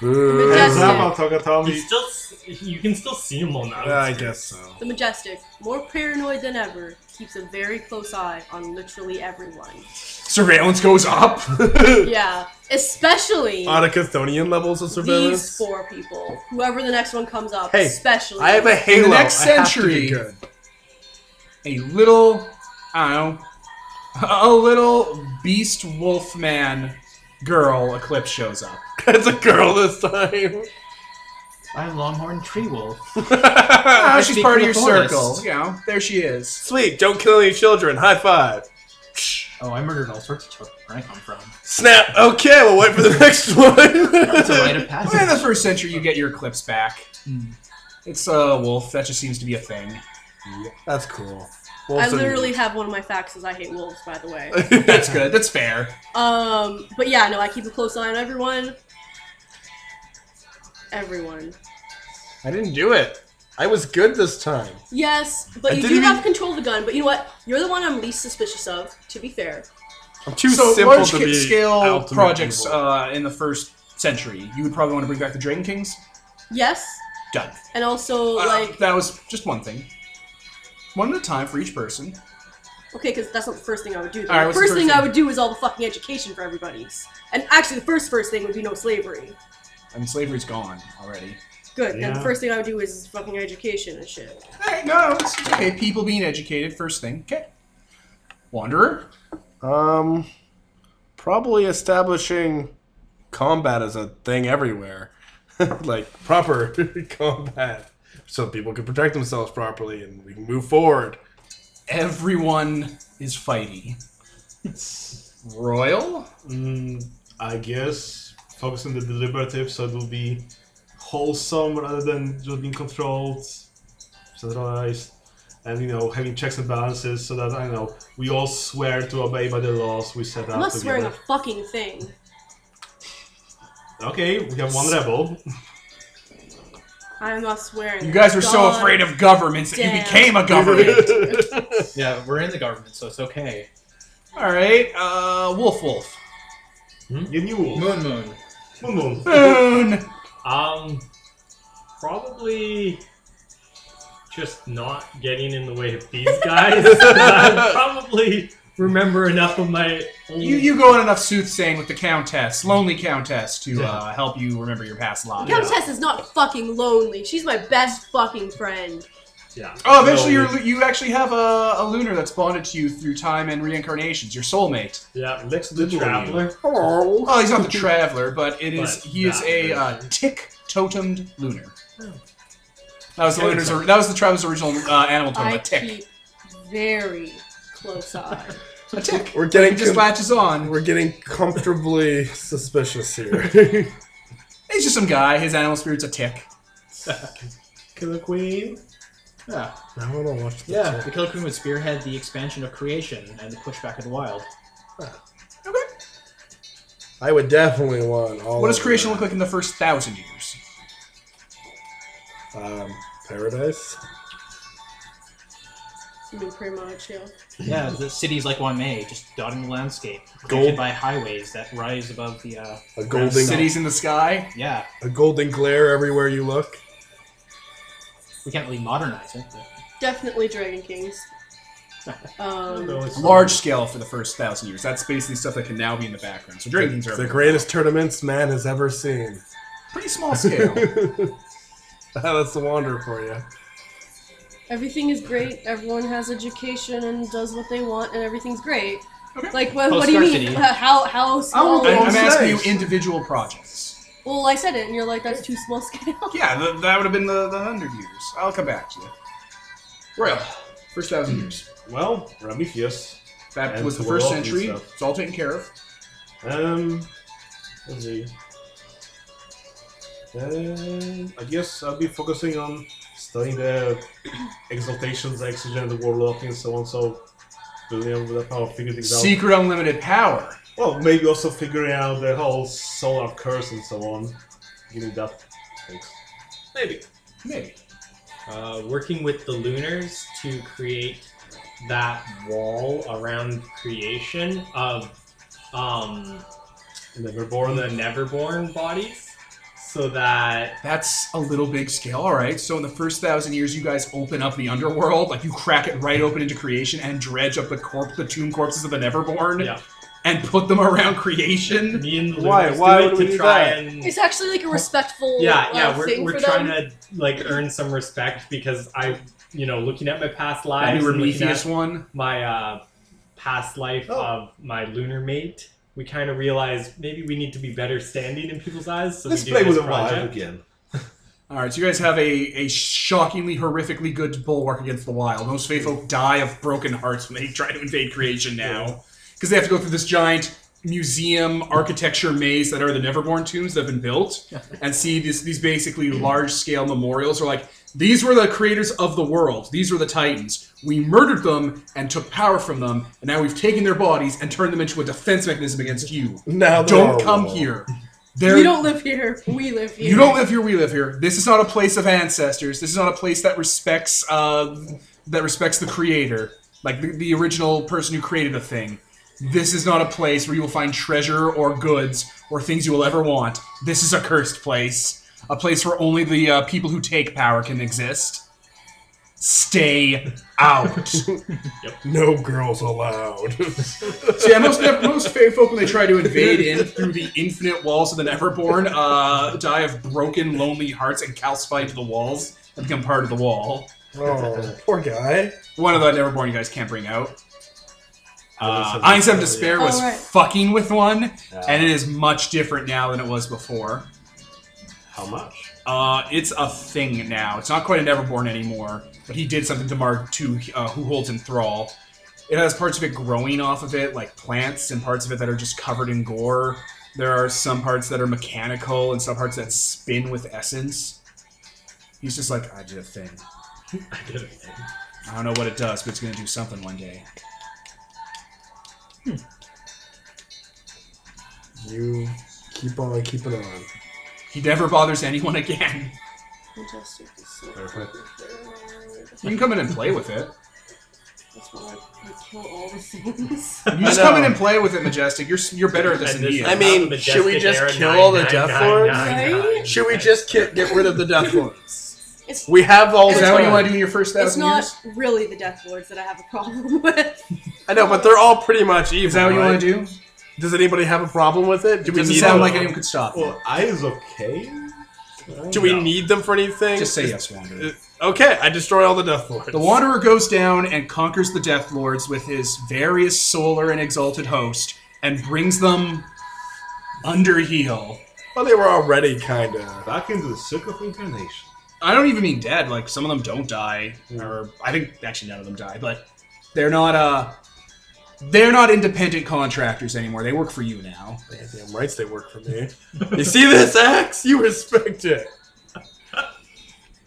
Speaker 2: Boo.
Speaker 6: Hands
Speaker 4: Majestic.
Speaker 6: up, Autochthon.
Speaker 7: He's still, s- you can still see him well now.
Speaker 2: Yeah, I guess so.
Speaker 4: The majestic, more paranoid than ever, keeps a very close eye on literally everyone.
Speaker 1: Surveillance goes up.
Speaker 4: yeah, especially
Speaker 2: On a Chthonian levels of
Speaker 4: these
Speaker 2: surveillance.
Speaker 4: four people. Whoever the next one comes up,
Speaker 2: Hey,
Speaker 4: especially.
Speaker 2: I have a halo.
Speaker 1: next
Speaker 2: I have to
Speaker 1: century-
Speaker 2: be good.
Speaker 1: a little, I don't know, a little beast wolf man girl eclipse shows up.
Speaker 2: It's a girl this time.
Speaker 3: I'm Longhorn Tree Wolf.
Speaker 1: Ah,
Speaker 3: I
Speaker 1: she's
Speaker 3: speak
Speaker 1: part of
Speaker 3: for
Speaker 1: your
Speaker 3: the forest.
Speaker 1: circle. You know, there she is.
Speaker 2: Sweet. Don't kill any children. High five.
Speaker 3: Oh, I murdered all sorts of children where I come from.
Speaker 2: Snap. Okay, we'll wait for the next
Speaker 3: It's a rite
Speaker 2: one.
Speaker 3: of passage.
Speaker 1: Well, in the first century, you get your eclipse back. It's a wolf. That just seems to be a thing.
Speaker 2: That's cool.
Speaker 4: I
Speaker 2: Wolves are
Speaker 4: literally
Speaker 2: neat.
Speaker 4: have one of my facts is I hate wolves, by the way.
Speaker 1: That's good. That's fair.
Speaker 4: Um, but yeah, no, I keep a close eye on everyone. Everyone.
Speaker 2: I didn't do it. I was good this time.
Speaker 4: Yes, but
Speaker 2: I
Speaker 4: you do
Speaker 2: didn't even-
Speaker 4: have control of the gun. But you know what? You're the one I'm least suspicious of. To be fair,
Speaker 2: I'm too
Speaker 1: so
Speaker 2: simple
Speaker 1: large
Speaker 2: to be
Speaker 1: scale
Speaker 2: ultimate
Speaker 1: projects
Speaker 2: evil.
Speaker 1: uh, in the first century. You would probably want to bring back the Dragon Kings.
Speaker 4: yes,
Speaker 1: Done.
Speaker 4: And also,
Speaker 1: Uh,
Speaker 4: like,
Speaker 1: that was just one thing. One at a time for each person.
Speaker 4: okay, because that's not the first thing I would do.
Speaker 1: All right,
Speaker 4: the
Speaker 1: what's the
Speaker 4: first
Speaker 1: first
Speaker 4: thing I
Speaker 1: thing?
Speaker 4: would do is all the fucking education for everybody's. And actually, the first first thing would be no slavery.
Speaker 1: I mean, slavery's gone already.
Speaker 4: Good. Then the
Speaker 6: Yeah.
Speaker 4: first thing I would do is fucking education and shit.
Speaker 1: Hey, no, it's it's okay. People being educated, first thing. Okay. Wanderer?
Speaker 2: Um, probably establishing combat as a thing everywhere, like proper combat, so people can protect themselves properly and we can move forward.
Speaker 1: Everyone is fighty. Royal?
Speaker 6: Mm, I guess focus on the deliberative, so it will be wholesome rather than just being controlled, centralized, and you know having checks and balances, so that I know we all swear to obey by the laws we set
Speaker 4: I'm
Speaker 6: out
Speaker 4: not swearing a
Speaker 6: together.
Speaker 4: fucking thing.
Speaker 6: Okay, we have one rebel.
Speaker 4: I'm not swearing.
Speaker 1: You guys were so
Speaker 4: God.
Speaker 1: afraid of governments that you
Speaker 4: damn.
Speaker 1: became a government.
Speaker 3: Yeah, we're in the government, so it's okay.
Speaker 1: All right, uh, Wolf Wolf.
Speaker 6: Get new wolf.
Speaker 3: Moon Moon.
Speaker 6: Moon moon.
Speaker 1: Boon!
Speaker 7: Um, probably just not getting in the way of these guys. I probably remember enough of my. Own...
Speaker 1: You, you go on enough soothsaying with the Countess, lonely Countess, to uh, help you remember your past lives.
Speaker 4: Countess is not fucking lonely. She's my best fucking friend.
Speaker 7: Yeah.
Speaker 1: Oh, eventually you're, you actually have a, a lunar that's bonded to you through time and reincarnations, your soulmate.
Speaker 7: Yeah. Licks the traveler.
Speaker 2: Hello.
Speaker 1: Oh, he's not the traveler, but it is
Speaker 7: But
Speaker 1: he is
Speaker 7: that
Speaker 1: a uh,
Speaker 7: version.
Speaker 1: tick totemed lunar. Oh. That was the
Speaker 7: Okay,
Speaker 1: lunar's
Speaker 7: so-
Speaker 1: or, that was the traveler's original uh, animal totem,
Speaker 4: I
Speaker 1: a tick.
Speaker 4: keep very close eye.
Speaker 1: A tick.
Speaker 2: We're getting
Speaker 1: It just
Speaker 2: com-
Speaker 1: latches on.
Speaker 2: we're getting comfortably suspicious here.
Speaker 1: It's just some guy. His animal spirit's a tick.
Speaker 6: Killer queen.
Speaker 3: Yeah.
Speaker 2: I want to watch this.
Speaker 3: Yeah. The Killer Queen would spearhead the expansion of creation and the pushback of the wild.
Speaker 2: I would definitely want all.
Speaker 1: What does
Speaker 2: of
Speaker 1: creation
Speaker 2: that.
Speaker 1: look like in the first thousand years?
Speaker 2: Um, paradise.
Speaker 4: I mean, pretty much, yeah.
Speaker 3: Yeah, the cities like Wan Mei, just dotting the landscape, protected by highways that rise above the. uh...
Speaker 2: A golden
Speaker 1: Cities in the sky.
Speaker 3: Yeah,
Speaker 2: a golden glare everywhere you look.
Speaker 3: we can't really modernize it. but-
Speaker 4: Definitely Dragon Kings. Um,
Speaker 1: Large scale for the first thousand years. That's basically stuff that can now be in the background. So drinkings
Speaker 2: It's
Speaker 1: are
Speaker 2: the greatest tournaments man has ever seen.
Speaker 1: pretty small scale.
Speaker 2: That's the wander for you.
Speaker 4: everything is great. Everyone has education and does what they want, and everything's great.
Speaker 1: Okay.
Speaker 4: Like, what, what do you
Speaker 3: Post-scarcity.
Speaker 4: mean? Uh, How how small?
Speaker 1: I'm, I'm
Speaker 2: Nice.
Speaker 1: asking you individual projects.
Speaker 4: well, I said it, and you're like, that's too small scale.
Speaker 1: Yeah, th- that would have been the, the hundred years. I'll come back to you. Royal, first thousand years.
Speaker 6: Well, Ramifius.
Speaker 1: That
Speaker 6: And
Speaker 1: was the
Speaker 6: to
Speaker 1: first
Speaker 6: roll and
Speaker 1: century.
Speaker 6: stuff.
Speaker 1: It's all taken care of.
Speaker 6: Um, let's see. Uh, I guess I'll be focusing on studying the exaltations, the exogen, the warlock, and so on. So, building up with that power, figuring things out.
Speaker 1: Secret unlimited power.
Speaker 6: Well, maybe also figuring out the whole solar curse and so on. Giving that. Thanks.
Speaker 7: Maybe.
Speaker 1: Maybe.
Speaker 7: Uh, working with the lunars to create that wall around creation of um,
Speaker 6: Neverborn
Speaker 7: the Neverborn bodies, so that
Speaker 1: That's a little big scale. All right. So in the first thousand years, you guys open up the underworld, like you crack it right open into creation and dredge up the corp, the tomb corpses of the Neverborn,
Speaker 7: yeah,
Speaker 1: and put them around creation.
Speaker 7: me and the
Speaker 2: Why-
Speaker 7: lunars
Speaker 2: why
Speaker 7: do it
Speaker 2: would
Speaker 7: to
Speaker 2: we do
Speaker 7: try
Speaker 2: that?
Speaker 7: and
Speaker 4: It's actually like a respectful
Speaker 7: yeah
Speaker 4: uh,
Speaker 7: yeah
Speaker 4: thing
Speaker 7: we're, we're
Speaker 4: for
Speaker 7: trying
Speaker 4: them.
Speaker 7: to like earn some respect because i you know looking at my past
Speaker 1: That
Speaker 7: lives
Speaker 1: new
Speaker 7: and looking
Speaker 1: Prometheus
Speaker 7: at
Speaker 1: one.
Speaker 7: my uh, past life
Speaker 2: Oh.
Speaker 7: of my lunar mate we kind of realized maybe we need to be better standing in people's eyes so
Speaker 6: Let's
Speaker 7: we do
Speaker 6: play
Speaker 7: this
Speaker 6: with a wild
Speaker 7: project.
Speaker 6: again.
Speaker 1: All right, so you guys have a, a shockingly, horrifically good bulwark against the wild. Those faithful die of broken hearts when they try to invade creation now, because they have to go through this giant museum architecture maze that are the Neverborn tombs that have been built, and see this, these basically large scale memorials are like these were the creators of the world. These were the titans. We murdered them and took power from them, and now we've taken their bodies and turned them into a defense mechanism against you.
Speaker 2: Now they
Speaker 1: Don't
Speaker 2: are
Speaker 1: come
Speaker 2: warlocks.
Speaker 1: here.
Speaker 4: You
Speaker 1: They're
Speaker 4: don't live here. We live here.
Speaker 1: you don't live here. We live here. This is not a place of ancestors. This is not a place that respects uh, that respects the creator, like the, the original person who created the thing. This is not a place where you will find treasure or goods or things you will ever want. This is a cursed place. a place where only the uh, people who take power can exist. Stay out. so
Speaker 2: No girls allowed.
Speaker 1: yeah, most most fae folk when they try to invade in through the infinite walls of the Neverborn, uh, die of broken, lonely hearts and calcified to the walls and become part of the wall.
Speaker 2: oh, poor guy.
Speaker 1: One of the Neverborn you guys can't bring out. Uh,
Speaker 2: That is
Speaker 1: Einstein
Speaker 2: something-
Speaker 1: of Despair was
Speaker 4: Oh, right.
Speaker 1: fucking with one,
Speaker 2: Yeah.
Speaker 1: and it is much different now than it was before.
Speaker 2: How much?
Speaker 1: Uh, it's a thing now. It's not quite a Neverborn anymore, but he did something to Mark II, uh, who holds in thrall. It has parts of it growing off of it, like plants, and parts of it that are just covered in gore. There are some parts that are mechanical, and some parts that spin with essence. He's just like, I did a thing.
Speaker 7: I did it.
Speaker 1: I don't know what it does, but it's gonna do something one day.
Speaker 2: You keep on keeping on.
Speaker 1: He never bothers anyone again.
Speaker 4: Majestic is so
Speaker 2: Perfect.
Speaker 1: You can come in and play with it.
Speaker 4: That's why I kill all the things.
Speaker 1: You just come in and play with it, Majestic. You're s- you're better at this than
Speaker 7: And this-
Speaker 1: he
Speaker 9: I
Speaker 1: is.
Speaker 9: mean, should we just kill all the death lords?
Speaker 4: right?
Speaker 9: Should we just ki- get rid of the Death Lords?
Speaker 4: It's,
Speaker 9: We have all
Speaker 1: Is
Speaker 9: the
Speaker 1: that what you
Speaker 9: time.
Speaker 1: want to do in your first
Speaker 4: it's
Speaker 1: thousand
Speaker 4: not
Speaker 1: years?
Speaker 4: really the Death Lords that I have a problem with.
Speaker 9: I know, but they're all pretty much evil.
Speaker 1: Is that what you
Speaker 9: right?
Speaker 1: want to do?
Speaker 9: Does anybody have a problem with it? Do we
Speaker 1: Does it
Speaker 9: need
Speaker 1: sound
Speaker 9: them?
Speaker 1: like anyone could stop? you?
Speaker 6: Well, I is okay.
Speaker 9: Do we need them for anything?
Speaker 1: Just say yes, Wanderer.
Speaker 9: Okay, I destroy all the Death Lords.
Speaker 1: The Wanderer goes down and conquers the Death Lords with his various solar and exalted host and brings them under heel.
Speaker 9: Well, Oh, they were already kind of.
Speaker 6: Back into the circle of incarnation.
Speaker 1: I don't even mean dead, like some of them don't die. Or I think actually none of them die, but they're not uh they're not independent contractors anymore. They work for you now.
Speaker 9: Damn rights they work for me. you see this axe? You respect it.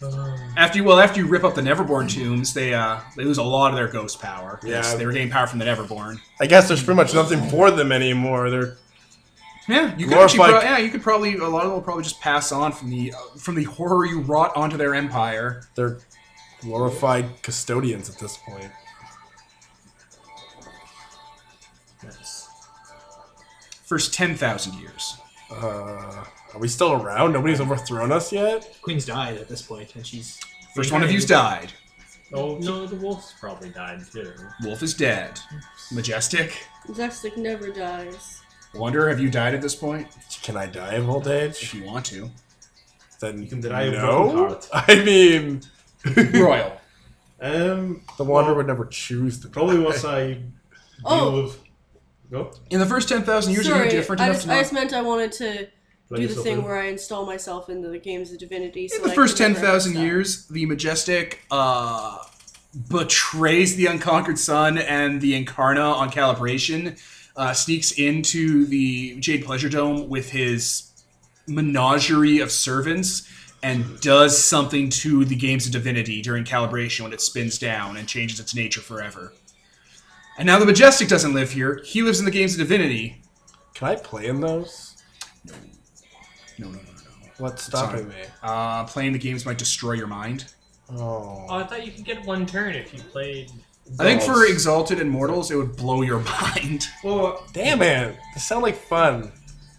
Speaker 7: Uh,
Speaker 1: After you, well, after you rip up the Neverborn tombs, they uh they lose a lot of their ghost power. 'cause
Speaker 9: Yeah.
Speaker 1: they were getting power from the Neverborn.
Speaker 9: I guess there's pretty much nothing for them anymore. They're
Speaker 1: Yeah, you could actually pro-
Speaker 9: Glorified-
Speaker 1: yeah, you could probably a lot of them will probably just pass on from the uh, from the horror you wrought onto their empire.
Speaker 9: they're glorified custodians at this point.
Speaker 1: First ten thousand years.
Speaker 9: Uh, are we still around? Nobody's overthrown us yet.
Speaker 3: Queen's died at this point, and she's
Speaker 1: First one of you's died.
Speaker 7: Oh no, the wolf's probably died too.
Speaker 1: Wolf is dead. Majestic.
Speaker 4: Majestic never dies.
Speaker 1: Wanderer, have you died at this point?
Speaker 9: Can I die of old
Speaker 1: If
Speaker 9: age?
Speaker 1: you want to.
Speaker 9: Then
Speaker 6: You can die of broken
Speaker 9: no.
Speaker 6: heart.
Speaker 9: I mean,
Speaker 1: Royal.
Speaker 6: Um,
Speaker 9: the wanderer would never choose to.
Speaker 6: probably
Speaker 9: die.
Speaker 6: once I deal
Speaker 4: Oh.
Speaker 6: with. Go.
Speaker 1: In the first ten thousand years, are
Speaker 4: Sorry,
Speaker 1: you different
Speaker 4: I
Speaker 1: enough
Speaker 4: just,
Speaker 1: to not-
Speaker 4: I just meant I wanted to do
Speaker 6: Plug
Speaker 4: the
Speaker 6: yourself
Speaker 4: thing
Speaker 6: in.
Speaker 4: where I install myself into the games of divinity. So
Speaker 1: In the
Speaker 4: I
Speaker 1: first ten
Speaker 4: can never
Speaker 1: thousand
Speaker 4: stop.
Speaker 1: years, the majestic uh, betrays the unconquered sun and the Incarna on calibration, uh, sneaks into the Jade Pleasure Dome with his menagerie of servants, and does something to the games of divinity during calibration when it spins down and changes its nature forever. And now the majestic doesn't live here; he lives in the games of divinity.
Speaker 9: Can I play in those?
Speaker 1: No, no, no, no.
Speaker 9: What's stopping me?
Speaker 1: no. Uh, playing the games might destroy your mind.
Speaker 9: Oh.
Speaker 7: Oh, I thought you could get one turn if you played.
Speaker 1: I think for exalted immortals, it would blow your mind.
Speaker 6: Well,
Speaker 9: Damn it! They sound like fun.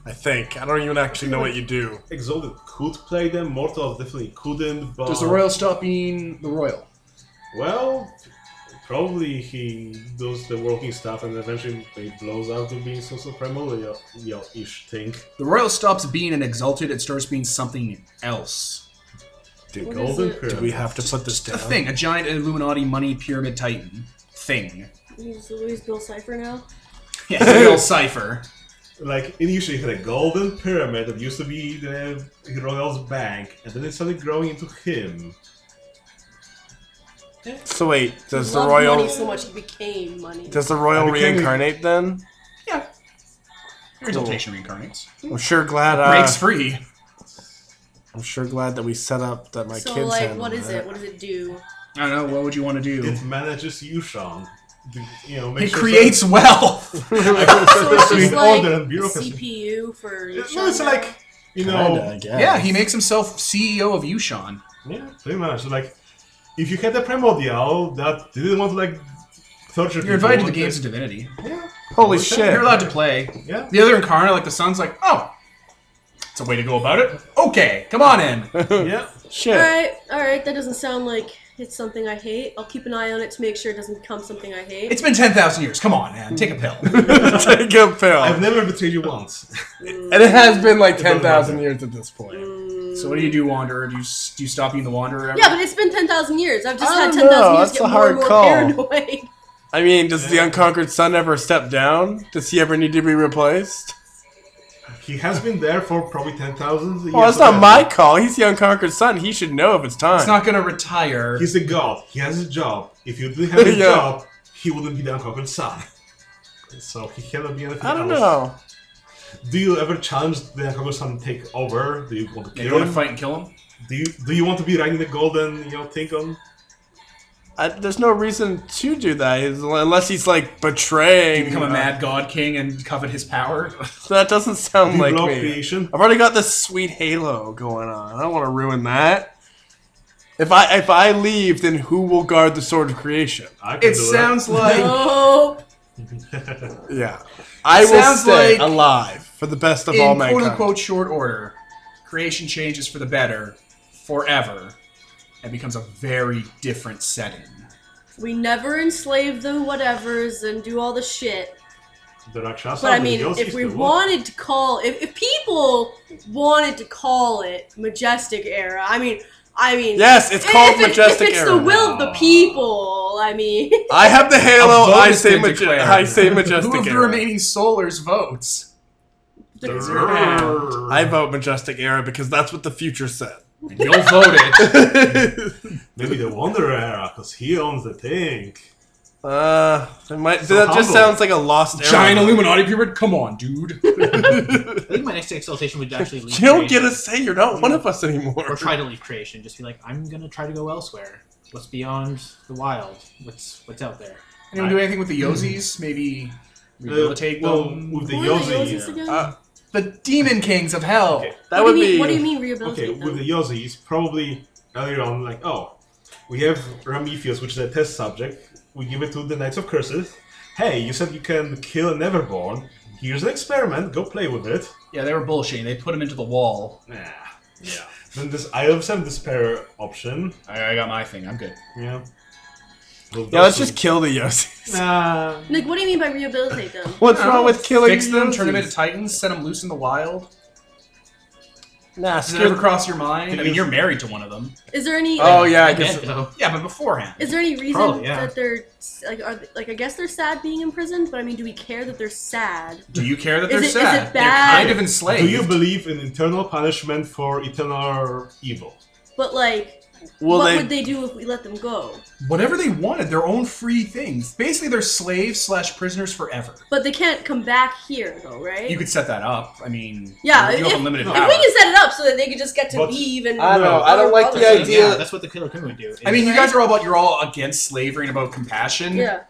Speaker 9: I think I don't even actually know what you do.
Speaker 6: Exalted could play them. Mortal definitely couldn't. But
Speaker 1: stop being the royal?
Speaker 6: Well, probably he does the working stuff and eventually it blows out to being some sort of primordial-ish thing.
Speaker 1: The royal stops being an exalted; it starts being something else.
Speaker 9: Dude,
Speaker 4: What
Speaker 9: go-
Speaker 4: is
Speaker 6: Golden
Speaker 4: it?
Speaker 9: do
Speaker 6: Pyramid.
Speaker 9: we have to put this down?
Speaker 1: A thing, a giant Illuminati money pyramid titan thing.
Speaker 4: He's Louis Bill Cipher now.
Speaker 1: Yeah, the royal cipher.
Speaker 6: Like, it usually had a golden pyramid that used to be the royal's bank, and then it started growing into him.
Speaker 9: So wait, does
Speaker 4: he
Speaker 9: the
Speaker 4: loved
Speaker 9: royal
Speaker 4: money so much he became money?
Speaker 9: does the royal
Speaker 6: I became-
Speaker 9: reincarnate then?
Speaker 1: Exaltation reincarnates.
Speaker 9: I'm sure glad. Uh,
Speaker 1: Breaks free.
Speaker 9: I'm sure glad that we set up that my
Speaker 4: so
Speaker 9: kids.
Speaker 4: like,
Speaker 9: handle
Speaker 4: what is
Speaker 9: that.
Speaker 4: it? What does it do?
Speaker 1: I don't know. What would you want to do?
Speaker 6: It manages you, Sean. The- You know,
Speaker 1: It
Speaker 6: makes
Speaker 1: creates wealth.
Speaker 4: So it's just
Speaker 6: Between
Speaker 4: like
Speaker 6: order and
Speaker 4: the
Speaker 6: bureaucracy.
Speaker 4: CPU for.
Speaker 6: It's,
Speaker 4: Shonda?
Speaker 6: it's like, you know,
Speaker 2: Oh,
Speaker 9: Kinda, I guess.
Speaker 1: Yeah, he makes himself CEO of Yushan.
Speaker 6: yeah, pretty much. Like, if you had a primordial that didn't want to, like, torture
Speaker 1: You're
Speaker 6: people,
Speaker 1: invited to the
Speaker 6: wanted-
Speaker 1: games of divinity.
Speaker 6: Yeah,
Speaker 9: Holy
Speaker 6: Okay.
Speaker 9: shit!
Speaker 1: You're allowed to play.
Speaker 6: yeah.
Speaker 1: The other incarnate, like the sun's like, oh, It's a way to go about it. Okay, come on in.
Speaker 6: yeah.
Speaker 4: All
Speaker 2: Shit.
Speaker 4: right, all right. That doesn't sound like it's something I hate. I'll keep an eye on it to make sure it doesn't become something I hate.
Speaker 1: It's been 10,000 years. Come on, man. Take a pill.
Speaker 2: Take a pill.
Speaker 6: I've never betrayed you once.
Speaker 2: and it has been like 10,000 years at this point.
Speaker 1: so, what do you do, Wanderer? Do you, s- do you stop being the Wanderer ever?
Speaker 4: yeah, but it's been ten thousand years. I've just
Speaker 2: I
Speaker 4: had
Speaker 2: don't
Speaker 4: ten thousand
Speaker 2: know,
Speaker 4: years
Speaker 2: that's
Speaker 4: get
Speaker 2: a
Speaker 4: more and more
Speaker 2: hard call.
Speaker 4: paranoid.
Speaker 2: I mean, does the unconquered son ever step down? Does he ever need to be replaced?
Speaker 6: He has been there for probably 10,000 years.
Speaker 2: Well, Oh, that's not my
Speaker 6: already.
Speaker 2: call. He's the unconquered son. He should know if it's time.
Speaker 1: It's not going to retire.
Speaker 6: He's a god. He has a job. If you didn't have a
Speaker 2: Yeah.
Speaker 6: job, he wouldn't be the unconquered son. So he cannot be anything
Speaker 2: I don't
Speaker 6: else.
Speaker 2: know.
Speaker 6: Do you ever challenge the unconquered son to take over? Do you want to
Speaker 1: Yeah, you
Speaker 6: kill
Speaker 1: want to
Speaker 6: him?
Speaker 1: fight and kill him?
Speaker 6: Do you do you want to be riding the golden you know thing on?
Speaker 2: I, there's no reason to do that is- unless he's like betraying.
Speaker 1: Become a
Speaker 2: uh,
Speaker 1: mad god king and covet his power?
Speaker 2: That doesn't sound
Speaker 6: Do you
Speaker 2: like
Speaker 6: block
Speaker 2: me.
Speaker 6: creation?
Speaker 2: I've already got this sweet halo going on. I don't want to ruin that. If I if I leave, then who will guard the sword of creation?
Speaker 6: I can
Speaker 1: It
Speaker 6: do
Speaker 1: sounds like
Speaker 4: Oh,
Speaker 6: that.
Speaker 2: Yeah, I will
Speaker 1: sounds
Speaker 2: stay
Speaker 1: like-
Speaker 2: alive for the best of all
Speaker 1: in
Speaker 2: mankind.
Speaker 1: quote unquote short order, creation changes for the better forever and becomes a very different setting.
Speaker 4: we never enslave the whatevers and do all the shit.
Speaker 6: the Rakshasa.
Speaker 4: But I
Speaker 6: the
Speaker 4: mean,
Speaker 6: Yossi
Speaker 4: if we
Speaker 6: still.
Speaker 4: wanted to call, if, if people wanted to call it majestic era, I mean, I mean,
Speaker 2: Yes, it's
Speaker 4: if
Speaker 2: called
Speaker 4: it-
Speaker 2: majestic
Speaker 4: If it's
Speaker 2: era.
Speaker 4: the will of the people, I mean,
Speaker 2: I have the halo.
Speaker 1: A vote
Speaker 2: I
Speaker 1: has
Speaker 2: say,
Speaker 1: been
Speaker 2: maj-
Speaker 1: declared.
Speaker 2: I say majestic.
Speaker 1: Who of the
Speaker 2: era.
Speaker 1: remaining solars votes?
Speaker 4: there's-
Speaker 2: I vote majestic era because that's what the future said.
Speaker 1: You'll vote it.
Speaker 6: Maybe the Wanderer era, because he owns the thing.
Speaker 2: Uh, it might,
Speaker 6: So
Speaker 2: that just
Speaker 6: humble.
Speaker 2: sounds like a lost era.
Speaker 1: Giant Illuminati pyramid? Come on, dude.
Speaker 3: I think my next exaltation would actually leave.
Speaker 2: You don't get
Speaker 3: creation,
Speaker 2: a say. You're not one of us
Speaker 3: Or
Speaker 2: anymore.
Speaker 3: try to leave creation. Just be like, I'm gonna try to go elsewhere. What's beyond the wild? What's what's out there?
Speaker 1: Anyone do anything with the Yozis? Maybe rehabilitate
Speaker 6: Uh, well,
Speaker 1: them?
Speaker 6: with the
Speaker 4: Who are the
Speaker 6: Yossi.
Speaker 4: Yozis again?
Speaker 2: Uh,
Speaker 1: the Demon Kings of Hell.
Speaker 6: Okay.
Speaker 2: That
Speaker 4: what
Speaker 2: would
Speaker 4: do you mean,
Speaker 2: be.
Speaker 4: What do you mean
Speaker 6: Okay,
Speaker 4: rehabilitate
Speaker 6: with
Speaker 4: them?
Speaker 6: the Yossi, it's probably earlier on like, oh, we have Ramifius, which is a test subject. We give it to the Knights of Curses. Hey, you said you can kill an Everborn. Here's an experiment. Go play with it.
Speaker 1: Yeah, they were bullshitting. They put him into the wall.
Speaker 6: Nah. Yeah. Then this Isle of Seven Despair option.
Speaker 1: I, I got my thing. I'm good.
Speaker 6: Yeah.
Speaker 2: Yeah, let's just kill the Yosis.
Speaker 6: Nah.
Speaker 4: Like, what do you mean by rehabilitate them?
Speaker 2: What's wrong with killing
Speaker 1: Fix them,
Speaker 2: Yozis?
Speaker 1: turn them into titans, set them loose in the wild.
Speaker 2: Nah,
Speaker 1: Does it ever
Speaker 2: screw.
Speaker 1: cross your mind? I mean, you're married to one of them.
Speaker 4: Is there any?
Speaker 2: Oh yeah, I
Speaker 3: And
Speaker 2: guess.
Speaker 3: so-
Speaker 1: Yeah, but beforehand.
Speaker 4: Is there any reason
Speaker 3: Probably, yeah.
Speaker 4: that they're like are they, like I guess they're sad being imprisoned, but I mean, do we care that they're sad?
Speaker 1: Do you care that
Speaker 4: Is
Speaker 1: they're
Speaker 4: it- is
Speaker 1: sad? they're
Speaker 4: it bad?
Speaker 1: kind of enslaved.
Speaker 6: Do you believe in eternal punishment for eternal evil?
Speaker 4: But like,
Speaker 2: Will
Speaker 4: what
Speaker 2: they?
Speaker 4: would they do if we let them go?
Speaker 1: Whatever they wanted, their own free things. Basically, they're slaves slash prisoners forever.
Speaker 4: But they can't come back here, though, right?
Speaker 1: You could set that up. I mean,
Speaker 4: Yeah,
Speaker 1: you have
Speaker 4: if-
Speaker 1: unlimited
Speaker 4: if
Speaker 1: power.
Speaker 4: we can set it up so that they could just get to
Speaker 6: But-
Speaker 4: leave and
Speaker 2: I don't know. I don't like the
Speaker 4: Yeah,
Speaker 2: idea.
Speaker 3: yeah, that's what the Killer Queen would do.
Speaker 1: I mean, you
Speaker 4: Right?
Speaker 1: guys are all about you're all against slavery and about compassion.
Speaker 4: Yeah.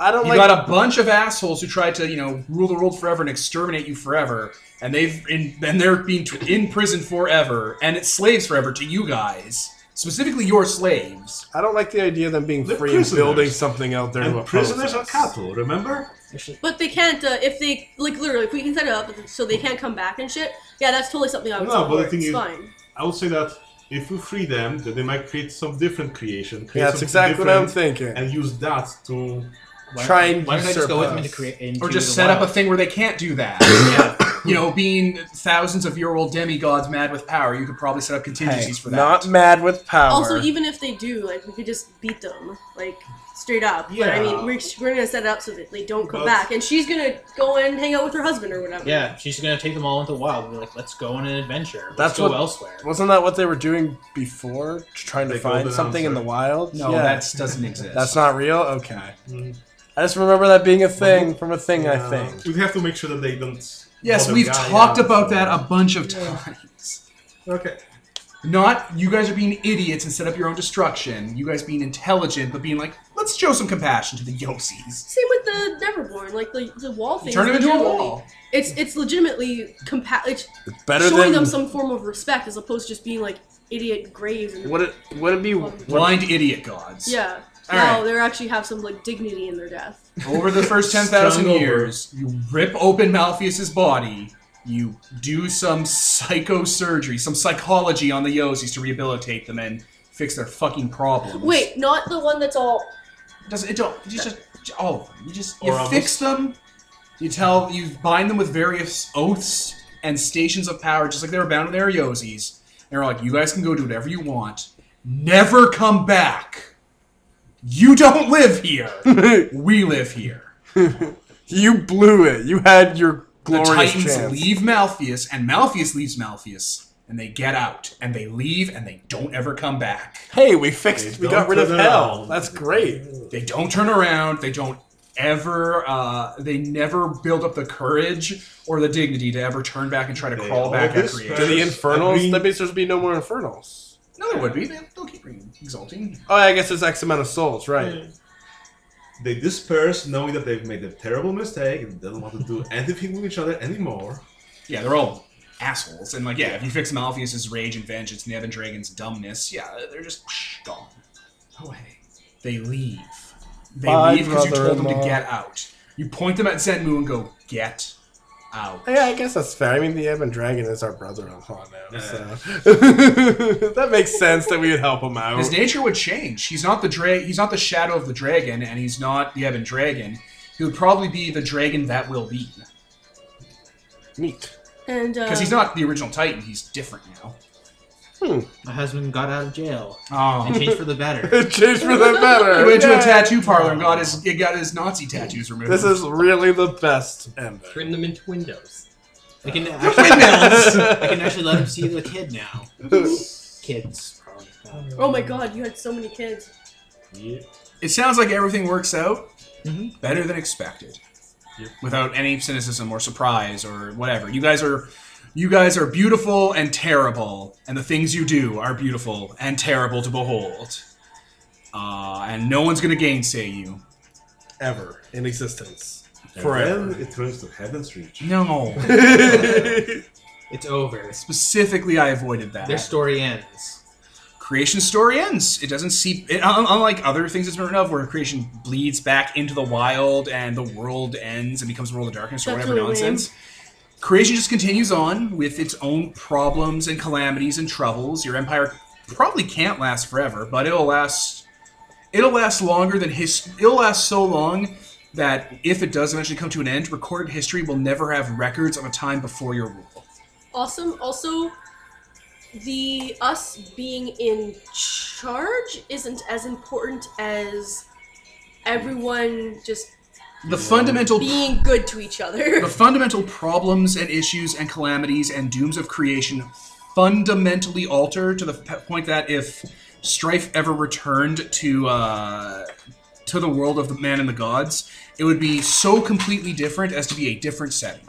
Speaker 2: I don't
Speaker 1: You
Speaker 2: like.
Speaker 1: got a bunch of assholes who tried to, you know, rule the world forever and exterminate you forever, and they've in, and they're being t- in prison forever, and it's slaves forever to you guys, specifically your slaves.
Speaker 2: I don't like the idea of them being
Speaker 6: They're
Speaker 2: free and
Speaker 6: prisoners.
Speaker 2: building something out there. to
Speaker 6: And
Speaker 2: oppose
Speaker 6: prisoners are
Speaker 2: us.
Speaker 6: cattle, remember?
Speaker 3: Actually,
Speaker 4: But they can't uh, if they like literally if we can set it up so they can't come back and shit. Yeah, that's totally something I would.
Speaker 6: No, but the
Speaker 4: support.
Speaker 6: thing
Speaker 4: it's
Speaker 6: is-
Speaker 4: fine.
Speaker 6: I would say that if you free them, then they might create some different creation. Create
Speaker 2: Yeah, that's
Speaker 6: something
Speaker 2: exactly what I'm
Speaker 6: different
Speaker 2: thinking.
Speaker 6: And use that to.
Speaker 3: why,
Speaker 2: Try and
Speaker 3: why don't I just
Speaker 2: usurp
Speaker 3: go with them
Speaker 2: us.
Speaker 3: into create
Speaker 1: Or just set up a thing where they can't do that. You know, being thousands of year old demigods mad with power, you could probably set up
Speaker 2: Hey,
Speaker 1: contingencies for that.
Speaker 2: not mad with power.
Speaker 4: Also, even if they do, like we could just beat them, like straight up. But I
Speaker 6: Yeah.
Speaker 4: mean, we're, we're gonna set it up so that they don't come
Speaker 6: But-
Speaker 4: back, and she's gonna go and hang out with her husband or whatever.
Speaker 3: Yeah, she's just gonna take them all into the wild and be like, let's go on an adventure. Let's
Speaker 2: That's
Speaker 3: go
Speaker 2: what-
Speaker 3: elsewhere.
Speaker 2: wasn't that what they were doing before, trying to
Speaker 6: They
Speaker 2: find
Speaker 6: golden
Speaker 2: something in the
Speaker 6: answer.
Speaker 2: wild?
Speaker 1: no,
Speaker 2: Yeah.
Speaker 1: that doesn't exist.
Speaker 2: that's not real. Okay.
Speaker 6: Mm.
Speaker 2: I just remember that being a thing from a thing I
Speaker 6: uh,
Speaker 2: think.
Speaker 6: We'd have to make sure that they don't.
Speaker 1: Yes,
Speaker 6: bother
Speaker 1: we've
Speaker 6: Gaia
Speaker 1: talked about
Speaker 6: or-
Speaker 1: that a bunch of times.
Speaker 6: Okay.
Speaker 1: Not you guys are being idiots and set up your own destruction. You guys being intelligent, but being like, let's show some compassion to the Yosis.
Speaker 4: Same with the Neverborn, like the, the wall thing.
Speaker 1: Turn
Speaker 4: is
Speaker 1: him into a
Speaker 4: legitimately-
Speaker 1: wall.
Speaker 4: It's it's legitimately compa- it's
Speaker 2: Better
Speaker 4: showing
Speaker 2: than
Speaker 4: them some form of respect as opposed to just being like idiot graves. And,
Speaker 2: would it would it be what,
Speaker 1: Blind idiot gods.
Speaker 4: yeah.
Speaker 1: All
Speaker 4: now
Speaker 1: right.
Speaker 4: they actually have some like dignity in their death.
Speaker 1: Over the first 10,000
Speaker 6: Strung over.
Speaker 1: years, you rip open Malpheus's body, you do some psychosurgery, some psychology on the Yozis to rehabilitate them and fix their fucking problems.
Speaker 4: Wait, not the one that's all.
Speaker 1: Does it don't you just all of them. You just
Speaker 6: Or
Speaker 1: you
Speaker 6: of
Speaker 1: fix them. You tell you bind them with various oaths and stations of power, just like they were bound to their Yozis. They're like, you guys can go do whatever you want. Never come back. You don't live here. we live here.
Speaker 9: You blew it. You had your
Speaker 1: The
Speaker 9: glorious
Speaker 1: Titans
Speaker 9: chance.
Speaker 1: leave Malpheus, and Malpheus leaves Malpheus, and they get out, and they leave, and they don't ever come back.
Speaker 9: Hey, we fixed.
Speaker 6: They
Speaker 9: We got
Speaker 6: don't
Speaker 9: rid of
Speaker 6: turn
Speaker 9: hell.
Speaker 6: around.
Speaker 9: That's great.
Speaker 1: They don't turn around. They don't ever. Uh, they never build up the courage or the dignity to ever turn back and try to
Speaker 6: They
Speaker 1: crawl back
Speaker 6: all
Speaker 1: at creation.
Speaker 9: Do the
Speaker 6: Yes,
Speaker 9: infernals?
Speaker 6: I mean-
Speaker 9: that means there's be no more infernals.
Speaker 1: No, there would be. They- They'll keep being exalting.
Speaker 9: Oh, I guess it's X amount of souls, right?
Speaker 6: They disperse knowing that they've made a terrible mistake and they don't want to do anything with each other anymore.
Speaker 1: Yeah, they're all assholes. And like, yeah, if you fix Malpheus's rage and vengeance, Nevin Dragon's dumbness, yeah, they're just psh, gone away. They leave. They
Speaker 9: Bye,
Speaker 1: leave because you told them to
Speaker 9: brother-in-law.
Speaker 1: get out. You point them at Zenmu and go get out.
Speaker 9: Yeah, I guess that's fair. I mean, the Ebon Dragon is our brother-in-law now, so
Speaker 6: Uh.
Speaker 9: that makes sense that we would help him out.
Speaker 2: Oh.
Speaker 1: His nature would change. He's not the dra- He's not the shadow of the dragon, and he's not the Ebon Dragon. He would probably be the dragon that will be,
Speaker 9: Neat.
Speaker 4: And uh,
Speaker 1: because he's not the original Titan. He's different now.
Speaker 3: My husband got out of jail and
Speaker 1: Oh,
Speaker 3: changed for the better.
Speaker 9: It changed for the better.
Speaker 1: he went to a
Speaker 9: Yay.
Speaker 1: tattoo parlor and got his he got his Nazi tattoos removed.
Speaker 9: This is really the best end.
Speaker 5: Turn them into windows.
Speaker 3: I can actually, I can actually let him see the kid now. Kids, probably. Uh,
Speaker 4: oh my god, you had so many kids.
Speaker 1: It sounds like everything works out
Speaker 3: Mhm.
Speaker 1: better than expected,
Speaker 5: Yep.
Speaker 1: without any cynicism or surprise or whatever. You guys are, you guys are beautiful and terrible, and the things you do are beautiful and terrible to behold. Uh, and no one's gonna gainsay you.
Speaker 9: Ever in existence.
Speaker 6: And
Speaker 9: Forever.
Speaker 6: Then it turns to heaven's reach.
Speaker 1: No,
Speaker 3: It's over.
Speaker 1: specifically, I avoided that.
Speaker 3: Their story ends.
Speaker 1: creation story ends. It doesn't seep. It, un- unlike other things that's been written of, where creation bleeds back into the wild and the world ends and becomes a world of darkness or
Speaker 4: That's
Speaker 1: whatever
Speaker 4: really lame.
Speaker 1: nonsense. Creation just continues on with its own problems and calamities and troubles. Your empire probably can't last forever, but it'll last. It'll last longer than his. It'll last so long that if it does eventually come to an end, recorded history will never have records of a time before your rule.
Speaker 4: Awesome. Also, the us being in charge isn't as important as everyone just
Speaker 1: The fundamental
Speaker 4: being good to each other.
Speaker 1: The fundamental problems and issues and calamities and dooms of creation fundamentally alter to the p- point that if strife ever returned to uh, to the world of the man and the gods, it would be so completely different as to be a different setting.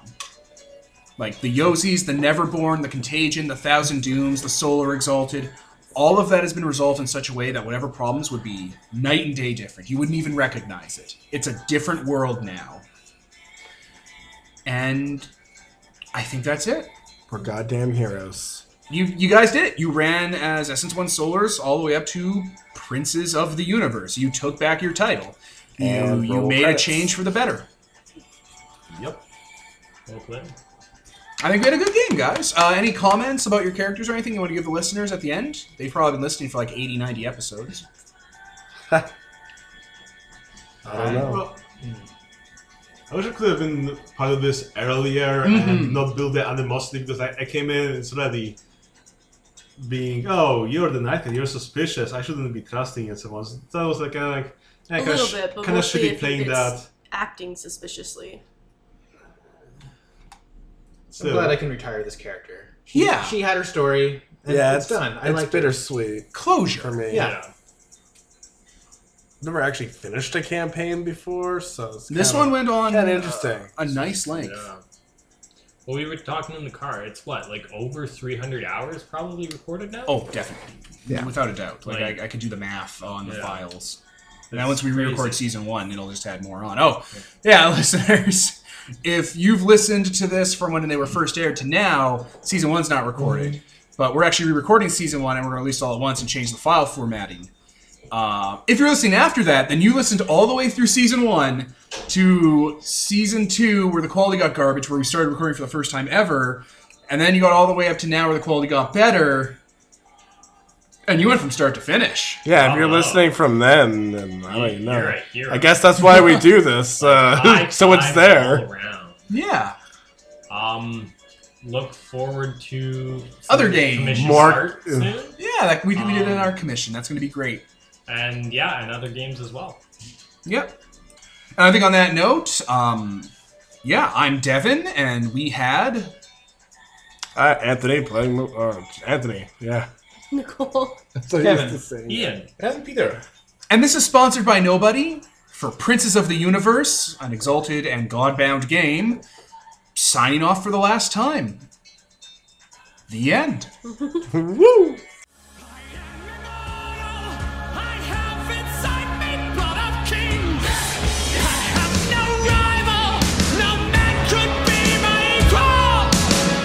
Speaker 1: Like the Yozis, the Neverborn, the Contagion, the Thousand Dooms, the Solar Exalted, all of that has been resolved in such a way that whatever problems would be night and day different. You wouldn't even recognize it. It's a different world now. And I think that's it.
Speaker 9: We're goddamn heroes.
Speaker 1: You you guys did it. You ran as Essence One Solars all the way up to Princes of the Universe. You took back your title. You
Speaker 9: And
Speaker 1: you
Speaker 9: roll
Speaker 1: made
Speaker 9: credits.
Speaker 1: a change for the better.
Speaker 6: Yep.
Speaker 5: Well played.
Speaker 1: I think we had a good game, guys. Uh, any comments about your characters or anything you want to give the listeners at the end? They've probably been listening for like 80, 90 episodes.
Speaker 9: I don't know.
Speaker 6: Well, I wish I could have been part of this earlier
Speaker 1: Mhm.
Speaker 4: Mm-hmm.
Speaker 6: and not build the animosity because I, I came in and it's already being, oh, you're the knight and you're suspicious. I shouldn't be trusting you and so on. So that was like kind of like,
Speaker 4: A
Speaker 6: yeah, kind,
Speaker 4: little
Speaker 6: of sh-
Speaker 4: bit, but
Speaker 6: kind of
Speaker 4: mostly
Speaker 6: shitty
Speaker 4: if
Speaker 6: playing
Speaker 4: it's-
Speaker 6: that.
Speaker 4: Acting suspiciously.
Speaker 3: I'm
Speaker 6: Still,
Speaker 3: glad I can retire this character. She,
Speaker 1: Yeah.
Speaker 3: she had her story. And
Speaker 9: Yeah,
Speaker 3: it's, done. I
Speaker 9: it's
Speaker 3: like it.
Speaker 9: bittersweet for
Speaker 1: Closure.
Speaker 9: me.
Speaker 3: Yeah.
Speaker 9: Never actually finished a campaign before, so it's
Speaker 1: This
Speaker 9: kinda-
Speaker 1: one went on
Speaker 9: kinda interesting.
Speaker 1: a nice length.
Speaker 5: Yeah. Well, we were talking in the car. It's what, like over 300 hours probably recorded now?
Speaker 1: Oh, definitely.
Speaker 9: Yeah.
Speaker 1: Without a doubt. Like,
Speaker 5: Like-
Speaker 1: I, I could do the math on the
Speaker 5: Yeah.
Speaker 1: files. And then once we re-record
Speaker 5: crazy.
Speaker 1: season one, it'll just add more on. Oh, yeah, listeners, if you've listened to this from when they were first aired to now, season one's not recorded. But we're actually re-recording season one, and we're going to release it all at once and change the file formatting. Um, if you're listening after that, then you listened all the way through season one to season two, where the quality got garbage, where we started recording for the first time ever, and then you got all the way up to now, where the quality got better, and you went from start to finish.
Speaker 2: Yeah, if you're
Speaker 7: Oh.
Speaker 2: listening from then, then I don't even know.
Speaker 7: You're a hero.
Speaker 2: I guess that's why we do this. Uh,
Speaker 7: High
Speaker 2: so it's
Speaker 7: five
Speaker 2: there.
Speaker 7: all around.
Speaker 1: Yeah,
Speaker 7: Um, look forward to
Speaker 1: Other game.
Speaker 2: More-
Speaker 7: more start soon,
Speaker 1: yeah, like we, we did in
Speaker 7: Um,
Speaker 1: our commission. That's going to be great.
Speaker 7: and yeah, and other games as well.
Speaker 1: Yep. And I think on that note, um, yeah, I'm Devin, and we had
Speaker 2: Uh, Anthony playing. mo- Uh, Anthony, yeah.
Speaker 4: Nicole.
Speaker 7: Kevin, Ian,
Speaker 2: And Peter.
Speaker 1: And this is sponsored by Nobody for Princes of the Universe, an exalted and godbound game. Signing off for the last time. The end.
Speaker 2: Woo!